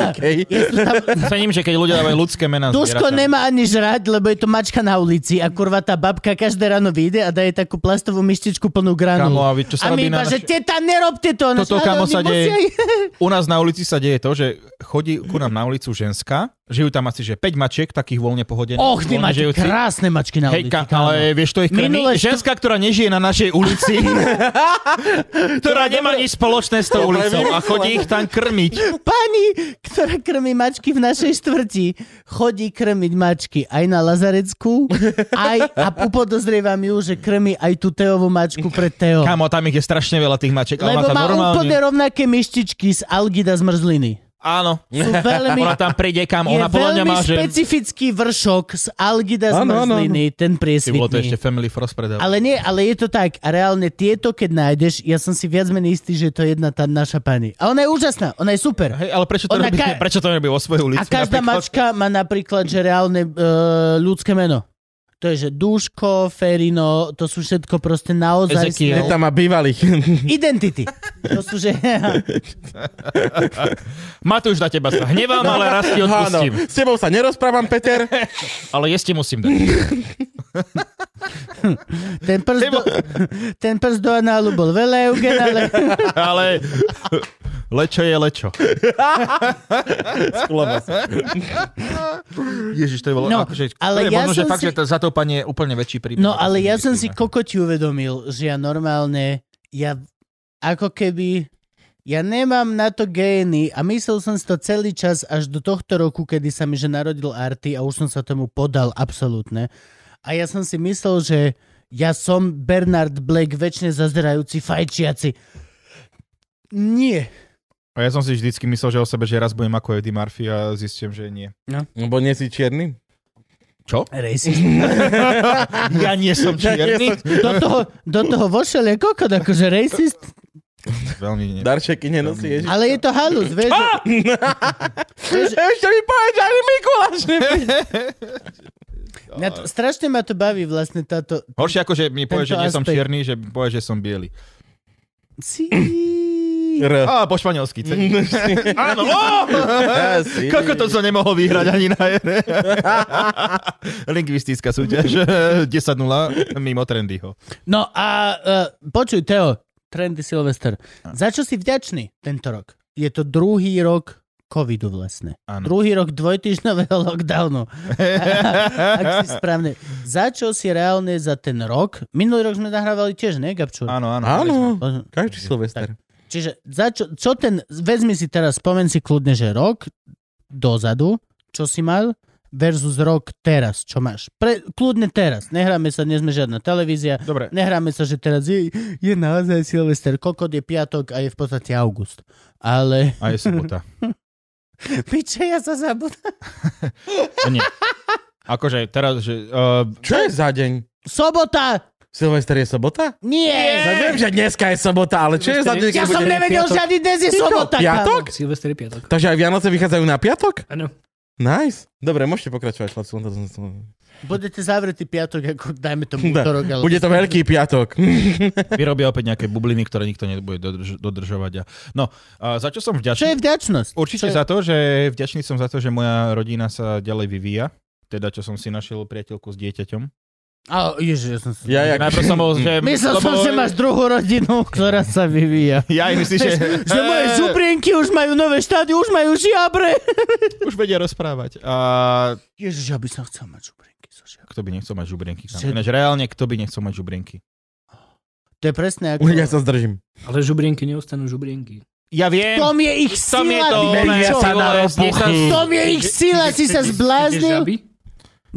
[SPEAKER 2] Okej.
[SPEAKER 3] Cením, že keď ľudia dávajú ľudské mená
[SPEAKER 1] Duško
[SPEAKER 3] zvieratám.
[SPEAKER 1] nemá ani žrať, lebo je to mačka na ulici a kurva tá babka každé ráno vyjde a daje takú plastovú myštičku plnú granul.
[SPEAKER 3] Kamo, a vy- čo
[SPEAKER 1] a
[SPEAKER 3] sa
[SPEAKER 1] my
[SPEAKER 3] robí
[SPEAKER 1] iba,
[SPEAKER 3] na
[SPEAKER 1] že
[SPEAKER 3] naš-
[SPEAKER 1] teta, nerobte to. Ona,
[SPEAKER 3] Toto,
[SPEAKER 1] že,
[SPEAKER 3] kamo,
[SPEAKER 1] "Ale oni
[SPEAKER 3] sa deje."
[SPEAKER 1] musia-
[SPEAKER 3] U nás na ulici sa deje to, že chodí ku nám na ulicu ženská, žijú tam asi že 5 mačiek, takých voľne pohodených.
[SPEAKER 1] Och, ty
[SPEAKER 3] voľne
[SPEAKER 1] máte
[SPEAKER 3] žijúcich.
[SPEAKER 1] krásne mačky na ulici.
[SPEAKER 3] Hejka,
[SPEAKER 1] kámo.
[SPEAKER 3] ale vieš, to je krmi.
[SPEAKER 1] Minule štv-
[SPEAKER 3] Ženská, ktorá nežije na našej ulici, ktorá nemá nič spoločné s tou
[SPEAKER 2] Dobre,
[SPEAKER 3] ulicou a chodí ich tam krmiť.
[SPEAKER 1] Pani, ktorá krmi mačky v našej štvrti, chodí krmiť mačky aj na Lazarecku aj, a upodozrievam ju, že krmi aj tú Teovú mačku pred Teo.
[SPEAKER 3] Kamo, tam ich je strašne veľa tých mačiek. ale
[SPEAKER 1] No. Lebo
[SPEAKER 3] ona tam
[SPEAKER 1] má
[SPEAKER 3] normálne...
[SPEAKER 1] úplne rovnaké myštičky z algida zmrzliny.
[SPEAKER 3] A Áno.
[SPEAKER 1] Sú veľmi...
[SPEAKER 3] Ona tam príde kam,
[SPEAKER 1] je
[SPEAKER 3] ona podľa mňa
[SPEAKER 1] veľmi
[SPEAKER 3] má, že...
[SPEAKER 1] špecifický vršok z algida z
[SPEAKER 2] Áno, áno,
[SPEAKER 1] mrzliny, ten
[SPEAKER 3] Ty bolo to ešte
[SPEAKER 1] priesvitný.
[SPEAKER 3] Family Frost predal.
[SPEAKER 1] Ale nie, ale je to tak. A reálne tieto, keď nájdeš, ja som si viac menej istý, že to je jedna tá naša pani. A ona je úžasná, ona je super.
[SPEAKER 3] Hej, ale prečo to,
[SPEAKER 1] Ona
[SPEAKER 3] robí,
[SPEAKER 1] ka-
[SPEAKER 3] prečo to robí vo svoju ulici?
[SPEAKER 1] A každá
[SPEAKER 3] napríklad?
[SPEAKER 1] mačka má napríklad, že reálne e, ľudské meno. To je, že Duško, Ferino, to sú všetko proste naozaj...
[SPEAKER 3] Ezekiel.
[SPEAKER 2] Tam má bývalých.
[SPEAKER 1] Identity. To sú, že...
[SPEAKER 3] Matúš na teba sa hnevám,
[SPEAKER 1] No,
[SPEAKER 3] ale raz ti odpustím.
[SPEAKER 2] S tebou sa nerozprávam, Peter.
[SPEAKER 3] Ale jesť ti musím dať.
[SPEAKER 1] Ten prst, do, ten prst do análu bol veľa, Eugen, ale...
[SPEAKER 3] Ale lečo je lečo. Ježiš, to je bolo...
[SPEAKER 1] No,
[SPEAKER 3] akože,
[SPEAKER 1] ale
[SPEAKER 3] to je
[SPEAKER 1] ja
[SPEAKER 3] možno, že
[SPEAKER 1] som
[SPEAKER 3] fakt,
[SPEAKER 1] si-
[SPEAKER 3] že to zatoupanie je úplne väčší príbeh.
[SPEAKER 1] No ale ja som si
[SPEAKER 3] Ako
[SPEAKER 1] kokoti uvedomil, že ja normálne, ja ako keby, ja nemám na to gény a myslel som si to celý čas až do tohto roku, kedy sa mi že narodil Arty a už som sa tomu podal absolútne. A ja som si myslel, že ja som Bernard Black, väčšine zazerajúci fajčiaci. Nie.
[SPEAKER 3] A ja som si vždycky myslel, že o sebe, že raz budem ako Eddie Murphy a zistím, že nie.
[SPEAKER 2] Lebo nie si čierny.
[SPEAKER 1] Racist.
[SPEAKER 3] Ja nie som čierny.
[SPEAKER 1] Do toho, do toho vošel je kokot, akože racist.
[SPEAKER 3] Veľmi nie.
[SPEAKER 2] Darčeky nenosí, ježiš.
[SPEAKER 1] Ale je to halus, vieš. že-
[SPEAKER 2] Ešte mi povedali Mikuláš.
[SPEAKER 1] Mňa to, strašne ma to baví vlastne táto...
[SPEAKER 3] Horšie ako, že mi povie, že
[SPEAKER 1] Tento
[SPEAKER 3] nie som
[SPEAKER 1] aspekt.
[SPEAKER 3] čierny, že mi povie, že som biely.
[SPEAKER 1] Sí.
[SPEAKER 2] R.
[SPEAKER 3] Á, po španielsky.
[SPEAKER 1] Mhm.
[SPEAKER 3] ce- Áno, ó!
[SPEAKER 2] Asi.
[SPEAKER 3] Koľko to som nemohol vyhrať ani na jene. Lingvistická súťaž. 10-0 mimo Trendyho.
[SPEAKER 1] No a uh, počuj, Teo, trendy Silvester. Za čo si vďačný tento rok? Je to druhý rok covidu vlastne.
[SPEAKER 3] Áno.
[SPEAKER 1] Druhý rok dvojtyžnového lockdownu. Ak si správne. Za čo si reálne za ten rok? Minulý rok sme nahrávali tiež, ne, Gabčo?
[SPEAKER 3] Áno, áno.
[SPEAKER 2] Áno.
[SPEAKER 1] Áno.
[SPEAKER 2] Každý Silvester.
[SPEAKER 1] Čiže za čo, čo ten, vezmi si teraz, spomen si kľudne, že rok dozadu, čo si mal, versus rok teraz, čo máš. Pre, kľudne teraz, nehráme sa, nie sme žiadna televízia,
[SPEAKER 3] Dobre.
[SPEAKER 1] nehráme sa, že teraz je, je naozaj Silvester, kokot je piatok a je v podstate august. Ale,
[SPEAKER 3] A je sobota.
[SPEAKER 1] piče, ja sa zabudám.
[SPEAKER 3] E, Nie. Akože teraz, že... Uh,
[SPEAKER 2] Čo je za deň?
[SPEAKER 1] Sobota!
[SPEAKER 2] Silvester je sobota? Ja
[SPEAKER 1] Nie!
[SPEAKER 2] viem, že dneska je sobota, ale čo je za deň? keď
[SPEAKER 1] Ja som
[SPEAKER 2] bude-
[SPEAKER 1] nevedel,
[SPEAKER 5] piatok.
[SPEAKER 1] že ani dnes je sobota,
[SPEAKER 2] piatok?
[SPEAKER 1] kámo.
[SPEAKER 5] Silvester je piatok.
[SPEAKER 2] Takže aj Vianoce vychádzajú na piatok?
[SPEAKER 5] Áno.
[SPEAKER 2] Nice. Dobre, môžete pokračovať, chlapci. len to som-
[SPEAKER 1] Budete zavretí piatok, ako dajme tomu
[SPEAKER 2] Da.
[SPEAKER 1] útorok. Ale...
[SPEAKER 2] Bude to veľký piatok.
[SPEAKER 3] vyrobia opäť nejaké bubliny, ktoré nikto nebude dodrž- dodržovať. A... No, uh, za čo som
[SPEAKER 1] Čo je
[SPEAKER 3] vďačný?
[SPEAKER 1] vďačnosť?
[SPEAKER 3] Určite
[SPEAKER 1] Čo je-
[SPEAKER 3] za to, že vďačný som za to, že moja rodina sa ďalej vyvíja. Teda, čo som si našiel priateľku s dieťaťom.
[SPEAKER 1] A, ježiš, ja som sa...
[SPEAKER 2] Ja, jak...
[SPEAKER 3] Najprv som bol, že...
[SPEAKER 1] Myslel som,
[SPEAKER 3] lebo-
[SPEAKER 1] že máš druhú rodinu, ktorá sa vyvíja.
[SPEAKER 3] Ja aj myslím, že... Eh,
[SPEAKER 1] Že moje žubrienky už majú nové štády, už majú žiabre.
[SPEAKER 3] Už vedia rozprávať. A
[SPEAKER 1] Ježiš, ja by som chcel mať žubrienky so žiabre.
[SPEAKER 3] Kto by nechcel mať žubrienky? Tam.
[SPEAKER 1] Sed-
[SPEAKER 3] Ináč reálne, kto by nechcel mať žubrienky?
[SPEAKER 1] To je presne ako...
[SPEAKER 2] Ja sa zdržím.
[SPEAKER 5] Ale žubrienky neostanú žubrienky.
[SPEAKER 3] Ja viem,
[SPEAKER 1] Tom je ich
[SPEAKER 3] tam je
[SPEAKER 1] sila,
[SPEAKER 3] to...
[SPEAKER 1] ty
[SPEAKER 3] oné,
[SPEAKER 1] pičo.
[SPEAKER 3] ty vole, nech sa-
[SPEAKER 1] Tom je ich sila, si sa zbláznil.
[SPEAKER 5] Žaby?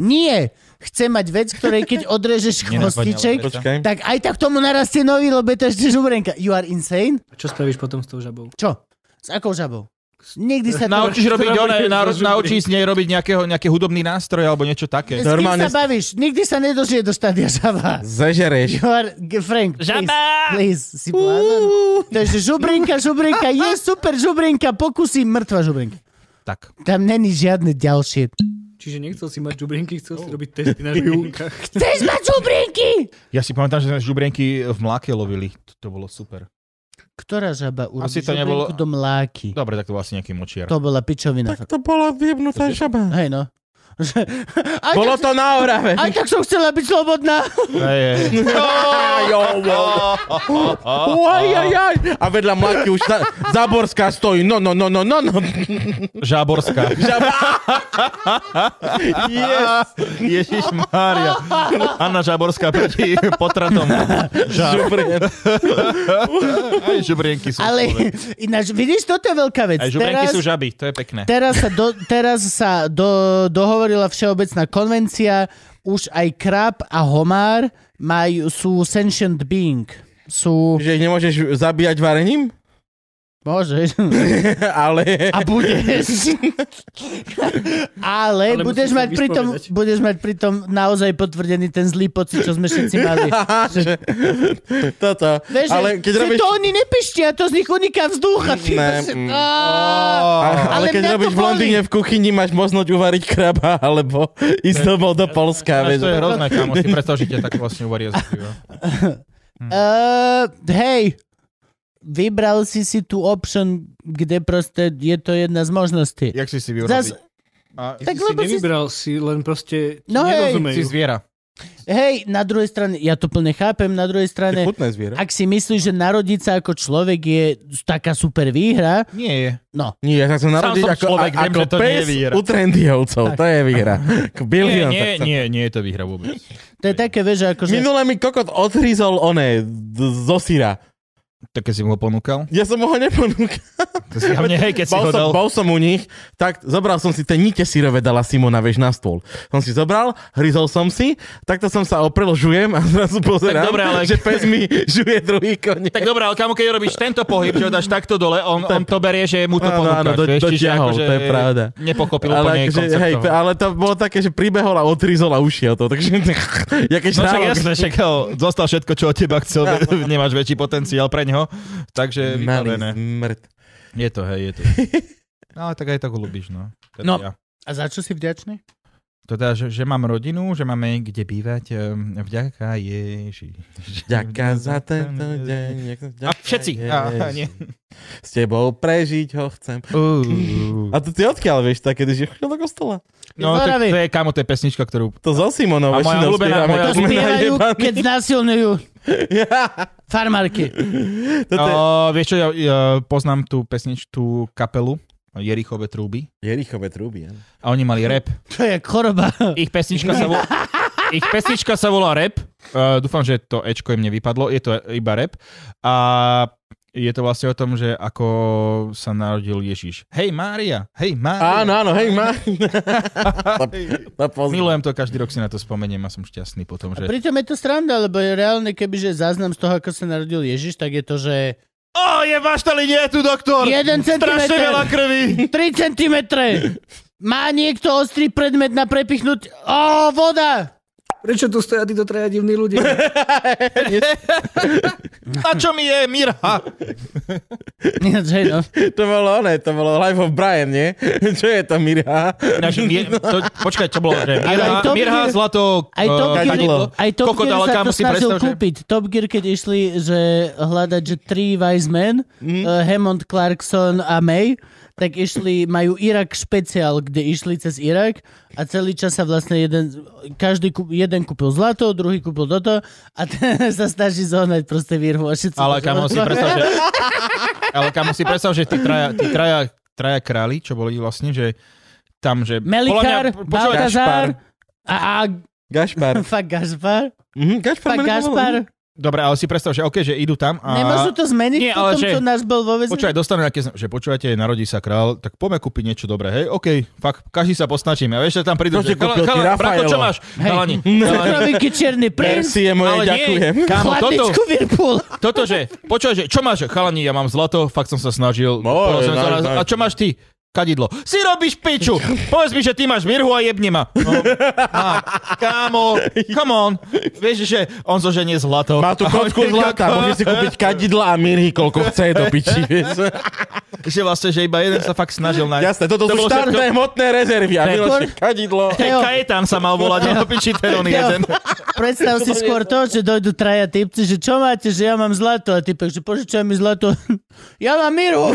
[SPEAKER 1] Nie, chce mať vec, ktorej keď odrežeš
[SPEAKER 3] Nenapadne,
[SPEAKER 1] chvostiček,
[SPEAKER 3] ale prečo?
[SPEAKER 2] Počkaj.
[SPEAKER 1] tak aj tak tomu narastie nový, lebo je to ešte žubrenka. You are insane?
[SPEAKER 5] A čo spravíš potom s tou žabou?
[SPEAKER 1] Čo? S akou žabou? Nikdy sa to...
[SPEAKER 3] Naučíš robiť,
[SPEAKER 5] Ktorá
[SPEAKER 3] oné,
[SPEAKER 5] bude
[SPEAKER 3] naro-
[SPEAKER 5] žubrienka?
[SPEAKER 3] naučíš z nej robiť nejakého, nejaký hudobný nástroj alebo niečo
[SPEAKER 1] S
[SPEAKER 3] také.
[SPEAKER 1] kým
[SPEAKER 2] Normálne-
[SPEAKER 1] sa bavíš? Nikdy sa nedožije do štádia žaba.
[SPEAKER 2] Zežereš.
[SPEAKER 1] You are, g- Frank, please,
[SPEAKER 3] Žaba!
[SPEAKER 1] please, si blázen. Takže žubrinka, žubrinka, je super žubrinka, pokusí mŕtva žubrinka.
[SPEAKER 3] Tak.
[SPEAKER 1] Tam není žiadne ďalšie.
[SPEAKER 5] Čiže nechcel si mať žubrienky, chcel si robiť testy na žubrienkach.
[SPEAKER 1] Chceš mať žubrinky?
[SPEAKER 3] Ja si pamätám, že sme žubrienky v mláke lovili. To, to bolo super.
[SPEAKER 1] Ktorá žaba urobí
[SPEAKER 3] Asi to
[SPEAKER 1] žubrinku
[SPEAKER 3] nebolo-
[SPEAKER 1] do mláky?
[SPEAKER 3] Dobre, tak to bol asi nejaký močiar.
[SPEAKER 1] To bola pičovina.
[SPEAKER 2] Tak to bola vyjebnutá žaba.
[SPEAKER 1] Hej no. aj,
[SPEAKER 2] Bolo
[SPEAKER 1] tak,
[SPEAKER 2] to na Orave.
[SPEAKER 1] aj tak som chcela byť slobodná.
[SPEAKER 3] Hej, hej.
[SPEAKER 2] Uaj, aj, aj. A vedľa mladky už za, Zaborská stojí. No, no, no, no, no, no.
[SPEAKER 3] Žáborská.
[SPEAKER 2] Žaba.
[SPEAKER 3] Yes. Ježiš Mária. Anna Žáborská proti potratom. Žáb.
[SPEAKER 2] Žubrien.
[SPEAKER 3] Aj žubrienky sú.
[SPEAKER 1] Ale
[SPEAKER 3] človek.
[SPEAKER 1] ináč, vidíš, toto je veľká vec.
[SPEAKER 3] Aj žubrienky sú žaby, to je pekné.
[SPEAKER 1] Teraz sa, do, teraz sa do, dohovorila všeobecná konvencia, už aj krab a homár majú, sú sentient being. Sú...
[SPEAKER 2] Že ich nemôžeš zabíjať varením?
[SPEAKER 1] Môžeš.
[SPEAKER 2] Ale...
[SPEAKER 1] A budeš. Ale,
[SPEAKER 5] Ale
[SPEAKER 1] budeš,
[SPEAKER 5] musíš sa
[SPEAKER 1] mať pritom,
[SPEAKER 5] vyspovedať.
[SPEAKER 1] budeš mať pritom naozaj potvrdený ten zlý pocit, čo sme všetci mali.
[SPEAKER 2] Že- Toto.
[SPEAKER 1] Vieš,
[SPEAKER 2] Ale keď
[SPEAKER 1] že
[SPEAKER 2] robíš...
[SPEAKER 1] to oni nepeštia, to z nich uniká vzduch. a ty
[SPEAKER 2] Ne,
[SPEAKER 1] proste-
[SPEAKER 2] mm.
[SPEAKER 1] Á,
[SPEAKER 2] Ale,
[SPEAKER 1] ale
[SPEAKER 2] ale keď
[SPEAKER 1] mňa to
[SPEAKER 2] robíš v
[SPEAKER 1] boli.
[SPEAKER 2] Londýne v kuchyni, máš možnosť uvariť kraba alebo ísť domov do Polska.
[SPEAKER 3] To je
[SPEAKER 2] Vieš.
[SPEAKER 3] hrozné, kamo, si predstav, že ťa tak vlastne uvaria za pivo.
[SPEAKER 1] Eh, hej, vybral si si tú option, kde proste je to jedna z možností.
[SPEAKER 3] Jak si si vyrobil?
[SPEAKER 1] Zas,
[SPEAKER 3] A,
[SPEAKER 1] tak
[SPEAKER 5] si
[SPEAKER 1] lebo si...
[SPEAKER 5] nevybral si, len proste
[SPEAKER 1] No hej,
[SPEAKER 5] no
[SPEAKER 3] si
[SPEAKER 5] nerozumejú.
[SPEAKER 3] zviera.
[SPEAKER 1] Hej, na druhej strane, ja to plne chápem, na druhej
[SPEAKER 2] Je
[SPEAKER 1] strane,
[SPEAKER 2] chutné zviera.
[SPEAKER 1] ak si myslíš, že narodiť sa ako človek je taká super výhra,
[SPEAKER 3] Nie je.
[SPEAKER 1] no,
[SPEAKER 2] Nie, ja sa chcem narodiť
[SPEAKER 3] som
[SPEAKER 2] ako,
[SPEAKER 3] človek,
[SPEAKER 2] a,
[SPEAKER 3] viem,
[SPEAKER 2] ako
[SPEAKER 3] že to nie je
[SPEAKER 2] pes
[SPEAKER 3] výhra.
[SPEAKER 2] u trendyovcov. To je výhra. Ako
[SPEAKER 3] Nie,
[SPEAKER 2] Bilión.
[SPEAKER 3] nie,
[SPEAKER 2] tak to-
[SPEAKER 3] nie, nie je to výhra vôbec.
[SPEAKER 1] to je také, vieš, že akože...
[SPEAKER 2] Minule mi kokot odhryzol oné d- zo syra.
[SPEAKER 3] Tak keď si mu ho ponúkal,
[SPEAKER 2] Ja som ho neponúkal.
[SPEAKER 3] to si hlavne hej, keď si
[SPEAKER 2] Bol
[SPEAKER 3] ho
[SPEAKER 2] som,
[SPEAKER 3] dal.
[SPEAKER 2] bol som u nich, tak zobral som si tie nite syrové, dala Simona, vieš, na stôl. Som si zobral, hryzol som si, takto som sa oprel, žujem a zrazu pozerám,
[SPEAKER 3] dobre, ale-
[SPEAKER 2] že pes mi žuje druhý koniec.
[SPEAKER 3] Tak dobré, ale kamo, keď robíš tento pohyb, že ho dáš takto dole, on, on to berie, že mu to
[SPEAKER 2] Áno, áno,
[SPEAKER 3] ponúkaš.
[SPEAKER 2] do-
[SPEAKER 3] vieš, čiže akože
[SPEAKER 2] dotiahol, to je pravda.
[SPEAKER 3] Nepochopil
[SPEAKER 2] Ale,
[SPEAKER 3] úplne
[SPEAKER 2] akože,
[SPEAKER 3] koncept
[SPEAKER 2] hej,
[SPEAKER 3] toho.
[SPEAKER 2] ale to bolo také, že pribehol a odhryzol a ušiel to. Takže ja keď
[SPEAKER 3] No však
[SPEAKER 2] nálog-
[SPEAKER 3] jasné, však ho, dostal všetko, čo od teba chcel, nemáš väčší potenciál pre neho, takže
[SPEAKER 2] Malý
[SPEAKER 3] vybavené.
[SPEAKER 2] zmrt.
[SPEAKER 3] Je to, hej, je to. No ale tak aj tak ho ľubíš, no. Teda
[SPEAKER 1] No.
[SPEAKER 3] Ja.
[SPEAKER 1] A za čo si vďačný?
[SPEAKER 3] Teda, že, že mám rodinu, že máme kde bývať, ehm, vďaka Ježi.
[SPEAKER 2] Ďaká za tento deň.
[SPEAKER 3] A všetci.
[SPEAKER 2] Ďaká,
[SPEAKER 3] A,
[SPEAKER 2] Ježiš.
[SPEAKER 3] nie.
[SPEAKER 2] S tebou prežiť ho chcem.
[SPEAKER 3] Uh.
[SPEAKER 2] A to ty odkiaľ vieš také, že chodil do kostola?
[SPEAKER 3] No to,
[SPEAKER 1] Zoravy.
[SPEAKER 3] to je kamo, to je pesnička, ktorú...
[SPEAKER 2] To so Simonou.
[SPEAKER 3] A moja
[SPEAKER 2] väčšinou
[SPEAKER 3] obľúbená-
[SPEAKER 2] spievame,
[SPEAKER 3] moja
[SPEAKER 2] keď
[SPEAKER 1] To
[SPEAKER 2] sme
[SPEAKER 1] spievajú,
[SPEAKER 2] najebaní.
[SPEAKER 1] keď znásilňujú farmárky.
[SPEAKER 2] Toto je
[SPEAKER 3] Uh, vieš čo, ja, ja poznám tú pesnič, tú kapelu, Jerichové trúby.
[SPEAKER 2] Jerichové trúby. áno.
[SPEAKER 3] A oni mali rap.
[SPEAKER 1] To je choroba.
[SPEAKER 3] Ich pesnička sa volá... Ich pesnička sa volá rap. Uh, dúfam, že to Ečko im nevypadlo. Je to iba rap. A je to vlastne o tom, že ako sa narodil Ježiš. Hej Mária, hej Mária.
[SPEAKER 2] Áno, áno, hej, má. To poznám.
[SPEAKER 3] Milujem to, každý rok si na to spomeniem a som šťastný potom, že...
[SPEAKER 1] Pritom je to sranda, lebo je reálne, kebyže záznam z toho, ako sa narodil Ježiš, tak je to, že
[SPEAKER 3] O, je vaštali, nie je tu doktor!
[SPEAKER 1] 1
[SPEAKER 3] Strašne veľa
[SPEAKER 1] cm,
[SPEAKER 3] krvi!
[SPEAKER 1] 3 cm. Má niekto ostrý predmet na prepichnutie? Ó, voda!
[SPEAKER 5] Prečo tu stoja títo traja divní ľudia?
[SPEAKER 3] A čo mi je, Mirha?
[SPEAKER 1] Nie, že no.
[SPEAKER 2] To bolo oné, to bolo Life of Brian, nie? Čo je to, Mirha?
[SPEAKER 3] Ináč, mi- to, počkaj, čo bolo? Že
[SPEAKER 1] aj
[SPEAKER 3] Mirha,
[SPEAKER 1] to by-
[SPEAKER 3] Mirha, zlato,
[SPEAKER 1] Aj Top
[SPEAKER 3] eh,
[SPEAKER 1] Gear,
[SPEAKER 2] kadidlo.
[SPEAKER 1] aj Top
[SPEAKER 3] Kokot,
[SPEAKER 1] Gear
[SPEAKER 3] ale
[SPEAKER 1] sa
[SPEAKER 3] kámo,
[SPEAKER 1] to
[SPEAKER 3] si
[SPEAKER 1] snažil
[SPEAKER 3] predstav, že-
[SPEAKER 1] kúpiť. Top Gear, keď išli že eh, hľadať, že tri wise men, mm. uh, Hammond, Clarkson a May, tak išli, majú Irak špeciál, kde išli cez Irak a celý čas sa vlastne jeden, každý, kú- jeden kúpil zlato, druhý kúpil toto a ten sa snaží zohnať proste výrhu. A všetci
[SPEAKER 3] Ale kamo si predstav, že... Ale kamo si predstav, že tí traja, tí traja, traja králi, čo boli vlastne, že tam, že...
[SPEAKER 1] Melikar,
[SPEAKER 3] podľa mňa- počúvaj,
[SPEAKER 1] Baltazar a, a
[SPEAKER 2] Gašpar.
[SPEAKER 1] fakt Gašpar.
[SPEAKER 2] Mhm, Gašpar.
[SPEAKER 1] Fakt
[SPEAKER 2] ma nepovedal.
[SPEAKER 1] Gašpar.
[SPEAKER 3] Dobre, ale si predstav, že OK, že idú tam a...
[SPEAKER 1] Nemôžu to zmeniť
[SPEAKER 3] Nie,
[SPEAKER 1] po
[SPEAKER 3] ale
[SPEAKER 1] tom,
[SPEAKER 3] že-
[SPEAKER 1] čo nás bol vo väzení?
[SPEAKER 3] Počúvaj, dostanú nejaké, zna- že počúvate, narodí sa král, tak poďme kúpiť niečo dobré, hej, OK, fakt, každý sa postačíme. A vieš, že tam prídu,
[SPEAKER 2] Čo si
[SPEAKER 3] že chala,
[SPEAKER 2] kúpil ty,
[SPEAKER 3] chala,
[SPEAKER 2] Rafaelo?
[SPEAKER 3] bracho, čo máš?
[SPEAKER 1] Hej.
[SPEAKER 3] Chalani,
[SPEAKER 1] Krovinky Čierny princ,
[SPEAKER 2] Merci je moje,
[SPEAKER 3] Ale nie.
[SPEAKER 2] ďakujem.
[SPEAKER 3] kámo, toto,
[SPEAKER 1] chladničku Whirlpool.
[SPEAKER 3] toto, že, počúvaj, že, čo máš? Chalani, ja mám zlato, fakt som sa snažil.
[SPEAKER 2] Moje,
[SPEAKER 3] som sa
[SPEAKER 2] daj,
[SPEAKER 3] raz-
[SPEAKER 2] daj.
[SPEAKER 3] a čo máš ty? Kadidlo. Si robíš piču! Povedz mi, že ty máš mirhu a jebni ma. No, mám. Kámo, come on. Vieš, že on zoženie zlato.
[SPEAKER 2] Má tu kocku zlata, môže si kúpiť kadidla a mirhy, koľko chce do piči. vieš.
[SPEAKER 3] Že vlastne, že iba jeden sa fakt snažil nájsť.
[SPEAKER 2] Jasné, toto
[SPEAKER 3] To
[SPEAKER 2] sú
[SPEAKER 3] bolo
[SPEAKER 2] štátne hmotné rezervy a
[SPEAKER 3] Rekord.
[SPEAKER 2] Miloš je kadidlo.
[SPEAKER 1] Teo,
[SPEAKER 3] Kajetán sa mal volať, ale piči ten on
[SPEAKER 1] Teo,
[SPEAKER 3] jeden.
[SPEAKER 1] predstav si skôr to, že dojdú traja typci, že čo máte, že ja mám zlato a typek, že požičaj mi zlato. Ja mám miru.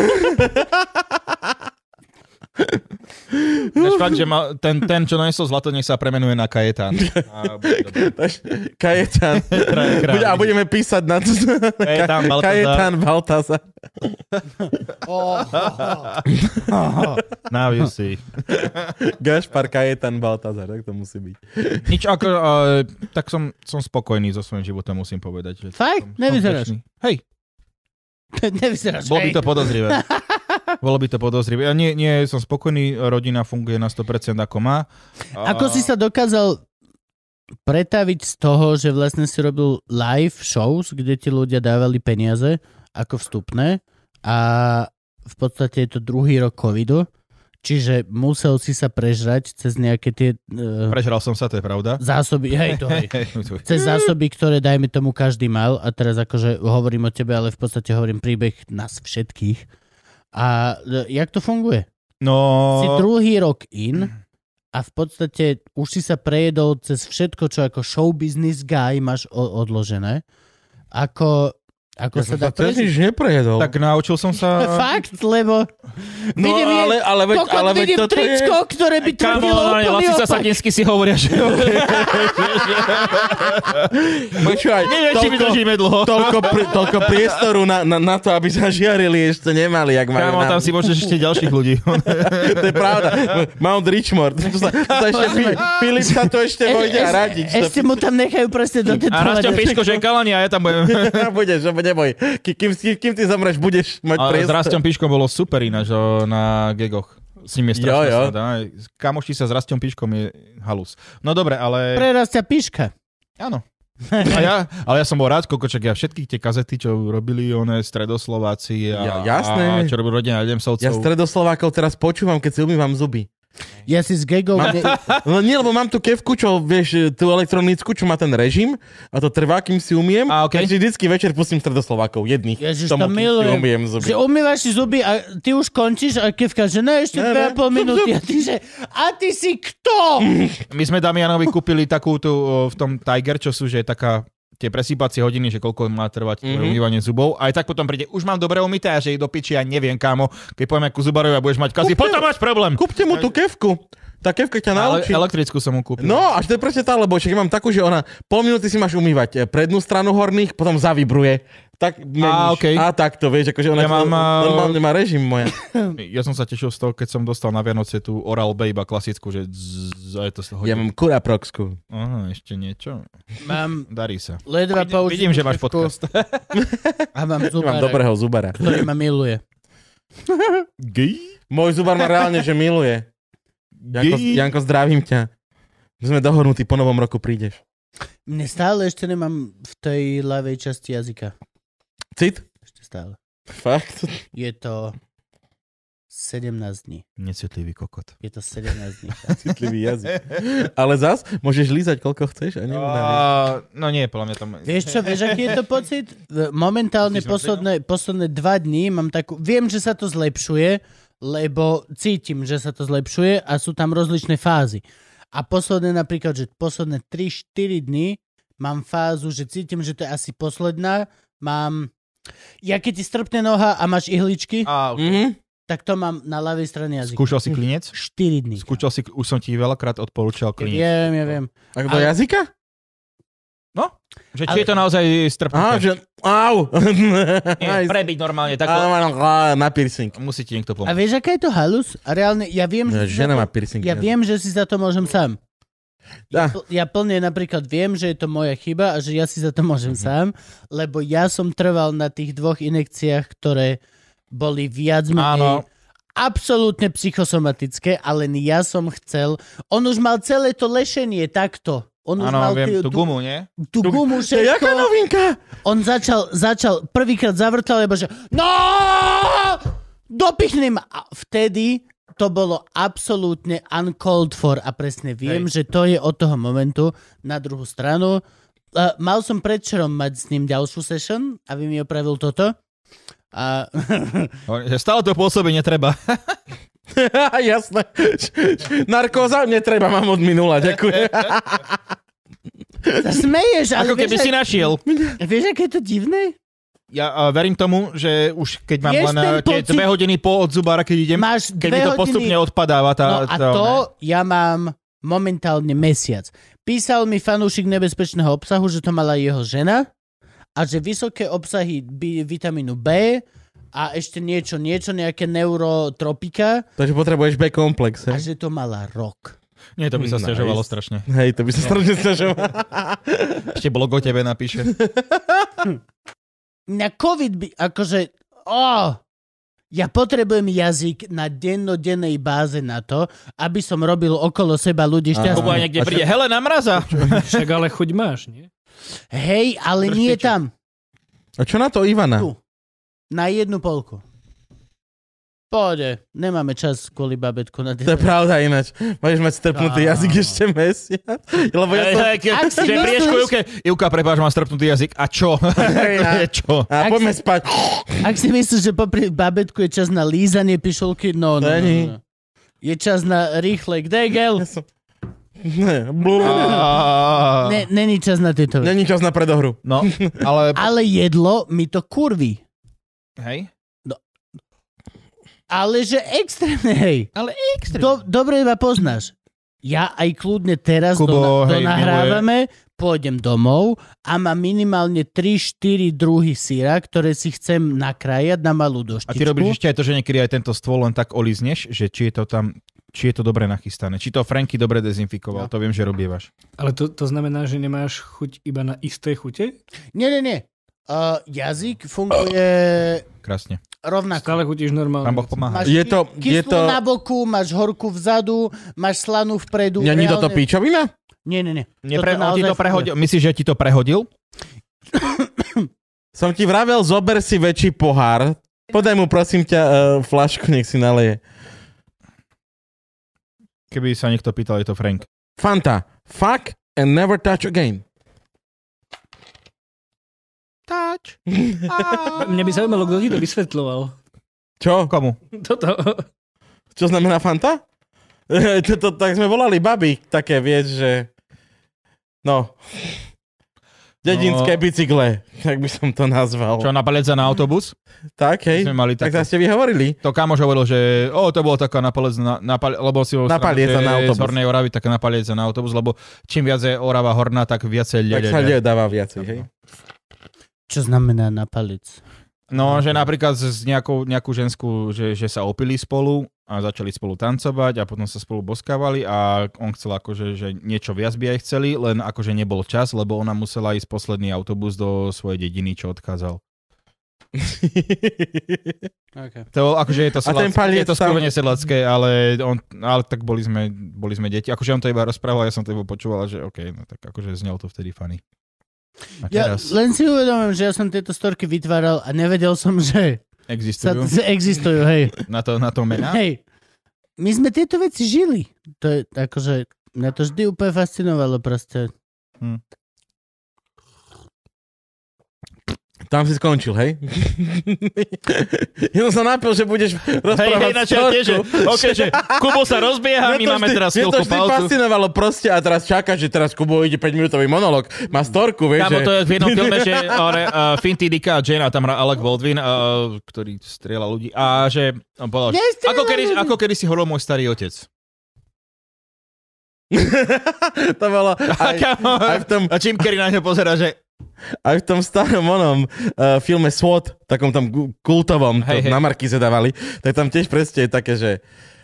[SPEAKER 3] Ináč fakt, že mal, ten, ten, čo nesol zlato, nech sa premenuje na Kajetán. A bude dobre.
[SPEAKER 2] Až- Kajetan.
[SPEAKER 3] Traja králi.
[SPEAKER 2] Bude- A budeme písať na...
[SPEAKER 3] Kajetán, Baltazar.
[SPEAKER 2] Kajetan Baltazar.
[SPEAKER 3] Na si.
[SPEAKER 2] Gašpar Kajetan Baltazar, tak to musí byť.
[SPEAKER 3] Nič ako, uh, tak som, som spokojný so svojím životom, musím povedať. Že
[SPEAKER 1] Fakt?
[SPEAKER 3] som- som
[SPEAKER 1] Nevyzeráš.
[SPEAKER 3] vďačný. Hej,
[SPEAKER 1] Nevyzeráš.
[SPEAKER 3] bolo by
[SPEAKER 1] hej.
[SPEAKER 3] to podozrivé. Bolo by to podozrivé. Ja nie, nie, som spokojný, rodina funguje na 100% ako má. A-
[SPEAKER 1] Ako si sa dokázal pretaviť z toho, že vlastne si robil live shows, kde ti ľudia dávali peniaze ako vstupné a v podstate je to druhý rok covidu, čiže musel si sa prežrať cez nejaké tie eh,
[SPEAKER 3] Prežral som sa, to je pravda.
[SPEAKER 1] zásoby, hej to hej,
[SPEAKER 3] Hej,
[SPEAKER 2] Mm.
[SPEAKER 3] tu.
[SPEAKER 1] cez zásoby, ktoré dajme tomu každý mal a teraz akože hovorím o tebe, ale v podstate hovorím príbeh nás všetkých. A e, jak to funguje?
[SPEAKER 3] No,
[SPEAKER 1] Si druhý rok
[SPEAKER 2] Mm.
[SPEAKER 1] in a v podstate už si sa prejedol cez všetko, čo ako show business guy máš o- odložené. Ako, ako
[SPEAKER 2] Ja
[SPEAKER 1] sa
[SPEAKER 2] som
[SPEAKER 1] dá
[SPEAKER 2] sa tiež
[SPEAKER 1] prežiť.
[SPEAKER 2] nič neprejedol.
[SPEAKER 3] tak naučil som sa...
[SPEAKER 1] Fakt, lebo
[SPEAKER 2] no,
[SPEAKER 1] vidím, je-
[SPEAKER 2] ale, ale, veď,
[SPEAKER 1] kokot
[SPEAKER 2] ale veď
[SPEAKER 1] vidím
[SPEAKER 2] toto je...
[SPEAKER 1] tričko, ktoré by tvrdilo úplný
[SPEAKER 8] Lasica
[SPEAKER 1] opak.
[SPEAKER 8] Sadinsky si hovoria, že...
[SPEAKER 2] Počúvaj,
[SPEAKER 3] Neviem, či
[SPEAKER 2] toľko,
[SPEAKER 3] vydržíme dlho.
[SPEAKER 2] toľko, pri, toľko priestoru na, na, na, to, aby zažiarili, ešte nemali, jak majú
[SPEAKER 3] Kámo,
[SPEAKER 2] nám.
[SPEAKER 3] tam si môžeš ešte ďalších ľudí.
[SPEAKER 2] To je pravda. Mount Richmond. To sa, to sa ešte, Fi- Filip sa to ešte vojde a radiť.
[SPEAKER 1] Ešte mu tam nechajú presne
[SPEAKER 3] A Rasto
[SPEAKER 1] dotetovať.
[SPEAKER 3] Piško, že kalani a ja tam budem.
[SPEAKER 2] budeš, neboj. Ki- Kým, kým, kým ty zamreš, budeš mať
[SPEAKER 3] Ale s
[SPEAKER 2] priestor.
[SPEAKER 3] Rastom Piškom bolo super ináč o, na gegoch. S ním je
[SPEAKER 2] Jo,
[SPEAKER 3] strašná
[SPEAKER 2] jo.
[SPEAKER 3] sranda. Aj Kamoši sa s Rastom Piškom je halus. No dobre, ale...
[SPEAKER 1] Prerastia piška.
[SPEAKER 3] Áno. A ja, ale ja som bol rád, kokoček, ja všetky tie kazety, čo robili one stredoslováci a,
[SPEAKER 2] Ja, jasné.
[SPEAKER 3] a čo robili rodina Demsovcov.
[SPEAKER 2] Ja stredoslovákov teraz počúvam, keď si umývam zuby.
[SPEAKER 1] Ja si s gegou...
[SPEAKER 2] Mám, no nie, lebo mám tú kevku, čo vieš, tú elektronickú, čo má ten režim a to trvá, kým si umiem.
[SPEAKER 3] A, okej.
[SPEAKER 2] Takže vždycky večer pustím stredoslovákov, jedných.
[SPEAKER 1] Ježiš,
[SPEAKER 2] tomu,
[SPEAKER 1] to
[SPEAKER 2] kým si
[SPEAKER 1] milujem.
[SPEAKER 2] umýjem zuby.
[SPEAKER 1] Že umývaš si zuby a ty už končíš a kevka, že ne, ešte
[SPEAKER 2] Ne,
[SPEAKER 1] dve a
[SPEAKER 2] ne.
[SPEAKER 1] pol minúty. A ty, že, a ty si kto?
[SPEAKER 3] My sme Damianovi kúpili takú tú, o, v tom Tiger, čo sú, že je taká tie presýpacie hodiny, že koľko má trvať mm-hmm.
[SPEAKER 2] Mhm.
[SPEAKER 3] umývanie zubov. Aj tak potom príde, už mám dobre umyté a že ich do piči, ja neviem kámo. Keď povieme ku zubarovi a budeš mať kazy,
[SPEAKER 2] Kúpte-
[SPEAKER 3] potom máš problém.
[SPEAKER 2] Kúpte mu tú kevku. Tá kevka ťa
[SPEAKER 3] Ale
[SPEAKER 2] naučí.
[SPEAKER 3] elektrickú som mu kúpil.
[SPEAKER 2] No, až to je presne tá, lebo však ja mám takú, že ona pol minúty si máš umývať e, prednú stranu horných, potom zavibruje. Tak meníš.
[SPEAKER 3] okej.
[SPEAKER 2] a tak to vieš, akože ona
[SPEAKER 3] Ja mám, e, a-
[SPEAKER 2] normálne má režim moja.
[SPEAKER 3] Ja som sa tešil z toho, keď som dostal na Vianoce tú Oral-B iba klasickú, že zzz, a je to z toho.
[SPEAKER 2] ja mám kuraproxku.
[SPEAKER 3] Aha, ešte niečo.
[SPEAKER 1] Mám
[SPEAKER 3] Darí sa.
[SPEAKER 1] ledva použitú
[SPEAKER 3] Vidím, že máš
[SPEAKER 1] kevku
[SPEAKER 3] podcast.
[SPEAKER 1] A mám
[SPEAKER 2] Mám
[SPEAKER 1] zubára,
[SPEAKER 2] dobrého zubara.
[SPEAKER 1] ktorý ma miluje.
[SPEAKER 3] Gej?
[SPEAKER 2] Môj zubar ma reálne, že miluje. Janko,
[SPEAKER 3] Gej?
[SPEAKER 2] Janko, zdravím ťa. My sme dohodnutí, po novom roku prídeš.
[SPEAKER 1] Mne stále ešte nemám v tej ľavej časti jazyka.
[SPEAKER 2] Cit?
[SPEAKER 1] Ešte stále.
[SPEAKER 2] Fakt?
[SPEAKER 1] Je to 17 dní.
[SPEAKER 3] Necitlivý kokot.
[SPEAKER 1] Je to 17 dní.
[SPEAKER 2] Citlivý jazyk. Ale zas môžeš lízať, koľko chceš a neunavíš.
[SPEAKER 3] A, no nie, podľa mňa tam...
[SPEAKER 1] Vieš čo, vieš, aký je to pocit? V- Momentálne
[SPEAKER 3] Myslíš na
[SPEAKER 1] posledné, posledné dva dní mám takú... Viem, že sa to zlepšuje, lebo cítim, že sa to zlepšuje a sú tam rozličné fázy. A posledné napríklad, že posledné 3-4 dní mám fázu, že cítim, že to je asi posledná. Mám... Ja keď ti strpne noha a máš ihličky,
[SPEAKER 3] A,
[SPEAKER 2] Mhm.
[SPEAKER 1] tak to mám na ľavej strane jazyka.
[SPEAKER 3] skúšal si klinec?
[SPEAKER 1] 4 dní.
[SPEAKER 3] Skúšal si, už som ti veľakrát
[SPEAKER 1] Ja
[SPEAKER 3] odporúčal klinec.
[SPEAKER 1] viem, ja viem.
[SPEAKER 2] Tak do
[SPEAKER 1] Ale-
[SPEAKER 2] jazyka?
[SPEAKER 3] Že či
[SPEAKER 1] Ale-
[SPEAKER 3] je to naozaj
[SPEAKER 2] Aha,
[SPEAKER 3] strpnuté.
[SPEAKER 2] že... Au! Aj
[SPEAKER 3] Nie,
[SPEAKER 2] s-
[SPEAKER 3] prebiť normálne, tak
[SPEAKER 2] Áno, áno, á, na piercing.
[SPEAKER 3] musí ti niekto
[SPEAKER 1] A
[SPEAKER 3] pomôcť.
[SPEAKER 1] vieš, aká je to halus? A reálne, ja viem, že... si za
[SPEAKER 2] Žena
[SPEAKER 1] to-
[SPEAKER 2] má piercing.
[SPEAKER 1] Ja viem, že si za to môžem sám. Ja,
[SPEAKER 2] Dá.
[SPEAKER 1] pl- ja plne napríklad viem, že je to moja chyba a že ja si za to
[SPEAKER 3] Mhm.
[SPEAKER 1] môžem sám, lebo ja som trval na tých dvoch inekciách, ktoré boli viac menej
[SPEAKER 3] Áno.
[SPEAKER 1] absolútne psychosomatické, ale ja som chcel... On už mal celé to lešenie takto. On už
[SPEAKER 3] Áno,
[SPEAKER 1] mal
[SPEAKER 3] viem, tú
[SPEAKER 1] tú,
[SPEAKER 3] gumu, nie?
[SPEAKER 1] tú gumu,
[SPEAKER 2] To je jaká
[SPEAKER 1] všetko.
[SPEAKER 2] novinka?
[SPEAKER 1] On začal, začal prvýkrát zavrtal, lebo že no, dopichni ma. A vtedy to bolo absolútne uncalled for a presne viem, Hej. že to je od toho momentu na druhú stranu. Uh, mal som predčerom mať s ním ďalšiu session, aby mi opravil toto. A
[SPEAKER 3] Hovorím, že Stále to pôsobí netreba.
[SPEAKER 2] Jasné. Narkóza? Netreba, mám od minula, ďakujem.
[SPEAKER 1] sa smeješ, ale
[SPEAKER 3] Ako
[SPEAKER 1] vieš,
[SPEAKER 3] keby si našiel.
[SPEAKER 1] aj- vieš, aké je to divné?
[SPEAKER 3] Ja a verím tomu, že už keď mám
[SPEAKER 1] Vieš
[SPEAKER 3] len
[SPEAKER 1] ten
[SPEAKER 3] a, tie
[SPEAKER 1] pocit-
[SPEAKER 3] dve hodiny po od zubára, keď idem,
[SPEAKER 1] Máš
[SPEAKER 3] keď
[SPEAKER 1] dve
[SPEAKER 3] mi to
[SPEAKER 1] hodiny...
[SPEAKER 3] postupne odpadáva tá...
[SPEAKER 1] No a
[SPEAKER 3] tá,
[SPEAKER 1] to
[SPEAKER 3] ne.
[SPEAKER 1] ja mám momentálne mesiac. Písal mi fanúšik nebezpečného obsahu, že to mala jeho žena a že vysoké obsahy bi- vitamínu B a ešte niečo, niečo, nejaké neurotropika
[SPEAKER 2] Takže potrebuješ B-komplex,
[SPEAKER 1] a že
[SPEAKER 2] hej?
[SPEAKER 1] to mala rok.
[SPEAKER 3] Nie, to by sa
[SPEAKER 2] Nice.
[SPEAKER 3] stiažovalo strašne.
[SPEAKER 2] Hej, to by sa strašne stiažoval.
[SPEAKER 3] Ešte blog o tebe napíše.
[SPEAKER 1] Na COVID by, akože, oh, ja potrebujem jazyk na dennodennej báze na to, aby som robil okolo seba ľudí
[SPEAKER 2] Áno.
[SPEAKER 1] šťastných.
[SPEAKER 3] Kubo aj niekde príde. Helena Mraza!
[SPEAKER 5] Však ale chuť máš, nie?
[SPEAKER 1] Hej, ale
[SPEAKER 3] Drž
[SPEAKER 1] nie
[SPEAKER 3] piču.
[SPEAKER 1] tam.
[SPEAKER 2] A čo na to Ivana?
[SPEAKER 1] Tu. Na jednu polku. Pôjde, nemáme čas kvôli babetku na
[SPEAKER 2] To je pravda ináč. Môžeš mať strpnutý jazyk ešte mesiac. Lebo ja som...
[SPEAKER 3] Hej,
[SPEAKER 1] Ak si
[SPEAKER 3] že prieš
[SPEAKER 1] myslíš-
[SPEAKER 3] Ivke, Ivka, prepáč, mám strpnutý jazyk. A čo? Akože čo?
[SPEAKER 2] A poďme spať.
[SPEAKER 1] Ak si myslíš, že popri babetku je čas na lízanie pišulky, no, no, no,
[SPEAKER 2] Není.
[SPEAKER 1] no. Je čas na rýchle
[SPEAKER 2] Ja
[SPEAKER 1] degel.
[SPEAKER 2] som... Ne, blú.
[SPEAKER 3] Á,
[SPEAKER 1] Ne, není čas na tieto veci.
[SPEAKER 2] Není čas na predohru.
[SPEAKER 3] No, ale...
[SPEAKER 1] Ale jedlo mi to kurví.
[SPEAKER 3] Hej?
[SPEAKER 1] Ale že extrémne, hej.
[SPEAKER 3] Ale extrém.
[SPEAKER 1] Do, dobre iba poznáš. Ja aj kľudne teraz
[SPEAKER 3] Kubo,
[SPEAKER 1] do,
[SPEAKER 3] hej,
[SPEAKER 1] do nahrávame, pôjdem domov a mám minimálne 3-4 druhy syra, ktoré si chcem nakrájať na malú
[SPEAKER 3] A
[SPEAKER 1] doštičku.
[SPEAKER 3] ty robíš ešte aj to, že niekedy aj tento stôl len tak olizneš, že či je to tam či je to dobre nachystané. Či to Franky dobre
[SPEAKER 1] No.
[SPEAKER 3] dezinfikoval, to viem, že robievaš.
[SPEAKER 5] Ale to, to znamená, že nemáš chuť iba na isté chute?
[SPEAKER 1] Nie, nie, nie. Uh, jazyk funguje
[SPEAKER 3] Krásne.
[SPEAKER 1] rovnako.
[SPEAKER 5] Stále chutíš normálne.
[SPEAKER 3] Pán Boh pomáha.
[SPEAKER 1] Máš
[SPEAKER 2] Je
[SPEAKER 1] ky-
[SPEAKER 2] to- je
[SPEAKER 1] kyslú
[SPEAKER 2] to-
[SPEAKER 1] na boku, máš horku vzadu, máš slanú vpredu.
[SPEAKER 2] Není toto
[SPEAKER 1] reálne-
[SPEAKER 2] píčovina?
[SPEAKER 1] Nie, nie, nie. Toto
[SPEAKER 3] Nepre, on ti
[SPEAKER 1] naozaj
[SPEAKER 3] to
[SPEAKER 1] funguje.
[SPEAKER 3] prehodil, myslíš, že ti to prehodil?
[SPEAKER 2] Som ti vravel, zober si väčší pohár. Podaj mu prosím ťa eh, flašku, nech si naleje.
[SPEAKER 3] Keby sa niekto pýtal, je to Frank.
[SPEAKER 2] Fanta. Fuck and never touch again.
[SPEAKER 3] Touch.
[SPEAKER 5] Mňa by zaujímalo, kto ti to vysvetľoval.
[SPEAKER 2] Čo?
[SPEAKER 3] Komu?
[SPEAKER 5] Toto.
[SPEAKER 2] Čo znamená Fanta? Toto, tak sme volali babi, také vieš, že... No. Dedinské
[SPEAKER 3] No.
[SPEAKER 2] bicykle, tak by som to nazval.
[SPEAKER 3] Čo, napalec za na autobus?
[SPEAKER 2] Tak, Hm. hej.
[SPEAKER 3] Sme mali
[SPEAKER 2] Tak
[SPEAKER 3] takú-
[SPEAKER 2] zase ste vyhovorili.
[SPEAKER 3] To kamoš hovoril, že o, to bolo taká napalec na, napal, lebo si bol
[SPEAKER 2] Napalieza na autobus.
[SPEAKER 3] z Hornej Oravy, taká napalieza na autobus, lebo čím viac je Orava horná, tak viacej
[SPEAKER 2] Tak
[SPEAKER 3] ľudia.
[SPEAKER 2] sa ľudia dáva viacej, hej.
[SPEAKER 1] Čo znamená na palec?
[SPEAKER 3] No, že napríklad s nejakou, nejakú ženskú, že, že sa opili spolu a začali spolu tancovať a potom sa spolu boskávali a on chcel akože, že niečo viac by aj chceli, len akože nebol čas, lebo ona musela ísť posledný autobus do svojej dediny, čo odkázal. To, akože je to,
[SPEAKER 2] A ten
[SPEAKER 3] sedlacké,
[SPEAKER 2] paliec
[SPEAKER 3] je to
[SPEAKER 2] tam-
[SPEAKER 3] skurvene sedlacké, ale, on, ale tak boli sme, boli sme deti. Akože on to iba rozprával, ja som to iba počúval, že OK, no tak akože znel to vtedy funny. A
[SPEAKER 1] Ja
[SPEAKER 3] teraz ja,
[SPEAKER 1] len si uvedomím, že ja som tieto storky vytváral a nevedel som, že sa,
[SPEAKER 3] existujú
[SPEAKER 1] že existujú, hej.
[SPEAKER 3] na to, na to mená.
[SPEAKER 1] Hej, my sme tieto veci žili. To je akože, mňa to vždy úplne fascinovalo proste.
[SPEAKER 2] Tam si skončil, hej? ja som sa napil, že budeš rozprávať storku.
[SPEAKER 3] že Kubo sa
[SPEAKER 2] Mňa
[SPEAKER 3] rozbieha,
[SPEAKER 2] to vždy- Mňa to vždy fascinovalo proste a teraz čaká, že teraz Kubo ide 5-minútový monolog. Má storku, vieš,
[SPEAKER 3] Kámo,
[SPEAKER 2] že...
[SPEAKER 3] to je v jednom filme, že ore, uh, Finty Dicka a Jane a tam hrá Alec Baldwin, uh, ktorý strieľa ľudí. A že... On povedal, že
[SPEAKER 1] Nestrieľa
[SPEAKER 3] ako, kedy,
[SPEAKER 1] ľudí.
[SPEAKER 3] ako kedy si hovoril môj starý otec.
[SPEAKER 2] to bolo aj,
[SPEAKER 3] Kámo,
[SPEAKER 2] aj, v tom,
[SPEAKER 3] a Jim Carrey na ňo pozera, že
[SPEAKER 2] aj v tom starom onom uh, filme SWAT, takom tam gu- kultovom, to
[SPEAKER 3] Hej, hej.
[SPEAKER 2] na Markize dávali, tak tam tiež presne je také, že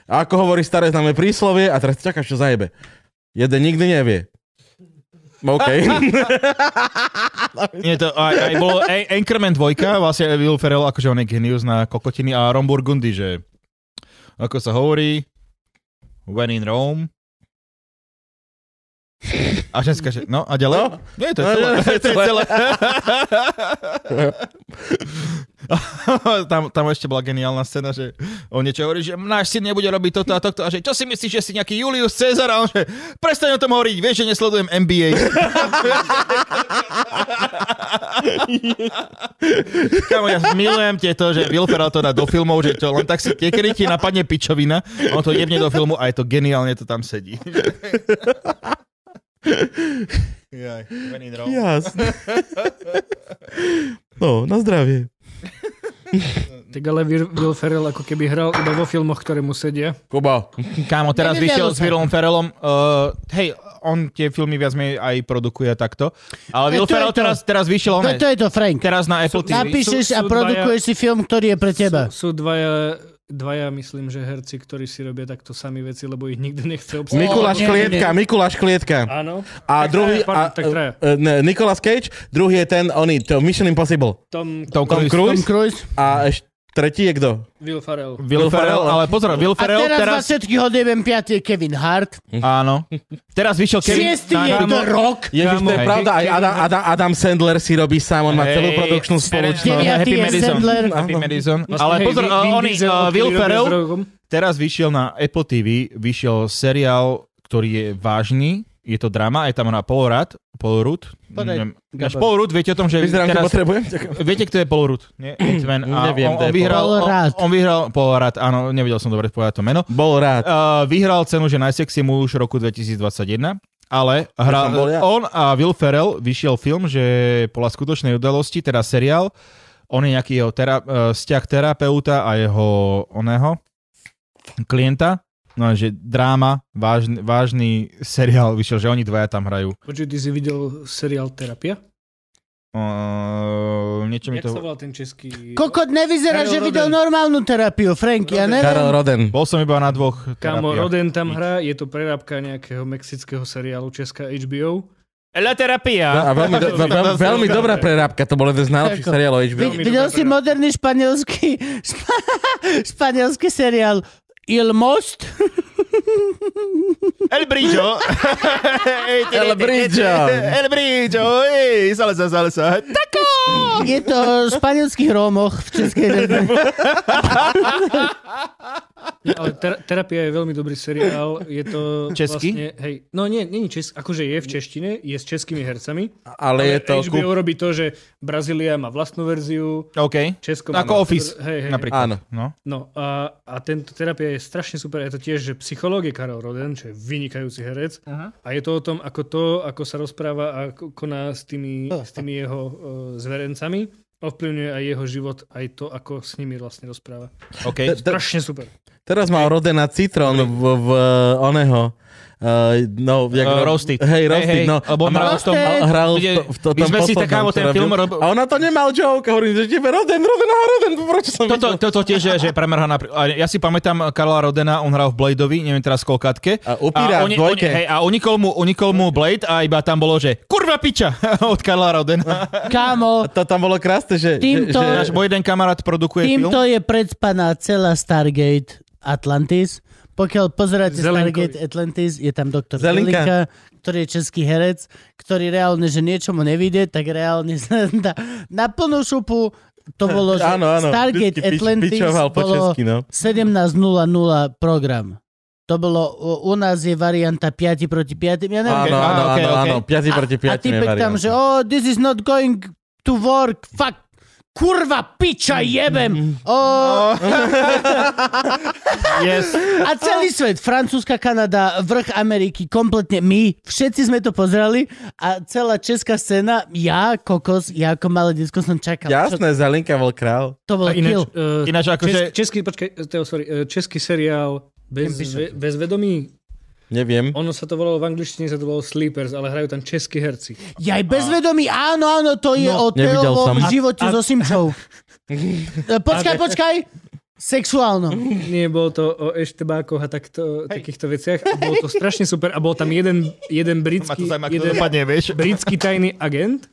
[SPEAKER 2] ako hovorí staré známe príslovie a teraz čakáš, čo zajebe. Jeden nikdy nevie. OK.
[SPEAKER 3] Nie, to aj, aj bolo An- Anchorman 2, vlastne Will Ferrell, akože on je genius na kokotiny a Ron Burgundy, že ako sa hovorí, when in Rome, a ženská, že... No, a ďalej?
[SPEAKER 2] No.
[SPEAKER 3] Nie, to je
[SPEAKER 2] No,
[SPEAKER 3] celé.
[SPEAKER 2] no,
[SPEAKER 3] to je celé. tam, tam ešte bola geniálna scéna, že on niečo hovorí, že náš syn nebude robiť toto a tohto a že čo si myslíš, že si nejaký Julius Cezar a on že prestaň o tom hovoriť, vieš, že nesledujem NBA. Kámo, ja milujem tieto, že Will Ferrell to dá do filmov, že to len tak si niekedy ti napadne pičovina, on to jebne do filmu a je to geniálne, to tam sedí. Jaj, when in Rome.
[SPEAKER 2] Jasne. No, na zdravie.
[SPEAKER 5] Tak ale Will Will Ferrell ako keby hral iba vo filmoch, ktoré mu sedia.
[SPEAKER 2] Kubo.
[SPEAKER 3] Kámo, teraz
[SPEAKER 1] Nevyvialo
[SPEAKER 3] vyšiel
[SPEAKER 1] sa.
[SPEAKER 3] s Willom Ferrellom, uh, hej, on tie filmy viac menej aj produkuje takto,
[SPEAKER 1] Ne,
[SPEAKER 3] ale Will
[SPEAKER 1] to je
[SPEAKER 3] Ferrell
[SPEAKER 1] to.
[SPEAKER 3] teraz, teraz
[SPEAKER 1] To,
[SPEAKER 3] vyšiel on,
[SPEAKER 1] to je to, Frank.
[SPEAKER 3] teraz na Apple TV.
[SPEAKER 1] Napíšeš
[SPEAKER 5] sú-
[SPEAKER 1] a
[SPEAKER 5] sú
[SPEAKER 1] produkuješ si film, ktorý je pre teba.
[SPEAKER 5] Sú, sú dvaja, dvaja, myslím, že herci, ktorí si robia takto sami veci, lebo ich nikto nechce obsadiť.
[SPEAKER 2] Mikuláš
[SPEAKER 1] nie, nie,
[SPEAKER 2] Klietka, Mikuláš Klietka.
[SPEAKER 5] Áno,
[SPEAKER 2] A
[SPEAKER 5] Tak
[SPEAKER 2] druhý...
[SPEAKER 5] traja, pardon,
[SPEAKER 2] a-
[SPEAKER 5] tak traja.
[SPEAKER 2] e, ne, Nicolas Cage, druhý je ten, oný, to Mission Impossible.
[SPEAKER 5] Tom...
[SPEAKER 3] Tom
[SPEAKER 2] Tom
[SPEAKER 1] Tom
[SPEAKER 3] Cruise.
[SPEAKER 2] Cruise
[SPEAKER 1] Cruise.
[SPEAKER 2] a ešte Tretí je kto?
[SPEAKER 9] Will Farrell.
[SPEAKER 3] Will Ferrell, ale pozor, Will
[SPEAKER 1] A
[SPEAKER 3] Ferrell
[SPEAKER 1] teraz, teraz...
[SPEAKER 3] teraz...
[SPEAKER 1] vás všetkých odjebem piatý je Kevin Hart.
[SPEAKER 3] Áno. Teraz vyšiel Kevin...
[SPEAKER 1] Šiestý je
[SPEAKER 3] Áno.
[SPEAKER 1] The Rock.
[SPEAKER 2] Ježiš, to je
[SPEAKER 3] Hej.
[SPEAKER 2] pravda, aj Adam, Adam, Adam Sandler si robí sám, on má celú
[SPEAKER 3] Hej,
[SPEAKER 2] produkčnú spoločnosť.
[SPEAKER 1] Deviatý
[SPEAKER 3] Happy
[SPEAKER 1] je
[SPEAKER 3] Madison.
[SPEAKER 1] Sandler.
[SPEAKER 3] Happy Madison.
[SPEAKER 5] Vlastne,
[SPEAKER 3] Ale
[SPEAKER 5] No,
[SPEAKER 9] hej,
[SPEAKER 3] pozor,
[SPEAKER 9] Vin-
[SPEAKER 3] uh,
[SPEAKER 9] Vin
[SPEAKER 3] oni,
[SPEAKER 9] Diesel,
[SPEAKER 3] uh, Will
[SPEAKER 9] ktorý robil
[SPEAKER 3] Ferrell,
[SPEAKER 9] s Rockom.
[SPEAKER 3] teraz vyšiel na Apple TV, vyšiel seriál, ktorý je vážny, je to drama, je tam na Polorad, Polorud.
[SPEAKER 1] Podaj,
[SPEAKER 3] neviem.
[SPEAKER 1] Gabor.
[SPEAKER 3] Až Polorud, viete o tom, že
[SPEAKER 2] Vyzerám, že potrebujem.
[SPEAKER 3] Viete, kto je Polorud? Nie, Hitman. A
[SPEAKER 2] Neviem,
[SPEAKER 3] on,
[SPEAKER 2] kto
[SPEAKER 3] on,
[SPEAKER 2] je
[SPEAKER 3] vyhral, on,
[SPEAKER 1] Polorad.
[SPEAKER 3] on vyhral Polorad, áno, nevedel som dobre povedať to meno.
[SPEAKER 2] Bol rád.
[SPEAKER 3] Uh, vyhral cenu, že najsexy muž roku 2021, ale hral,
[SPEAKER 2] som bol ja.
[SPEAKER 3] on a Will Ferrell vyšiel film, že podľa skutočnej udalosti, teda seriál, on je nejaký jeho tera, uh, vzťah terapeuta a jeho oného klienta, no že dráma, vážny, vážny seriál vyšiel, že oni dvaja tam hrajú.
[SPEAKER 5] Počuj, ty si videl seriál Terapia?
[SPEAKER 3] Uh, niečo mi
[SPEAKER 9] Jak sa
[SPEAKER 3] to...
[SPEAKER 9] volal ten český...
[SPEAKER 1] Kokot nevyzerá,
[SPEAKER 5] Karel
[SPEAKER 1] že videl
[SPEAKER 5] Roden.
[SPEAKER 1] normálnu terapiu, Frank, ja
[SPEAKER 2] Karel
[SPEAKER 1] neviem.
[SPEAKER 2] Roden.
[SPEAKER 3] Bol som iba na dvoch
[SPEAKER 5] Kámo,
[SPEAKER 3] terapiách.
[SPEAKER 5] Roden tam hrá, je to prerábka nejakého mexického seriálu Česká HBO.
[SPEAKER 3] La terapia.
[SPEAKER 2] A veľmi, do,
[SPEAKER 5] To-
[SPEAKER 2] veľ,
[SPEAKER 5] to-
[SPEAKER 2] veľmi dobrá prerábka, to bol jeden z najlepších
[SPEAKER 1] Tako.
[SPEAKER 2] seriálov HBO.
[SPEAKER 1] Vid- Videl si moderný španielský, špa- španielský seriál Il Most?
[SPEAKER 3] El brillo. Ey, tiri,
[SPEAKER 2] El
[SPEAKER 3] tiri,
[SPEAKER 2] brillo.
[SPEAKER 3] tiri. El brillo. Ey, salsa, salsa. Taco.
[SPEAKER 1] Je to o španielských Rómoch v Českej republike.
[SPEAKER 5] Nie, ale ter- terapia je veľmi dobrý seriál. Je to
[SPEAKER 3] Český?
[SPEAKER 5] Vlastne, hej, no nie, nie je český. Akože je v češtine, je s českými hercami.
[SPEAKER 2] Ale je to...
[SPEAKER 5] HBO
[SPEAKER 2] Kúp...
[SPEAKER 5] robí to, že Brazília má vlastnú verziu,
[SPEAKER 3] OK.
[SPEAKER 5] Česko má...
[SPEAKER 3] Ako Office.
[SPEAKER 5] Hej, hej.
[SPEAKER 3] Napríklad.
[SPEAKER 2] Áno.
[SPEAKER 3] No.
[SPEAKER 5] No a, a tento terapia je strašne super. Je to tiež, že psychológ je Karol Roden, čo je vynikajúci herec.
[SPEAKER 3] Aha.
[SPEAKER 5] A je to o tom, ako to, ako sa rozpráva a ko- koná s tými, s tými jeho uh, zverencami. Ovplyvňuje aj jeho život, aj to, ako s nimi vlastne rozpráva.
[SPEAKER 3] OK.
[SPEAKER 2] Te-
[SPEAKER 5] Strašne super.
[SPEAKER 2] Teraz mal Rodena Citrón v, v oného... Uh, no, jak,
[SPEAKER 3] Eh, Roasted.
[SPEAKER 2] Hej, Roasted,
[SPEAKER 3] hej,
[SPEAKER 2] no. A
[SPEAKER 3] lebo hral
[SPEAKER 2] mal-
[SPEAKER 3] v tom-
[SPEAKER 2] a hral v,
[SPEAKER 3] Bude-
[SPEAKER 2] to, v to,
[SPEAKER 3] my
[SPEAKER 2] tom
[SPEAKER 3] sme si
[SPEAKER 2] poslednom,
[SPEAKER 3] takámo
[SPEAKER 2] čo
[SPEAKER 3] ten
[SPEAKER 2] robil.
[SPEAKER 3] film rob-
[SPEAKER 2] A ona to nemal joke, hovorím, že tebe Roden, Roden, aha, Roden, prečo som videl?
[SPEAKER 3] Toto, toto tiež je, že je premrhaná. pri- a Ja si pamätám Karla Rodena, on hral v Bladeovi, neviem teraz koľkátke.
[SPEAKER 2] A upíra
[SPEAKER 3] oni-
[SPEAKER 2] v dvojke.
[SPEAKER 3] oni- hej, a unikol mu, unikol mu Blade a iba tam bolo, že kurva piča od Karla Rodena.
[SPEAKER 1] Kámo,
[SPEAKER 2] To tam bolo krásne, že...
[SPEAKER 1] Týmto-
[SPEAKER 2] že,
[SPEAKER 3] Náš
[SPEAKER 2] že
[SPEAKER 3] môj jeden kamarát produkuje film.
[SPEAKER 1] týmto je predspaná celá Stargate Atlantis. Pokiaľ pozeráte
[SPEAKER 5] Zelenkovi.
[SPEAKER 1] Stargate Atlantis, je tam doktor Zelinka,
[SPEAKER 2] Zelinka.
[SPEAKER 1] ktorý je český herec, ktorý reálne, že niečo mu nevíde, tak reálne sa dá na plnú šupu to bolo, že
[SPEAKER 2] Áno, áno,
[SPEAKER 1] Stargate
[SPEAKER 2] vždycky pič-
[SPEAKER 1] Atlantis
[SPEAKER 2] pičoval po
[SPEAKER 1] bolo
[SPEAKER 2] česky, no.
[SPEAKER 1] 17.00 program. To bolo, u, u nás je varianta 5 proti 5, ja neviem,
[SPEAKER 2] Áno,
[SPEAKER 3] Ok,
[SPEAKER 2] áno,
[SPEAKER 3] ok,
[SPEAKER 2] áno,
[SPEAKER 3] ok.
[SPEAKER 2] áno, 5 proti 5.
[SPEAKER 1] a typek tam, že oh, this is not going to work, fuck, kurva, piča, jebem. Oh,
[SPEAKER 3] Yes.
[SPEAKER 1] a celý svet, Francúzska, Kanada, vrch Ameriky, kompletne my, všetci sme to pozerali a celá česká scéna, ja, kokos, ja ako malé detsko som čakal. Čo,
[SPEAKER 2] Jasné, Zelinka bol král.
[SPEAKER 1] to bolo
[SPEAKER 5] A
[SPEAKER 1] kill.
[SPEAKER 5] ináč, uh,
[SPEAKER 3] Ináč akože-
[SPEAKER 5] český, počkaj, Teo, sorry, eh, český seriál bez, ve, bez vedomí.
[SPEAKER 2] Neviem.
[SPEAKER 5] Ono sa to volalo v angličtine, sa to volalo Sleepers, ale hrajú tam českí herci.
[SPEAKER 1] Ja aj bezvedomý, áno, áno, to je o
[SPEAKER 2] nevidel
[SPEAKER 1] teovom
[SPEAKER 2] som.
[SPEAKER 1] živote so Simčou. E, počkaj, počkaj, sexuálno.
[SPEAKER 5] Nie, bolo to o eštebákoch a takto, takýchto veciach. A bolo to strašne super. A bol tam jeden,
[SPEAKER 3] Ma
[SPEAKER 5] jeden
[SPEAKER 3] to
[SPEAKER 5] britský,
[SPEAKER 3] zaujíma, ako to
[SPEAKER 5] jeden
[SPEAKER 3] dopadne, vieš.
[SPEAKER 5] britský tajný agent.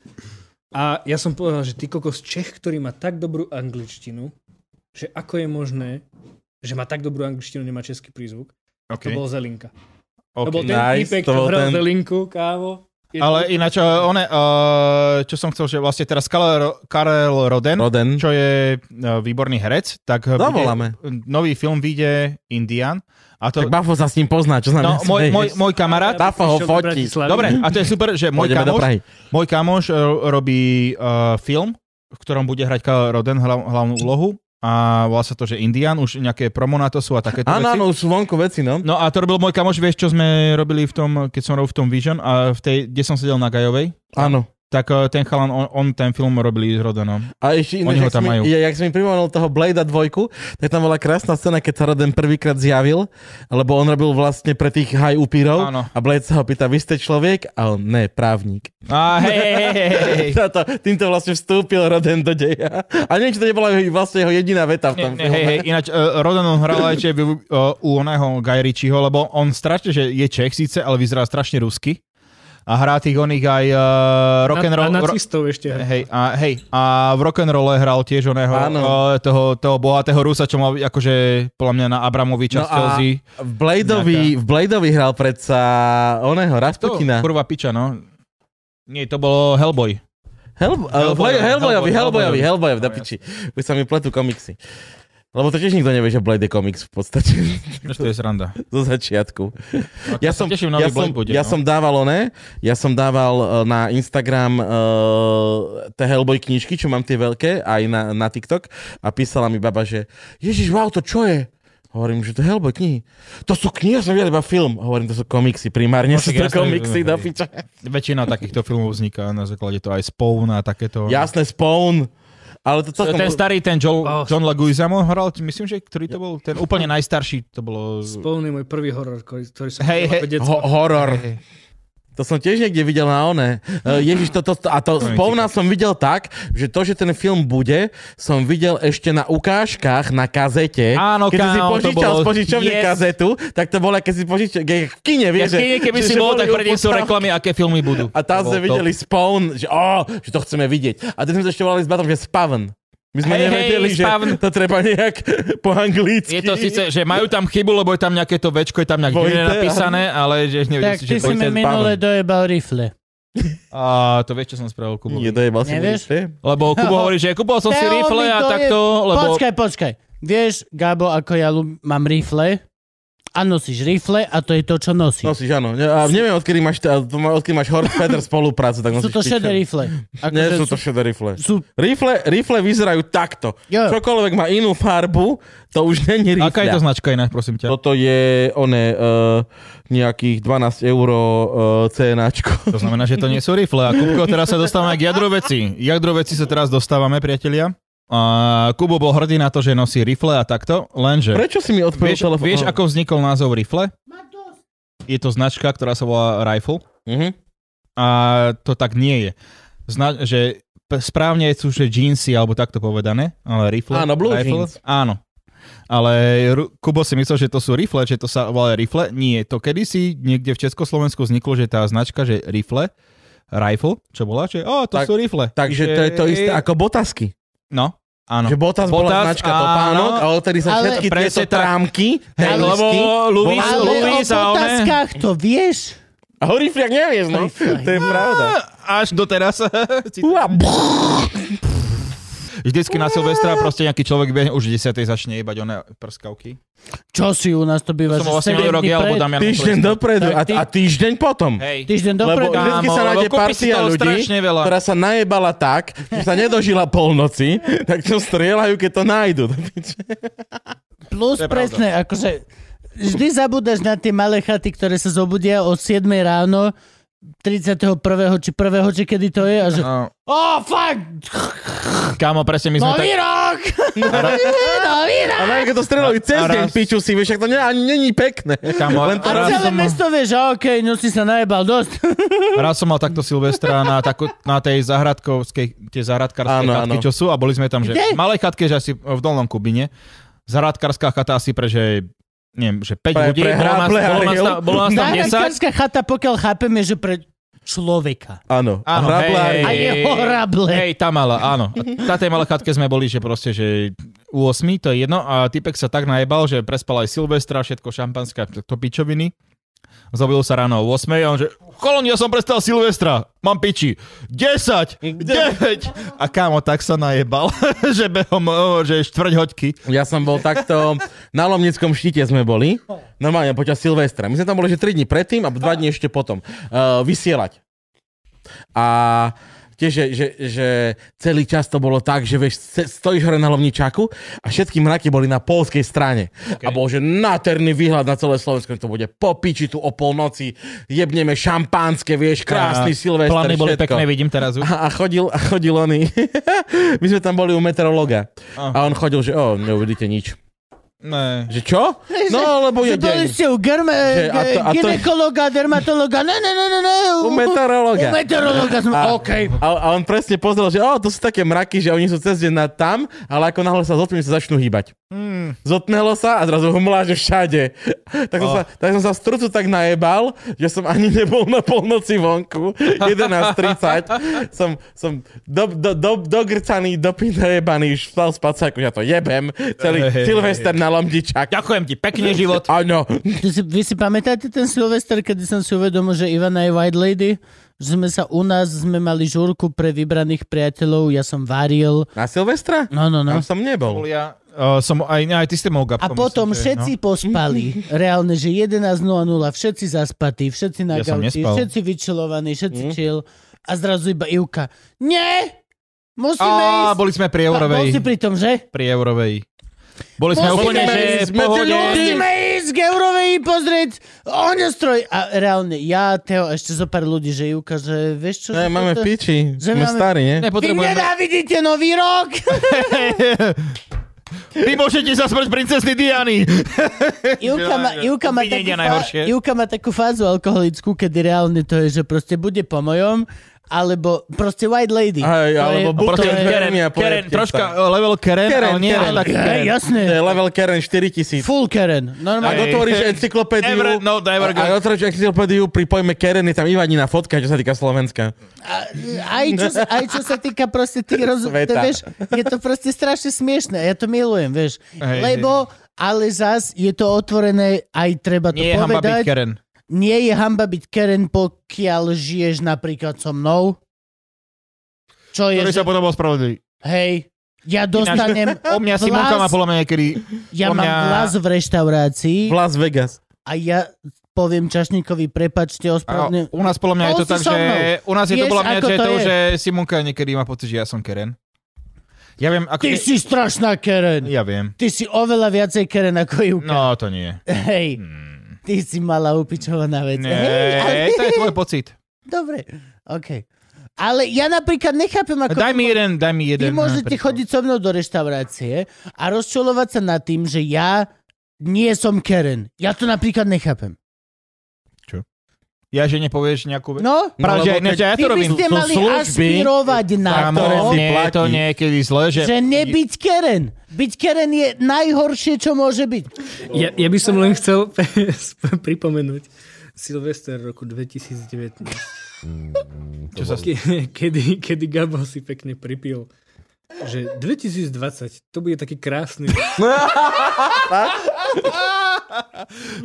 [SPEAKER 5] A ja som povedal, že ty kokos Čech, ktorý má tak dobrú angličtinu, že ako je možné, že má tak dobrú angličtinu, nemá český prízvuk.
[SPEAKER 3] Okay.
[SPEAKER 5] To bol Zelinka. To
[SPEAKER 3] Okay.
[SPEAKER 5] bol ten
[SPEAKER 2] nice,
[SPEAKER 5] týpek,
[SPEAKER 2] to
[SPEAKER 5] čo
[SPEAKER 2] bol
[SPEAKER 5] hral
[SPEAKER 2] ten-
[SPEAKER 5] Zelinku, kávo. Je
[SPEAKER 3] Ale ináč, uh, one, uh, čo som chcel, že vlastne teraz Karel, Ro- Karel Roden, Roden,
[SPEAKER 2] Roden.
[SPEAKER 3] čo je uh, výborný herec, tak uh,
[SPEAKER 2] Zavoláme.
[SPEAKER 3] bude, nový film vyjde Indian. A to,
[SPEAKER 2] Tak Bafo sa s ním pozná, čo znamená.
[SPEAKER 3] no, môj, môj, môj kamarát,
[SPEAKER 2] Bafo ho
[SPEAKER 5] Išiel do
[SPEAKER 2] fotí.
[SPEAKER 5] Bratislavy.
[SPEAKER 3] dobre, a to je super, že môj
[SPEAKER 2] Pôjdeme do
[SPEAKER 3] kamoš,
[SPEAKER 2] Prahy.
[SPEAKER 3] môj kamoš uh, robí uh, film, v ktorom bude hrať Karel Roden hlav, hlavnú úlohu a volá sa to, že Indian, už nejaké promo na to sú a takéto
[SPEAKER 2] Áno,
[SPEAKER 3] veci.
[SPEAKER 2] áno, už sú vonku veci, no.
[SPEAKER 3] No a to robil môj kamoš, vieš, čo sme robili v tom, keď som robil v tom Vision a v tej, kde som sedel na Gajovej,
[SPEAKER 2] Áno.
[SPEAKER 3] tak e, ten chalan, on, on ten film robili s Rodenom.
[SPEAKER 2] A ešte iné,
[SPEAKER 3] Oni ho
[SPEAKER 2] jak,
[SPEAKER 3] tam
[SPEAKER 2] si mi-
[SPEAKER 3] majú.
[SPEAKER 2] ja- jak si mi pripomenul toho Blade'a dvojku, tak tam bola krásna scéna, keď sa Roden prvýkrát zjavil, lebo on robil vlastne pre tých high upírov
[SPEAKER 3] Áno.
[SPEAKER 2] a Blade sa ho pýta, vy ste človek? A on, ne, právnik.
[SPEAKER 3] A hej, hej, hej, hej, hej.
[SPEAKER 2] Táto, týmto vlastne vstúpil Roden do deja. A neviem, či to nebola jeho- vlastne jeho jediná veta v
[SPEAKER 3] Ne,
[SPEAKER 2] tom
[SPEAKER 3] ne, hej,
[SPEAKER 2] filme.
[SPEAKER 3] hej, ináč uh, Rodan on hral aj že, v- eh, uh, u oného Guy Ritchieho, lebo on strašne, že je Čech síce, ale vyzerá strašne rusky. a hrá tých oných aj uh, rock'n'roll.
[SPEAKER 5] Na, a nacistov ro- ešte.
[SPEAKER 3] Hej, a, hej, a v rock'n'rolle hral tiež oného, uh, toho, toho bohatého Rusa, čo mal akože podľa mňa na Abramoviča no z Chelsea.
[SPEAKER 2] V Bladeovi, v Bladeovi hral predsa oného Rasputina.
[SPEAKER 3] To, kurva piča, no. Nie, to bol Hellboy.
[SPEAKER 2] eh, Hellboy, Hellboy, Hellboy, Hellboy, Hellboy, Hellboy, da piči. Už sa mi pletú komiksy. Lebo to tiež nikto nevie, že Blade je komiks v podstate.
[SPEAKER 3] Než to je sranda.
[SPEAKER 2] Zo začiatku. Ak ja som, No, teším, ja, som, bude, ja no. som dával oné, ja som dával e, na Instagram uh, tie Hellboy knižky, čo mám tie veľké, aj na, na TikTok a písala mi baba, že Ježiš, wow, to čo je? Hovorím, že to je Hellboy knihy. To sú knihy, ja som videl iba film. Hovorím, to sú komiksy, primárne no, sú to jasné, komiksy, do piča.
[SPEAKER 3] Väčšina takýchto filmov vzniká na základe to aj Spawn a takéto.
[SPEAKER 2] Jasné, Spawn. Ale to celkom...
[SPEAKER 3] Ten starý, ten Joel, oh. John Leguizamo hral, myslím, že ktorý to bol, ten úplne najstarší, to bolo...
[SPEAKER 5] Spolný môj prvý horor, ktorý, ktorý som
[SPEAKER 2] hey, hey, ho- horor. Hey. To som tiež niekde videl na one. E, Ježiš, to, to, to, a to spomna som videl tak, že to, že ten film bude, som videl ešte na ukážkach na kazete.
[SPEAKER 3] Áno,
[SPEAKER 2] keď si požičal
[SPEAKER 3] bolo...
[SPEAKER 2] z požičovne yes. kazetu, tak to bola, keď si požičal, keď v kine, vieš, ja,
[SPEAKER 3] že, keby že, si bol, tak predtým sú reklamy, aké filmy budú.
[SPEAKER 2] A tam sme videli Spawn, že, oh, že to chceme vidieť. A teď sme ešte volali s bratom, že Spawn. My sme hey, nevedeli, hey, že spavn. to treba nejak po anglicky.
[SPEAKER 3] Je to síce, že majú tam chybu, lebo je tam nejaké to večko, je tam nejak Vojte, napísané, ale že nevedel
[SPEAKER 1] tak, si, že to je minule dojebal rifle.
[SPEAKER 3] A to vieš, čo som spravil Kubo?
[SPEAKER 2] Nie, vlastne dojebal si
[SPEAKER 1] Nevieš?
[SPEAKER 2] rifle?
[SPEAKER 3] Lebo Kubo hovorí, že kúpol som si
[SPEAKER 1] Teo mi
[SPEAKER 3] rifle a
[SPEAKER 1] doje-
[SPEAKER 3] takto, lebo...
[SPEAKER 1] Počkaj, počkaj. Vieš, Gabo, ako ja ľub- mám rifle? A nosíš rifle a to je to, čo nosíš.
[SPEAKER 2] Nosíš, No áno. A neviem, odkedy máš, odkedy máš Horst Feder spoluprácu, tak
[SPEAKER 1] Sú
[SPEAKER 2] nosíš
[SPEAKER 1] to šedé
[SPEAKER 2] pičo.
[SPEAKER 1] rifle. Ako,
[SPEAKER 2] Nie
[SPEAKER 1] že
[SPEAKER 2] sú to šedé rifle.
[SPEAKER 1] sú-
[SPEAKER 2] Rifle, rifle vyzerajú takto.
[SPEAKER 1] Jo.
[SPEAKER 2] Čokoľvek má inú farbu, to už není rifle.
[SPEAKER 3] Aká je to značka inak, prosím ťa?
[SPEAKER 2] Toto je, one, uh, nejakých 12 eur uh, cenáčko.
[SPEAKER 3] To znamená, že to nie sú rifle. A Kupko, teraz sa dostávame k jadroveci. Jadroveci sa teraz dostávame, priatelia. A Kubo bol hrdý na to, že nosí rifle a takto, lenže...
[SPEAKER 2] Prečo si mi odpovedal
[SPEAKER 3] Vieš,
[SPEAKER 2] telefón?
[SPEAKER 3] vieš, ako vznikol názov rifle? Je to značka, ktorá sa volá Rifle
[SPEAKER 2] Mhm.
[SPEAKER 3] a to tak nie je. Zna- že p- správne sú, že jeansy, alebo takto povedané, ale rifle.
[SPEAKER 2] Áno, blue
[SPEAKER 3] rifle,
[SPEAKER 2] jeans.
[SPEAKER 3] Áno. Ale Ru- Kubo si myslel, že to sú rifle, že to sa volá rifle. Nie, to kedysi niekde v Československu vzniklo, že tá značka, že rifle, rifle, čo bola, že o, to
[SPEAKER 2] Tak-
[SPEAKER 3] sú rifle.
[SPEAKER 2] Takže
[SPEAKER 3] Že-
[SPEAKER 2] to je to isté ako botasky.
[SPEAKER 3] No, áno.
[SPEAKER 2] Že Botas, bola
[SPEAKER 3] Botas,
[SPEAKER 2] značka
[SPEAKER 3] áno.
[SPEAKER 2] Topánok a odtedy sa
[SPEAKER 1] Ale-
[SPEAKER 2] všetky tieto
[SPEAKER 3] Presne tak.
[SPEAKER 2] trámky,
[SPEAKER 3] Hej,
[SPEAKER 2] tenisky,
[SPEAKER 3] lebo Luis,
[SPEAKER 2] bola-
[SPEAKER 1] Ale o
[SPEAKER 3] Luis a one...
[SPEAKER 1] potaskách to vieš?
[SPEAKER 2] A ho rifliak nevieš, no. To je pravda.
[SPEAKER 3] Až doteraz.
[SPEAKER 2] Uá, brr.
[SPEAKER 3] Vždycky na Silvestra proste nejaký človek behne, už 10. začne jebať one prskavky.
[SPEAKER 1] Čo si u nás to býva? že
[SPEAKER 3] Som bol vlastne
[SPEAKER 1] sedem
[SPEAKER 3] minulý rok
[SPEAKER 1] dní
[SPEAKER 3] ja, alebo
[SPEAKER 1] pred?
[SPEAKER 3] Damian
[SPEAKER 2] Týždeň
[SPEAKER 3] Koleska.
[SPEAKER 2] dopredu a,
[SPEAKER 1] Tak ty-
[SPEAKER 2] a týždeň potom.
[SPEAKER 3] Hej.
[SPEAKER 1] Týždeň
[SPEAKER 2] Lebo
[SPEAKER 1] dopredu.
[SPEAKER 3] Kámo,
[SPEAKER 2] vždy sa
[SPEAKER 3] lebo
[SPEAKER 2] nájde
[SPEAKER 3] kúpi si
[SPEAKER 2] partia
[SPEAKER 3] toho
[SPEAKER 2] ľudí,
[SPEAKER 3] strašne veľa.
[SPEAKER 2] ktorá sa najebala tak, že sa nedožila polnoci, tak to strieľajú, keď to nájdu.
[SPEAKER 1] Plus
[SPEAKER 3] To je pravda.
[SPEAKER 1] presne, akože vždy zabúdaš na tie malé chaty, ktoré sa zobudia o 7 ráno 31. či 1. či kedy to je a že
[SPEAKER 3] No,
[SPEAKER 1] oh fuck, No,
[SPEAKER 3] kámo, presne my sme
[SPEAKER 2] No,
[SPEAKER 3] tak...
[SPEAKER 1] nový rok! nový
[SPEAKER 2] A
[SPEAKER 1] rok!
[SPEAKER 2] najmä, keď to strieľajú cez
[SPEAKER 3] A
[SPEAKER 2] deň,
[SPEAKER 3] raz-
[SPEAKER 2] piču si, vieš, však to ne, ani není pekné.
[SPEAKER 3] Kámo,
[SPEAKER 2] Len to
[SPEAKER 1] A
[SPEAKER 3] raz,
[SPEAKER 1] celé
[SPEAKER 3] som,
[SPEAKER 1] mesto vie, že okej, no si sa najebal
[SPEAKER 2] No,
[SPEAKER 1] dosť.
[SPEAKER 3] raz som mal takto Silvestra na, takú, na tej zahradkovskej, tie zahradkárske
[SPEAKER 2] Áno,
[SPEAKER 3] chatky,
[SPEAKER 2] áno.
[SPEAKER 3] čo sú a boli sme tam, že
[SPEAKER 1] Kde?
[SPEAKER 3] v malej chatke, že asi v Dolnom Kubine, zahradkárska chata asi pre, že neviem, že 5
[SPEAKER 2] Pre-
[SPEAKER 3] ľudí,
[SPEAKER 2] pre
[SPEAKER 3] bolo nás,
[SPEAKER 2] hráble a
[SPEAKER 3] bolo nás, tam- bolo nás tam 10,
[SPEAKER 1] Záhradkárska chata, pokiaľ chápeme, že pre človeka.
[SPEAKER 2] Áno. A
[SPEAKER 3] Áno,
[SPEAKER 2] hrablár-
[SPEAKER 1] A jeho hrable.
[SPEAKER 3] Hej, tá mala, áno. Na tej malej chatke sme boli, že proste, že u 8, to je jedno. A typek sa tak najebal, že prespal aj Silvestra, všetko šampanské, to pičoviny. Zobil sa ráno o 8 a on že, kolón, ja som prestal Silvestra, mám piči. 10, 9. A kámo, tak sa najebal, že behom, o, že štvrť hoďky.
[SPEAKER 2] Ja som bol takto, na Lomnickom štíte sme boli, normálne počas Silvestra. My sme tam boli, že 3 dní predtým a 2 dní ešte potom. Uh, vysielať. A tiež, že, že, že celý čas to bolo tak, že vieš, ce- stojíš hore na Lomničaku a všetky mraky boli na polskej strane. Okay. A bol, že nádherný výhľad na celé Slovensko, to bude po piči tu o polnoci, jebneme šampánske, vieš, krásny Silvester,
[SPEAKER 3] Plány boli
[SPEAKER 2] všetko.
[SPEAKER 3] pekné, vidím teraz už.
[SPEAKER 2] A, a chodil, a chodil oný. My sme tam boli u meteorologa. A on chodil, že o, neuvidíte nič.
[SPEAKER 3] Ne.
[SPEAKER 2] Že čo? No, lebo je
[SPEAKER 1] Že boli
[SPEAKER 2] deň.
[SPEAKER 1] ste u germe, e,
[SPEAKER 2] Že a to- a to-
[SPEAKER 1] ginekologa, dermatologa, ne, ne, ne, ne, ne.
[SPEAKER 2] U
[SPEAKER 1] U
[SPEAKER 2] meteorológa.
[SPEAKER 1] meteorológa sme,
[SPEAKER 2] A-
[SPEAKER 1] OK.
[SPEAKER 2] A, a on presne pozrel, že o, to sú také mraky, že oni sú cez deň na tam, ale ako náhle sa zotmí, sa začnú hýbať.
[SPEAKER 3] Hmm.
[SPEAKER 2] Zotmelo sa a zrazu humlá, že všade. Tak som, sa, tak som sa v strucu tak najebal, že som ani nebol na polnoci vonku. 11.30. som, som do, do, do, dogrcaný, dopy najebaný, už vstal z pacáku, ja to jebem. Celý
[SPEAKER 3] Hej.
[SPEAKER 2] Silvester na Lomdičak.
[SPEAKER 3] Ďakujem ti, pekne život.
[SPEAKER 2] Áno.
[SPEAKER 1] Ty si, vy si pamätáte ten Silvester, kedy som si uvedomil, že Ivana je White Lady? Že sme sa u nás, sme mali žúrku pre vybraných priateľov, ja som varil.
[SPEAKER 2] Na Silvestra?
[SPEAKER 1] No, no, no.
[SPEAKER 2] Tam som nebol.
[SPEAKER 3] Ja uh, som aj, aj ty ste mohol
[SPEAKER 1] A
[SPEAKER 3] gabkom,
[SPEAKER 1] potom
[SPEAKER 3] myslím, že- no.
[SPEAKER 1] všetci pospali. Reálne, že 11.00, všetci zaspatí, všetci na
[SPEAKER 3] Ja som
[SPEAKER 1] gauči,
[SPEAKER 3] nespal.
[SPEAKER 1] všetci vyčilovaní, všetci
[SPEAKER 2] Mhm.
[SPEAKER 1] chill. A zrazu iba Ivka. Nie! Musíme ísť!
[SPEAKER 3] Á, boli sme pri
[SPEAKER 1] Pa-
[SPEAKER 3] Eurovej.
[SPEAKER 1] Bol si pri tom, že?
[SPEAKER 3] Pri Eurovej. Boli sme
[SPEAKER 1] Bol si-
[SPEAKER 3] úplne,
[SPEAKER 2] Sme-
[SPEAKER 3] že v
[SPEAKER 2] sme
[SPEAKER 3] pohode.
[SPEAKER 2] ľudí.
[SPEAKER 1] Musíme ísť k Eurovej pozrieť ohňostroj. A reálne, ja, Teo, ešte zo pár ľudí, že Juka, že vieš čo?
[SPEAKER 2] Ne,
[SPEAKER 1] že
[SPEAKER 2] máme
[SPEAKER 1] toto-
[SPEAKER 2] piči.
[SPEAKER 1] Že
[SPEAKER 2] Sme
[SPEAKER 1] máme-
[SPEAKER 2] starí, nie?
[SPEAKER 1] Vy
[SPEAKER 3] Nepotrebujeme...
[SPEAKER 1] nenávidíte nový rok!
[SPEAKER 3] Vy môžete sa smrť princezny Diany.
[SPEAKER 1] Juka má, Juka, má takú
[SPEAKER 3] Obvinenie
[SPEAKER 1] fá,
[SPEAKER 3] najhoršie.
[SPEAKER 1] Juka má takú fázu alkoholickú, kedy reálne to je, že proste bude po mojom, alebo proste white lady.
[SPEAKER 2] Aj,
[SPEAKER 1] To
[SPEAKER 2] alebo
[SPEAKER 1] je-
[SPEAKER 2] buď
[SPEAKER 1] to
[SPEAKER 2] ten
[SPEAKER 1] je-
[SPEAKER 2] Keren,
[SPEAKER 3] Keren, Keren,
[SPEAKER 2] povedzte
[SPEAKER 3] troška
[SPEAKER 2] sa.
[SPEAKER 3] uh, level Keren,
[SPEAKER 2] Keren,
[SPEAKER 3] ale nie
[SPEAKER 2] Keren.
[SPEAKER 3] tak
[SPEAKER 1] Hej,
[SPEAKER 3] Keren.
[SPEAKER 1] jasné.
[SPEAKER 2] To je level Keren 4000.
[SPEAKER 1] Full Karen.
[SPEAKER 2] Ak
[SPEAKER 1] Normálne.
[SPEAKER 3] Hej.
[SPEAKER 2] otvoríš encyklopédiu,
[SPEAKER 3] Never, no, never
[SPEAKER 2] ak otvoríš encyklopédiu pri pojme Keren, je tam Ivanina fotka, čo sa týka Slovenska.
[SPEAKER 1] Aj čo, sa- aj čo sa týka proste tých roz...
[SPEAKER 2] Sveta.
[SPEAKER 1] To, vieš, je to proste strašne smiešné. Ja to milujem, vieš.
[SPEAKER 3] Hej,
[SPEAKER 1] Lebo, ale zas je to otvorené, aj treba to
[SPEAKER 3] Nie je hamba byť
[SPEAKER 1] povedať.
[SPEAKER 3] Keren.
[SPEAKER 1] Nie je hamba byť Karen, pokiaľ žiješ napríklad so mnou. Čo je,
[SPEAKER 3] Ktorý
[SPEAKER 1] že,
[SPEAKER 3] sa potom ospravedlí.
[SPEAKER 1] hej, ja dostanem
[SPEAKER 3] O mňa Simonka má
[SPEAKER 1] vlas,
[SPEAKER 3] podľa mňa niekedy...
[SPEAKER 1] ja
[SPEAKER 3] o
[SPEAKER 1] mám
[SPEAKER 3] mňa-
[SPEAKER 1] vlas v reštaurácii
[SPEAKER 2] V Las Vegas.
[SPEAKER 1] a ja poviem Čašníkovi, prepačte,
[SPEAKER 3] A
[SPEAKER 1] ospravedlňujem.
[SPEAKER 3] u nás podľa mňa je
[SPEAKER 1] Bol
[SPEAKER 3] to
[SPEAKER 1] si
[SPEAKER 3] tak,
[SPEAKER 1] so
[SPEAKER 3] že...
[SPEAKER 1] mnou.
[SPEAKER 3] U nás je to
[SPEAKER 1] Vieš,
[SPEAKER 3] podľa mňa,
[SPEAKER 1] ako
[SPEAKER 3] že
[SPEAKER 1] to
[SPEAKER 3] to,
[SPEAKER 1] je.
[SPEAKER 3] že Simonka niekedy má pocit, že ja som Keren. Ja viem, ako...
[SPEAKER 1] Ty si strašná Karen.
[SPEAKER 3] Ja viem.
[SPEAKER 1] Ty si oveľa viacej Karen ako Juka.
[SPEAKER 3] No, to nie.
[SPEAKER 1] Hej, ty si malá upičovaná vec. Hej, ale...
[SPEAKER 3] Nie, to je tvoj pocit.
[SPEAKER 1] Dobre, OK. Ale ja napríklad nechápem, ako...
[SPEAKER 3] Daj mi jeden, daj mi
[SPEAKER 1] Vy
[SPEAKER 3] jeden.
[SPEAKER 1] môžete
[SPEAKER 3] príklad.
[SPEAKER 1] chodiť so mnou do reštaurácie a rozčulovať sa nad tým, že ja nie som Karen. Ja to napríklad nechápem.
[SPEAKER 3] Ja, že nepovieš nejakú...
[SPEAKER 1] No,
[SPEAKER 3] Práve, že,
[SPEAKER 2] lebo
[SPEAKER 3] ne,
[SPEAKER 2] keď-
[SPEAKER 3] že ja
[SPEAKER 1] vy by
[SPEAKER 3] to robím.
[SPEAKER 1] ste
[SPEAKER 2] Sú
[SPEAKER 1] mali
[SPEAKER 2] služby,
[SPEAKER 1] aspirovať na to,
[SPEAKER 2] ktoré
[SPEAKER 3] Kámo,
[SPEAKER 2] si
[SPEAKER 3] mne je to
[SPEAKER 2] platí.
[SPEAKER 3] niekedy zle, že...
[SPEAKER 1] že nebyť Karen. Byť Karen je najhoršie, čo môže byť.
[SPEAKER 5] Ja, ja by som len chcel pripomenúť Silvester roku 2019.
[SPEAKER 3] Čo sa stalo?
[SPEAKER 5] Ke- Kedy, kedy Gabo si pekne pripil že 2020, to bude taký krásny...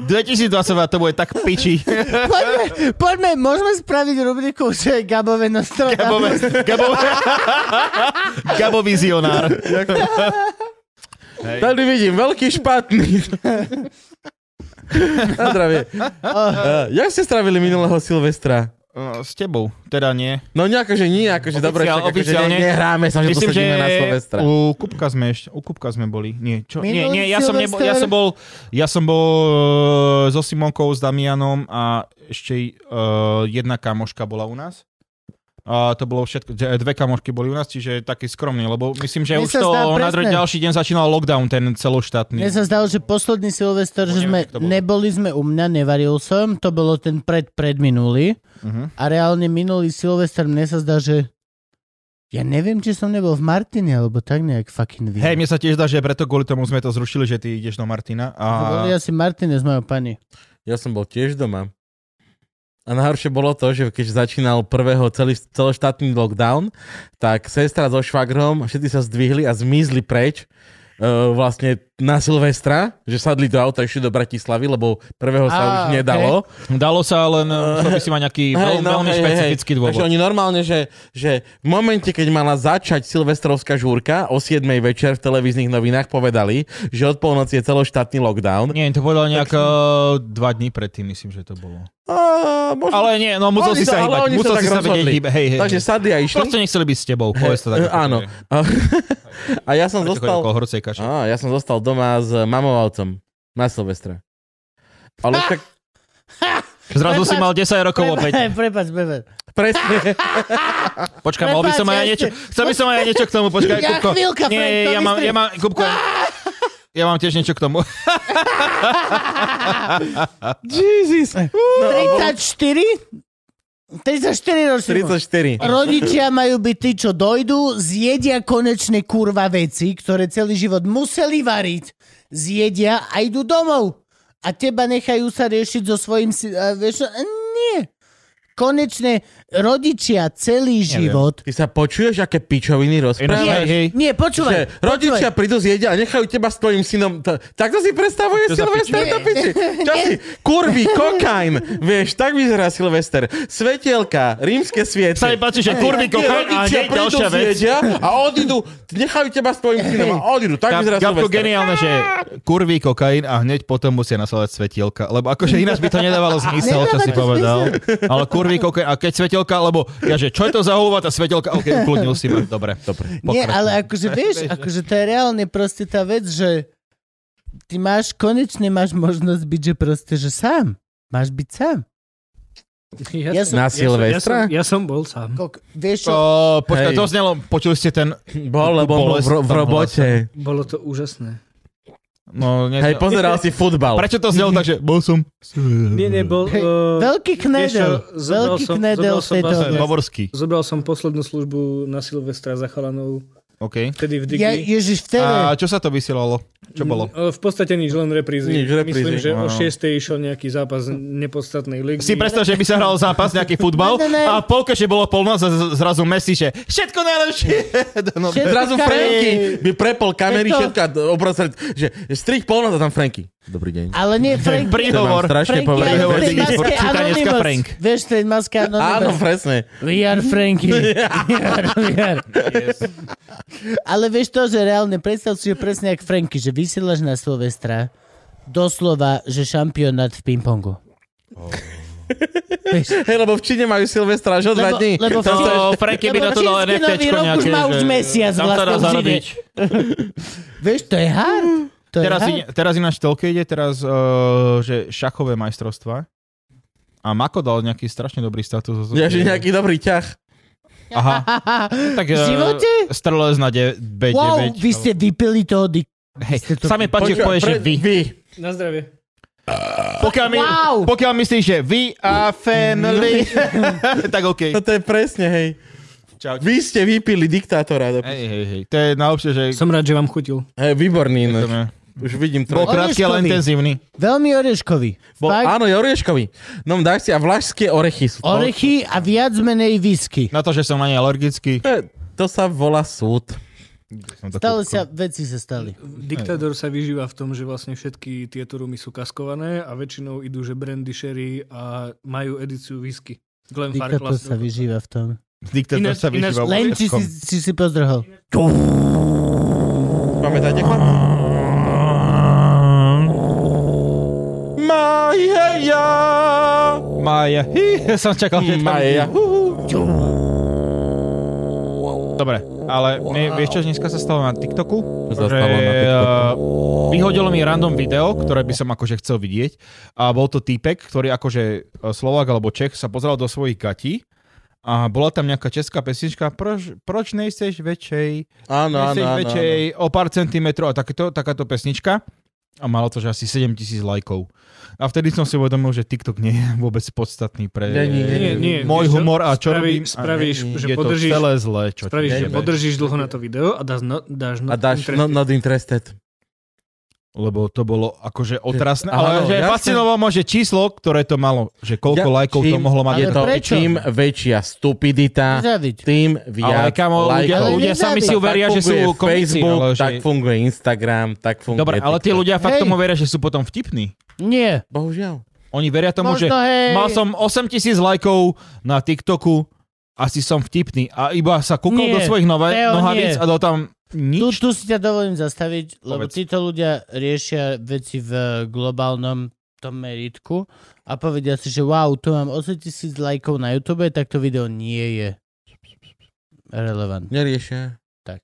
[SPEAKER 3] 2022 to bude tak piči.
[SPEAKER 1] Poďme, poďme môžeme spraviť rubriku, že Gabové nostroda.
[SPEAKER 3] Gabové, Gabové, Gabovizionár.
[SPEAKER 2] Tady vidím, veľký špatný. Na zdravie. Uh, jak ste strávili minulého Silvestra?
[SPEAKER 3] No, S tebou, teda nie.
[SPEAKER 2] No nie, akože nie, akože
[SPEAKER 3] Oficiál-
[SPEAKER 2] dobre, však akože
[SPEAKER 3] oficiálne.
[SPEAKER 2] ne, nehráme sa, že tu sedíme na Silvestra.
[SPEAKER 3] u Kupka sme ešte, u Kupka sme boli. Nie, čo? Nie,
[SPEAKER 1] Minulý
[SPEAKER 3] nie, ja som, nebol, ja
[SPEAKER 1] Silvester.
[SPEAKER 3] som bol, ja som bol e, so Simonkou, s Damianom a ešte uh, jedna kamoška bola u nás. A to bolo všetko, že dve kamošky boli u nás, čiže taký skromný, lebo myslím, že
[SPEAKER 1] Mne
[SPEAKER 3] už
[SPEAKER 1] sa
[SPEAKER 3] to
[SPEAKER 1] zdá
[SPEAKER 3] na
[SPEAKER 1] presné.
[SPEAKER 3] druhý ďalší deň začínal lockdown, ten celoštátny.
[SPEAKER 1] Mne sa zdalo, že posledný Silvester, že sme,
[SPEAKER 3] Neviem, jak to bolo.
[SPEAKER 1] neboli sme u mňa, nevaril som, to bolo ten pred, predminulý.
[SPEAKER 3] Mhm.
[SPEAKER 1] A reálne minulý Silvester, mne sa zdá, že ja neviem, či som nebol v Martine, alebo tak nejak fucking vím.
[SPEAKER 3] Hej, mne sa tiež zdá, že preto kvôli tomu sme to zrušili, že ty ideš do Martina. A...
[SPEAKER 1] To boli asi Martine s mojou pani.
[SPEAKER 2] Ja som bol tiež doma. A najhoršie bolo to, že keď začínal prvého celý, celoštátny lockdown, tak sestra so švagrom, všetci sa zdvihli a zmizli preč uh, vlastne na Silvestra, že sadli do auta a išli do Bratislavy, lebo prvého sa
[SPEAKER 1] Á,
[SPEAKER 2] už
[SPEAKER 1] okej.
[SPEAKER 2] nedalo. no,
[SPEAKER 3] Dalo sa, len e, musel by si mať nejaký veľ,
[SPEAKER 1] no,
[SPEAKER 3] veľmi špecifický dôvod.
[SPEAKER 2] Takže oni normálne, že, že v momente, keď mala začať silvestrovská žúrka o 7. večer v televíznych novinách povedali, že od polnoci je celoštátny lockdown.
[SPEAKER 3] Nie, to povedal nejak eh, dva dní predtým, myslím, že to bolo.
[SPEAKER 2] A, možno...
[SPEAKER 3] Ale nie, no musel
[SPEAKER 2] Oni
[SPEAKER 3] si
[SPEAKER 2] sa-
[SPEAKER 3] sa
[SPEAKER 2] ale
[SPEAKER 3] hýbať,
[SPEAKER 2] oni sa
[SPEAKER 3] musel
[SPEAKER 2] tak
[SPEAKER 3] si sa vedieť
[SPEAKER 2] rozhodli.
[SPEAKER 3] hýbať. Hej, hej,
[SPEAKER 2] Takže
[SPEAKER 3] hej.
[SPEAKER 2] sadli a išli.
[SPEAKER 3] Proste nechceli byť s tebou, povedz to tak.
[SPEAKER 2] E, áno. No. A, a ja som
[SPEAKER 3] Zostal...
[SPEAKER 2] zostal...
[SPEAKER 3] Okolo horcej kaše.
[SPEAKER 2] Á, ja som zostal doma s mamou a otcom. Na Silvestra. Ale
[SPEAKER 1] Ah!
[SPEAKER 2] však
[SPEAKER 3] Zrazu si
[SPEAKER 1] Prepáč,
[SPEAKER 3] mal 10 rokov opäť.
[SPEAKER 1] Prepač, prepač.
[SPEAKER 2] presne...
[SPEAKER 1] Ah!
[SPEAKER 3] Počkaj, mal by som
[SPEAKER 1] prepáč,
[SPEAKER 3] aj
[SPEAKER 1] ja
[SPEAKER 3] niečo.
[SPEAKER 1] ešte-
[SPEAKER 3] Chcel by som aj ja niečo k tomu, počkaj,
[SPEAKER 1] Ja
[SPEAKER 3] Kupko.
[SPEAKER 1] chvíľka, Frank, to
[SPEAKER 3] Nie, ja mám,
[SPEAKER 1] vysvetlím.
[SPEAKER 3] ja mám, Kupko, Ja mám tiež niečo k tomu.
[SPEAKER 2] Jesus. No,
[SPEAKER 1] 34? 34 ročný.
[SPEAKER 2] 34.
[SPEAKER 1] Rodičia majú byť tí, čo dojdú, zjedia konečne kurva veci, ktoré celý život museli variť, zjedia a idú domov. A teba nechajú sa riešiť so svojím... si- a Vieš, a nie. Konečne rodičia celý život...
[SPEAKER 2] Ty sa počuješ, aké pičoviny
[SPEAKER 1] Nie,
[SPEAKER 2] rozprávaš?
[SPEAKER 3] hej.
[SPEAKER 1] nie,
[SPEAKER 2] Že
[SPEAKER 1] počúvaj.
[SPEAKER 2] rodičia
[SPEAKER 1] počúvaj.
[SPEAKER 2] prídu zjedia a nechajú teba s tvojim synom. T- takto si predstavuje
[SPEAKER 3] To za
[SPEAKER 2] Silvester do piči. Čo si? Kurvy, kokajn. Vieš, tak vyzerá Silvester. Svetielka, rímske sviece.
[SPEAKER 3] Sa mi páči, že kurvy kokon a
[SPEAKER 2] Rodičia
[SPEAKER 3] hneď
[SPEAKER 2] prídu
[SPEAKER 3] ďalšia vec.
[SPEAKER 2] zjedia a odídu. Nechajú teba s tvojim synom a odídu. Tak vyzerá
[SPEAKER 3] Gabko,
[SPEAKER 2] Silvester.
[SPEAKER 3] geniálne, že kurvy, kokain a hneď potom musia nasledovať svetielka. Lebo akože ináč by to nedávalo zmysel,
[SPEAKER 1] Nedáva
[SPEAKER 3] čo si
[SPEAKER 1] to
[SPEAKER 3] povedal. Ale kurvy, kokain a keď svetielka, lebo ja, že čo je to za húva, tá svetielka, ok, ukludnil si ma. Dobre, dobre.
[SPEAKER 1] Nie,
[SPEAKER 3] pokračuj.
[SPEAKER 1] ale akože vieš, akože to je reálne proste tá vec, že ty máš, konečne máš možnosť byť, že proste, že sám. Máš byť sám.
[SPEAKER 5] Ja,
[SPEAKER 1] Ja som-
[SPEAKER 5] som,
[SPEAKER 2] Na
[SPEAKER 5] ja, som,
[SPEAKER 2] Silvestra?
[SPEAKER 5] ja som bol sám.
[SPEAKER 1] Kok, vieš čo?
[SPEAKER 3] O, počkaj,
[SPEAKER 2] Hej.
[SPEAKER 3] to znelo, počuli ste ten...
[SPEAKER 2] Bol, lebo bol v, ro- v
[SPEAKER 3] Bolest-
[SPEAKER 2] robote.
[SPEAKER 5] Bolo to úžasné.
[SPEAKER 3] No, ne,
[SPEAKER 2] Hej, pozeral si futbal.
[SPEAKER 3] Prečo to znelo tak, že bol som...
[SPEAKER 5] Nie, nie, bol...
[SPEAKER 1] Hej,
[SPEAKER 5] eh,
[SPEAKER 1] Veľký knedel.
[SPEAKER 5] vieš čo, zobral
[SPEAKER 1] Veľký
[SPEAKER 5] som-
[SPEAKER 1] knedel
[SPEAKER 5] zobral
[SPEAKER 1] v
[SPEAKER 5] som
[SPEAKER 1] tejto
[SPEAKER 5] vás-
[SPEAKER 1] oblasti.
[SPEAKER 3] Bavorský.
[SPEAKER 5] Zobral som poslednú službu na Silvestra za chalanov,
[SPEAKER 3] OK.
[SPEAKER 5] vtedy v
[SPEAKER 1] Ja,
[SPEAKER 5] Digri.
[SPEAKER 1] Ježiš, v tebe.
[SPEAKER 3] A čo sa to vysielalo? Čo bolo?
[SPEAKER 5] Mm, V podstate nič, len reprízy.
[SPEAKER 2] Nič, reprízy.
[SPEAKER 5] Myslím, že o
[SPEAKER 3] Áno.
[SPEAKER 5] 6. išiel nejaký zápas nepodstatnej ligy.
[SPEAKER 3] Si predstav, že by sa hral zápas, nejaký futbal
[SPEAKER 1] Ne, ne, ne.
[SPEAKER 3] a v polke, že bolo polnoc a z- zrazu Messi, že všetko najlepšie. No,
[SPEAKER 1] Všetko
[SPEAKER 2] Zrazu
[SPEAKER 1] kamery.
[SPEAKER 2] Franky by prepol kamery
[SPEAKER 1] Je to-
[SPEAKER 2] všetko a oprostred, že strich polnoc a tam Franky. Dobrý deň.
[SPEAKER 1] Ale nie, Frank.
[SPEAKER 2] Chcem
[SPEAKER 3] Príhovor.
[SPEAKER 2] vám strašne
[SPEAKER 1] Frank je
[SPEAKER 2] povedať,
[SPEAKER 1] aj v
[SPEAKER 3] Frank
[SPEAKER 1] tej
[SPEAKER 3] je
[SPEAKER 1] maske
[SPEAKER 3] počíta dneska
[SPEAKER 1] Anonymous.
[SPEAKER 3] Frank.
[SPEAKER 1] Vieš, v tej maske
[SPEAKER 2] Áno,
[SPEAKER 1] Anonymous.
[SPEAKER 2] presne.
[SPEAKER 1] We are Franky. We are, we are. Ale vieš to, že reálne predstav si, že presne jak Franky, že vysielaš na Slovestra doslova, že šampionát v pingpongu.
[SPEAKER 3] Oh.
[SPEAKER 2] Hej, lebo v Číne majú Silvestra až o dva
[SPEAKER 1] Lebo-
[SPEAKER 2] dní.
[SPEAKER 1] lebo v
[SPEAKER 2] Tam
[SPEAKER 1] Číne-
[SPEAKER 2] sa-
[SPEAKER 3] To No, Franky by na to dal
[SPEAKER 1] Čínsky
[SPEAKER 3] NFTčko
[SPEAKER 1] nový rok už
[SPEAKER 3] nejaké.
[SPEAKER 1] má už
[SPEAKER 3] že-
[SPEAKER 1] mesiac
[SPEAKER 3] tam sa
[SPEAKER 1] vlastne
[SPEAKER 3] dá
[SPEAKER 1] už
[SPEAKER 3] zarobiť.
[SPEAKER 1] Vieš, to je hard. To je
[SPEAKER 3] Teraz,
[SPEAKER 1] hard.
[SPEAKER 3] i- teraz ináč toľko ide, teraz eh, že šachové majstrovstva. A Mako dal nejaký strašne dobrý status.
[SPEAKER 2] Ja, že nejaký dobrý ťah.
[SPEAKER 3] Aha. Tak,
[SPEAKER 1] V
[SPEAKER 3] eh,
[SPEAKER 1] živote?
[SPEAKER 3] Strelec na 9 9
[SPEAKER 1] Wow, vy ste vypili toho dik...
[SPEAKER 3] no. Hej,
[SPEAKER 1] ste to-
[SPEAKER 3] sa mi páči,
[SPEAKER 2] Počúvaj,
[SPEAKER 3] povieš, že
[SPEAKER 2] pre-
[SPEAKER 3] vy.
[SPEAKER 2] Vy.
[SPEAKER 5] Na zdravie.
[SPEAKER 3] Pokiaľ, mi,
[SPEAKER 1] Wow.
[SPEAKER 3] pokiaľ myslíš, že vy a family, tak OK.
[SPEAKER 2] Toto je presne, hej.
[SPEAKER 3] Čau.
[SPEAKER 2] Vy ste vypili diktátora. do-
[SPEAKER 3] Hej, hej, hej. To je najlepšie, že...
[SPEAKER 5] Som rád, že vám chutil.
[SPEAKER 2] Hej, výborný.
[SPEAKER 3] To
[SPEAKER 2] No.
[SPEAKER 3] je-
[SPEAKER 2] Už vidím
[SPEAKER 3] Bol
[SPEAKER 2] to.
[SPEAKER 3] krátky, ale
[SPEAKER 1] Oreškový.
[SPEAKER 3] intenzívny.
[SPEAKER 1] Veľmi oreškový.
[SPEAKER 2] Bol,
[SPEAKER 1] Fakt,
[SPEAKER 2] áno, je orieškový. No dáš si a vlašské orechy sú. To,
[SPEAKER 1] orechy a viac menej whisky.
[SPEAKER 3] Na to, že som na ne alergický.
[SPEAKER 2] to, je- to sa volá súd.
[SPEAKER 1] Stalo sa, veci sa stali.
[SPEAKER 5] Diktátor sa vyžíva v tom, že vlastne všetky tieto rumy sú kaskované a väčšinou idú, že brandy, sherry a majú edíciu whisky. Glenn
[SPEAKER 1] Diktátor sa vyžíva v tom.
[SPEAKER 3] Diktátor
[SPEAKER 5] Ináč-
[SPEAKER 3] sa
[SPEAKER 5] ináč
[SPEAKER 3] vyžíva
[SPEAKER 1] Len či si,
[SPEAKER 3] orechom.
[SPEAKER 1] či si pozdrhol.
[SPEAKER 2] Pamätáte, chlapci? Maja,
[SPEAKER 3] Maja. Hi, som čakal, že tam...
[SPEAKER 2] Maja.
[SPEAKER 3] Dobre, ale mne, vieš čo dneska sa stalo na TikToku?
[SPEAKER 2] Čo sa stalo na
[SPEAKER 3] eh,
[SPEAKER 2] TikToku?
[SPEAKER 3] Vyhodilo mi random video, ktoré by som akože chcel vidieť. A bol to týpek, ktorý akože eh, Slovák alebo Čech sa pozeral do svojich gatí a bola tam nejaká česká pesnička Proč, proč nejseš väčšej?
[SPEAKER 2] Áno, áno,
[SPEAKER 3] Mesiac
[SPEAKER 2] áno.
[SPEAKER 3] väčšej,
[SPEAKER 2] áno.
[SPEAKER 3] o pár centimetrov a takéto, takáto pesnička. A malo to, že asi 7 tisíc lajkov. A vtedy som si uvedomil, že TikTok nie je vôbec podstatný pre
[SPEAKER 2] Nie, nie, nie,
[SPEAKER 5] Nie, nie.
[SPEAKER 3] môj
[SPEAKER 5] vieš čo?
[SPEAKER 3] humor a čo
[SPEAKER 5] Spraví-
[SPEAKER 3] robím. A
[SPEAKER 5] Spravíš,
[SPEAKER 2] nie, nie,
[SPEAKER 5] že
[SPEAKER 3] je to
[SPEAKER 5] podržíš,
[SPEAKER 3] celé zlé, čo
[SPEAKER 5] spravíš, že
[SPEAKER 3] robíme.
[SPEAKER 5] podržíš dlho na to video a dáš, no, dáš,
[SPEAKER 2] A dáš no-
[SPEAKER 3] no,
[SPEAKER 5] interest-
[SPEAKER 2] not, not interested.
[SPEAKER 3] Lebo to bolo akože otrasné.
[SPEAKER 2] Áno,
[SPEAKER 3] Ale že
[SPEAKER 2] jasné.
[SPEAKER 3] fascinovalo ma, že číslo, ktoré to malo, že koľko
[SPEAKER 2] Ja-
[SPEAKER 3] lajkov to
[SPEAKER 2] čím-
[SPEAKER 3] mohlo mať.
[SPEAKER 1] ale
[SPEAKER 3] Je to,
[SPEAKER 1] pre- Prečo?
[SPEAKER 2] Čím väčšia stupidita,
[SPEAKER 1] Pozdraviť.
[SPEAKER 2] tým
[SPEAKER 3] ale
[SPEAKER 2] viac
[SPEAKER 3] kamo, ľudia,
[SPEAKER 2] lajkov.
[SPEAKER 3] ľudia sami
[SPEAKER 1] Tak
[SPEAKER 3] si uveria, že sú
[SPEAKER 2] funguje
[SPEAKER 3] komici.
[SPEAKER 2] Facebook,
[SPEAKER 3] Ale
[SPEAKER 2] tak
[SPEAKER 3] že...
[SPEAKER 2] funguje Instagram, tak funguje
[SPEAKER 3] Dobre, ale tí
[SPEAKER 2] TikTok.
[SPEAKER 3] ľudia fakt
[SPEAKER 1] Hej.
[SPEAKER 3] tomu veria, že sú potom vtipní.
[SPEAKER 1] Nie.
[SPEAKER 2] Bohužiaľ.
[SPEAKER 3] Oni veria tomu, že
[SPEAKER 1] Možno, hej.
[SPEAKER 3] mal som 8000 lajkov na TikToku, asi som vtipný. A iba sa
[SPEAKER 1] Nie,
[SPEAKER 3] kúkol do svojich nové,
[SPEAKER 1] Teo,
[SPEAKER 3] nohavíc
[SPEAKER 1] nie.
[SPEAKER 3] a dal tam
[SPEAKER 1] Tu,
[SPEAKER 3] nič.
[SPEAKER 1] No, tu si ťa dovolím zastaviť, lebo
[SPEAKER 3] Povedz.
[SPEAKER 1] títo ľudia riešia veci v eh, globálnom tom meritku a povedia si, že wow, tu mám 8 tisíc lajkov na YouTube, tak to video nie je relevantné.
[SPEAKER 2] Neriešia.
[SPEAKER 1] Tak.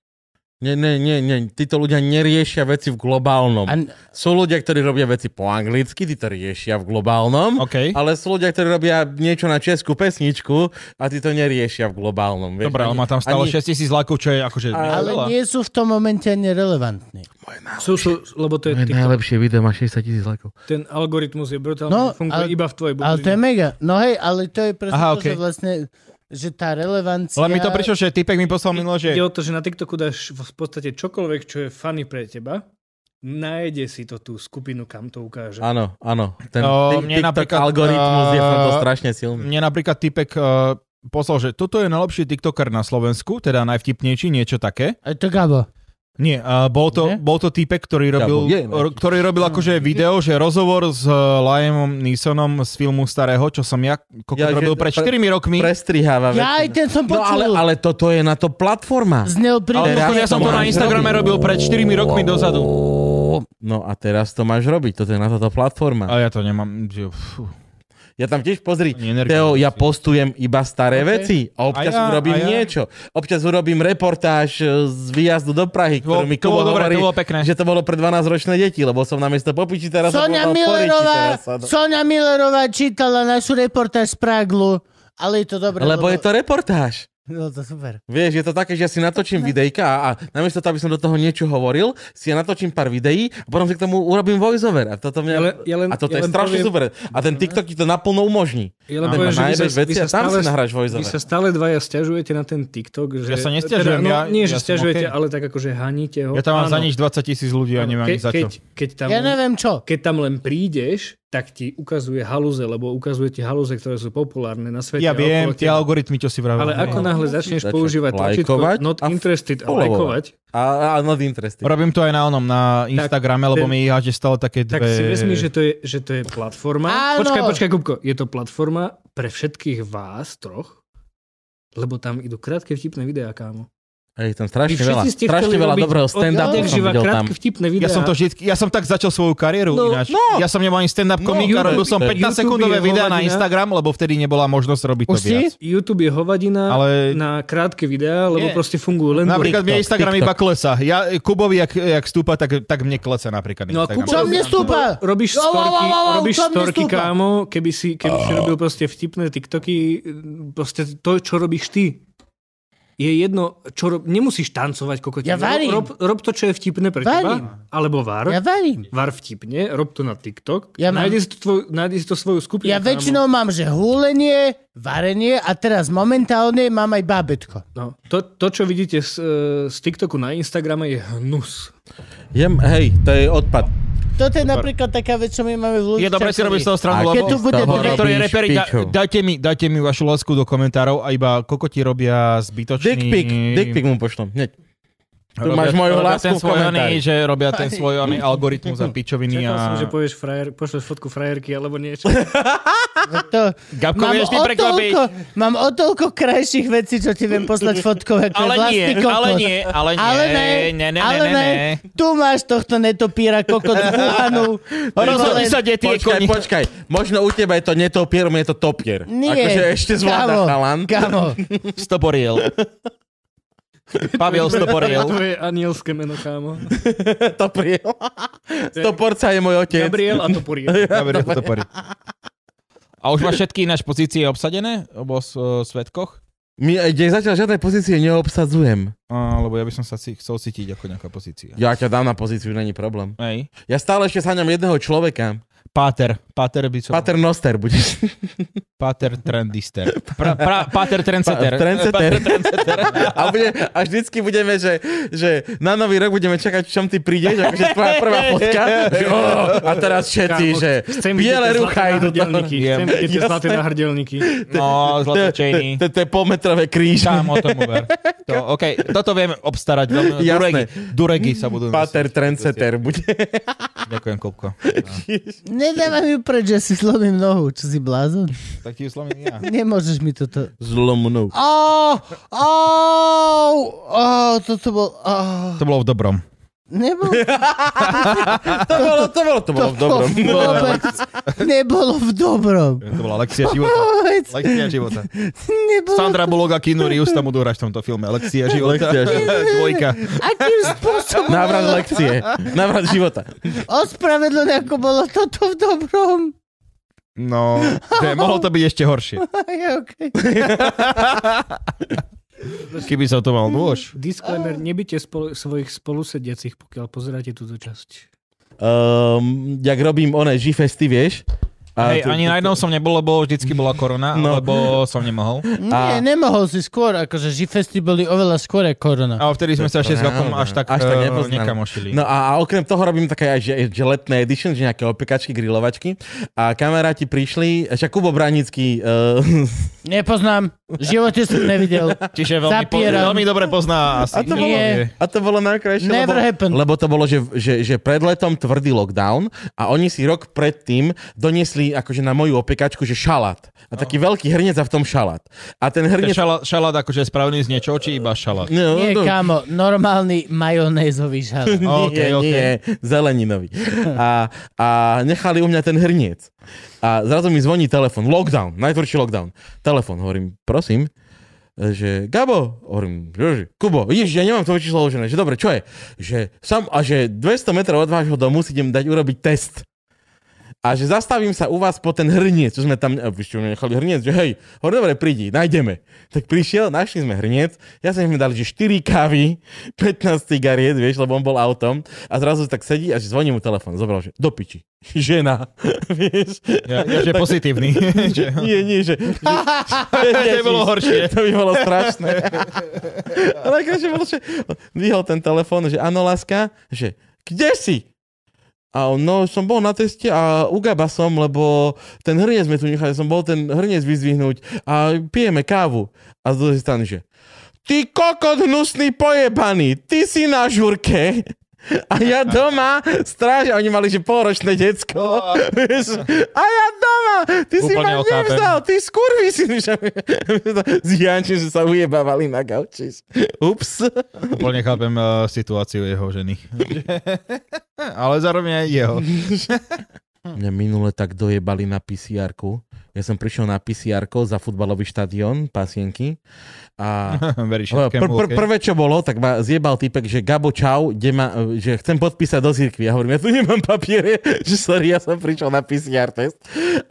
[SPEAKER 2] Nie, nie, nie, nie. Títo ľudia neriešia veci v globálnom. An... Sú ľudia, ktorí robia veci po anglicky, tí to riešia v globálnom,
[SPEAKER 3] OK.
[SPEAKER 2] ale sú ľudia, ktorí robia niečo na českú pesničku a tí to neriešia v globálnom. Vieš,
[SPEAKER 3] Dobre, ale má tam stále
[SPEAKER 2] ani-
[SPEAKER 3] 6000 lajkov, čo je akože...
[SPEAKER 1] Ale
[SPEAKER 3] veľa.
[SPEAKER 1] nie sú v tom momente ani relevantní.
[SPEAKER 5] Sú, sú, lebo
[SPEAKER 2] No,
[SPEAKER 5] to je TikTok.
[SPEAKER 2] najlepšie video má 60 tisíc lajkov.
[SPEAKER 5] Ten algoritmus je brutálny,
[SPEAKER 1] No,
[SPEAKER 5] no, funguje
[SPEAKER 1] ale-
[SPEAKER 5] iba v tvojej
[SPEAKER 1] Ale to je
[SPEAKER 5] bubline.
[SPEAKER 1] mega. No hej, ale to je presne
[SPEAKER 3] Aha,
[SPEAKER 1] to, že
[SPEAKER 3] okej.
[SPEAKER 1] vlastne, že tá relevancia...
[SPEAKER 3] Ale mi to prišlo, že typek mi poslal minulo, že...
[SPEAKER 5] Ide o to, že na TikToku dáš v podstate čokoľvek, čo je funny pre teba, nájde si to tú skupinu, kam to ukáže.
[SPEAKER 2] Áno, áno. Ten
[SPEAKER 3] No,
[SPEAKER 2] tik-
[SPEAKER 3] mne
[SPEAKER 2] TikTok
[SPEAKER 3] napríklad,
[SPEAKER 2] algoritmus je v tomto
[SPEAKER 3] eh,
[SPEAKER 2] strašne silný.
[SPEAKER 3] Mne napríklad typek uh, poslal, že toto je najlepší TikToker na Slovensku, teda najvtipnejší, niečo také.
[SPEAKER 1] A to Gabo.
[SPEAKER 3] Nie, uh, bol,
[SPEAKER 1] Nie?
[SPEAKER 3] to, bol to typek, ktorý robil,
[SPEAKER 2] bol- je
[SPEAKER 3] ro- ktorý robil akože video, že rozhovor s uh, Liamom Neesonom z filmu Starého, čo som ja, kokot,
[SPEAKER 2] Ja, že-
[SPEAKER 3] robil pred
[SPEAKER 2] pre-
[SPEAKER 3] 4 rokmi.
[SPEAKER 2] Prestriháva
[SPEAKER 1] Ja aj
[SPEAKER 2] veci.
[SPEAKER 1] ten som
[SPEAKER 2] No ale,
[SPEAKER 1] počul.
[SPEAKER 2] ale toto je na to platforma.
[SPEAKER 1] Znel pri...
[SPEAKER 3] Ale mimochodom, ja som to na Instagrame robil pred 4 rokmi dozadu.
[SPEAKER 2] No a teraz to máš robiť, toto je na táto platforma.
[SPEAKER 3] A ja to nemám. že- fú.
[SPEAKER 2] Ja tam tiež pozri,
[SPEAKER 3] Ani energiu
[SPEAKER 2] Teo, ja
[SPEAKER 3] nemusím.
[SPEAKER 2] postujem iba staré okay. veci a občas
[SPEAKER 3] A ja-
[SPEAKER 2] ja, urobím
[SPEAKER 3] a ja.
[SPEAKER 2] ja. niečo. Občas urobím reportáž e, z výjazdu do Prahy,
[SPEAKER 3] To
[SPEAKER 2] ktorú
[SPEAKER 3] bolo-
[SPEAKER 2] mi
[SPEAKER 3] to bolo
[SPEAKER 2] Kubo
[SPEAKER 3] dobré,
[SPEAKER 2] hovorí,
[SPEAKER 3] to bolo pekné.
[SPEAKER 2] že to bolo pre 12-ročné deti, lebo som namiesto popiči teraz som
[SPEAKER 1] Sonia
[SPEAKER 2] povedal
[SPEAKER 1] Millerová,
[SPEAKER 2] poriči teraz.
[SPEAKER 1] Sonia Millerová čítala našu reportáž z Praglu, ale je to dobré.
[SPEAKER 2] Lebo je to reportáž.
[SPEAKER 1] Bolo to super.
[SPEAKER 2] Vieš, je to také, že ja si natočím videjka a, a namiesto toho, aby som do toho niečo hovoril, si ja natočím pár videí a potom si k tomu urobím voiceover. A toto, mňa,
[SPEAKER 5] Ja len- ja len-
[SPEAKER 2] a toto je
[SPEAKER 5] ja len
[SPEAKER 2] strašne
[SPEAKER 5] poviem-
[SPEAKER 2] super. A ten TikTok ti to naplno umožní.
[SPEAKER 5] Ja len
[SPEAKER 2] Ten
[SPEAKER 5] poviem, že vy
[SPEAKER 2] má
[SPEAKER 5] sa,
[SPEAKER 2] najviac
[SPEAKER 5] vy
[SPEAKER 2] veci
[SPEAKER 5] sa
[SPEAKER 2] a tam
[SPEAKER 5] stále,
[SPEAKER 2] si nahráš
[SPEAKER 5] vy
[SPEAKER 2] voiceover.
[SPEAKER 5] sa stále dvaja stiažujete na ten TikTok. Že,
[SPEAKER 3] Ja sa nestiažujem,
[SPEAKER 5] no,
[SPEAKER 3] ja-
[SPEAKER 5] nie,
[SPEAKER 3] ja
[SPEAKER 5] že
[SPEAKER 3] som
[SPEAKER 5] stiažujete,
[SPEAKER 3] OK.
[SPEAKER 5] ale tak akože haníte ho.
[SPEAKER 3] Ja tam mám
[SPEAKER 5] Áno.
[SPEAKER 3] za nič 20 tisíc ľudí a nemám
[SPEAKER 5] Ke-
[SPEAKER 3] nič za
[SPEAKER 5] keď,
[SPEAKER 3] čo.
[SPEAKER 5] keď, tam,
[SPEAKER 1] Ja neviem čo.
[SPEAKER 5] keď tam len prídeš, tak ti ukazuje halúze, lebo ukazuje ti halúze, ktoré sú populárne na svete.
[SPEAKER 3] Ja
[SPEAKER 5] a
[SPEAKER 3] viem,
[SPEAKER 5] okolo
[SPEAKER 3] tie
[SPEAKER 5] teba.
[SPEAKER 3] algoritmy, čo si vravel.
[SPEAKER 5] Ale
[SPEAKER 3] no.
[SPEAKER 5] ako náhle začneš
[SPEAKER 2] Začať
[SPEAKER 5] používať tlačítko
[SPEAKER 2] lajkovať
[SPEAKER 5] not
[SPEAKER 2] a
[SPEAKER 5] interested a
[SPEAKER 2] followovať.
[SPEAKER 5] lajkovať,
[SPEAKER 2] A, a not interested.
[SPEAKER 3] Robím to aj na onom, na Instagrame, lebo
[SPEAKER 5] ten-
[SPEAKER 3] mi háže stále také dve...
[SPEAKER 5] tak si vezmi, že to je, že to je platforma.
[SPEAKER 1] Áno.
[SPEAKER 5] Počkaj, počkaj, Kupko. Je to platforma pre všetkých vás troch, lebo tam idú krátke vtipné videá, kámo.
[SPEAKER 2] Hej, tam strašne
[SPEAKER 5] Vy všetci
[SPEAKER 2] veľa,
[SPEAKER 5] ste
[SPEAKER 2] strašne
[SPEAKER 5] chceli
[SPEAKER 2] veľa
[SPEAKER 5] robiť
[SPEAKER 2] dobrého stand-upu
[SPEAKER 5] Odjak
[SPEAKER 2] som
[SPEAKER 5] živa
[SPEAKER 2] videl tam.
[SPEAKER 5] krátke vtipné videá.
[SPEAKER 3] Ja som to vždycky, ja som tak začal svoju kariéru
[SPEAKER 2] No,
[SPEAKER 3] ináč.
[SPEAKER 2] no.
[SPEAKER 3] Ja som nemal ani
[SPEAKER 2] No,
[SPEAKER 3] stand-up komika,
[SPEAKER 2] YouTube-
[SPEAKER 3] robil som
[SPEAKER 2] YouTube
[SPEAKER 3] 15 sekundové
[SPEAKER 5] je
[SPEAKER 3] videá na
[SPEAKER 5] hovadina.
[SPEAKER 3] Instagram, lebo vtedy nebola možnosť robiť to
[SPEAKER 1] Už si?
[SPEAKER 3] viac.
[SPEAKER 5] YouTube je hovadina
[SPEAKER 3] Ale
[SPEAKER 5] na krátke videá, lebo
[SPEAKER 3] Nie.
[SPEAKER 5] proste fungujú len
[SPEAKER 3] napríklad mne
[SPEAKER 2] TikTok,
[SPEAKER 3] Instagram
[SPEAKER 2] TikTok.
[SPEAKER 3] iba klesa. Ja, Kubovi, jak, jak stúpa, tak, tak mne klesa napríklad
[SPEAKER 5] No a
[SPEAKER 3] Instagram.
[SPEAKER 5] Kubo-
[SPEAKER 1] Čo mne stúpa?
[SPEAKER 5] Robíš
[SPEAKER 1] Au, au,
[SPEAKER 5] storky,
[SPEAKER 1] au, au, au,
[SPEAKER 5] robíš
[SPEAKER 1] čo mne
[SPEAKER 5] storky
[SPEAKER 1] stúpa?
[SPEAKER 5] kámo, keby si, keby si robil proste vtipné TikToky, proste to, čo robíš ty. Je jedno, čo rob... Nemusíš tancovať, kokoti.
[SPEAKER 1] Ja varím.
[SPEAKER 5] Rob, rob to, čo je vtipné pre
[SPEAKER 1] Varím.
[SPEAKER 5] teba. Alebo var.
[SPEAKER 1] Ja verím.
[SPEAKER 5] Var vtipne, rob to na TikTok.
[SPEAKER 1] Ja
[SPEAKER 5] Ja
[SPEAKER 1] mám-
[SPEAKER 5] nájde, si to tvoj, nájde si to svoju skupinu.
[SPEAKER 1] Ja
[SPEAKER 5] kámo.
[SPEAKER 1] väčšinou mám, že húlenie, varenie a teraz momentálne mám aj bábetko.
[SPEAKER 5] No, to, to, čo vidíte z, e, z TikToku na Instagrame, je hnus.
[SPEAKER 2] Jem, hej, to je odpad.
[SPEAKER 1] Toto je napríklad taká vec, čo my máme v ľudí.
[SPEAKER 3] Je dobré si robiť z toho
[SPEAKER 2] A
[SPEAKER 3] stranu,
[SPEAKER 1] keď
[SPEAKER 3] lebo...
[SPEAKER 1] tu bude-
[SPEAKER 2] toho
[SPEAKER 1] bude-
[SPEAKER 3] Niektorí
[SPEAKER 2] robíš
[SPEAKER 3] reperi, da,
[SPEAKER 2] piču.
[SPEAKER 3] dajte, mi, dajte mi vašu lásku do komentárov a iba kokoti robia zbytočný...
[SPEAKER 2] Dick pic, dick pic mu pošlom. Hneď. Tu máš moju
[SPEAKER 3] robia
[SPEAKER 2] lásku
[SPEAKER 3] ten
[SPEAKER 2] v
[SPEAKER 3] svoj oný,
[SPEAKER 2] komentári.
[SPEAKER 3] že robia ten svoj oný algoritmus a pičoviny
[SPEAKER 5] Čakal
[SPEAKER 3] a...
[SPEAKER 5] som, že povieš frajer, pošleš fotku frajerky alebo niečo.
[SPEAKER 1] To...
[SPEAKER 3] Gabko,
[SPEAKER 1] Mám
[SPEAKER 3] vieš ty
[SPEAKER 1] o,
[SPEAKER 3] prekvapiť?
[SPEAKER 1] toľko, mám o toľko krajších vecí, čo ti viem poslať fotkové. ako je
[SPEAKER 3] Ale nie,
[SPEAKER 1] vlastný kokot.
[SPEAKER 3] ale nie, ale nie,
[SPEAKER 1] ale ne,
[SPEAKER 3] ne, ne,
[SPEAKER 1] ale
[SPEAKER 3] ne,
[SPEAKER 1] ne.
[SPEAKER 3] ne.
[SPEAKER 1] Tu máš tohto netopíra kokot z Wuhanu.
[SPEAKER 3] Rozhodni sa, kde tie
[SPEAKER 2] Počkaj,
[SPEAKER 3] koni.
[SPEAKER 2] počkaj. Možno u teba je to netopier, mne je to topier.
[SPEAKER 1] Nie,
[SPEAKER 2] Akože ešte zvláda
[SPEAKER 1] kamo,
[SPEAKER 2] chalan.
[SPEAKER 1] Kamo,
[SPEAKER 3] Stoporiel. Pavel Stoporiel.
[SPEAKER 5] Tvoje anielské meno, kámo.
[SPEAKER 2] Topier. Stoporca je môj otec.
[SPEAKER 5] Gabriel a Topuriel.
[SPEAKER 3] Pavel Stoporiel. A už máš všetky ináč pozície obsadené? Obo s, o svetkoch?
[SPEAKER 2] My kde zatiaľ žiadne pozície neobsadzujem.
[SPEAKER 3] Á, lebo ja by som sa si, chcel cítiť ako nejaká pozícia.
[SPEAKER 2] Ja ťa dám na pozíciu, není problém.
[SPEAKER 3] Hej.
[SPEAKER 2] Ja stále ešte sáňam jedného človeka.
[SPEAKER 3] Páter. Páter by som...
[SPEAKER 2] Pater Noster budeš.
[SPEAKER 3] Páter Trendister. Pra, pra, páter Trendsetter.
[SPEAKER 2] Trendsetter. A, bude, a vždycky budeme, že, že na nový rok budeme čakať, v čom ty prídeš, akože tvoja prvá fotka. Že, "Ó, a teraz všetci, že
[SPEAKER 5] Chcem vidieť
[SPEAKER 2] biele
[SPEAKER 5] tie
[SPEAKER 2] rucha
[SPEAKER 5] zlaté
[SPEAKER 2] idú. do-
[SPEAKER 5] náhrdelníky. Chcem
[SPEAKER 3] Jem.
[SPEAKER 5] vidieť tie
[SPEAKER 2] Jasné.
[SPEAKER 5] zlaté náhrdelníky.
[SPEAKER 3] No,
[SPEAKER 2] To
[SPEAKER 3] zlaté
[SPEAKER 2] je-
[SPEAKER 3] čejny.
[SPEAKER 2] to- to je polmetrové kríž.
[SPEAKER 3] Kámo, tomu ver. To, OK, toto vieme obstarať. veľmi-
[SPEAKER 2] Jasné.
[SPEAKER 3] Duregy. Duregy sa budú...
[SPEAKER 2] Pater Trendsetter bude.
[SPEAKER 3] Ďakujem, Kupko.
[SPEAKER 1] nedávam ju preč, že si zlomím nohu. Čo si blázon?
[SPEAKER 3] Tak ti uslovím ja.
[SPEAKER 1] Nemôžeš mi toto...
[SPEAKER 2] Zlomnou.
[SPEAKER 1] Au, au, au, toto bol... Au.
[SPEAKER 3] To bolo v dobrom.
[SPEAKER 1] Nebol,
[SPEAKER 2] To bolo, to bolo, to bolo v dobrom.
[SPEAKER 1] vôbec, nebolo v dobrom.
[SPEAKER 3] To bola lekcia života.
[SPEAKER 1] Vôbec
[SPEAKER 3] Lekcia života.
[SPEAKER 1] nebolo.
[SPEAKER 3] Sandra Bullock a Keanu Reeves tam budú hrať v tomto filme. Lekcia života.
[SPEAKER 2] Lekcia života.
[SPEAKER 3] Dvojka.
[SPEAKER 1] Akým spôsobom?
[SPEAKER 2] Návrat lekcie. Návrat života.
[SPEAKER 1] Ospravedlne, ako bolo toto v dobrom.
[SPEAKER 3] No, že mohlo to byť ešte horšie.
[SPEAKER 1] Aj, okay.
[SPEAKER 3] Keby som to mal nôž.
[SPEAKER 5] Disclaimer, nebyte spolu, svojich spolusediacich, pokiaľ pozeráte túto časť.
[SPEAKER 2] Um, jak robím one G-festy, vieš? A
[SPEAKER 3] Hej,
[SPEAKER 2] to-
[SPEAKER 3] ani na jednom som nebol, lebo vždycky bola korona,
[SPEAKER 2] No.
[SPEAKER 3] lebo som nemohol.
[SPEAKER 1] Nie, nemohol si skôr, akože Žifesty boli oveľa skôr ako korona.
[SPEAKER 3] A vtedy sme sa ešte s Gakom
[SPEAKER 2] Pravda.
[SPEAKER 3] až tak,
[SPEAKER 2] Až tak
[SPEAKER 3] eh,
[SPEAKER 2] nepoznám.
[SPEAKER 3] nekamošili.
[SPEAKER 2] No a, a okrem toho robím také aj že, že letné edition, že nejaké opekačky, grilovačky. A kamaráti prišli, že Kubo Branický, uh,
[SPEAKER 1] Nepoznám, v živote som nevidel.
[SPEAKER 3] Čiže veľmi, po,
[SPEAKER 1] Zapieram.
[SPEAKER 3] veľmi dobre pozná asi.
[SPEAKER 2] A to bolo-
[SPEAKER 1] Nie.
[SPEAKER 2] a to bolo najkrajšie,
[SPEAKER 1] Never happened.
[SPEAKER 2] lebo to bolo, že, že, že pred letom tvrdý lockdown a oni si rok predtým donesli akože na moju opekačku, že šalát. A taký veľký hrnec a v tom šalát. A ten
[SPEAKER 3] Ten
[SPEAKER 2] hrnec...
[SPEAKER 3] šalát, šalát akože je spravený z niečoho, či iba šalát?
[SPEAKER 2] No,
[SPEAKER 1] Nie,
[SPEAKER 2] no,
[SPEAKER 1] kámo, normálny majonézový žalát.
[SPEAKER 3] OK,
[SPEAKER 2] nie,
[SPEAKER 3] OK.
[SPEAKER 2] nie, zeleninový. A, a nechali u mňa ten hrniec. A zrazu mi zvoní telefon. Lockdown, najtvrdší lockdown. Telefon, hovorím, prosím, že Gabo, hovorím, Joži, Kubo, vidíš, ja nemám tvoje číslo uložené, že dobre, čo je? Že sam, a že 200 metrov od vášho domu si idem dať urobiť test. A že zastavím sa u vás po ten hrniec, čo sme tam, a vy ste mi nechali hrniec, že hej, hovorím, dobre, prídi, nájdeme. Tak prišiel, našli sme hrniec, ja som im dal, že 4 kávy, 15 cigariet, vieš, lebo on bol autom a zrazu tak sedí a že zvoní mu telefon, zobral, že do piči, žena, vieš.
[SPEAKER 3] Ja, ja že
[SPEAKER 2] Tak-
[SPEAKER 3] pozitívny. že,
[SPEAKER 2] Nie, nie, že... že
[SPEAKER 3] to by bolo horšie.
[SPEAKER 2] to by bolo strašné. Ale akože bol, že vyhol ten telefón, že áno, láska, že kde si? A on, no, som bol na teste a ugaba som, lebo ten hrniec sme tu nechali, som bol ten hrniec vyzvihnúť a pijeme kávu. A z druhej strany, že ty kokot hnusný pojebaný, ty si na žurke. A ja doma, stráž, a oni mali, že polročné decko. Vieš? A ja doma, ty si
[SPEAKER 3] Úplne
[SPEAKER 2] ma
[SPEAKER 3] ho chápem.
[SPEAKER 2] nevzal, ty skurvy si. Z Janči, že sa ujebávali na gauči. Ups.
[SPEAKER 3] Úplne chápem uh, situáciu jeho ženy. Ale zároveň aj jeho.
[SPEAKER 2] Mňa minule tak dojebali na pcr Ja som prišiel na pcr za futbalový štadión, pasienky. A
[SPEAKER 3] Veríš
[SPEAKER 2] Pr-
[SPEAKER 3] všetkému,
[SPEAKER 2] pr-
[SPEAKER 3] OK?
[SPEAKER 2] prvé, čo bolo, tak ma zjebal typek, že Gabo čau, kde ma, že chcem podpísať do cirkvi. Ja hovorím, ja tu nemám papiere, že sorry, ja som prišiel na PCR test.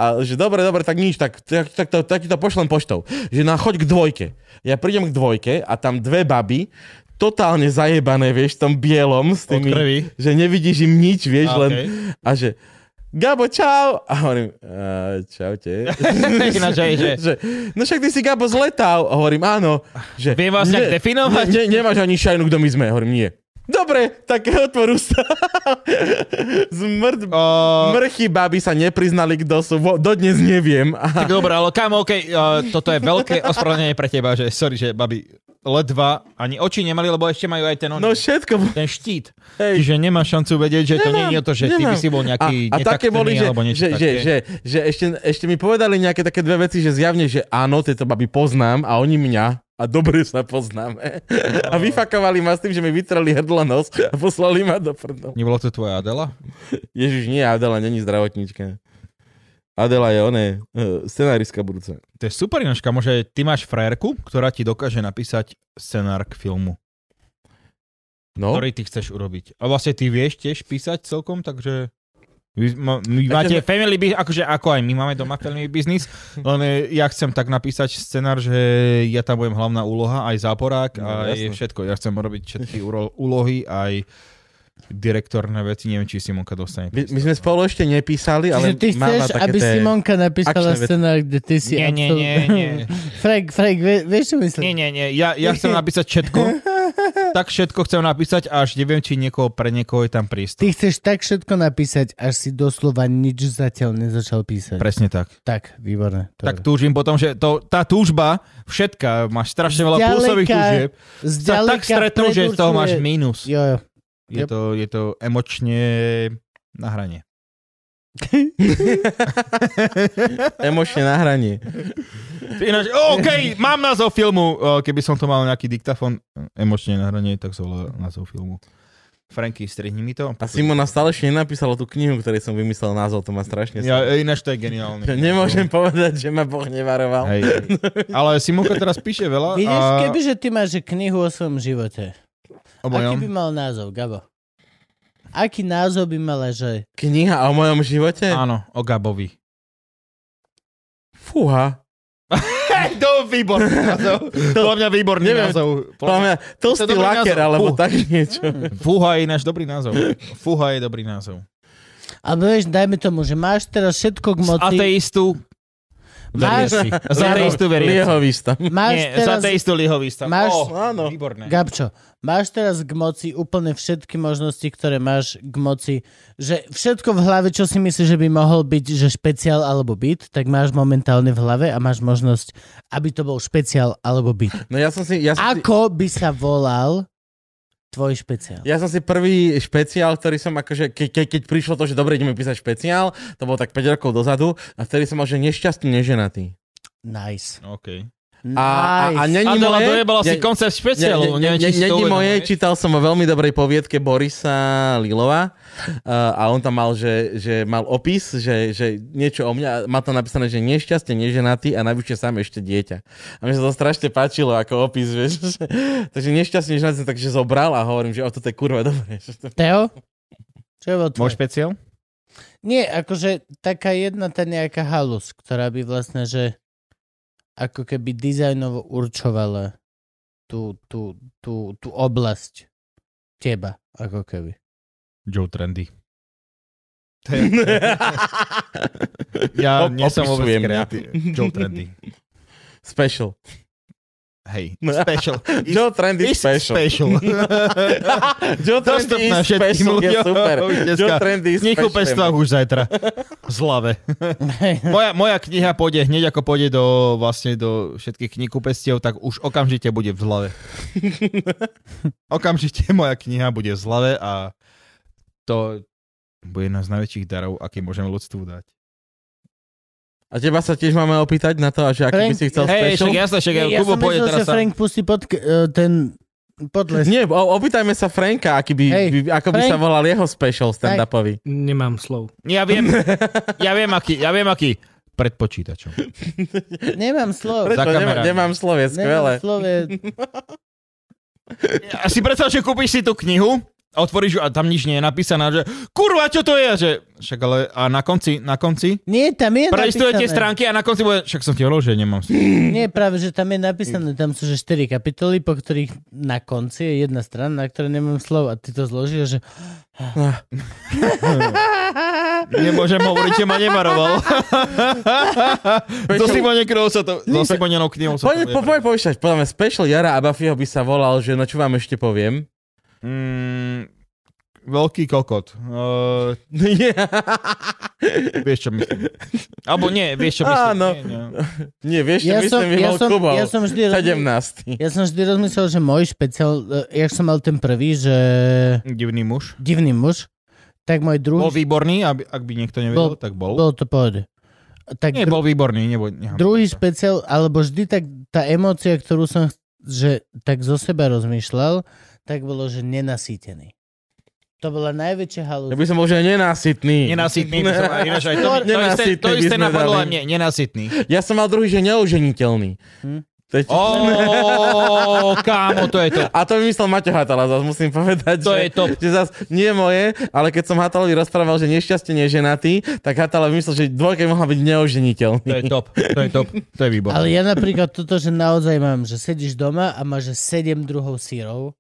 [SPEAKER 2] A že dobre, dobre, tak nič, tak, tak, tak, to, tak ti to pošlem poštou. Že na choď k dvojke. Ja prídem k dvojke a tam dve baby, totálne zajebané, vieš, v tom bielom s tými,
[SPEAKER 3] krvi.
[SPEAKER 2] že nevidíš im nič, vieš,
[SPEAKER 3] A,
[SPEAKER 2] len
[SPEAKER 3] okej.
[SPEAKER 2] a že Gabo, čau! A hovorím, "A, čaute.
[SPEAKER 3] Ináč aj, že-
[SPEAKER 2] že, no však ty si Gabo zletal. A hovorím, áno. Že,
[SPEAKER 3] Viem vás nejak definovať?
[SPEAKER 2] Ne, ne, nemáš ani šajnu, kto my sme. Hovorím, nie. Dobre, takého tvoru sa. Zmrt...
[SPEAKER 3] Uh,
[SPEAKER 2] Mrchy baby sa nepriznali, kto sú. Vo, dodnes neviem. A,
[SPEAKER 3] Tak dobre, ale kam, OK, uh, toto je veľké ospravedlnenie pre teba, že sorry, že babi, ledva ani oči nemali, lebo ešte majú aj ten,
[SPEAKER 2] no
[SPEAKER 3] no,
[SPEAKER 2] všetko.
[SPEAKER 3] ten štít.
[SPEAKER 2] Hej.
[SPEAKER 3] Čiže nemá šancu vedieť, že to nie
[SPEAKER 2] Nemám,
[SPEAKER 3] je o to, že ty by
[SPEAKER 2] nemám.
[SPEAKER 3] si bol nejaký
[SPEAKER 2] a, a také boli, že,
[SPEAKER 3] alebo niečo
[SPEAKER 2] že, že,
[SPEAKER 3] také.
[SPEAKER 2] že, že ešte, ešte mi povedali nejaké také dve veci, že zjavne, že áno, tieto baby poznám a oni mňa a dobre sa poznáme.
[SPEAKER 3] No.
[SPEAKER 2] A vyfakovali ma s tým, že mi vytrali hrdlo nos a poslali ma do prdla.
[SPEAKER 3] Nebolo to tvoja Adela?
[SPEAKER 2] Ježiš, nie, Adela není zdravotníčka. Adela je oné, eh, scenáristka budúca.
[SPEAKER 3] To je super ináčka, môže ty máš frajerku, ktorá ti dokáže napísať scenár k filmu,
[SPEAKER 2] No,
[SPEAKER 3] ktorý ty chceš urobiť. A vlastne ty vieš tiež písať celkom, takže... Vy, ma, my
[SPEAKER 2] Takže
[SPEAKER 3] máte
[SPEAKER 2] sme-
[SPEAKER 3] family business, akože ako aj my máme doma family business, len eh, ja chcem tak napísať scenár, že ja tam budem hlavná úloha, aj záporák,
[SPEAKER 2] No,
[SPEAKER 3] aj
[SPEAKER 2] jasné.
[SPEAKER 3] všetko. Ja chcem robiť všetky úro- úlohy, aj direktorné veci, neviem, či Simonka dostane.
[SPEAKER 2] my, my sme spolu ešte
[SPEAKER 1] Čiže
[SPEAKER 2] nepísali, ale
[SPEAKER 1] ty
[SPEAKER 2] mala
[SPEAKER 1] chceš,
[SPEAKER 2] také
[SPEAKER 1] aby
[SPEAKER 2] tie-
[SPEAKER 1] Simonka napísala
[SPEAKER 2] akčné veci.
[SPEAKER 1] scenár, kde ty si...
[SPEAKER 3] Nie, nie, nie,
[SPEAKER 1] absol-
[SPEAKER 3] nie.
[SPEAKER 1] Frank, Frank, vie- vieš, čo myslím?
[SPEAKER 3] Nie, nie, nie, ja, ja chcem napísať všetko. Tak všetko chcem napísať, až neviem, či niekoho pre niekoho je tam
[SPEAKER 1] Ty
[SPEAKER 3] prístup.
[SPEAKER 1] chceš tak všetko napísať, až si doslova nič zatiaľ nezačal písať.
[SPEAKER 3] Presne tak.
[SPEAKER 1] Tak, výborné. To je.
[SPEAKER 3] Tak túžim potom, že to, tá túžba, všetka, máš strašne veľa
[SPEAKER 1] Zďaleka-
[SPEAKER 3] plusových túžieb, sa
[SPEAKER 1] Zďaleka
[SPEAKER 3] tak stretnú, že z toho máš
[SPEAKER 1] predurčuje-
[SPEAKER 3] mínus.
[SPEAKER 1] Jo, jo.
[SPEAKER 3] Je
[SPEAKER 1] Yep.
[SPEAKER 3] to, je to emočne na hranie.
[SPEAKER 2] Emočne na hranie.
[SPEAKER 3] Ináč, OK, mám názov filmu. O, Keby som to mal nejaký diktafon, emočne na hranie, tak sa volá názov filmu. Franky, strihni mi to.
[SPEAKER 2] A Simona stále ešte nenapísala tú knihu, ktorej som vymyslel názov, to ma strašne...
[SPEAKER 3] Ja, ináč to je geniálne.
[SPEAKER 2] Nemôžem povedať, že ma Boh nevaroval.
[SPEAKER 3] Hej, hej. Ale Simonka teraz píše veľa.
[SPEAKER 1] Vidíš,
[SPEAKER 3] a...
[SPEAKER 1] kebyže ty máš knihu o svojom živote, aký
[SPEAKER 3] o mojom.
[SPEAKER 1] by mal názov, Gabo? Aký názov by mala, že...
[SPEAKER 2] Kniha o mojom živote?
[SPEAKER 3] Áno, o Gabovi.
[SPEAKER 2] Fúha.
[SPEAKER 3] Hej, to výborný názov. Podľa mňa výborný
[SPEAKER 2] Neviem.
[SPEAKER 3] názov.
[SPEAKER 2] Podľa mňa
[SPEAKER 3] To je
[SPEAKER 2] tlstý
[SPEAKER 3] dobrý
[SPEAKER 2] laker,
[SPEAKER 3] názov.
[SPEAKER 2] alebo
[SPEAKER 3] Fú.
[SPEAKER 2] tak niečo.
[SPEAKER 3] Fúha je náš dobrý názov. Fúha je dobrý názov.
[SPEAKER 1] Alebo vieš, dajme tomu, že máš teraz všetko k
[SPEAKER 3] Z
[SPEAKER 1] moci.
[SPEAKER 3] ateistu
[SPEAKER 1] máš,
[SPEAKER 3] veriaci. Z ateistu veriaci.
[SPEAKER 2] Liehovista.
[SPEAKER 1] máš
[SPEAKER 3] Nie, z
[SPEAKER 1] teraz...
[SPEAKER 3] ateistu liehovista.
[SPEAKER 1] Máš-
[SPEAKER 3] Ó,
[SPEAKER 2] Áno.
[SPEAKER 3] Výborné.
[SPEAKER 1] Gabčo, máš teraz k moci úplne všetky možnosti, ktoré máš k moci, že všetko v hlave, čo si myslíš, že by mohol byť, že špeciál alebo byt, tak máš momentálne v hlave a máš možnosť, aby to bol špeciál alebo byt.
[SPEAKER 2] No ja som si... Ja som si...
[SPEAKER 1] Ako by sa volal tvoj špeciál?
[SPEAKER 2] Ja som si prvý špeciál, ktorý som akože, ke, ke, keď prišlo to, že dobre ideme písať špeciál, to bolo tak 5 rokov dozadu, a vtedy som mal, že nešťastný neženatý.
[SPEAKER 1] Nice.
[SPEAKER 3] OK.
[SPEAKER 1] nice.
[SPEAKER 2] A, a, a není
[SPEAKER 3] Adela
[SPEAKER 2] moje,
[SPEAKER 3] dojebala si
[SPEAKER 2] ne-
[SPEAKER 3] koncept špeciálu.
[SPEAKER 2] ne-
[SPEAKER 3] Neviem,
[SPEAKER 2] ne-
[SPEAKER 3] či si
[SPEAKER 2] ne-
[SPEAKER 3] to
[SPEAKER 2] Není moje,
[SPEAKER 3] uvedomuješ.
[SPEAKER 2] čítal som o veľmi dobrej poviedke Borisa Lilova uh, a on tam mal, že, že mal opis, že, že niečo o mňa, a má tam napísané, že nešťastne neženatý a najvyššie sám ešte dieťa. A mne sa to strašne páčilo ako opis, vieš. že- takže nešťastne neženatý som takže zobral a hovorím, že o toto je kurva dobre. že to-
[SPEAKER 1] Teo? Čo je bol tvoj?
[SPEAKER 3] Môj špeciál?
[SPEAKER 1] Nie, akože taká jedna tá nejaká halus, ktorá by vlastne, že ako keby dizajnovo určovala tú, tú, tú, tú oblasť teba, ako keby.
[SPEAKER 3] Joe Trendy.
[SPEAKER 2] Ja
[SPEAKER 3] Ja
[SPEAKER 2] Op-
[SPEAKER 3] nie som vôbec
[SPEAKER 2] opisujem mňa.
[SPEAKER 3] kreatívny. Joe Trendy.
[SPEAKER 2] Special.
[SPEAKER 3] Hej, special.
[SPEAKER 2] No. Joe Trendy
[SPEAKER 3] Is
[SPEAKER 2] Special.
[SPEAKER 3] special.
[SPEAKER 2] Joe Trendy
[SPEAKER 3] Dostupná
[SPEAKER 2] is
[SPEAKER 3] všetkým
[SPEAKER 2] Special je
[SPEAKER 3] ľuďom.
[SPEAKER 2] super.
[SPEAKER 3] Už dneska.
[SPEAKER 2] Joe Trendy is
[SPEAKER 3] Knihu pestvách
[SPEAKER 2] Special.
[SPEAKER 3] už zajtra. V zlave. Moja, moja kniha pôjde hneď ako pôjde do, vlastne do všetkých knihkupectiev, tak už okamžite bude v zlave. okamžite moja kniha bude v zlave a to bude jedna z najväčších darov, aký môžeme ľudstvu dať.
[SPEAKER 2] A teba sa tiež máme opýtať na to, že aký
[SPEAKER 1] Frank,
[SPEAKER 2] by si chcel special?
[SPEAKER 3] Hej, však jasné, však
[SPEAKER 1] ja
[SPEAKER 3] Kubo
[SPEAKER 1] som myslel,
[SPEAKER 3] pôjde
[SPEAKER 1] že
[SPEAKER 3] teraz sa...
[SPEAKER 1] Frank pustí pod, eh, ten podles.
[SPEAKER 2] Nie, o- opýtajme sa Franka, aký by,
[SPEAKER 1] Hej,
[SPEAKER 2] by, ako by
[SPEAKER 1] Frank.
[SPEAKER 2] sa volal jeho special stand-upový.
[SPEAKER 5] Nemám slov.
[SPEAKER 3] Ja viem, ja viem aký, ja viem aký. Pred počítačom.
[SPEAKER 1] Nemám slov.
[SPEAKER 2] Prečo?
[SPEAKER 3] Za
[SPEAKER 2] Nemám,
[SPEAKER 3] kamerami.
[SPEAKER 2] nemám slovie,
[SPEAKER 1] Nemám
[SPEAKER 2] skvelé.
[SPEAKER 1] slove.
[SPEAKER 3] A si predstav, že kúpiš si tú knihu, a otvoríš ju a tam nič nie je napísané, že kurva, čo to je? A Že, však ale a na konci, na konci
[SPEAKER 1] Nie, tam je
[SPEAKER 3] Prelistujete
[SPEAKER 1] napísané.
[SPEAKER 3] stránky a na konci bude, však som ti hovoril, že nemám si.
[SPEAKER 1] Nie, práve, že tam je napísané, tam sú že 4 kapitoly, po ktorých na konci je jedna strana, na ktorej nemám slov a ty to zložíš, že
[SPEAKER 3] Nemôžem hovoriť, že ma nevaroval. Do Simone Krov sa to... Do Simonenou knihou sa
[SPEAKER 2] Poď,
[SPEAKER 3] to...
[SPEAKER 2] po, poď, poď, podľa mňa special Jara Abafiho by sa volal, že no čo vám ešte poviem.
[SPEAKER 3] Mm, veľký kokot. Uh,
[SPEAKER 2] Nie,
[SPEAKER 3] vieš, čo myslím. Alebo nie, vieš, čo myslím.
[SPEAKER 2] Áno.
[SPEAKER 3] Nie, nie.
[SPEAKER 2] nie vieš, čo
[SPEAKER 1] ja som,
[SPEAKER 2] myslím,
[SPEAKER 1] ja,
[SPEAKER 2] vyhol
[SPEAKER 1] som,
[SPEAKER 2] Kubo.
[SPEAKER 1] ja som vždy rozmýšľal,
[SPEAKER 2] 17.
[SPEAKER 1] ja som vždy rozmyslel, že môj špeciál, e, jak som mal ten prvý, že
[SPEAKER 3] Divný muž.
[SPEAKER 1] divný muž, tak môj
[SPEAKER 3] Bol
[SPEAKER 1] druhý,
[SPEAKER 3] výborný, aby, ak by niekto
[SPEAKER 1] Bol-
[SPEAKER 3] nevedel, tak bol.
[SPEAKER 1] bolo to pohode. Tak
[SPEAKER 3] Nie, bol výborný, neboj. nechám.
[SPEAKER 1] Druhý špeciál, alebo vždy tak tá emócia, ktorú som že tak zo seba rozmýšľal, tak bolo, že nenasýtený. To bola najväčšia halúza.
[SPEAKER 2] Ja by som bol, že nenásytný.
[SPEAKER 3] Nenasytný. by som- ináč aj To, to, isté,
[SPEAKER 2] Nenasytný
[SPEAKER 3] to
[SPEAKER 2] by
[SPEAKER 3] isté
[SPEAKER 2] sme
[SPEAKER 3] napadlo
[SPEAKER 2] dali.
[SPEAKER 3] aj mne. Nenasytný.
[SPEAKER 2] Ja som mal druhý, že neuženiteľný.
[SPEAKER 1] Hm.
[SPEAKER 2] To je-
[SPEAKER 3] Ó, kámo, to je to.
[SPEAKER 2] A to vymyslel Maťo Hatala, zase musím povedať,
[SPEAKER 3] To
[SPEAKER 2] že,
[SPEAKER 3] je top.
[SPEAKER 2] že zase nie moje, ale keď som Hatalovi rozprával, že nešťastie neženatý, tak Hatala vymyslel, že dvojka by mohla byť neuženiteľný.
[SPEAKER 3] To je top, to je top, to je výborné.
[SPEAKER 1] Ale ja napríklad toto, že naozaj mám, že sedíš doma a máš že sedem druhov sírov.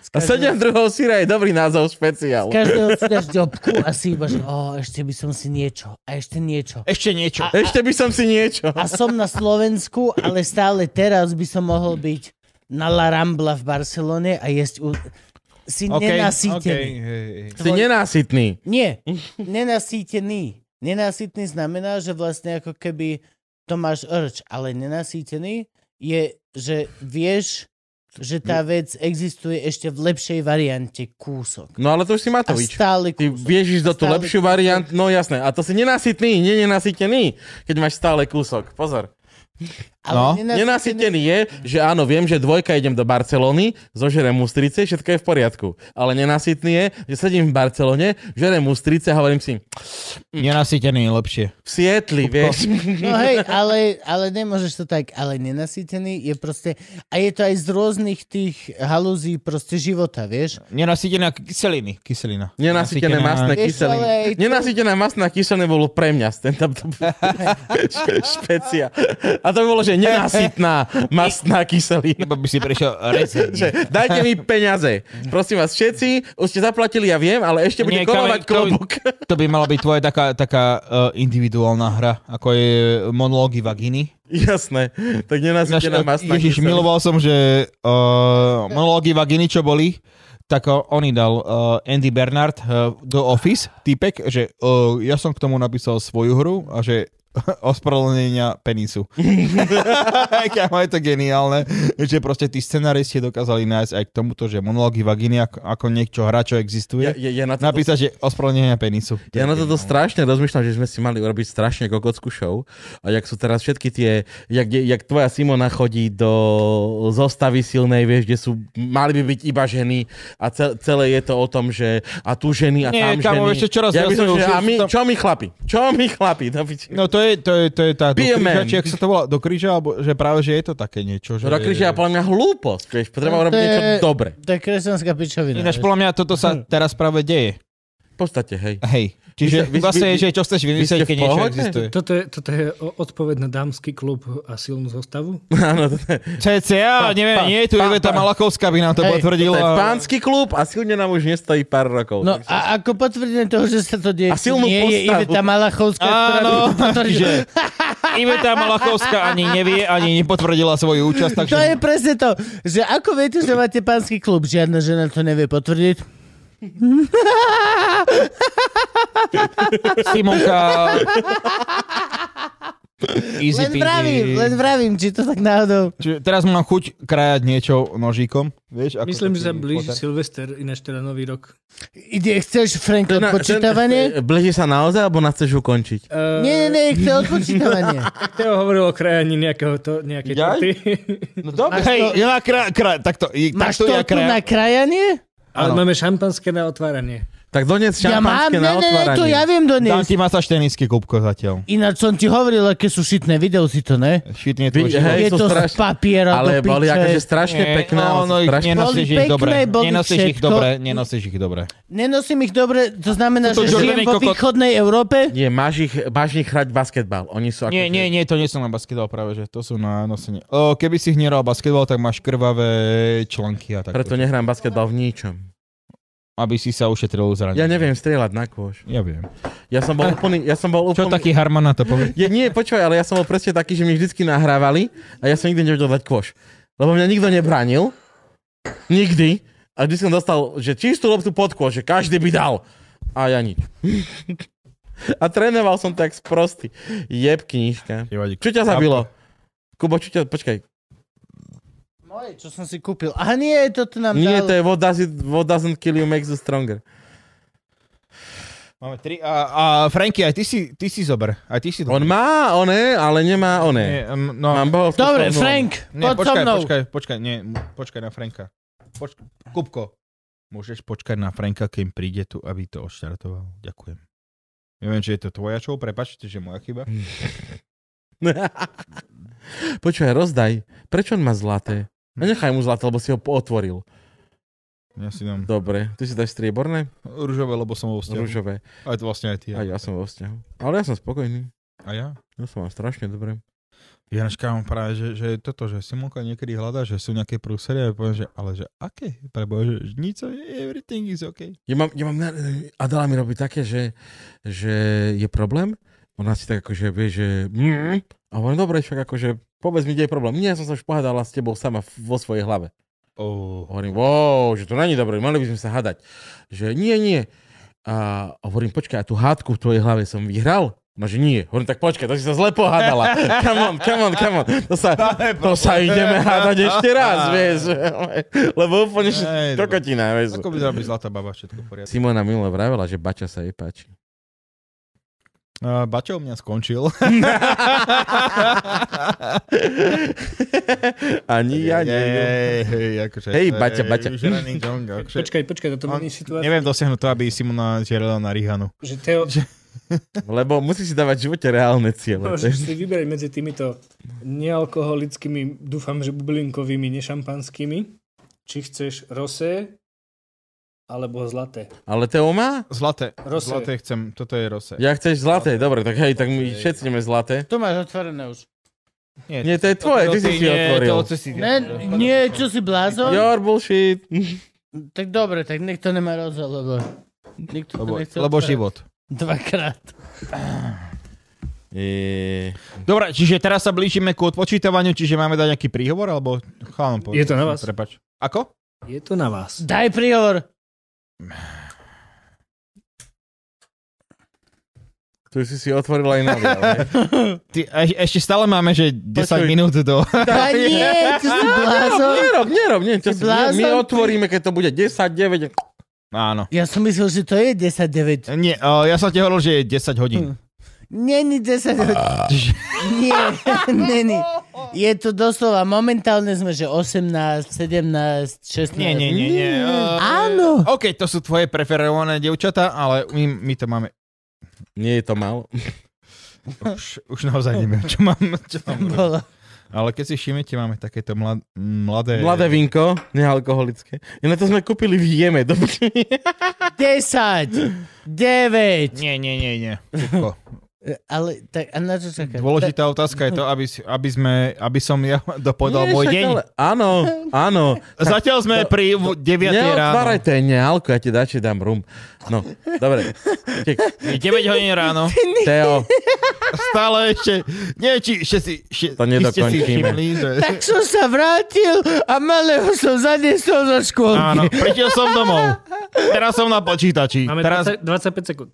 [SPEAKER 1] Z
[SPEAKER 2] A sedem druhov síra je dobrý názov špeciál.
[SPEAKER 1] z každého si dáš ďobku a si iba, že o, ešte by som si niečo a ešte niečo.
[SPEAKER 3] Ešte niečo.
[SPEAKER 1] A-
[SPEAKER 2] Ešte by som si niečo.
[SPEAKER 1] A som na Slovensku, ale stále teraz by som mohol byť na La Rambla v Barcelone a jesť... U... Si
[SPEAKER 3] Okej, okej,
[SPEAKER 1] nenasýtený.
[SPEAKER 3] hej, hej.
[SPEAKER 2] Si nenásytný.
[SPEAKER 1] Nie, nenasýtený. Nenasýtný znamená, že vlastne ako keby to máš rč, ale nenasýtený je, že vieš, že tá vec existuje ešte v lepšej variante kúsok.
[SPEAKER 2] No ale to už si
[SPEAKER 1] A
[SPEAKER 2] Matovič.
[SPEAKER 1] stále
[SPEAKER 2] Ty
[SPEAKER 1] kúsok.
[SPEAKER 2] vieš ísť do tú
[SPEAKER 1] Stále
[SPEAKER 2] lepšiu
[SPEAKER 1] kúsok.
[SPEAKER 2] variant, no jasné. A to si nenasytný, nie nenasytený, keď máš stále kúsok. Pozor. No. Nenasytený je, že áno, viem, že dvojka idem do Barcelony, zožerem mustrice, všetko je v poriadku. Ale nenasytný je, že sedím v Barcelone, žerem mustrice a hovorím si,
[SPEAKER 3] Nenasytený Hm. je lepšie.
[SPEAKER 2] v Sietli, vieš.
[SPEAKER 1] No hej, ale, ale nemôžeš to tak, ale nenasýtený je proste, a je to aj z rôznych tých halúzí proste života, vieš?
[SPEAKER 3] Nenasytená kyseliny. Kyselina.
[SPEAKER 2] Nenasytené
[SPEAKER 3] Nasytená-
[SPEAKER 1] Vieš,
[SPEAKER 2] masné
[SPEAKER 1] ale aj
[SPEAKER 2] kyseliny.
[SPEAKER 1] to-
[SPEAKER 2] Nenasytené masné kyseliny bolo pre mňa stand-up to bolo špecia. A to bolo, že nenasytná masná kyselina.
[SPEAKER 3] Iba by si prešiel recept.
[SPEAKER 2] Že dajte mi peniaze. Prosím vás všetci, už ste zaplatili, ja viem, ale ešte bude
[SPEAKER 3] Nie, Kamil,
[SPEAKER 2] kolovať
[SPEAKER 3] to-
[SPEAKER 2] klobúk.
[SPEAKER 3] To by mala byť tvoja taká, taká uh, individuálna hra, ako je eh, monológy vagíny.
[SPEAKER 2] Jasné, tak nenasytená masná
[SPEAKER 3] e, Ježiš,
[SPEAKER 2] kyselina.
[SPEAKER 3] miloval som, že uh, monológy vagíny, čo boli, tak uh, oni dal uh, Andy Bernard uh, do Office, týpek, že uh, ja som k tomu napísal svoju hru a že ospravedlnenia penisu. Kámo, je to geniálne, že proste tí scenaristi dokázali nájsť aj k tomuto, že monológy vagíny ako, ako niečo hra, čo existuje.
[SPEAKER 2] Ja, ja, ja na to
[SPEAKER 3] Napísať, že ospravedlnenia penisu.
[SPEAKER 2] Ja na toto strašne rozmýšľam, že sme si mali urobiť strašne kokockú show. A jak sú teraz všetky tie, jak, je- jak tvoja Simona chodí do zostavy silnej, vieš, kde sú, mali by byť iba ženy a ce, celé je to o tom, že a tu ženy a
[SPEAKER 3] Nie,
[SPEAKER 2] tam
[SPEAKER 3] kamo,
[SPEAKER 2] ženy.
[SPEAKER 3] ešte čoraz
[SPEAKER 2] ja by som,
[SPEAKER 3] viacej
[SPEAKER 2] že,
[SPEAKER 3] už-
[SPEAKER 2] a my,
[SPEAKER 3] tam-
[SPEAKER 2] čo my chlapi? Čo my chlapi? No, byť-
[SPEAKER 3] No to je, to je, to je tá do
[SPEAKER 2] Be a
[SPEAKER 3] kríža,
[SPEAKER 2] man.
[SPEAKER 3] či ak sa to volá, do kríža, alebo že práve, že je to také niečo. Že...
[SPEAKER 2] Do kríža je podľa mňa hlúposť, vieš, treba
[SPEAKER 1] To
[SPEAKER 2] urobiť
[SPEAKER 1] je-
[SPEAKER 2] niečo dobre.
[SPEAKER 1] To je kresťanská pičovina.
[SPEAKER 3] Ináč,
[SPEAKER 1] vieš?
[SPEAKER 3] podľa mňa toto sa teraz práve deje.
[SPEAKER 2] V podstate, hej.
[SPEAKER 3] Hej.
[SPEAKER 2] Vy
[SPEAKER 3] Čiže
[SPEAKER 2] ste- vy-
[SPEAKER 3] vlastne
[SPEAKER 2] vy-
[SPEAKER 3] je, že čo chceš vymyslieť,
[SPEAKER 2] vy ste
[SPEAKER 3] keď
[SPEAKER 2] v
[SPEAKER 3] niečo
[SPEAKER 2] pohode?
[SPEAKER 3] existuje.
[SPEAKER 5] Toto je, toto je o- odpoveď na dámsky klub a silnú zostavu?
[SPEAKER 2] Áno, to je,
[SPEAKER 3] CCA, neviem,
[SPEAKER 2] pán-
[SPEAKER 3] nie je tu
[SPEAKER 2] pán-
[SPEAKER 3] Iveta
[SPEAKER 2] pán-
[SPEAKER 3] Malakovská, by nám to
[SPEAKER 1] Hej,
[SPEAKER 2] to
[SPEAKER 3] potvrdila.
[SPEAKER 2] je pánsky klub a silne nám už nestojí pár rokov.
[SPEAKER 1] No
[SPEAKER 2] Takže-
[SPEAKER 1] a ako potvrdenie toho, že sa to deje,
[SPEAKER 2] A silnú
[SPEAKER 1] nie je
[SPEAKER 2] postavu.
[SPEAKER 1] Iveta Malachovská, ktorá
[SPEAKER 3] Áno,
[SPEAKER 1] by to potvrdila.
[SPEAKER 3] že Iveta Malachovská ani nevie, ani nepotvrdila svoju účasť, takže...
[SPEAKER 1] To je presne to, že ako viete, že máte pánsky klub, žiadna žena to nevie potvrdiť.
[SPEAKER 3] Simonka... Easy
[SPEAKER 1] Len
[SPEAKER 3] peasy.
[SPEAKER 1] vravím, len vravím, či to tak náhodou.
[SPEAKER 3] Čiže teraz mám chuť krajať niečo nožíkom. Vieš, ako
[SPEAKER 5] Myslím,
[SPEAKER 3] to
[SPEAKER 5] že sa
[SPEAKER 3] tí
[SPEAKER 5] blíži
[SPEAKER 3] potar-
[SPEAKER 5] Silvester, ináč teda Nový rok.
[SPEAKER 1] Ide, chceš Frank
[SPEAKER 2] Na-
[SPEAKER 1] odpočítavanie?
[SPEAKER 2] ten- Blíži sa naozaj, alebo nás chceš ukončiť?
[SPEAKER 5] Uh,
[SPEAKER 1] Nie, nie, nie, chce odpočítavanie.
[SPEAKER 5] Teo hovoril o krajaní nejakého to, nejakej
[SPEAKER 3] Jaj?
[SPEAKER 5] torty.
[SPEAKER 3] No dobre, hej,
[SPEAKER 1] to-
[SPEAKER 3] ja kra, kra, takto, i,
[SPEAKER 1] Máš to
[SPEAKER 3] takto ja
[SPEAKER 1] tu
[SPEAKER 3] kra,
[SPEAKER 1] na krajanie?
[SPEAKER 5] Ale máme šampanské na otváranie.
[SPEAKER 2] Tak dones
[SPEAKER 1] Ja mám,
[SPEAKER 2] šampanské
[SPEAKER 1] ne, ne,
[SPEAKER 2] na
[SPEAKER 1] ne,
[SPEAKER 2] otváranie.
[SPEAKER 1] to ja viem
[SPEAKER 3] Dám
[SPEAKER 1] doniesť.
[SPEAKER 3] ti masáž tenisky, Kupko, zatiaľ.
[SPEAKER 1] Ináč som ti hovoril, aké sú šitné, videl si to, ne?
[SPEAKER 3] Šitne
[SPEAKER 2] Vy-
[SPEAKER 3] tvoj
[SPEAKER 2] hej,
[SPEAKER 1] Je
[SPEAKER 2] sú
[SPEAKER 1] to z
[SPEAKER 2] strašne-
[SPEAKER 1] papiera
[SPEAKER 2] Ale
[SPEAKER 1] do
[SPEAKER 2] boli
[SPEAKER 1] piče.
[SPEAKER 2] akože strašne pekné. ale
[SPEAKER 3] No, no,
[SPEAKER 2] sú
[SPEAKER 3] ich
[SPEAKER 2] strašne...
[SPEAKER 3] nenosíš
[SPEAKER 1] Boli
[SPEAKER 3] ich
[SPEAKER 1] pekné,
[SPEAKER 3] dobre.
[SPEAKER 1] boli
[SPEAKER 3] Nenosíš ich
[SPEAKER 1] všetko.
[SPEAKER 3] dobre, nenosíš ich dobre.
[SPEAKER 1] Nenosím ich dobre, to znamená,
[SPEAKER 3] Sú to
[SPEAKER 1] že žijem
[SPEAKER 3] žrdený
[SPEAKER 1] vo
[SPEAKER 3] kokot.
[SPEAKER 1] východnej Európe?
[SPEAKER 2] Nie, máš ich, máš ich hrať basketbal. Oni sú akože- ako...
[SPEAKER 3] Nie, nie, nie, to nie sú na basketbal práve, že to sú na nosenie. O, keby si ich nehral basketbal, tak máš krvavé články a tak.
[SPEAKER 2] Preto nehrám basketbal v ničom.
[SPEAKER 3] Aby si sa ušetril zranenie.
[SPEAKER 2] Ja neviem strieľať na kôž.
[SPEAKER 3] Ja viem.
[SPEAKER 2] Ja som bol úplný... Ja som bol
[SPEAKER 3] Čo
[SPEAKER 2] úplný...
[SPEAKER 3] taký Harman na to povie?
[SPEAKER 2] Ja, nie, počúvaj, ale ja som bol presne taký, že mi vždycky nahrávali a ja som nikdy nevedel dať kôš. Lebo mňa nikto nebránil. Nikdy. A vždy som dostal, že čistú loptu pod kôš, že každý by dal. A ja nič. a trénoval som tak sprostý. Jeb knižka. Čo ťa zabilo? Kubo, čo ťa... Počkaj.
[SPEAKER 1] Moje, čo som si kúpil. Aha, nie, toto nám
[SPEAKER 2] Nie,
[SPEAKER 1] dal.
[SPEAKER 2] to je what, does it, what doesn't kill you makes you stronger.
[SPEAKER 3] Máme tri. A, a Franky, aj ty si, ty si zober. Aj ty si
[SPEAKER 2] On má oné, ale nemá oné.
[SPEAKER 3] Nie, um, no,
[SPEAKER 2] Mám bohovskú
[SPEAKER 1] Dobre,
[SPEAKER 2] slovnú
[SPEAKER 1] Frank,
[SPEAKER 3] nie,
[SPEAKER 1] poď so
[SPEAKER 3] počkaj,
[SPEAKER 1] mnou.
[SPEAKER 3] počkaj, počkaj, nie, m- počkaj na Franka. Poč- Kupko, môžeš počkať na Franka, kým príde tu, aby to odštartoval. Ďakujem. Neviem, či je to tvoja čo, prepačte, že moja chyba.
[SPEAKER 2] oné. Počúvaj, rozdaj. Prečo on má zlaté? A nechaj mu zlaté, lebo si ho otvoril.
[SPEAKER 3] Ja si dám
[SPEAKER 2] Dobre, ty si dáš strieborné?
[SPEAKER 3] rúžové, lebo som vo vzťahu.
[SPEAKER 2] Rúžové.
[SPEAKER 3] Aj to vlastne aj ty.
[SPEAKER 2] A ja som vo vzťahu. Ale ja som spokojný.
[SPEAKER 3] A ja?
[SPEAKER 2] Ja som mám strašne dobre.
[SPEAKER 3] Janoš, kámo, práve, že, že toto, že Simonka niekedy hľadá, že sú nejaké prúsery a ja poviem, že ale že aké? Prebo, že nič, everything is okay.
[SPEAKER 2] Ja mám, ja mám, na- Adela mi robí také, že, že je problém. Ona si tak akože vie, že mm, a hovorím, dobre, však akože povedz mi, kde je problém. Nie, ja som sa už pohádala s tebou sama f- vo svojej hlave.
[SPEAKER 3] Oh.
[SPEAKER 2] Hovorím, wow, že to není dobré, mali by sme sa hádať. Že nie, nie. A hovorím, počkaj, a tú hádku v tvojej hlave som vyhral? No, že nie. Hovorím, tak počkaj, to si sa zle pohádala. Come on, come on, come on. To sa, to sa ideme hádať ešte raz, vieš. Lebo úplne že
[SPEAKER 3] Ej, dobre.
[SPEAKER 2] kokotina, vieš.
[SPEAKER 3] Ako by byť zlatá baba, všetko v poriadku.
[SPEAKER 2] Simona minule vravela, že Bača sa jej páči.
[SPEAKER 3] Uh, Baťo u mňa skončil.
[SPEAKER 2] Ani ja nie.
[SPEAKER 3] Hej, hej, akože,
[SPEAKER 2] Hej, Baťa, Baťa.
[SPEAKER 3] vyžeraný džong, akože.
[SPEAKER 5] Počkaj, počkaj, toto
[SPEAKER 3] On-
[SPEAKER 5] není situácia.
[SPEAKER 3] Neviem dosiahnuť to, aby Simona žerala na Rihanu.
[SPEAKER 5] Že Teo,
[SPEAKER 2] Lebo musíš si dávať v živote reálne ciele. To je-
[SPEAKER 5] Môžeš No, si vyberať medzi týmito nealkoholickými, dúfam, že bublinkovými, nešampanskými. Či chceš rosé, alebo zlaté.
[SPEAKER 2] Ale to má?
[SPEAKER 3] Zlaté.
[SPEAKER 5] Rosé.
[SPEAKER 3] Zlaté chcem. Toto je rose.
[SPEAKER 2] Ja chceš zlaté, dobre, tak hej, tak my všetci ideme zlaté.
[SPEAKER 1] To máš otvorené už.
[SPEAKER 2] Nie, to je tvoje, ty si si otvoril.
[SPEAKER 1] Ne, nie, čo si blázon?
[SPEAKER 2] Your bullshit.
[SPEAKER 1] Tak dobre, tak nikto nemá rozhľad, lebo... Nikto to
[SPEAKER 3] Lebo,
[SPEAKER 1] nechce
[SPEAKER 3] lebo
[SPEAKER 1] otvárať.
[SPEAKER 3] život.
[SPEAKER 1] Dvakrát.
[SPEAKER 2] Je...
[SPEAKER 3] Dobre, čiže teraz sa blížime ku odpočítavaniu, čiže máme dať nejaký príhovor, alebo chalám povedz.
[SPEAKER 5] Je to na vás.
[SPEAKER 3] Prepač. Ako?
[SPEAKER 5] Je to na vás.
[SPEAKER 1] Daj príhovor.
[SPEAKER 2] Tu si si otvorila aj nový, ale...
[SPEAKER 3] Ty, e- ešte stále máme, že 10
[SPEAKER 2] Počuj.
[SPEAKER 3] minút do...
[SPEAKER 1] Daj, nie, čo si blázon?
[SPEAKER 2] Nerob, nerob, nie, čo
[SPEAKER 1] Ty
[SPEAKER 2] si, my, my
[SPEAKER 1] blázon, ty.
[SPEAKER 2] otvoríme, keď to bude 10, 9.
[SPEAKER 3] Áno.
[SPEAKER 1] Ja som myslel, že to je 10-9.
[SPEAKER 3] Nie, o, ja som ti hovoril, že je 10 hodín.
[SPEAKER 2] Hm.
[SPEAKER 1] Není 10
[SPEAKER 2] Ah.
[SPEAKER 1] hodín. Nie, není. Je to doslova, momentálne sme, že 18, 17, 16.
[SPEAKER 3] Nie, nie, nie, nie. o,
[SPEAKER 1] Áno.
[SPEAKER 3] OK, to sú tvoje preferované dievčatá, ale my, my to máme...
[SPEAKER 2] Nie je to málo.
[SPEAKER 3] Už, už naozaj neviem, čo mám. Čo mám robiť.
[SPEAKER 1] Bolo.
[SPEAKER 3] ale keď si všimnete, máme takéto mlad, mladé...
[SPEAKER 2] Mladé vinko, nealkoholické. Iné to sme kúpili v Jeme. Do...
[SPEAKER 1] 10, 9.
[SPEAKER 3] Nie, nie, nie, nie. Kupko.
[SPEAKER 1] Ale tak, a na čo čakáš?
[SPEAKER 3] Dôležitá otázka je to, aby, si- aby, sme, aby som ja dopovedal
[SPEAKER 2] Nie,
[SPEAKER 3] môj
[SPEAKER 2] však
[SPEAKER 3] deň.
[SPEAKER 2] ale- Áno, áno.
[SPEAKER 3] Zatiaľ sme pri v- 9 ráno.
[SPEAKER 2] Neotváraj to je nealko, ja ti dáči dám rum. No, dobre. Tek,
[SPEAKER 3] Je 9 hodín ráno.
[SPEAKER 2] Teo,
[SPEAKER 3] Stále ešte... Nie, či ešte si... Še,
[SPEAKER 2] To nedokončíme.
[SPEAKER 3] iste si všimli, že...
[SPEAKER 1] Tak som sa vrátil a malého som zaniesol zo škôlky.
[SPEAKER 3] Áno, prišiel som domov. Teraz som na počítači.
[SPEAKER 5] Máme
[SPEAKER 3] Teraz,
[SPEAKER 5] 20, 25 sekúnd.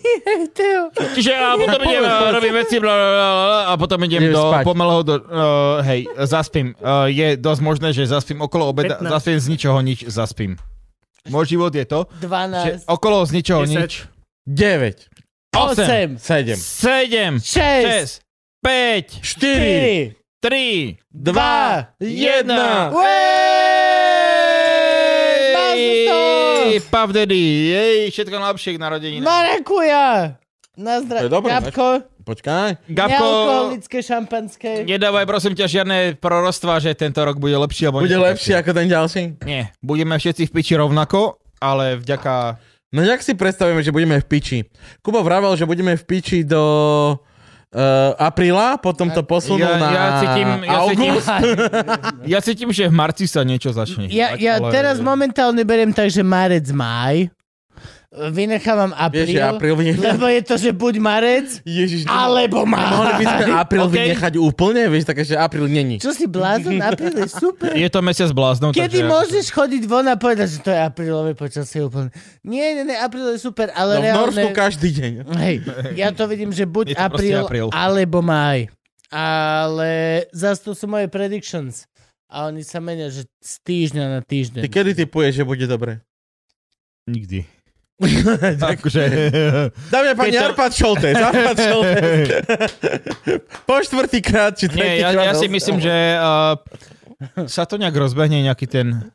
[SPEAKER 1] Teo.
[SPEAKER 3] čiže a potom idem,
[SPEAKER 2] povedz,
[SPEAKER 3] a
[SPEAKER 2] povedz.
[SPEAKER 3] robím veci, bla, bla, bla, bla, a potom idem
[SPEAKER 2] Ideš
[SPEAKER 3] do
[SPEAKER 2] spať.
[SPEAKER 3] pomalého do... Uh, hej, zaspím. Uh, je dosť možné, že zaspím okolo obeda,
[SPEAKER 5] 15.
[SPEAKER 3] zaspím z ničoho nič, zaspím. Môj život je to, že
[SPEAKER 1] 12,
[SPEAKER 3] okolo z ničoho
[SPEAKER 5] 10.
[SPEAKER 3] nič.
[SPEAKER 2] 9,
[SPEAKER 3] 8,
[SPEAKER 1] 8,
[SPEAKER 2] 7,
[SPEAKER 3] 7,
[SPEAKER 1] 6, 4,
[SPEAKER 2] 4,
[SPEAKER 3] 6, 5, 3,
[SPEAKER 2] 2,
[SPEAKER 3] 1.
[SPEAKER 1] Mazda!
[SPEAKER 2] 1.
[SPEAKER 3] Puff Daddy, jej, všetko najlepšie k narodení.
[SPEAKER 1] Marakuja! Na
[SPEAKER 2] To
[SPEAKER 1] zdrav...
[SPEAKER 2] je dobré,
[SPEAKER 1] Gabko,
[SPEAKER 2] Počkaj.
[SPEAKER 3] Gabko,
[SPEAKER 1] nealkoholické šampanské.
[SPEAKER 3] nedávaj prosím ťa žiadne proroctvá, že tento rok bude lepší. Alebo
[SPEAKER 2] Bude
[SPEAKER 3] nie.
[SPEAKER 2] lepšie ako ten ďalší?
[SPEAKER 3] Nie, budeme všetci v piči rovnako, ale vďaka...
[SPEAKER 2] No jak si predstavujeme, že budeme v piči? Kubo vravel, že budeme v piči do uh, apríla, potom to posunul
[SPEAKER 3] Ja,
[SPEAKER 2] na
[SPEAKER 3] ja, cítim, ja, cítim,
[SPEAKER 2] august.
[SPEAKER 3] ja cítim, že v marci sa niečo začne.
[SPEAKER 1] Ja,
[SPEAKER 3] chýbať,
[SPEAKER 1] ja teraz momentálne beriem tak, že marec, maj. Vynechávam
[SPEAKER 2] Vieš,
[SPEAKER 1] apríl,
[SPEAKER 2] že apríl vyne-
[SPEAKER 1] lebo je to, že buď marec,
[SPEAKER 2] Ježiš, no,
[SPEAKER 1] alebo
[SPEAKER 2] mohli by
[SPEAKER 1] maj.
[SPEAKER 2] sme apríl
[SPEAKER 3] Okej.
[SPEAKER 2] vynechať úplne, vieš, také, že apríl není.
[SPEAKER 1] Čo si blázon? Apríl je super.
[SPEAKER 3] Je to mesiac bláznov.
[SPEAKER 1] Kedy
[SPEAKER 3] takže-
[SPEAKER 1] môžeš chodiť von a povedať, že to je aprílové počasie úplne? Nie, nie, nie, apríl je super, ale
[SPEAKER 2] No, v Norsku
[SPEAKER 1] reálne...
[SPEAKER 2] každý deň.
[SPEAKER 1] Hej, ja to vidím, že
[SPEAKER 3] Je
[SPEAKER 1] buď
[SPEAKER 3] to proste
[SPEAKER 1] apríl,
[SPEAKER 3] apríl.
[SPEAKER 1] alebo maj. Ale zase to sú moje predictions. A oni sa menia, že z týždňa na týždeň.
[SPEAKER 2] Ty kedy typuješ, že bude dobre?
[SPEAKER 3] Nikdy. Takže...
[SPEAKER 2] Dámy a páni,
[SPEAKER 3] Keď to-
[SPEAKER 2] Arpad Šoltes, Arpad Šoltes. po štvrtýkrát, či
[SPEAKER 3] Nie, ja,
[SPEAKER 2] tretíkrát.
[SPEAKER 3] ja si myslím, že uh, sa to nejak rozbehne nejaký ten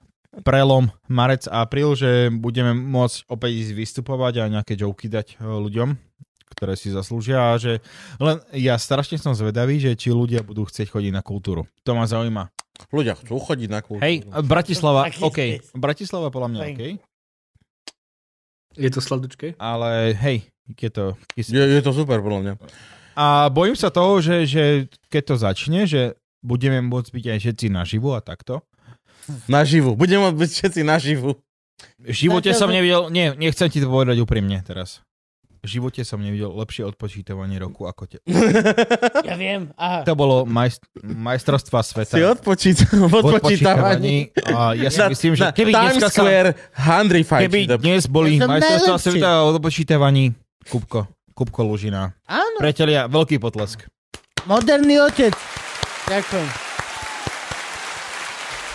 [SPEAKER 3] prelom marec a apríl, že budeme môcť opäť ísť vystupovať a nejaké joky dať eh, ľuďom, ktoré si zaslúžia a že len ja strašne som zvedavý, že či ľudia budú chcieť chodiť na kultúru. To ma zaujíma.
[SPEAKER 2] Ľudia chcú chodiť na kultúru. No.
[SPEAKER 3] Hej, Bratislava,
[SPEAKER 1] Taký
[SPEAKER 3] OK.
[SPEAKER 1] zväz.
[SPEAKER 3] Bratislava podľa mňa
[SPEAKER 1] Hej.
[SPEAKER 3] OK,
[SPEAKER 5] Je to sladučké?
[SPEAKER 3] ale hej, je to...
[SPEAKER 2] Je, je to super, podľa mňa.
[SPEAKER 3] A bojím sa toho, že, že keď to začne, že budeme môcť byť aj všetci naživo a takto,
[SPEAKER 2] Naživu. Budeme byť všetci naživu.
[SPEAKER 3] V živote
[SPEAKER 1] Zatiaľ
[SPEAKER 3] som
[SPEAKER 1] sme-
[SPEAKER 3] nevidel, nie, nechcem ti to povedať úprimne teraz. V živote som nevidel lepšie odpočítavanie roku ako te.
[SPEAKER 1] Ja viem, aha.
[SPEAKER 3] To bolo majst, majstrovstva
[SPEAKER 2] Si
[SPEAKER 3] sveta.
[SPEAKER 2] odpočítam,
[SPEAKER 3] v
[SPEAKER 2] odpočítavaní.
[SPEAKER 3] A ja si
[SPEAKER 2] Na-
[SPEAKER 3] myslím, že
[SPEAKER 2] na
[SPEAKER 3] keby
[SPEAKER 2] Times
[SPEAKER 3] dneska sa,
[SPEAKER 2] Square Handry fight.
[SPEAKER 3] keby dnes boli
[SPEAKER 1] Ja som
[SPEAKER 3] majstrovstva
[SPEAKER 1] najlepší.
[SPEAKER 3] sveta o odpočítavaní, Kupko, Kupko Lužina.
[SPEAKER 1] Áno,
[SPEAKER 3] Priatelia, veľký potlesk.
[SPEAKER 1] moderný otec. Ďakujem.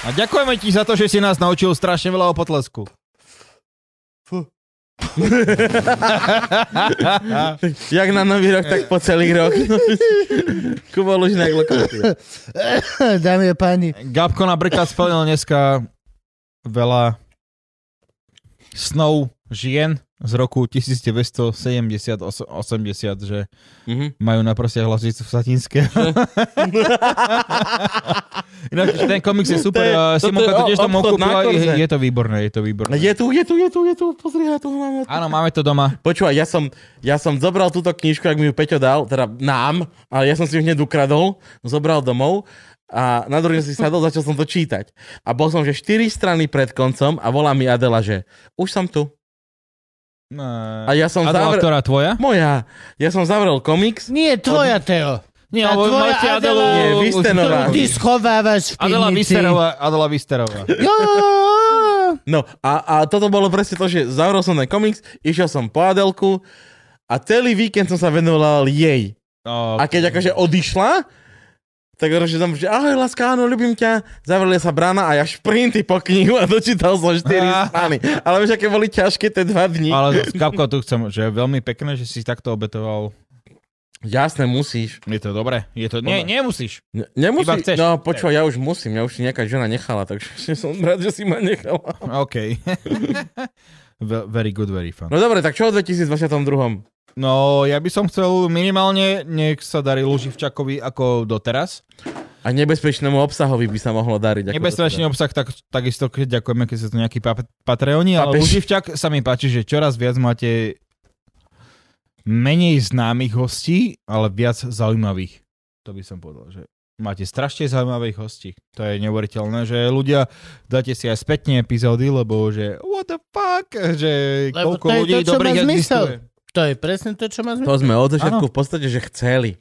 [SPEAKER 3] A ďakujeme ti za to, že si nás naučil strašne veľa o potlesku.
[SPEAKER 2] Jak na nový rok, tak po celý rok. Kubo Lužnák, lokálne.
[SPEAKER 1] Dámy a páni.
[SPEAKER 3] Gabko napríklad splnil dneska veľa snov žien z roku 1970-80, že
[SPEAKER 2] Mhm.
[SPEAKER 3] majú na prsiach hlavicu v Satinske. Ináč, ten komiks je super.
[SPEAKER 2] To je-
[SPEAKER 3] eh,
[SPEAKER 2] toto
[SPEAKER 3] Simonka
[SPEAKER 2] je
[SPEAKER 3] to tiež
[SPEAKER 2] o-
[SPEAKER 3] domov
[SPEAKER 2] obchod na
[SPEAKER 3] kúpila.
[SPEAKER 2] korze.
[SPEAKER 3] Je, je to výborné, je to výborné.
[SPEAKER 2] Je tu, je tu, je tu, je tu, pozri, ja tu mám.
[SPEAKER 3] Áno, máme to doma.
[SPEAKER 2] Počúvaj, ja som, ja som zobral túto knižku, ak mi ju Peťo dal, teda nám, ale ja som si ju hneď ukradol, zobral domov a na druhý deň si sadol, začal som to čítať. A bol som, že 4 strany pred koncom a volá mi Adela, že už som tu. A
[SPEAKER 3] A
[SPEAKER 2] ja som
[SPEAKER 3] to
[SPEAKER 2] zavrel...
[SPEAKER 3] ktorá tvoja?
[SPEAKER 2] Moja. Ja som zavrel komiks.
[SPEAKER 1] Nie, tvoja, Teo.
[SPEAKER 3] Nie,
[SPEAKER 1] Tá
[SPEAKER 3] alebo
[SPEAKER 1] tvoja
[SPEAKER 3] máte
[SPEAKER 1] Adela-
[SPEAKER 3] Adelu...
[SPEAKER 2] Nie, vy ste
[SPEAKER 3] už-
[SPEAKER 2] nová.
[SPEAKER 1] Ktorú ty schovávaš v
[SPEAKER 3] No, Adela
[SPEAKER 1] pivnici.
[SPEAKER 3] Vysterová. Adela Vysterová.
[SPEAKER 1] Jo!
[SPEAKER 2] No a, a toto bolo presne to, že zavrel som ten komiks, išiel som po Adelku a celý víkend som sa venoval jej.
[SPEAKER 3] No,
[SPEAKER 2] A keď akože odišla, tak že tam, že ahoj, láska, áno, ľubím ťa. Zavreli sa brána a ja šprinty po knihu a dočítal som 4
[SPEAKER 3] Ah.
[SPEAKER 2] strany. Ale vieš, aké boli ťažké tie dva dni.
[SPEAKER 3] Ale zas, Gabko, tu chcem, že je veľmi pekné, že si takto obetoval.
[SPEAKER 2] Jasné, musíš.
[SPEAKER 3] Je to dobré. Je to... Nie, nemusíš.
[SPEAKER 2] Ne- nemusíš.
[SPEAKER 3] Iba chceš.
[SPEAKER 2] No počúvaj, ja už musím, ja už si nejaká žena nechala, takže som rád, že si ma nechala.
[SPEAKER 3] OK. Ve- very good, very fun.
[SPEAKER 2] No dobre, tak čo o 2022?
[SPEAKER 3] No, ja by som chcel minimálne, nech sa darí Luživčakovi ako doteraz.
[SPEAKER 2] A nebezpečnému obsahovi by sa mohlo dariť. ako
[SPEAKER 3] Nebezpečný obsah, tak, takisto keď ďakujeme, keď ste to nejakí pa- Patreoni, ale
[SPEAKER 2] Papež.
[SPEAKER 3] Luživčak sa mi páči, že čoraz viac máte menej známych hostí, ale viac zaujímavých. To by som povedal, že máte strašne zaujímavých hostí. To je neuveriteľné, že ľudia dáte si aj spätne epizódy, lebo že what the fuck, že
[SPEAKER 1] Lebo
[SPEAKER 3] koľko
[SPEAKER 1] to je
[SPEAKER 3] ľudí
[SPEAKER 1] to, čo má
[SPEAKER 3] dobrých
[SPEAKER 1] zmysel.
[SPEAKER 3] existuje.
[SPEAKER 1] To je presne to, čo má
[SPEAKER 2] teda. To
[SPEAKER 1] zmysel.
[SPEAKER 2] sme od začiatku v podstate, že chceli.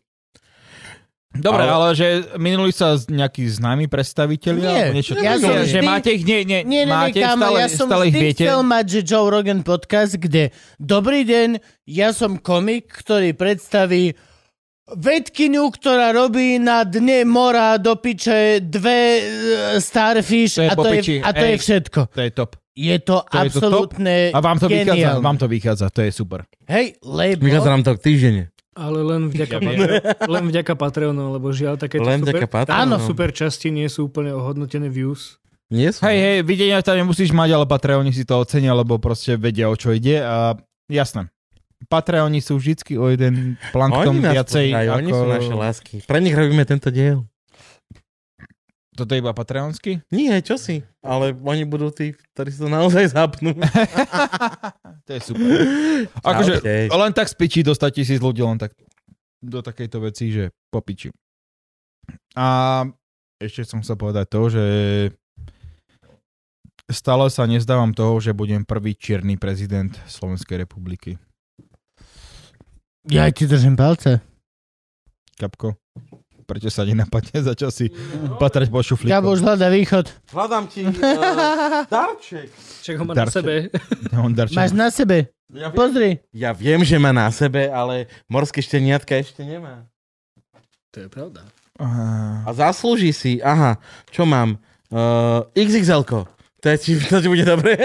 [SPEAKER 3] Dobre,
[SPEAKER 2] Ale-
[SPEAKER 3] ale, že minuli sa z- nejakí známi predstavitelia?
[SPEAKER 1] Nie,
[SPEAKER 3] alebo niečo,
[SPEAKER 1] ja
[SPEAKER 3] také?
[SPEAKER 1] som
[SPEAKER 3] že
[SPEAKER 1] vždy-
[SPEAKER 3] máte ich, nie, nie,
[SPEAKER 1] Nie, nie, nie,
[SPEAKER 3] máte
[SPEAKER 1] kámo,
[SPEAKER 3] stále,
[SPEAKER 1] ja som
[SPEAKER 3] stále ich
[SPEAKER 1] vždy
[SPEAKER 3] viete.
[SPEAKER 1] chcel mať, že Joe Rogan podcast, kde Dobrý deň, ja som komik, ktorý predstaví vedkyňu, ktorá robí na dne mora do piče dve e, starfish
[SPEAKER 3] To je
[SPEAKER 1] a,
[SPEAKER 3] po
[SPEAKER 1] to je,
[SPEAKER 3] piči,
[SPEAKER 1] a to je
[SPEAKER 3] hej.
[SPEAKER 1] všetko.
[SPEAKER 3] To je top.
[SPEAKER 1] Je to,
[SPEAKER 3] To je to top.
[SPEAKER 1] absolútne
[SPEAKER 3] A vám to vychádza,
[SPEAKER 1] geniálne.
[SPEAKER 3] vám to vychádza, to je super.
[SPEAKER 1] Hej, lebo...
[SPEAKER 2] Vychádza
[SPEAKER 3] no.
[SPEAKER 2] nám to týždenne.
[SPEAKER 5] Ale len vďaka, Patre- len vďaka Patreonom, lebo žiaľ takéto
[SPEAKER 2] Len
[SPEAKER 5] super,
[SPEAKER 2] vďaka Patreonom.
[SPEAKER 5] áno, super časti nie sú úplne ohodnotené views.
[SPEAKER 2] Nie sú.
[SPEAKER 3] Hej, hej, videnia tam nemusíš mať, ale Patreoni si to ocenia, lebo proste vedia, o čo ide a jasné. Patreoni sú vždycky o jeden plankton
[SPEAKER 2] nás
[SPEAKER 3] viacej.
[SPEAKER 2] pozerajú,
[SPEAKER 3] ako...
[SPEAKER 2] oni sú naše lásky. Pre nich robíme tento diel.
[SPEAKER 3] Toto je iba patreonsky?
[SPEAKER 2] Nie, čo si? Ale oni budú tí, ktorí sa naozaj zapnú.
[SPEAKER 3] To je super. Akože,
[SPEAKER 2] Okej.
[SPEAKER 3] len tak z piči dostať tisíc ľudí, len tak do takejto veci, že po piči. A ešte som chcel povedať to, že stále sa nezdávam toho, že budem prvý čierny prezident Slovenskej republiky.
[SPEAKER 1] Ja ti držím palce.
[SPEAKER 3] Kapko, prečo sa nenapadne? Začal si patrať po šuflíku.
[SPEAKER 1] Gabo už hľada východ.
[SPEAKER 2] Hľadám ti uh, darček.
[SPEAKER 5] Čak ho má na
[SPEAKER 3] Darček.
[SPEAKER 5] sebe.
[SPEAKER 3] On darček.
[SPEAKER 1] Máš na sebe.
[SPEAKER 2] Ja viem,
[SPEAKER 1] Pozri.
[SPEAKER 2] ja viem, že má na sebe, ale morské šteniatka ešte nemá.
[SPEAKER 5] To je pravda.
[SPEAKER 3] Á,
[SPEAKER 2] A zaslúži si. Aha, čo mám? Uh, xxl to, je ti, to ti bude dobre.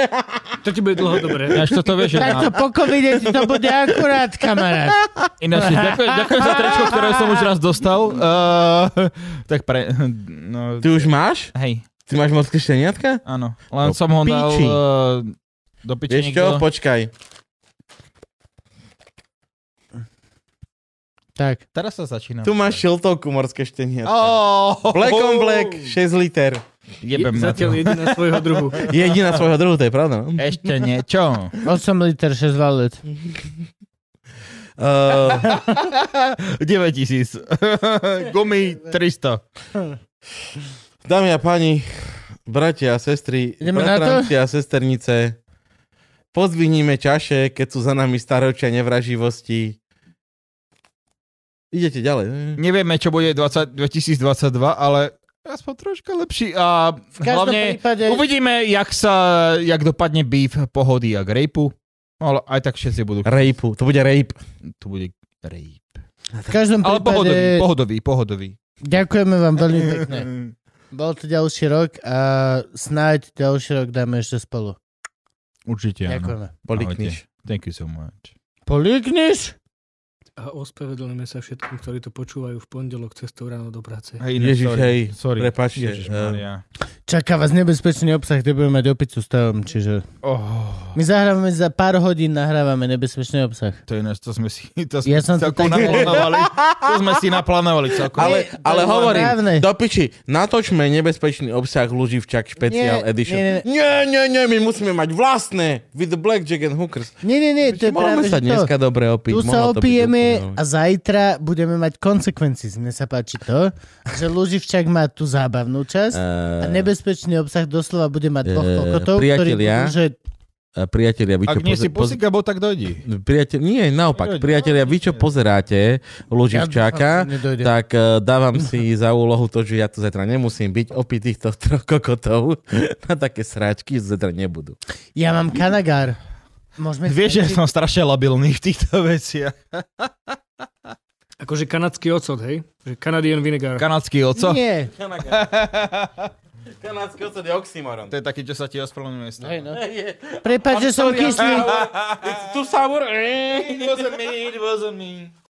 [SPEAKER 5] To ti bude dlho dobré.
[SPEAKER 3] Až toto vieš, že
[SPEAKER 1] Tak to
[SPEAKER 3] na...
[SPEAKER 1] po covide ti to bude akurát, kamarát.
[SPEAKER 3] Ináč, ďakujem, ďakujem za tričko, ktoré som už raz dostal. Uh, tak pre... No,
[SPEAKER 2] Ty už máš?
[SPEAKER 3] hej.
[SPEAKER 2] Ty máš morské šteniatka?
[SPEAKER 3] Áno, len
[SPEAKER 2] Do
[SPEAKER 3] som ho dal
[SPEAKER 2] piči.
[SPEAKER 3] uh, do piči
[SPEAKER 2] Vieš čo? Počkaj.
[SPEAKER 1] Tak.
[SPEAKER 3] Teraz sa začína.
[SPEAKER 2] Tu máš šiltovku morské šteniatka.
[SPEAKER 3] Oh,
[SPEAKER 2] Black on black, 6 liter.
[SPEAKER 3] Jebem na to.
[SPEAKER 5] Zatiaľ jediná svojho druhu.
[SPEAKER 2] Jediná svojho druhu, to je pravda. No?
[SPEAKER 3] Ešte niečo.
[SPEAKER 1] 8 liter, 6 valet.
[SPEAKER 2] Uh,
[SPEAKER 3] 9000. Gumy 300.
[SPEAKER 2] dámy a páni, bratia a sestry,
[SPEAKER 1] Ideme na to?
[SPEAKER 2] bratranci a sesternice, pozviníme čaše, keď sú za nami staročia nevraživosti. Idete ďalej. ne?
[SPEAKER 3] Nevieme, čo bude 20, 2022, ale aspoň troška lepší. A
[SPEAKER 1] V každom
[SPEAKER 3] hlavne
[SPEAKER 1] prípade...
[SPEAKER 3] uvidíme, jak, sa, jak dopadne beef pohody a grejpu. Ale aj tak všetci budú...
[SPEAKER 2] Rape, to bude rape.
[SPEAKER 3] Tu bude rape.
[SPEAKER 1] V každom
[SPEAKER 3] Ale pohodový,
[SPEAKER 1] prípade
[SPEAKER 3] pohodový, pohodový.
[SPEAKER 1] ďakujeme vám veľmi pekne. Bol to ďalší rok a snáď ďalší rok dáme ešte spolu.
[SPEAKER 3] Určite áno.
[SPEAKER 1] Ďakujeme.
[SPEAKER 2] Boli
[SPEAKER 3] Ahojte.
[SPEAKER 2] kniž.
[SPEAKER 3] Thank you so much.
[SPEAKER 1] Políkneš?
[SPEAKER 5] A ospravedlníme sa všetkým, ktorí to počúvajú v pondelok cestou ráno do práce.
[SPEAKER 3] Hej,
[SPEAKER 2] iné, Ježiš, sorry. hej, eh.
[SPEAKER 3] sorry.
[SPEAKER 2] prepáčte,
[SPEAKER 3] Ježišmaria.
[SPEAKER 1] Čaká vás nebezpečný obsah, kde budeme mať opicu s tajom, čiže...
[SPEAKER 3] Oh,
[SPEAKER 1] My zahrávame za pár hodín, nahrávame nebezpečný obsah.
[SPEAKER 3] to je ináč, to sme si, to sme
[SPEAKER 1] Ja som to
[SPEAKER 3] celkom
[SPEAKER 1] tak-
[SPEAKER 3] naplánovali. To sme si naplánovali celkom.
[SPEAKER 2] Ale, ale
[SPEAKER 1] bolo
[SPEAKER 2] hovorím,
[SPEAKER 1] dávne.
[SPEAKER 2] do piči, natočme nebezpečný obsah Luživčak Special
[SPEAKER 1] Nie,
[SPEAKER 2] Edition.
[SPEAKER 1] nie,
[SPEAKER 2] Nie, nie, nie, my musíme mať vlastné with the blackjack and hookers.
[SPEAKER 1] Nie, nie, nie, to je práve
[SPEAKER 2] Môžeme sa
[SPEAKER 1] že to.
[SPEAKER 2] dneska dobre opiť.
[SPEAKER 1] Tu sa
[SPEAKER 2] mohlo to byť
[SPEAKER 1] opijeme
[SPEAKER 2] úplne-
[SPEAKER 1] a zajtra budeme mať konsekvencie. Mne sa páči to, že Luživčak má tú zábavnú časť
[SPEAKER 2] Eh,
[SPEAKER 1] a nebezpečný obsah doslova bude mať dvoch
[SPEAKER 2] Eh,
[SPEAKER 1] kokotov, ktorí
[SPEAKER 2] priatelia.
[SPEAKER 1] budú, že
[SPEAKER 2] eh, Priatelia, vy čo
[SPEAKER 3] Ak nie
[SPEAKER 2] poze-
[SPEAKER 3] si pusika, bo tak dojdi.
[SPEAKER 2] poz- priateľ, nie, naopak.
[SPEAKER 3] Prirodzene,
[SPEAKER 2] Priatelia, vy čo
[SPEAKER 1] Ja
[SPEAKER 2] pozeráte Luživčaka,
[SPEAKER 1] dúfam, že nedojde.
[SPEAKER 2] tak eh, dávam si za úlohu to, že ja tu zajtra nemusím byť opitých týchto troch kokotov na také sráčky zajtra nebudú.
[SPEAKER 1] ja mám kanagár. Môžeme
[SPEAKER 3] Vieš, že som strašne labilný v týchto veciach.
[SPEAKER 5] Akože kanadský ocot, hej? Že Canadian vinegar.
[SPEAKER 3] Kanadský oco?
[SPEAKER 1] Nie.
[SPEAKER 2] Kanadský ocot je oxymoron.
[SPEAKER 3] To je taký, čo sa ti ospravedlňuje. z toho.
[SPEAKER 1] Hej, no. Prepáč, že som kyslý.
[SPEAKER 2] tu sa
[SPEAKER 3] It wasn't me, it wasn't me.